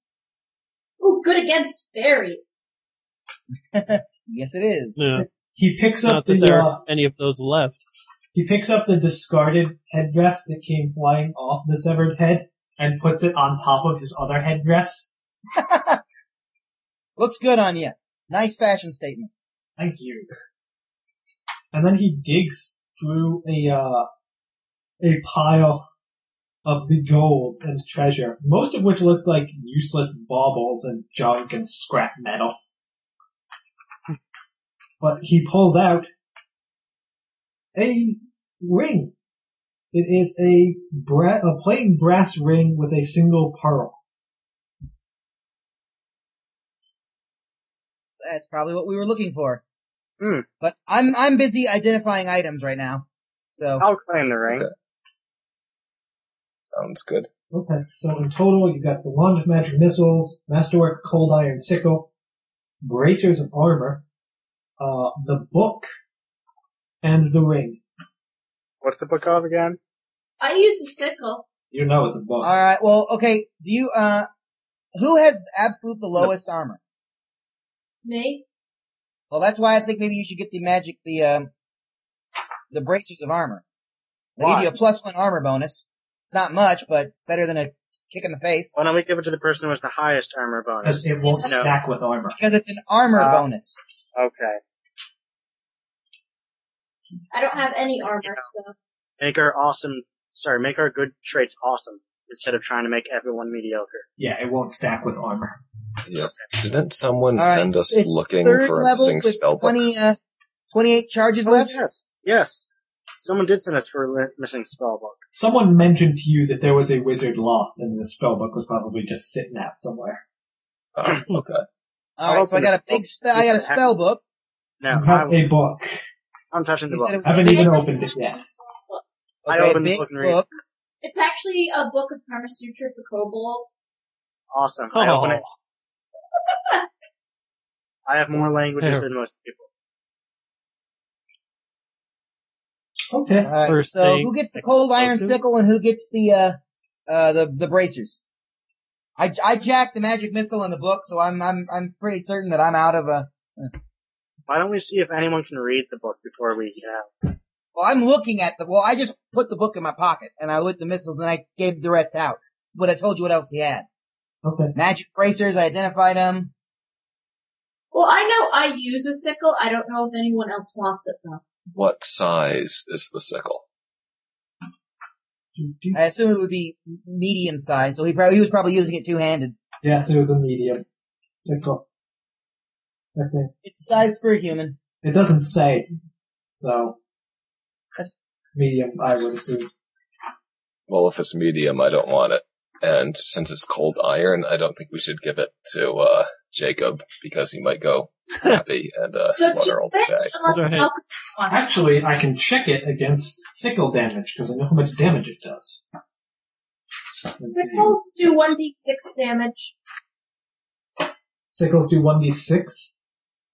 Speaker 6: Ooh, good against fairies.
Speaker 4: yes, it is.
Speaker 7: Yeah.
Speaker 2: He picks
Speaker 7: Not
Speaker 2: up
Speaker 7: that
Speaker 2: the
Speaker 7: there
Speaker 2: uh,
Speaker 7: are any of those left.
Speaker 2: He picks up the discarded headdress that came flying off the severed head and puts it on top of his other headdress.
Speaker 4: Looks good on you. Nice fashion statement.
Speaker 2: Thank you. And then he digs through a uh, a pile of the gold and treasure, most of which looks like useless baubles and junk and scrap metal. But he pulls out a ring. It is a, bra- a plain brass ring with a single pearl.
Speaker 4: That's probably what we were looking for.
Speaker 3: Hmm.
Speaker 4: But I'm I'm busy identifying items right now. So
Speaker 3: I'll claim the ring.
Speaker 5: Okay. Sounds good.
Speaker 2: Okay, so in total, you've got the Wand of Magic Missiles, Masterwork Cold Iron Sickle, Bracers of Armor, uh, the book, and the ring.
Speaker 3: What's the book of again?
Speaker 6: I use a sickle.
Speaker 2: You know it's a
Speaker 5: Oh.
Speaker 2: book.
Speaker 4: all right. Well, okay. Do you uh, who has absolute the lowest armor?
Speaker 6: Me?
Speaker 4: Well, that's why I think maybe you should get the magic the um the bracers of armor. They give
Speaker 3: Why?
Speaker 4: you a plus one armor bonus. It's not much, but it's better than a kick in the face
Speaker 3: Why don't we give it to the person who has the highest armor bonus?
Speaker 2: Because it won't
Speaker 3: No.
Speaker 2: stack with armor.
Speaker 4: because it's an armor
Speaker 3: Uh,
Speaker 4: bonus.
Speaker 3: Okay.
Speaker 6: I don't have any armor, so.
Speaker 3: Make our awesome, sorry, make our good traits awesome instead of trying to make everyone mediocre.
Speaker 2: Yeah, it won't stack with armor.
Speaker 5: Yep. Didn't someone
Speaker 4: All right,
Speaker 5: send us
Speaker 4: It's
Speaker 5: looking
Speaker 4: third
Speaker 5: for a
Speaker 4: level
Speaker 5: missing
Speaker 4: with
Speaker 5: spell book?
Speaker 4: 20, uh, 28 charges
Speaker 3: Oh,
Speaker 4: left.
Speaker 3: yes. Yes. Someone did send us for a li- missing spell book.
Speaker 2: Someone mentioned to you that there was a wizard lost and the spellbook was probably just sitting out somewhere.
Speaker 5: Oh, okay.
Speaker 4: All
Speaker 3: I'll
Speaker 4: right, so I
Speaker 3: open
Speaker 4: got a
Speaker 3: this
Speaker 4: big
Speaker 3: book.
Speaker 4: spell. I got a spell book.
Speaker 3: No,
Speaker 2: you have
Speaker 3: I'm,
Speaker 2: a book.
Speaker 3: I'm touching the
Speaker 4: You said
Speaker 3: book.
Speaker 4: it was
Speaker 2: Haven't
Speaker 4: a
Speaker 2: even
Speaker 4: big-
Speaker 2: opened it yet.
Speaker 3: I
Speaker 4: okay,
Speaker 3: opened the
Speaker 4: big
Speaker 3: book and read.
Speaker 4: book.
Speaker 6: It's actually a book of Karma Sutra for kobolds.
Speaker 3: Awesome. I open
Speaker 7: Oh.
Speaker 3: it. I have more languages than most people.
Speaker 2: Okay.
Speaker 4: All right,
Speaker 7: First
Speaker 4: so
Speaker 7: thing,
Speaker 4: who gets the cold iron
Speaker 7: explosive.
Speaker 4: sickle and who gets the uh uh the the bracers? I I jacked the magic missile in the book, so I'm I'm I'm pretty certain that I'm out of a.
Speaker 3: Why don't we see if anyone can read the book before we uh, get out?
Speaker 4: Well, I'm looking at the. Well, I just put the book in my pocket and I lit the missiles and I gave the rest out. But I told you what else he had.
Speaker 2: Okay.
Speaker 4: Magic bracers. I identified them.
Speaker 6: Well, I know I use a sickle. I don't know if anyone else wants it though.
Speaker 5: What size is the sickle?
Speaker 4: I assume it would be medium size, so he probably he was probably using it two handed.
Speaker 2: Yes, it was a medium. Sickle. I think.
Speaker 4: It's sized for a human.
Speaker 2: It doesn't say, so
Speaker 4: That's-
Speaker 2: medium, I would assume.
Speaker 5: Well, if it's medium, I don't want it. And since it's cold iron, I don't think we should give it to uh, Jacob because he might go happy and uh,
Speaker 6: So just
Speaker 5: slaughter all
Speaker 6: bitch,
Speaker 5: day.
Speaker 6: unless
Speaker 7: Right.
Speaker 6: Malcolm wants it.
Speaker 2: Actually, I can check it against sickle damage because I know how much damage it does. Let's see.
Speaker 6: Sickles do 1d6 damage.
Speaker 2: Sickles do 1d6.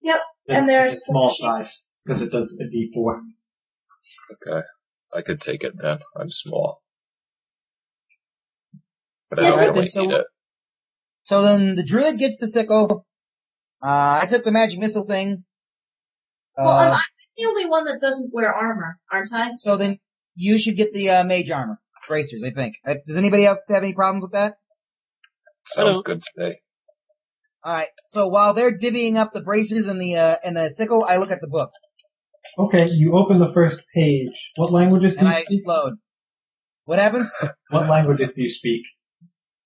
Speaker 6: Yep,
Speaker 2: Then
Speaker 6: and
Speaker 2: it's
Speaker 6: they're
Speaker 2: a small size because it does a d4.
Speaker 5: Okay, I could take it then. I'm small, but I
Speaker 6: Yeah,
Speaker 5: don't
Speaker 6: but
Speaker 5: really
Speaker 4: then so-
Speaker 5: need it.
Speaker 4: So then the druid gets the sickle. Uh, I took the magic missile thing. Uh,
Speaker 6: Well, I'm, I'm the only one that doesn't wear armor, aren't I?
Speaker 4: so then you should get the uh, mage armor bracers. I think. Uh, does anybody else have any problems with that?
Speaker 5: Sounds
Speaker 7: don't-
Speaker 5: good to me.
Speaker 4: All right. So while they're divvying up the bracers and the uh, and the sickle, I look at the book
Speaker 2: Okay, you open the first page. What languages do
Speaker 4: and
Speaker 2: you
Speaker 4: I
Speaker 2: speak?
Speaker 4: explode. What happens?
Speaker 2: What languages do you speak?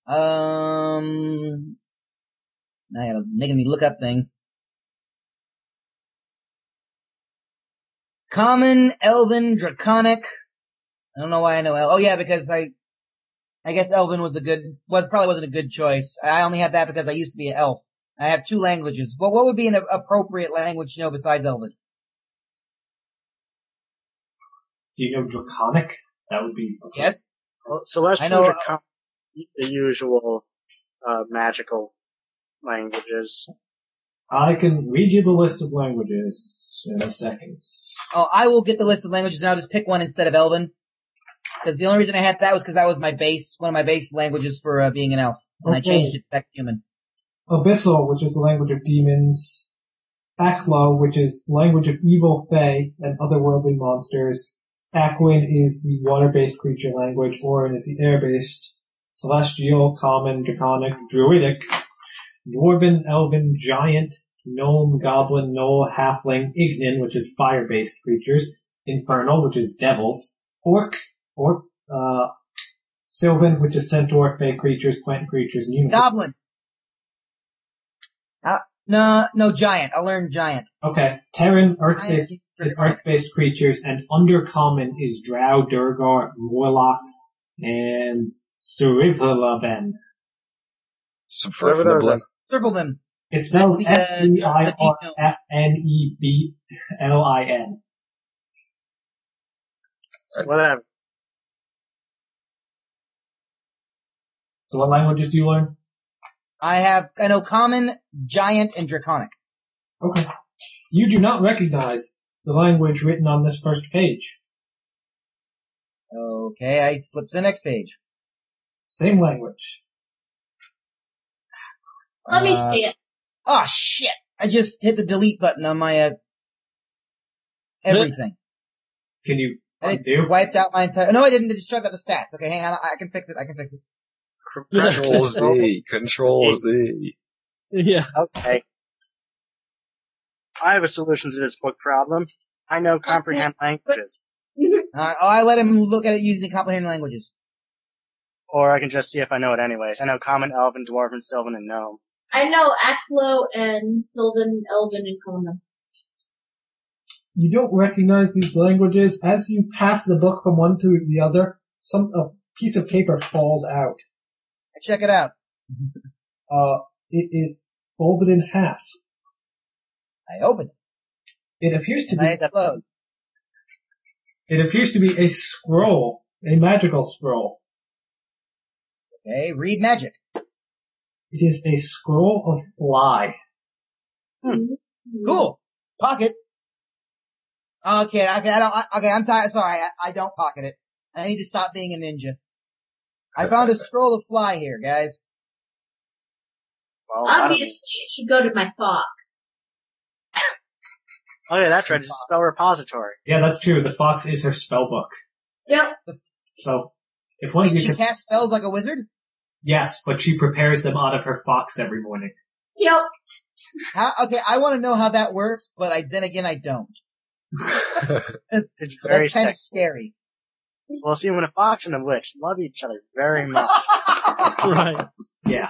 Speaker 4: Um, now you gotta making me look up things. Common, Elven, Draconic. I don't know why I know El. Oh yeah, because I, I guess Elven was a good, was probably wasn't a good choice. I only had that because I used to be an elf. I have two languages. But what would be an appropriate language to know besides Elven?
Speaker 2: Do you know Draconic? That would be
Speaker 4: Yes.
Speaker 3: Well, Celestial
Speaker 4: I know, uh,
Speaker 3: are com- the usual uh, magical languages.
Speaker 2: I can read you the list of languages in a second.
Speaker 4: Oh, I will get the list of languages and I'll just pick one instead of Elven. Because the only reason I had that was because that was my base, one of my base languages for uh, being an elf, and I
Speaker 2: Okay.
Speaker 4: changed it back to human.
Speaker 2: Abyssal, which is the language of demons. Akla, which is the language of evil fae and otherworldly monsters. Aquin is the water-based creature language. Orin is the air-based. Celestial, common, draconic, druidic. Dwarven, elven, giant, gnome, goblin, gnoll, halfling, ignin, which is fire-based creatures. Infernal, which is devils. Orc, orc, uh, sylvan, which is centaur, fae creatures, plant creatures, and humans.
Speaker 4: Goblin. Uh, no, no giant. I'll learn giant.
Speaker 2: Okay. Terran,
Speaker 4: Giant
Speaker 2: Earth-based is earth-based creatures, and undercommon is drow, durgar, morlocks, and surivalaben.
Speaker 3: Whatever
Speaker 5: Subversion
Speaker 3: those are.
Speaker 5: Blend.
Speaker 4: Servalman.
Speaker 2: It's spelled
Speaker 4: That's the, uh,
Speaker 2: E
Speaker 4: the- the
Speaker 2: S-E-I-R-F-N-E-B-L-I-N.
Speaker 3: Whatever.
Speaker 2: So what languages do you learn?
Speaker 4: I have, I know common, giant, and draconic.
Speaker 2: Okay. You do not recognize the language written on this first page.
Speaker 4: Okay, I slipped to the next page.
Speaker 2: Same language.
Speaker 6: Let me
Speaker 4: Uh,
Speaker 6: see it.
Speaker 4: Oh shit! I just hit the delete button on my, uh, everything.
Speaker 2: Can you
Speaker 4: And
Speaker 2: undo?
Speaker 4: it wiped out my entire, no I didn't, it just struck out the stats. Okay, hang on, I I can fix it, I can fix it.
Speaker 5: Control Z. Control Z.
Speaker 7: Yeah.
Speaker 3: Okay. I have a solution to this book problem. I know comprehend languages.
Speaker 4: Alright, oh I let him look at it using comprehension languages.
Speaker 3: Or I can just see if I know it anyways. I know common, elven, dwarven, sylvan, and gnome.
Speaker 6: I know Aklo and Sylvan, Elven, and Conan.
Speaker 2: you don't recognize these languages. As you pass the book from one to the other, some a piece of paper falls out.
Speaker 4: Check it out.
Speaker 2: Uh, it is folded in half.
Speaker 4: I opened it,
Speaker 2: It appears to
Speaker 4: and I
Speaker 2: be
Speaker 4: explode.
Speaker 2: it appears to be a scroll, a magical scroll.
Speaker 4: Okay, read magic.
Speaker 2: It is a scroll of fly.
Speaker 4: Hmm.
Speaker 6: Mm-hmm.
Speaker 4: Cool. Pocket. Okay, okay, I don't, I- okay, I'm tired, sorry, I, I don't pocket it. I need to stop being a ninja. I found a scroll of fly here, guys.
Speaker 3: Well, I don't
Speaker 6: Obviously, it should go to my fox.
Speaker 3: Oh yeah, that's right. It's a spell repository.
Speaker 2: Yeah, that's true. The fox is her spell book.
Speaker 6: Yep.
Speaker 2: So if one
Speaker 4: Can
Speaker 2: of you
Speaker 4: she
Speaker 2: can,
Speaker 4: cast spells like a wizard?
Speaker 2: yes, but she prepares them out of her fox every morning.
Speaker 6: Yep.
Speaker 4: How, okay, I want to know how that works, but I, then again, I don't.
Speaker 3: It's very
Speaker 4: That's kind of
Speaker 3: sexy.
Speaker 4: scary.
Speaker 3: Well, see, when a fox and a witch love each other very much.
Speaker 7: Right.
Speaker 2: Yeah.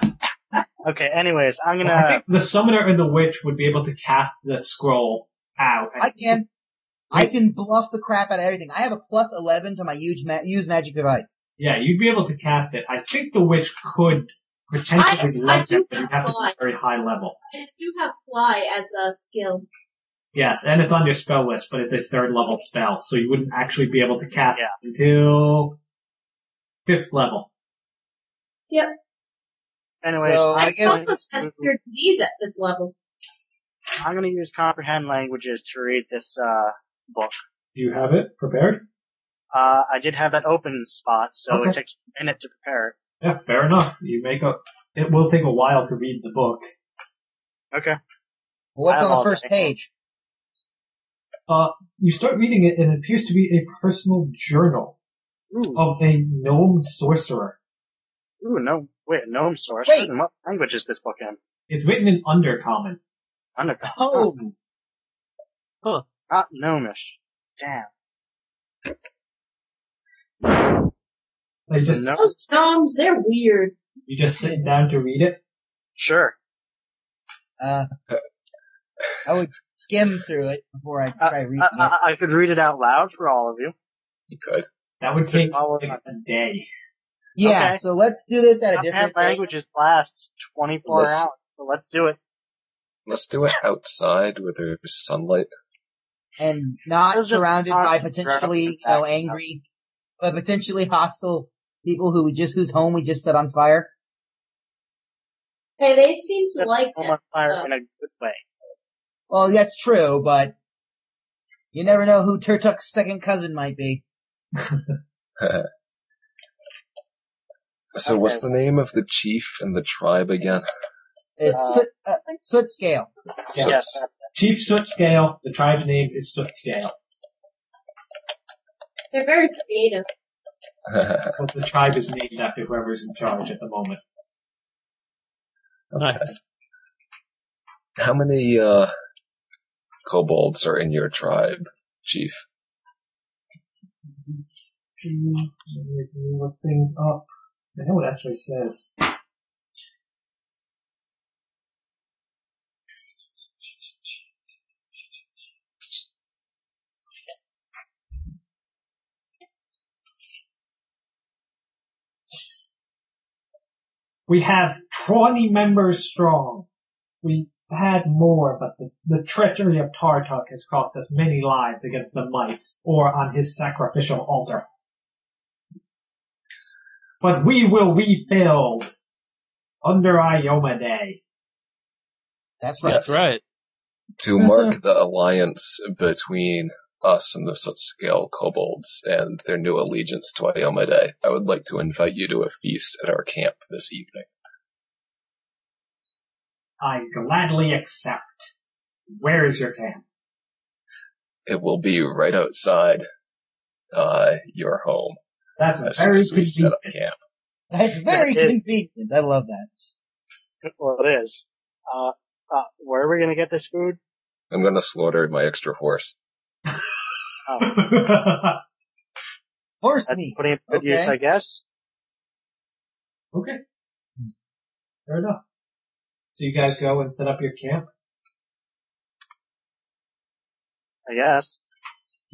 Speaker 3: Okay. Anyways, I'm gonna.
Speaker 2: I think the summoner and the witch would be able to cast the scroll out.
Speaker 4: I can, I can bluff the crap out of everything. I have a plus 11 to my huge ma- use magic device.
Speaker 2: Yeah, you'd be able to cast it. I think the witch could potentially
Speaker 6: I- I
Speaker 2: learn
Speaker 6: do
Speaker 2: it, but you have to be
Speaker 6: fly.
Speaker 2: very high level.
Speaker 6: I do have fly as a skill.
Speaker 2: Yes, and it's on your spell list, but it's a third level spell, so you wouldn't actually be able to cast
Speaker 3: Yeah.
Speaker 2: it until fifth level.
Speaker 3: Anyways,
Speaker 4: So, I
Speaker 6: I can
Speaker 4: guess-
Speaker 6: also test your disease at fifth level.
Speaker 3: I'm gonna use comprehend languages to read this. Uh,
Speaker 2: Do you have it prepared?
Speaker 3: uh, I did have that open spot, so
Speaker 2: Okay.
Speaker 3: it took a minute to prepare.
Speaker 2: Yeah, fair enough. You make a. It will take a while to read the book.
Speaker 3: Okay. I
Speaker 4: What's
Speaker 3: have
Speaker 4: on the
Speaker 3: all
Speaker 4: first
Speaker 3: that.
Speaker 4: page?
Speaker 2: You start reading it, and it appears to be a personal journal
Speaker 3: Ooh,
Speaker 2: of a gnome sorcerer.
Speaker 3: Oh. ooh, no, wait, a gnome source.
Speaker 4: Wait.
Speaker 3: What language is this book in?
Speaker 2: It's written in Undercommon.
Speaker 3: Underground.
Speaker 4: Oh,
Speaker 3: Oh. Not gnomish. Ah, Damn.
Speaker 2: They just
Speaker 3: No.
Speaker 6: Those gnomes, they're weird.
Speaker 9: You just sit down to read it?
Speaker 3: Sure.
Speaker 4: Uh, I would skim through it before I
Speaker 3: Uh,
Speaker 4: try reading
Speaker 3: I,
Speaker 4: it.
Speaker 3: I, I could read it out loud for all of you.
Speaker 5: You could.
Speaker 9: That would
Speaker 3: Just
Speaker 9: take
Speaker 3: follow
Speaker 9: like
Speaker 3: up.
Speaker 9: a day.
Speaker 4: Yeah,
Speaker 3: okay.
Speaker 4: so let's do this at a
Speaker 3: Japan
Speaker 4: different day.
Speaker 3: languages lasts 24
Speaker 5: Let's-
Speaker 3: hours, so let's do it.
Speaker 5: Let's do it outside where there's sunlight.
Speaker 4: and not
Speaker 3: Those are
Speaker 4: surrounded by
Speaker 3: awesome
Speaker 4: potentially, you
Speaker 3: drugs.
Speaker 4: know, angry, but potentially hostile people who we just, whose home we just set on fire.
Speaker 6: Hey, they seem to
Speaker 3: Set
Speaker 6: like
Speaker 3: home on
Speaker 6: that.
Speaker 3: fire
Speaker 6: so.
Speaker 3: in a good way.
Speaker 4: Well, that's true, but you never know who Turtuk's second cousin might be.
Speaker 5: So
Speaker 3: Okay.
Speaker 5: what's the name of the chief and the tribe again?
Speaker 4: Is
Speaker 3: Uh,
Speaker 4: soot, uh, soot scale.
Speaker 9: Yes.
Speaker 3: Yes.
Speaker 9: Chief Soot Scale, the tribe's name is Soot Scale,
Speaker 6: They're very creative.
Speaker 5: okay.
Speaker 9: but the tribe is named after whoever's in charge at the moment.
Speaker 7: Nice.
Speaker 5: How many uh kobolds are in your tribe, chief?
Speaker 9: Let me Look things up. I know it actually says. We have 20 members strong. We had more, but the, the treachery of Tartuk has cost us many lives against the mites or on his sacrificial altar. But we will rebuild under Ioma Day.
Speaker 4: That's right.
Speaker 7: That's right.
Speaker 5: to mark the alliance between us and the subscale kobolds and their new allegiance to Iomade, I would like to invite you to a feast at our camp this evening.
Speaker 9: I gladly accept. Where is your camp?
Speaker 5: It will be right outside uh, your home
Speaker 9: That's
Speaker 5: as soon
Speaker 9: very
Speaker 5: as we set up
Speaker 9: convenient.
Speaker 5: camp.
Speaker 4: That's very
Speaker 3: That is-
Speaker 4: convenient. I love that.
Speaker 3: Well, it is. Uh, uh, where are we gonna get this food?
Speaker 5: I'm going to slaughter my extra horse.
Speaker 4: Horse
Speaker 3: That's
Speaker 4: meat.
Speaker 3: putting it to good use,
Speaker 4: Okay.
Speaker 3: I guess.
Speaker 9: okay. Fair enough. So you guys go and set up your camp.
Speaker 3: I guess.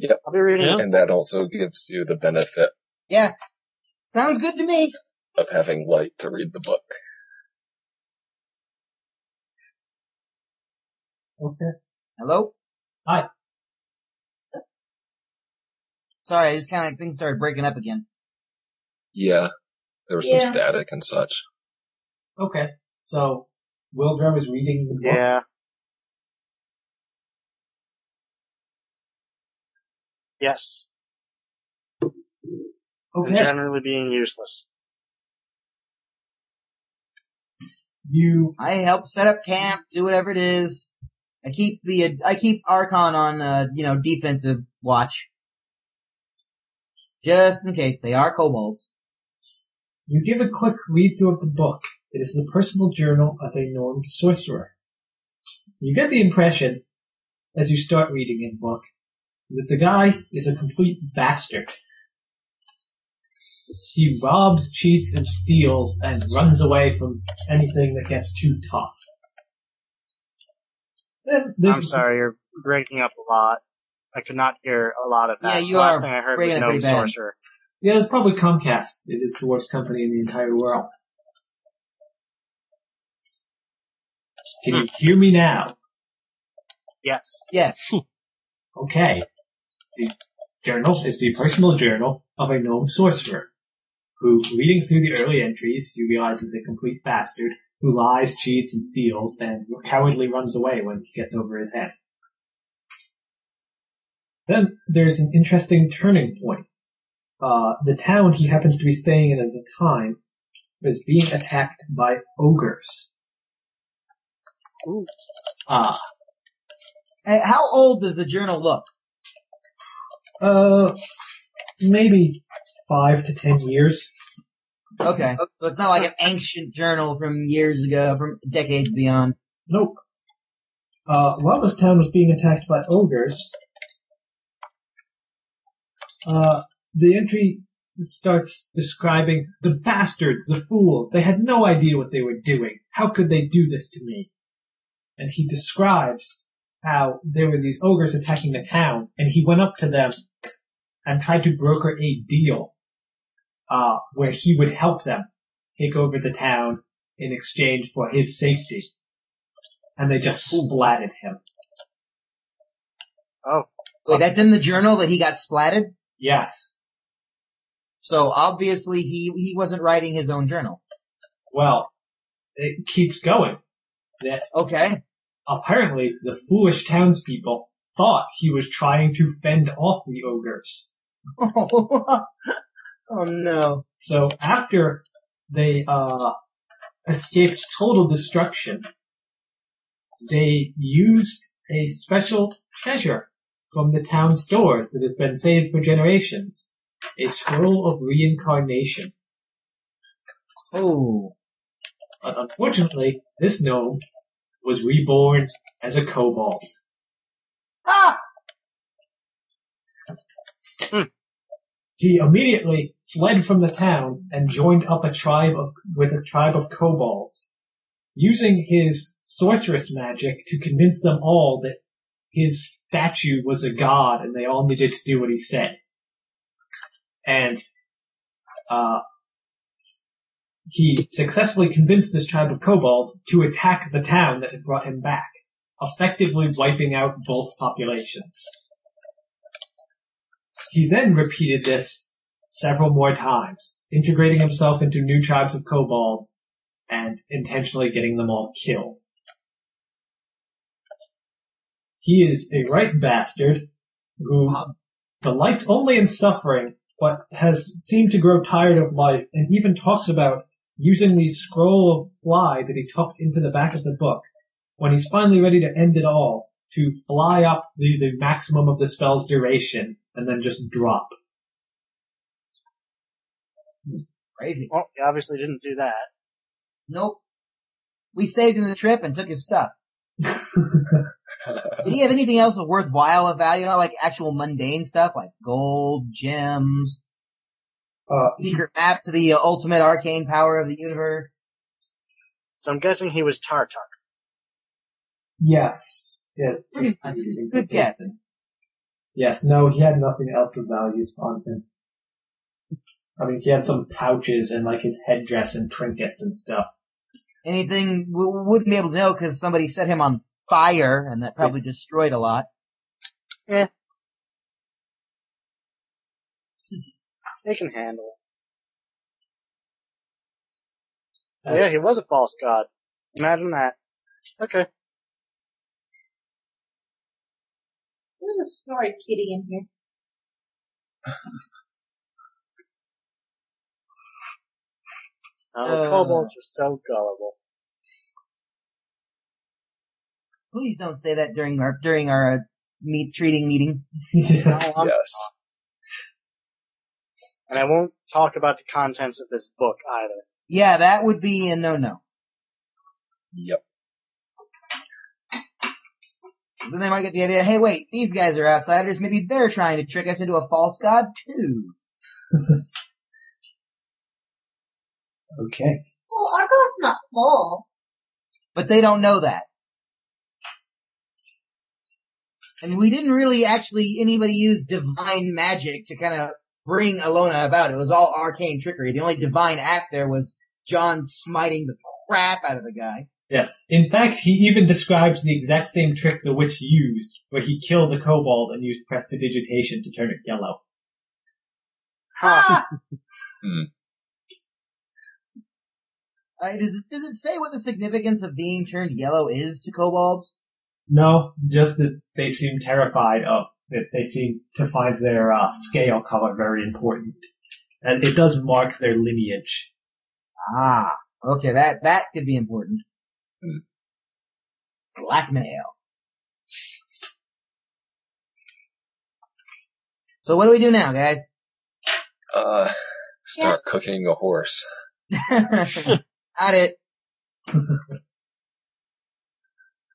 Speaker 5: Yep.
Speaker 3: I'll be reading
Speaker 7: Yeah.
Speaker 3: this.
Speaker 5: And that also gives you the benefit
Speaker 4: Sounds good to me.
Speaker 5: of having light to read the book.
Speaker 9: Okay.
Speaker 4: Hello?
Speaker 9: Hi.
Speaker 4: Sorry, I just kinda like things started breaking up again.
Speaker 5: Yeah, there was
Speaker 6: Yeah.
Speaker 5: some static and such.
Speaker 9: Okay. So Wildrum is reading the book.
Speaker 3: Yeah. Yes. And
Speaker 9: Okay.
Speaker 3: generally being useless.
Speaker 9: You
Speaker 4: I help set up camp, do whatever it is. I keep the, I keep Archon on, uh, you know, defensive watch. Just in case they are kobolds.
Speaker 9: you give a quick read through of the book. It is the personal journal of a known sorcerer. You get the impression, as you start reading the book, that the guy is a complete bastard. He robs, cheats, and steals, and runs away from anything that gets too tough. And there's-
Speaker 3: I'm sorry, you're breaking up a lot. I could not hear a lot of that.
Speaker 4: Yeah, you
Speaker 3: the last
Speaker 4: are
Speaker 3: thing I heard
Speaker 4: breaking
Speaker 3: was
Speaker 4: up
Speaker 3: no
Speaker 4: pretty bad.
Speaker 3: sorcerer.
Speaker 9: Yeah, it's probably Comcast. It is the worst company in the entire world. Can you hear me now?
Speaker 3: Yes.
Speaker 4: Yes.
Speaker 9: Okay. The journal is the personal journal of a gnome sorcerer, who, reading through the early entries, you realize is a complete bastard who lies, cheats, and steals, and cowardly runs away when he gets over his head. Then there's an interesting turning point. Uh, the town he happens to be staying in at the time was being attacked by ogres.
Speaker 3: Ooh.
Speaker 9: Ah,
Speaker 4: Hey, how old does the journal look?
Speaker 9: Uh, maybe five to ten years.
Speaker 4: Okay. So it's not like an ancient journal from years ago, from decades beyond.
Speaker 9: Nope. Uh, while this town was being attacked by ogres, uh, the entry starts describing the bastards, the fools. They had no idea what they were doing. How could they do this to me? And he describes how there were these ogres attacking the town, and he went up to them and tried to broker a deal uh, where he would help them take over the town in exchange for his safety. And they just splatted him.
Speaker 3: Oh,
Speaker 4: Wait, that's in the journal that he got splatted?
Speaker 9: Yes.
Speaker 4: So obviously he, he wasn't writing his own journal.
Speaker 9: Well, it keeps going.
Speaker 4: Okay.
Speaker 9: Apparently, the foolish townspeople thought he was trying to fend off the ogres.
Speaker 4: oh no.
Speaker 9: So after they uh, escaped total destruction, they used a special treasure from the town stores that has been saved for generations. A scroll of reincarnation.
Speaker 4: Oh.
Speaker 9: But unfortunately, this gnome was reborn as a kobold.
Speaker 4: Ah!
Speaker 9: He immediately fled from the town and joined up a tribe of, with a tribe of kobolds, using his sorceress magic to convince them all that his statue was a god and they all needed to do what he said. And, uh, he successfully convinced this tribe of kobolds to attack the town that had brought him back, effectively wiping out both populations. He then repeated this several more times, integrating himself into new tribes of kobolds and intentionally getting them all killed. He is a right bastard who delights only in suffering, but has seemed to grow tired of life and even talks about using the scroll of fly that he tucked into the back of the book when he's finally ready to end it all to fly up the, the maximum of the spell's duration and then just drop.
Speaker 4: Crazy.
Speaker 3: well, you obviously didn't do that.
Speaker 4: Nope. We saved him the trip and took his stuff. Did he have anything else of worthwhile of value? Not like actual mundane stuff like gold, gems,
Speaker 9: Uh,
Speaker 4: secret map to the uh, ultimate arcane power of the universe.
Speaker 3: So I'm guessing he was Tartar.
Speaker 9: yes. Yes.
Speaker 4: Pretty- Hmm. good guess.
Speaker 9: Yes, no, he had nothing else of value on him. I mean, he had some pouches and like his headdress and trinkets and stuff.
Speaker 4: Anything we we wouldn't be able to know because somebody set him on fire and that probably destroyed a lot.
Speaker 3: They can handle it.
Speaker 9: Uh,
Speaker 3: Oh, yeah, he was a false god. Imagine that. Okay.
Speaker 6: There's a snoring kitty in here.
Speaker 3: Oh,
Speaker 4: Uh.
Speaker 3: kobolds are so gullible.
Speaker 4: Please don't say that during our during our uh, meet treating meeting.
Speaker 3: No, I'm-
Speaker 5: Yes.
Speaker 3: And I won't talk about the contents of this book either.
Speaker 4: Yeah, that would be a no no.
Speaker 5: Yep.
Speaker 4: Then they might get the idea, hey wait, these guys are outsiders, maybe they're trying to trick us into a false god too.
Speaker 9: okay.
Speaker 6: Well, our god's not false.
Speaker 4: But they don't know that. And we didn't really actually anybody use divine magic to kind of bring Alona about. It was all arcane trickery. The only divine act there was John smiting the crap out of the guy.
Speaker 9: Yes. In fact, he even describes the exact same trick the witch used, where he killed the kobold and used prestidigitation to turn it yellow.
Speaker 3: Huh.
Speaker 4: Alright, does it, does it say what the significance of being turned yellow is to kobolds?
Speaker 9: No, just that they seem terrified of that they seem to find their uh, scale color very important. And it does mark their lineage.
Speaker 4: Ah, okay, that, that could be important.
Speaker 5: Hmm.
Speaker 4: Blackmail. So what do we do now, guys?
Speaker 5: Uh, start cooking a horse.
Speaker 4: Got it.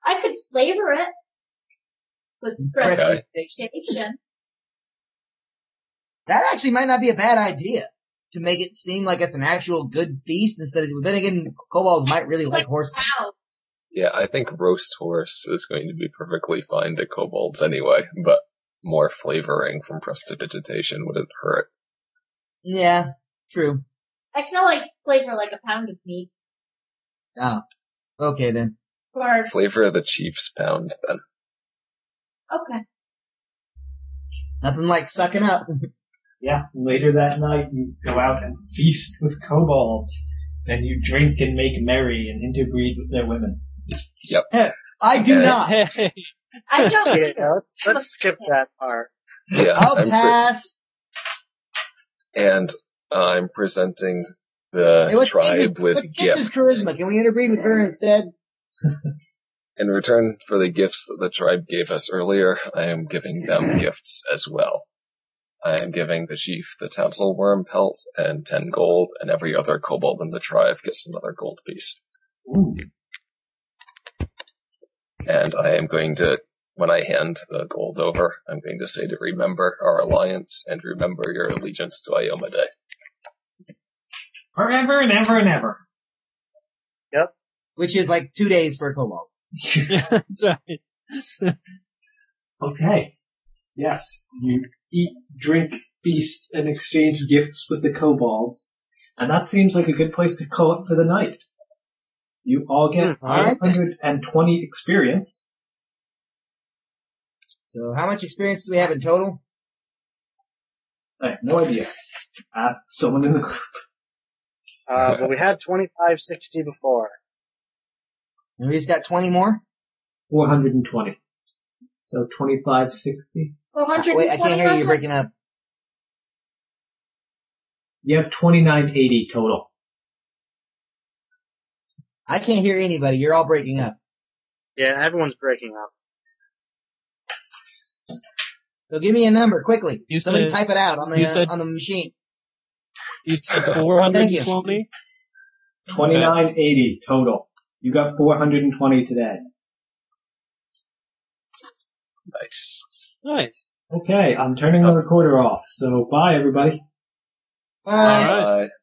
Speaker 6: I could flavor it with
Speaker 5: Okay.
Speaker 6: precipitation.
Speaker 4: That actually might not be a bad idea to make it seem like it's an actual good feast instead of, then again, kobolds might really like horse.
Speaker 6: Wow.
Speaker 5: Yeah, I think roast horse is going to be perfectly fine to kobolds anyway, but more flavoring from prestidigitation wouldn't hurt.
Speaker 4: Yeah, true.
Speaker 6: I feel like flavor like a pound of meat
Speaker 4: Oh, okay then.
Speaker 6: or
Speaker 5: Flavor of the chief's pound then.
Speaker 6: okay.
Speaker 4: Nothing like sucking up.
Speaker 9: Yeah, later that night you go out and feast with kobolds. Then you drink and make merry and interbreed with their women.
Speaker 4: I do
Speaker 5: Okay.
Speaker 4: not.
Speaker 7: Hey,
Speaker 6: I don't
Speaker 3: Yeah,
Speaker 6: either.
Speaker 3: let's, let's skip that part.
Speaker 5: Yeah,
Speaker 4: I'll
Speaker 5: I'm pre-
Speaker 4: pass.
Speaker 5: and I'm presenting the
Speaker 4: Hey, what's Kendra's-
Speaker 5: tribe with
Speaker 4: what's
Speaker 5: gifts.
Speaker 4: Kendra's charisma? Can we interbreed with her instead?
Speaker 5: In return for the gifts that the tribe gave us earlier, I am giving them gifts as well. I am giving the chief the townsel worm pelt and ten gold, and every other kobold in the tribe gets another gold piece.
Speaker 9: Ooh.
Speaker 5: And I am going to, when I hand the gold over, I'm going to say to remember our alliance and remember your allegiance to Ioma Day.
Speaker 9: Forever and ever and ever.
Speaker 4: Which is like two days for a kobold.
Speaker 7: that's right.
Speaker 9: Okay. Yes, you eat, drink, feast, and exchange gifts with the kobolds, and that seems like a good place to call it for the night. You all get
Speaker 4: Hmm, all right then.
Speaker 9: 520 experience.
Speaker 4: So how much experience do we have in total?
Speaker 9: I have no idea. Ask someone in the group.
Speaker 3: Uh, but we had 2560 before.
Speaker 4: And we just got 20 more?
Speaker 9: 420. So 2560.
Speaker 4: Wait, I can't hear you. You're breaking up.
Speaker 9: You have 2980 total.
Speaker 4: I can't hear anybody. You're all breaking up.
Speaker 3: Yeah, everyone's breaking up.
Speaker 4: So give me a number quickly.
Speaker 7: You
Speaker 4: Somebody
Speaker 7: said-
Speaker 4: type it out on the
Speaker 7: you
Speaker 4: uh,
Speaker 7: said-
Speaker 4: on the machine.
Speaker 7: You said 420?
Speaker 9: 2980 total. You got 420 today.
Speaker 5: Nice.
Speaker 7: Nice.
Speaker 9: Oh. Okay, I'm turning the recorder off. So bye everybody.
Speaker 4: Bye.
Speaker 7: All right.
Speaker 5: Bye.